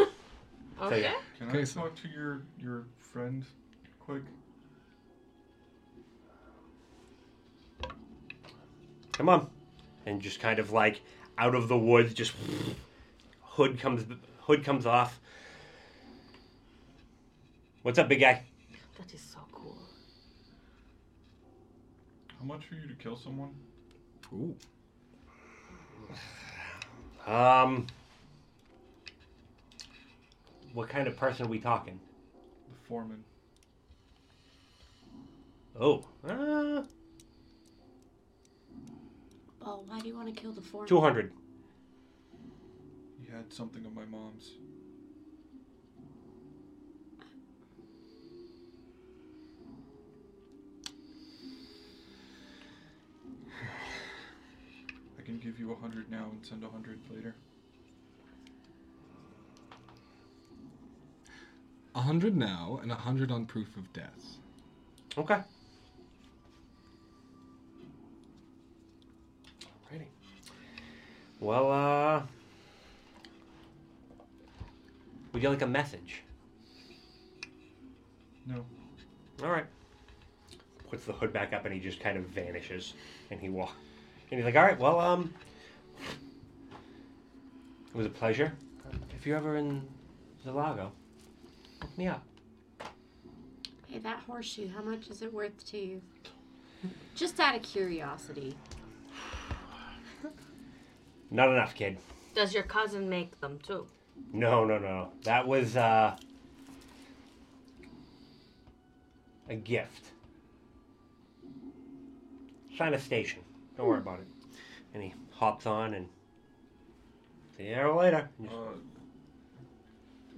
[SPEAKER 4] So
[SPEAKER 6] Okay.
[SPEAKER 4] yeah,
[SPEAKER 3] Can
[SPEAKER 5] Okay,
[SPEAKER 3] I
[SPEAKER 5] so-
[SPEAKER 3] talk to your your friend, quick?
[SPEAKER 4] come on, and just kind of like out of the woods, just hood comes hood comes off. What's up, big guy?
[SPEAKER 6] That is so cool.
[SPEAKER 3] How much are you to kill someone?
[SPEAKER 5] Ooh.
[SPEAKER 4] Um, what kind of person are we talking?
[SPEAKER 3] The foreman.
[SPEAKER 4] Oh, uh,
[SPEAKER 2] Well, why do you want to kill the foreman?
[SPEAKER 4] 200.
[SPEAKER 3] He had something of my mom's. I can give you a hundred now and send a hundred later.
[SPEAKER 5] A hundred now and a hundred on proof of death.
[SPEAKER 4] Okay. Alrighty. Well, uh. We get like a message.
[SPEAKER 3] No.
[SPEAKER 4] Alright. Puts the hood back up and he just kind of vanishes. And he walks. And he's like, alright, well, um. It was a pleasure. If you're ever in the Lago, look me up.
[SPEAKER 2] Hey, that horseshoe, how much is it worth to you? Just out of curiosity.
[SPEAKER 4] Not enough, kid.
[SPEAKER 15] Does your cousin make them too?
[SPEAKER 4] No, no, no. That was uh, a gift. China Station. Don't worry about it. And he hops on and see you later.
[SPEAKER 3] Uh,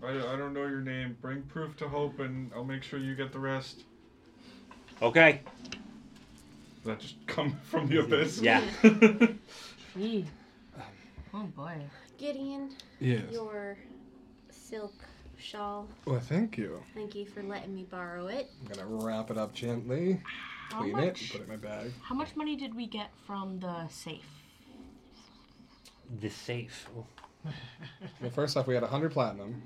[SPEAKER 3] I, I don't know your name. Bring proof to Hope, and I'll make sure you get the rest.
[SPEAKER 4] Okay.
[SPEAKER 3] That just come from the abyss.
[SPEAKER 4] Yeah.
[SPEAKER 6] Gee. Oh boy.
[SPEAKER 1] Gideon,
[SPEAKER 5] Yes.
[SPEAKER 1] your silk shawl.
[SPEAKER 5] Well, thank you.
[SPEAKER 1] Thank you for letting me borrow it.
[SPEAKER 5] I'm gonna wrap it up gently,
[SPEAKER 16] How
[SPEAKER 5] clean it,
[SPEAKER 16] much?
[SPEAKER 5] and put it in my bag.
[SPEAKER 16] How much money did we get from the safe?
[SPEAKER 4] The safe. Oh,
[SPEAKER 5] Well, first off, we had 100 platinum,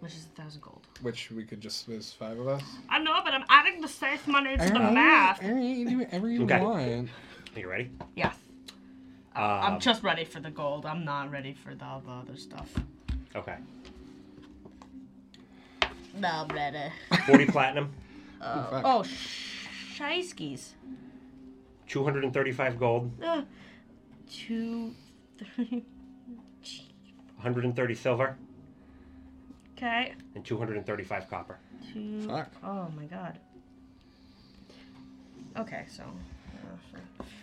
[SPEAKER 16] Which is a thousand gold.
[SPEAKER 5] which we could just, there's five of us.
[SPEAKER 16] I know, but I'm adding the safe money to the
[SPEAKER 5] Alright,
[SPEAKER 16] math.
[SPEAKER 5] alright, you do whatever you
[SPEAKER 4] Okay.
[SPEAKER 5] want.
[SPEAKER 4] Are you ready?
[SPEAKER 16] Yes.
[SPEAKER 4] Um,
[SPEAKER 16] I'm just ready for the gold. I'm not ready for the, the other stuff.
[SPEAKER 4] Okay.
[SPEAKER 6] No, brother.
[SPEAKER 4] 40 platinum,
[SPEAKER 6] Uh,
[SPEAKER 5] fuck.
[SPEAKER 6] oh, sh- shiskies.
[SPEAKER 4] 235 gold,
[SPEAKER 6] Uh, two, three.
[SPEAKER 4] 130 silver,
[SPEAKER 6] Okay.
[SPEAKER 4] and 235 copper.
[SPEAKER 6] Two.
[SPEAKER 5] Fuck.
[SPEAKER 6] Oh my god. Okay, so.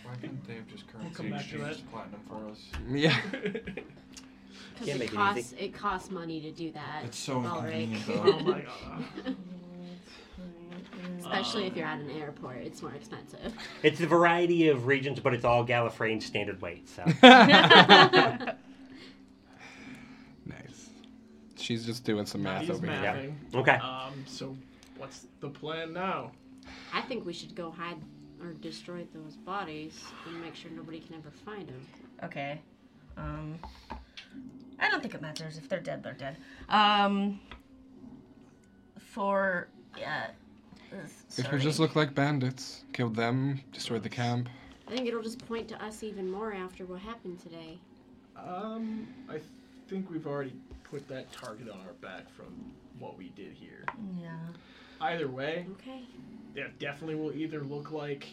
[SPEAKER 3] Why couldn't they have just currency
[SPEAKER 7] come back to
[SPEAKER 3] exchanged platinum for us?
[SPEAKER 5] Yeah.
[SPEAKER 2] Because
[SPEAKER 4] Can't
[SPEAKER 2] it
[SPEAKER 4] make it
[SPEAKER 2] costs it costs money to do that.
[SPEAKER 3] It's so
[SPEAKER 2] Ulrich.
[SPEAKER 3] inconvenient,
[SPEAKER 7] Oh my god.
[SPEAKER 2] Especially if you're at an airport, it's more expensive.
[SPEAKER 4] It's a variety of regions, but it's all Gallifreyan standard weight, so.
[SPEAKER 5] Nice. She's just doing some math
[SPEAKER 7] He's
[SPEAKER 5] over here.
[SPEAKER 7] mathing.
[SPEAKER 4] Okay.
[SPEAKER 7] Um, so what's the plan now?
[SPEAKER 2] I think we should go hide or destroy those bodies and make sure nobody can ever find them.
[SPEAKER 6] Okay. Um. I don't think it matters. If they're dead, they're dead. Um. For. Yeah.
[SPEAKER 5] It would just look like bandits. Killed them, destroyed the camp.
[SPEAKER 2] I think it'll just point to us even more after what happened today.
[SPEAKER 7] Um, I think we've already put that target on our back from what we did here.
[SPEAKER 6] Yeah.
[SPEAKER 7] Either way,
[SPEAKER 2] Okay.
[SPEAKER 7] they definitely will either look like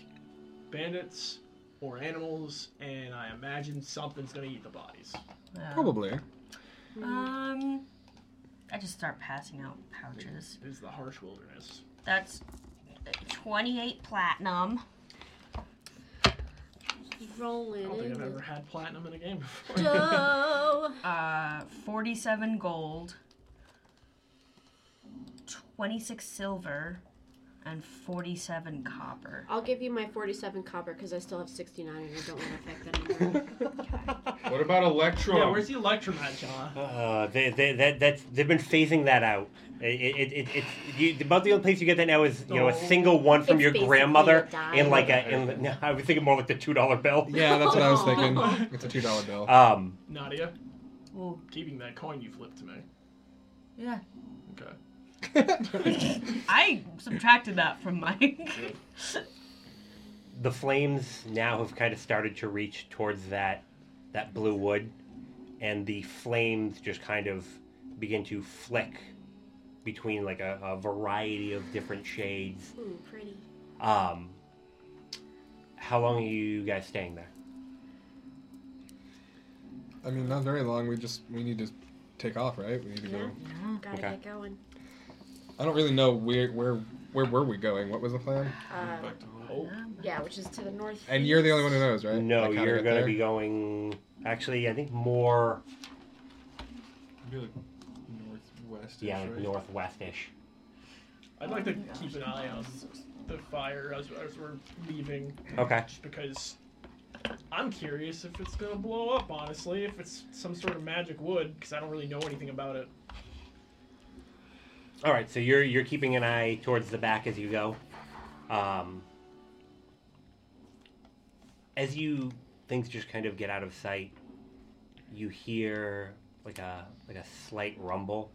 [SPEAKER 7] bandits or animals, and I imagine something's gonna eat the bodies.
[SPEAKER 6] yeah.
[SPEAKER 5] Probably.
[SPEAKER 6] Um. I just start passing out pouches.
[SPEAKER 7] This is the harsh wilderness.
[SPEAKER 6] That's 28 platinum.
[SPEAKER 7] I don't
[SPEAKER 2] Rolling
[SPEAKER 7] think
[SPEAKER 2] in
[SPEAKER 7] I've ever
[SPEAKER 2] the
[SPEAKER 7] had platinum in a game before.
[SPEAKER 2] dough.
[SPEAKER 6] Uh, 47 gold, 26 silver, and 47 copper.
[SPEAKER 2] I'll give you my 47 copper because I still have 69 and I don't want to affect that anymore.
[SPEAKER 3] What about Electro?
[SPEAKER 7] yeah, where's the electron at, John?
[SPEAKER 4] Uh, they, they, that, that's, they've been phasing that out. It, it, it, it's you, about the only place you get that now is you know a
[SPEAKER 7] Oh.
[SPEAKER 4] single one from
[SPEAKER 2] It's
[SPEAKER 4] your
[SPEAKER 2] basically
[SPEAKER 4] grandmother
[SPEAKER 2] a dime.
[SPEAKER 4] in like a in, no, I was thinking more like the two dollar bill.
[SPEAKER 5] Yeah, that's what I was thinking. It's a two dollar bill.
[SPEAKER 4] Um,
[SPEAKER 7] Nadia,
[SPEAKER 6] Ooh.
[SPEAKER 7] keeping that coin you flipped to me.
[SPEAKER 6] Yeah.
[SPEAKER 7] Okay.
[SPEAKER 6] I subtracted that from mine.
[SPEAKER 4] the flames now have kind of started to reach towards that that blue wood, and the flames just kind of begin to flick between like a, a variety of different shades.
[SPEAKER 2] Ooh, pretty.
[SPEAKER 4] Um, how long are you guys staying there?
[SPEAKER 5] I mean, not very long. We just we need to take off, right? We need to go.
[SPEAKER 2] Gotta
[SPEAKER 4] Okay.
[SPEAKER 2] get going.
[SPEAKER 5] I don't really know where where where were we going. What was the plan?
[SPEAKER 2] Uh,
[SPEAKER 3] Back to Hope.
[SPEAKER 2] Yeah, which is to the north.
[SPEAKER 5] And you're the only one who knows, right?
[SPEAKER 4] No,
[SPEAKER 5] Like how to
[SPEAKER 4] you're
[SPEAKER 5] get
[SPEAKER 4] going to
[SPEAKER 5] there?
[SPEAKER 4] be going. Actually, I think more.
[SPEAKER 9] Be like northwest.
[SPEAKER 4] Yeah, like
[SPEAKER 9] right?
[SPEAKER 4] northwest-ish.
[SPEAKER 7] I'd like to keep an eye on the fire as, as we're leaving.
[SPEAKER 4] Okay.
[SPEAKER 7] Just because I'm curious if it's gonna blow up. Honestly, if it's some sort of magic wood, because I don't really know anything about it.
[SPEAKER 4] All right, so you're you're keeping an eye towards the back as you go. Um, as you things just kind of get out of sight, you hear like a like a slight rumble,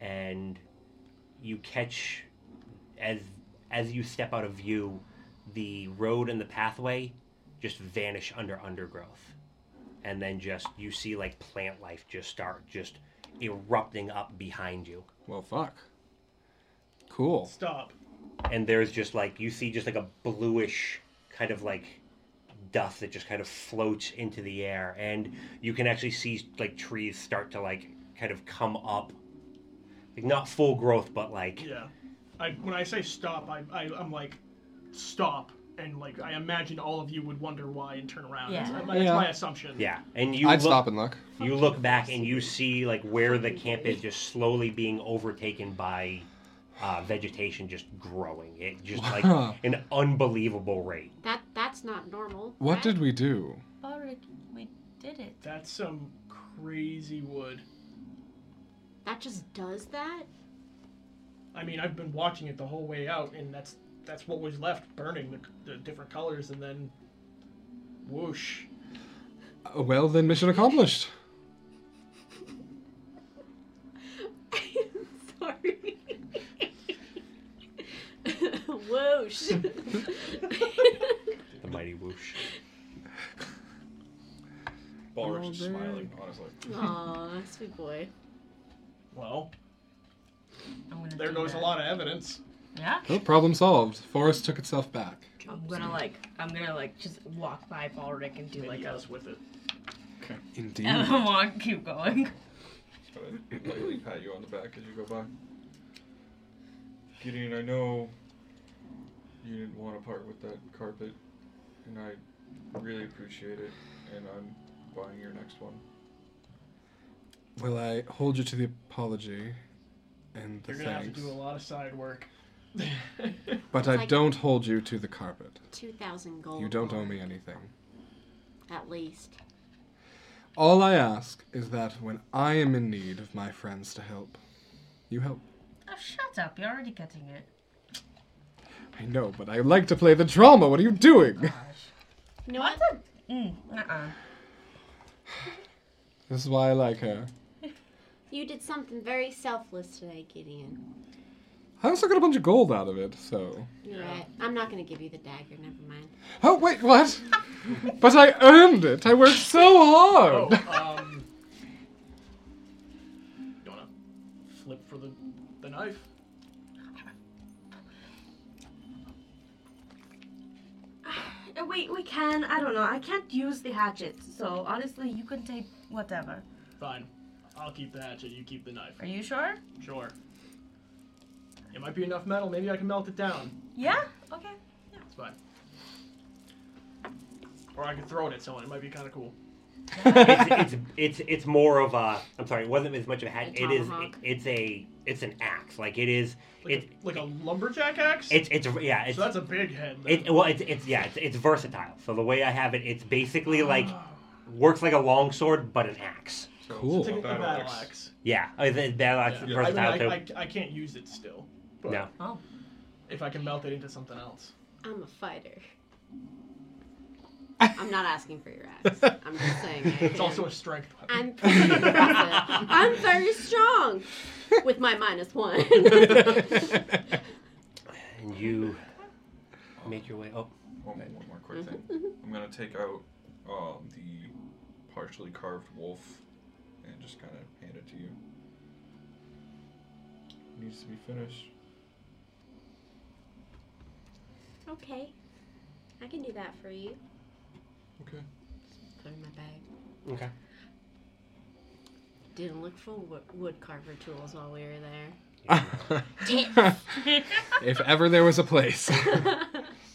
[SPEAKER 4] and you catch as as you step out of view, the road and the pathway just vanish under undergrowth, and then just you see like plant life just start just erupting up behind you
[SPEAKER 5] Well, fuck. Cool.
[SPEAKER 7] Stop.
[SPEAKER 4] and there's just like you see just like a bluish kind of like dust that just kind of floats into the air and you can actually see like trees start to like kind of come up like not full growth but like
[SPEAKER 7] Yeah. I when I say stop, I, I I'm like stop, and like I imagine all of you would wonder why and turn around.
[SPEAKER 4] Yeah.
[SPEAKER 7] That's, that's
[SPEAKER 4] Yeah.
[SPEAKER 7] my assumption.
[SPEAKER 4] yeah and you
[SPEAKER 5] I'd stop and look
[SPEAKER 4] you look back and you see like where the camp is just slowly being overtaken by uh, vegetation just growing it just like
[SPEAKER 5] Wow.
[SPEAKER 4] an unbelievable rate
[SPEAKER 2] That that's not normal.
[SPEAKER 5] What did we do?
[SPEAKER 2] Already, we did it.
[SPEAKER 7] That's some crazy wood.
[SPEAKER 2] That just does that.
[SPEAKER 7] I mean, I've been watching it the whole way out, and that's that's what was left burning the, the different colors, and then whoosh.
[SPEAKER 5] Uh, Well, then, mission accomplished.
[SPEAKER 2] Sorry. Whoosh.
[SPEAKER 4] the mighty whoosh
[SPEAKER 9] Ballers is smiling, honestly.
[SPEAKER 2] Aw, sweet boy.
[SPEAKER 7] Well, there goes a lot of evidence.
[SPEAKER 11] Yeah.
[SPEAKER 5] Well, Oh, problem solved. Forest took itself back.
[SPEAKER 11] I'm gonna like, I'm gonna like just walk by Balric and do like a
[SPEAKER 7] with it.
[SPEAKER 5] Indeed.
[SPEAKER 11] And then walk, keep going.
[SPEAKER 9] But I lightly pat you on the back as you go by. Gideon, I know you didn't want to part with that carpet, and I really appreciate it, and I'm buying your next one.
[SPEAKER 5] Well, I hold you to the apology and the
[SPEAKER 7] You're gonna have
[SPEAKER 5] thanks,
[SPEAKER 7] to do a lot of side work.
[SPEAKER 5] but I don't hold you to the carpet.
[SPEAKER 2] Two thousand gold.
[SPEAKER 5] You don't owe me anything.
[SPEAKER 2] At least.
[SPEAKER 5] All I ask is that when I am in need of my friends to help, you help.
[SPEAKER 11] Oh, shut up! You're already getting it.
[SPEAKER 5] I know, but I like to play the drama. What are you doing?
[SPEAKER 2] You know what?
[SPEAKER 11] Mm, uh-uh.
[SPEAKER 5] This is why I like her.
[SPEAKER 2] You did something very selfless today, Gideon.
[SPEAKER 5] I also got a bunch of gold out of it, so.
[SPEAKER 2] You're right. I'm not gonna give you the dagger. Never mind.
[SPEAKER 5] Oh, wait, what? but I earned it. I worked so hard.
[SPEAKER 7] Oh, um, you wanna flip for the the knife?
[SPEAKER 6] Uh, Wait, we can. I don't know. I can't use the hatchet, so honestly, you can take whatever.
[SPEAKER 7] Fine. I'll keep the hatchet. You keep the knife.
[SPEAKER 11] Are you sure?
[SPEAKER 7] Sure. It might be enough metal. Maybe I can melt it down.
[SPEAKER 11] Yeah. Okay.
[SPEAKER 7] It's fine. Or I could throw it at someone. It might be kind of cool.
[SPEAKER 4] it's, it's it's it's more of a. I'm sorry, it wasn't as much of a hat.
[SPEAKER 7] A
[SPEAKER 4] It is.
[SPEAKER 7] tomahawk.
[SPEAKER 4] it's a. It's an axe. Like it is.
[SPEAKER 7] Like,
[SPEAKER 4] It's
[SPEAKER 7] a, like a lumberjack axe.
[SPEAKER 4] it's it's yeah. It's
[SPEAKER 7] so that's a big head. then.
[SPEAKER 4] it well. It's it's yeah. It's, it's versatile. So the way I have it, it's
[SPEAKER 7] Ah.
[SPEAKER 4] basically like works like a longsword but an axe.
[SPEAKER 5] Cool.
[SPEAKER 7] It's like a
[SPEAKER 9] Battle
[SPEAKER 7] battle
[SPEAKER 9] axe.
[SPEAKER 7] axe.
[SPEAKER 4] Yeah, uh, the- that axe
[SPEAKER 7] Yeah.
[SPEAKER 4] is
[SPEAKER 7] I, mean,
[SPEAKER 4] versatile
[SPEAKER 7] I-
[SPEAKER 4] too.
[SPEAKER 7] I, I can't use it still. But
[SPEAKER 4] No.
[SPEAKER 11] Oh.
[SPEAKER 7] If I can melt it into something else.
[SPEAKER 2] I'm a fighter. I'm not asking for your ass. I'm just saying. I
[SPEAKER 7] It's
[SPEAKER 2] am-
[SPEAKER 7] also a strength weapon.
[SPEAKER 2] I'm pretty impressive. I'm very strong with my minus one.
[SPEAKER 4] And you make your way. Oh,
[SPEAKER 9] One, more- one more quick thing. I'm gonna take out um, the partially carved wolf and just kind of hand it to you. needs to be finished.
[SPEAKER 2] okay, I can do that for you.
[SPEAKER 9] Okay.
[SPEAKER 2] Put it in my bag.
[SPEAKER 4] okay.
[SPEAKER 2] Didn't look for wo- wood carver tools while we were there.
[SPEAKER 5] if ever there was a place.
[SPEAKER 11] Uh,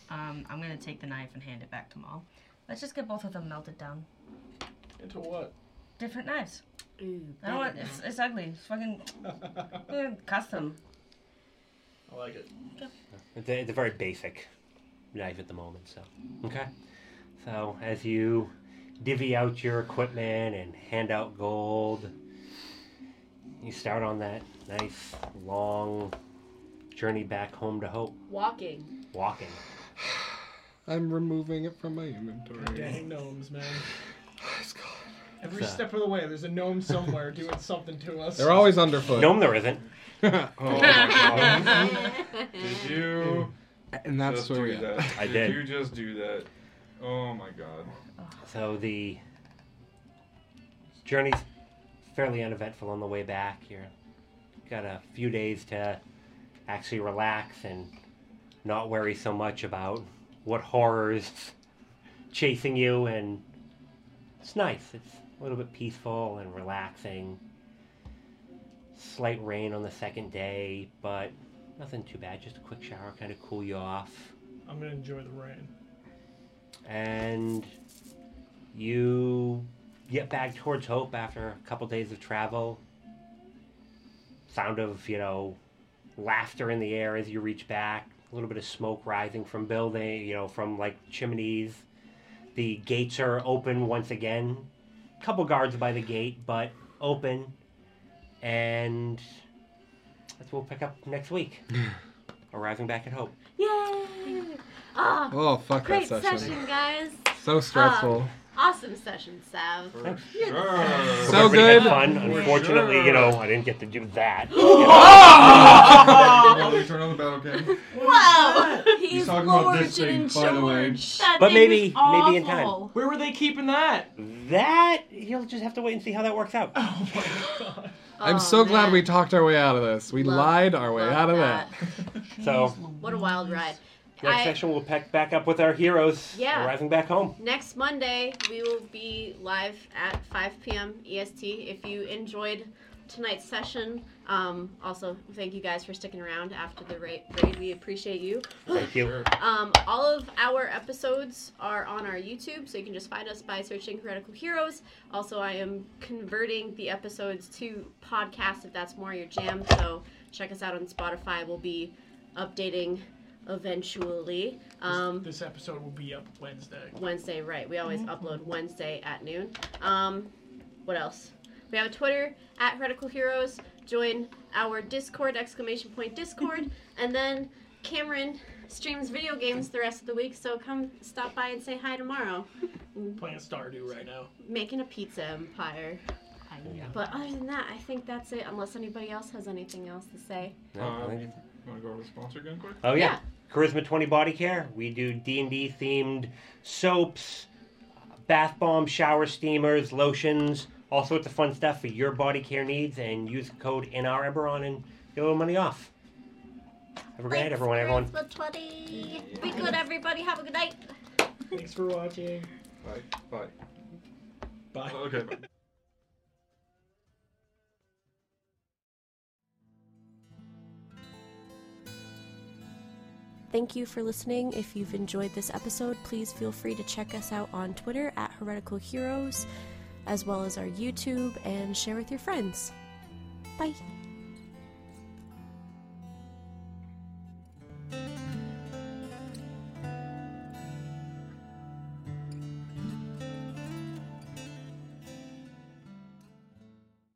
[SPEAKER 11] Um, I'm gonna take the knife and hand it back to Maul. Let's just get both of them melted down.
[SPEAKER 12] Into what?
[SPEAKER 11] Different knives. I don't want. It's, it's ugly. It's fucking eh, custom.
[SPEAKER 12] I like it.
[SPEAKER 4] It's a, it's a very basic knife at the moment, so. Okay. So, as you divvy out your equipment and hand out gold, you start on that nice, long journey back home to Hope,
[SPEAKER 2] Walking.
[SPEAKER 4] walking.
[SPEAKER 5] I'm removing it from my inventory.
[SPEAKER 7] Dang gnomes, man. Every
[SPEAKER 4] So-
[SPEAKER 7] step of the way, there's a gnome somewhere doing something to us.
[SPEAKER 5] They're always underfoot.
[SPEAKER 4] Gnome, there isn't.
[SPEAKER 5] oh, my God.
[SPEAKER 9] Did you
[SPEAKER 5] and that's
[SPEAKER 9] just
[SPEAKER 5] where
[SPEAKER 9] do
[SPEAKER 5] we are.
[SPEAKER 9] that?
[SPEAKER 4] I
[SPEAKER 9] did.
[SPEAKER 4] did.
[SPEAKER 9] You just do that. Oh my god.
[SPEAKER 4] So the journey's fairly uneventful on the way back. You're got a few days to actually relax and not worry so much about what horrors chasing you and it's nice. It's a little bit peaceful and relaxing. Slight rain on the second day, but nothing too bad. Just a quick shower, kind of cool you off
[SPEAKER 7] I'm gonna enjoy the rain.
[SPEAKER 4] and you get back towards Hope after a couple days of travel. Sound of, you know, laughter in the air as you reach back, a little bit of smoke rising from building, you know, from like chimneys. The gates are open once again. Couple guards by the gate, but open. And that's what we'll pick up next week. Arriving back at Hope.
[SPEAKER 2] Yay! Ah,
[SPEAKER 5] Oh, fuck
[SPEAKER 2] great
[SPEAKER 5] that
[SPEAKER 2] session.
[SPEAKER 5] session.
[SPEAKER 2] guys.
[SPEAKER 5] So stressful.
[SPEAKER 2] Awesome session, Sav.
[SPEAKER 9] Sure.
[SPEAKER 5] So
[SPEAKER 4] Pretty much
[SPEAKER 5] good.
[SPEAKER 4] Fun. Unfortunately, you know, I didn't get to do that.
[SPEAKER 9] Well, we turn on the battle cam.
[SPEAKER 2] Wow! He's
[SPEAKER 9] He's talking about
[SPEAKER 2] Lord
[SPEAKER 9] this thing,
[SPEAKER 2] and
[SPEAKER 9] by the way.
[SPEAKER 2] George. That
[SPEAKER 4] But
[SPEAKER 2] thing was
[SPEAKER 4] maybe- maybe in time.
[SPEAKER 2] awful.
[SPEAKER 7] Where were they keeping that?
[SPEAKER 4] That you'll just have to wait and see how that works out.
[SPEAKER 7] Oh my god.
[SPEAKER 5] I'm
[SPEAKER 2] Oh,
[SPEAKER 5] so glad
[SPEAKER 2] man.
[SPEAKER 5] we talked our way out of this. We
[SPEAKER 2] Love-
[SPEAKER 5] lied our way
[SPEAKER 2] love
[SPEAKER 5] out of that.
[SPEAKER 4] So
[SPEAKER 2] What a wild ride.
[SPEAKER 4] next
[SPEAKER 2] I-
[SPEAKER 4] session we'll pack back up with our heroes
[SPEAKER 2] Yeah.
[SPEAKER 4] arriving back home.
[SPEAKER 2] Next Monday, we will be live at 5 p.m. EST. E If you enjoyed tonight's session, um, also thank you guys for sticking around after the raid. raid. We appreciate you.
[SPEAKER 4] Thank you.
[SPEAKER 2] Um, all of our episodes are on our YouTube, so you can just find us by searching Heretical Heroes. Also, I am converting the episodes to podcasts if that's more your jam. So check us out on Spotify. We'll be updating eventually. Um,
[SPEAKER 7] this episode will be up Wednesday.
[SPEAKER 2] Wednesday, right. We always upload Wednesday at noon. Um, what else? We have a Twitter at Heretical Heroes. Join our Discord, exclamation point Discord. and then Cameron streams video games the rest of the week, so come stop by and say hi tomorrow.
[SPEAKER 7] Playing Stardew right now.
[SPEAKER 2] Making a pizza empire. But other than that, I think that's it, unless anybody else has anything else to say.
[SPEAKER 4] No, I think-
[SPEAKER 9] Want to Uh, go over the sponsor again quick?
[SPEAKER 4] Oh
[SPEAKER 2] Yeah.
[SPEAKER 4] yeah. Charisma 20 Body Care. We do D&D themed soaps, bath bomb, shower steamers, lotions, all sorts of fun stuff for your body care needs and use the code NREBERON and get a little money off. Have a great night everyone, everyone.
[SPEAKER 2] Charisma 20. Be good, everybody. Have a good night.
[SPEAKER 7] Thanks for watching.
[SPEAKER 9] Bye. Bye.
[SPEAKER 7] Bye.
[SPEAKER 9] Okay, bye.
[SPEAKER 1] Thank you for listening. If you've enjoyed this episode, please feel free to check us out on Twitter at Heretical Heroes, as well as our YouTube, and share with your friends. Bye.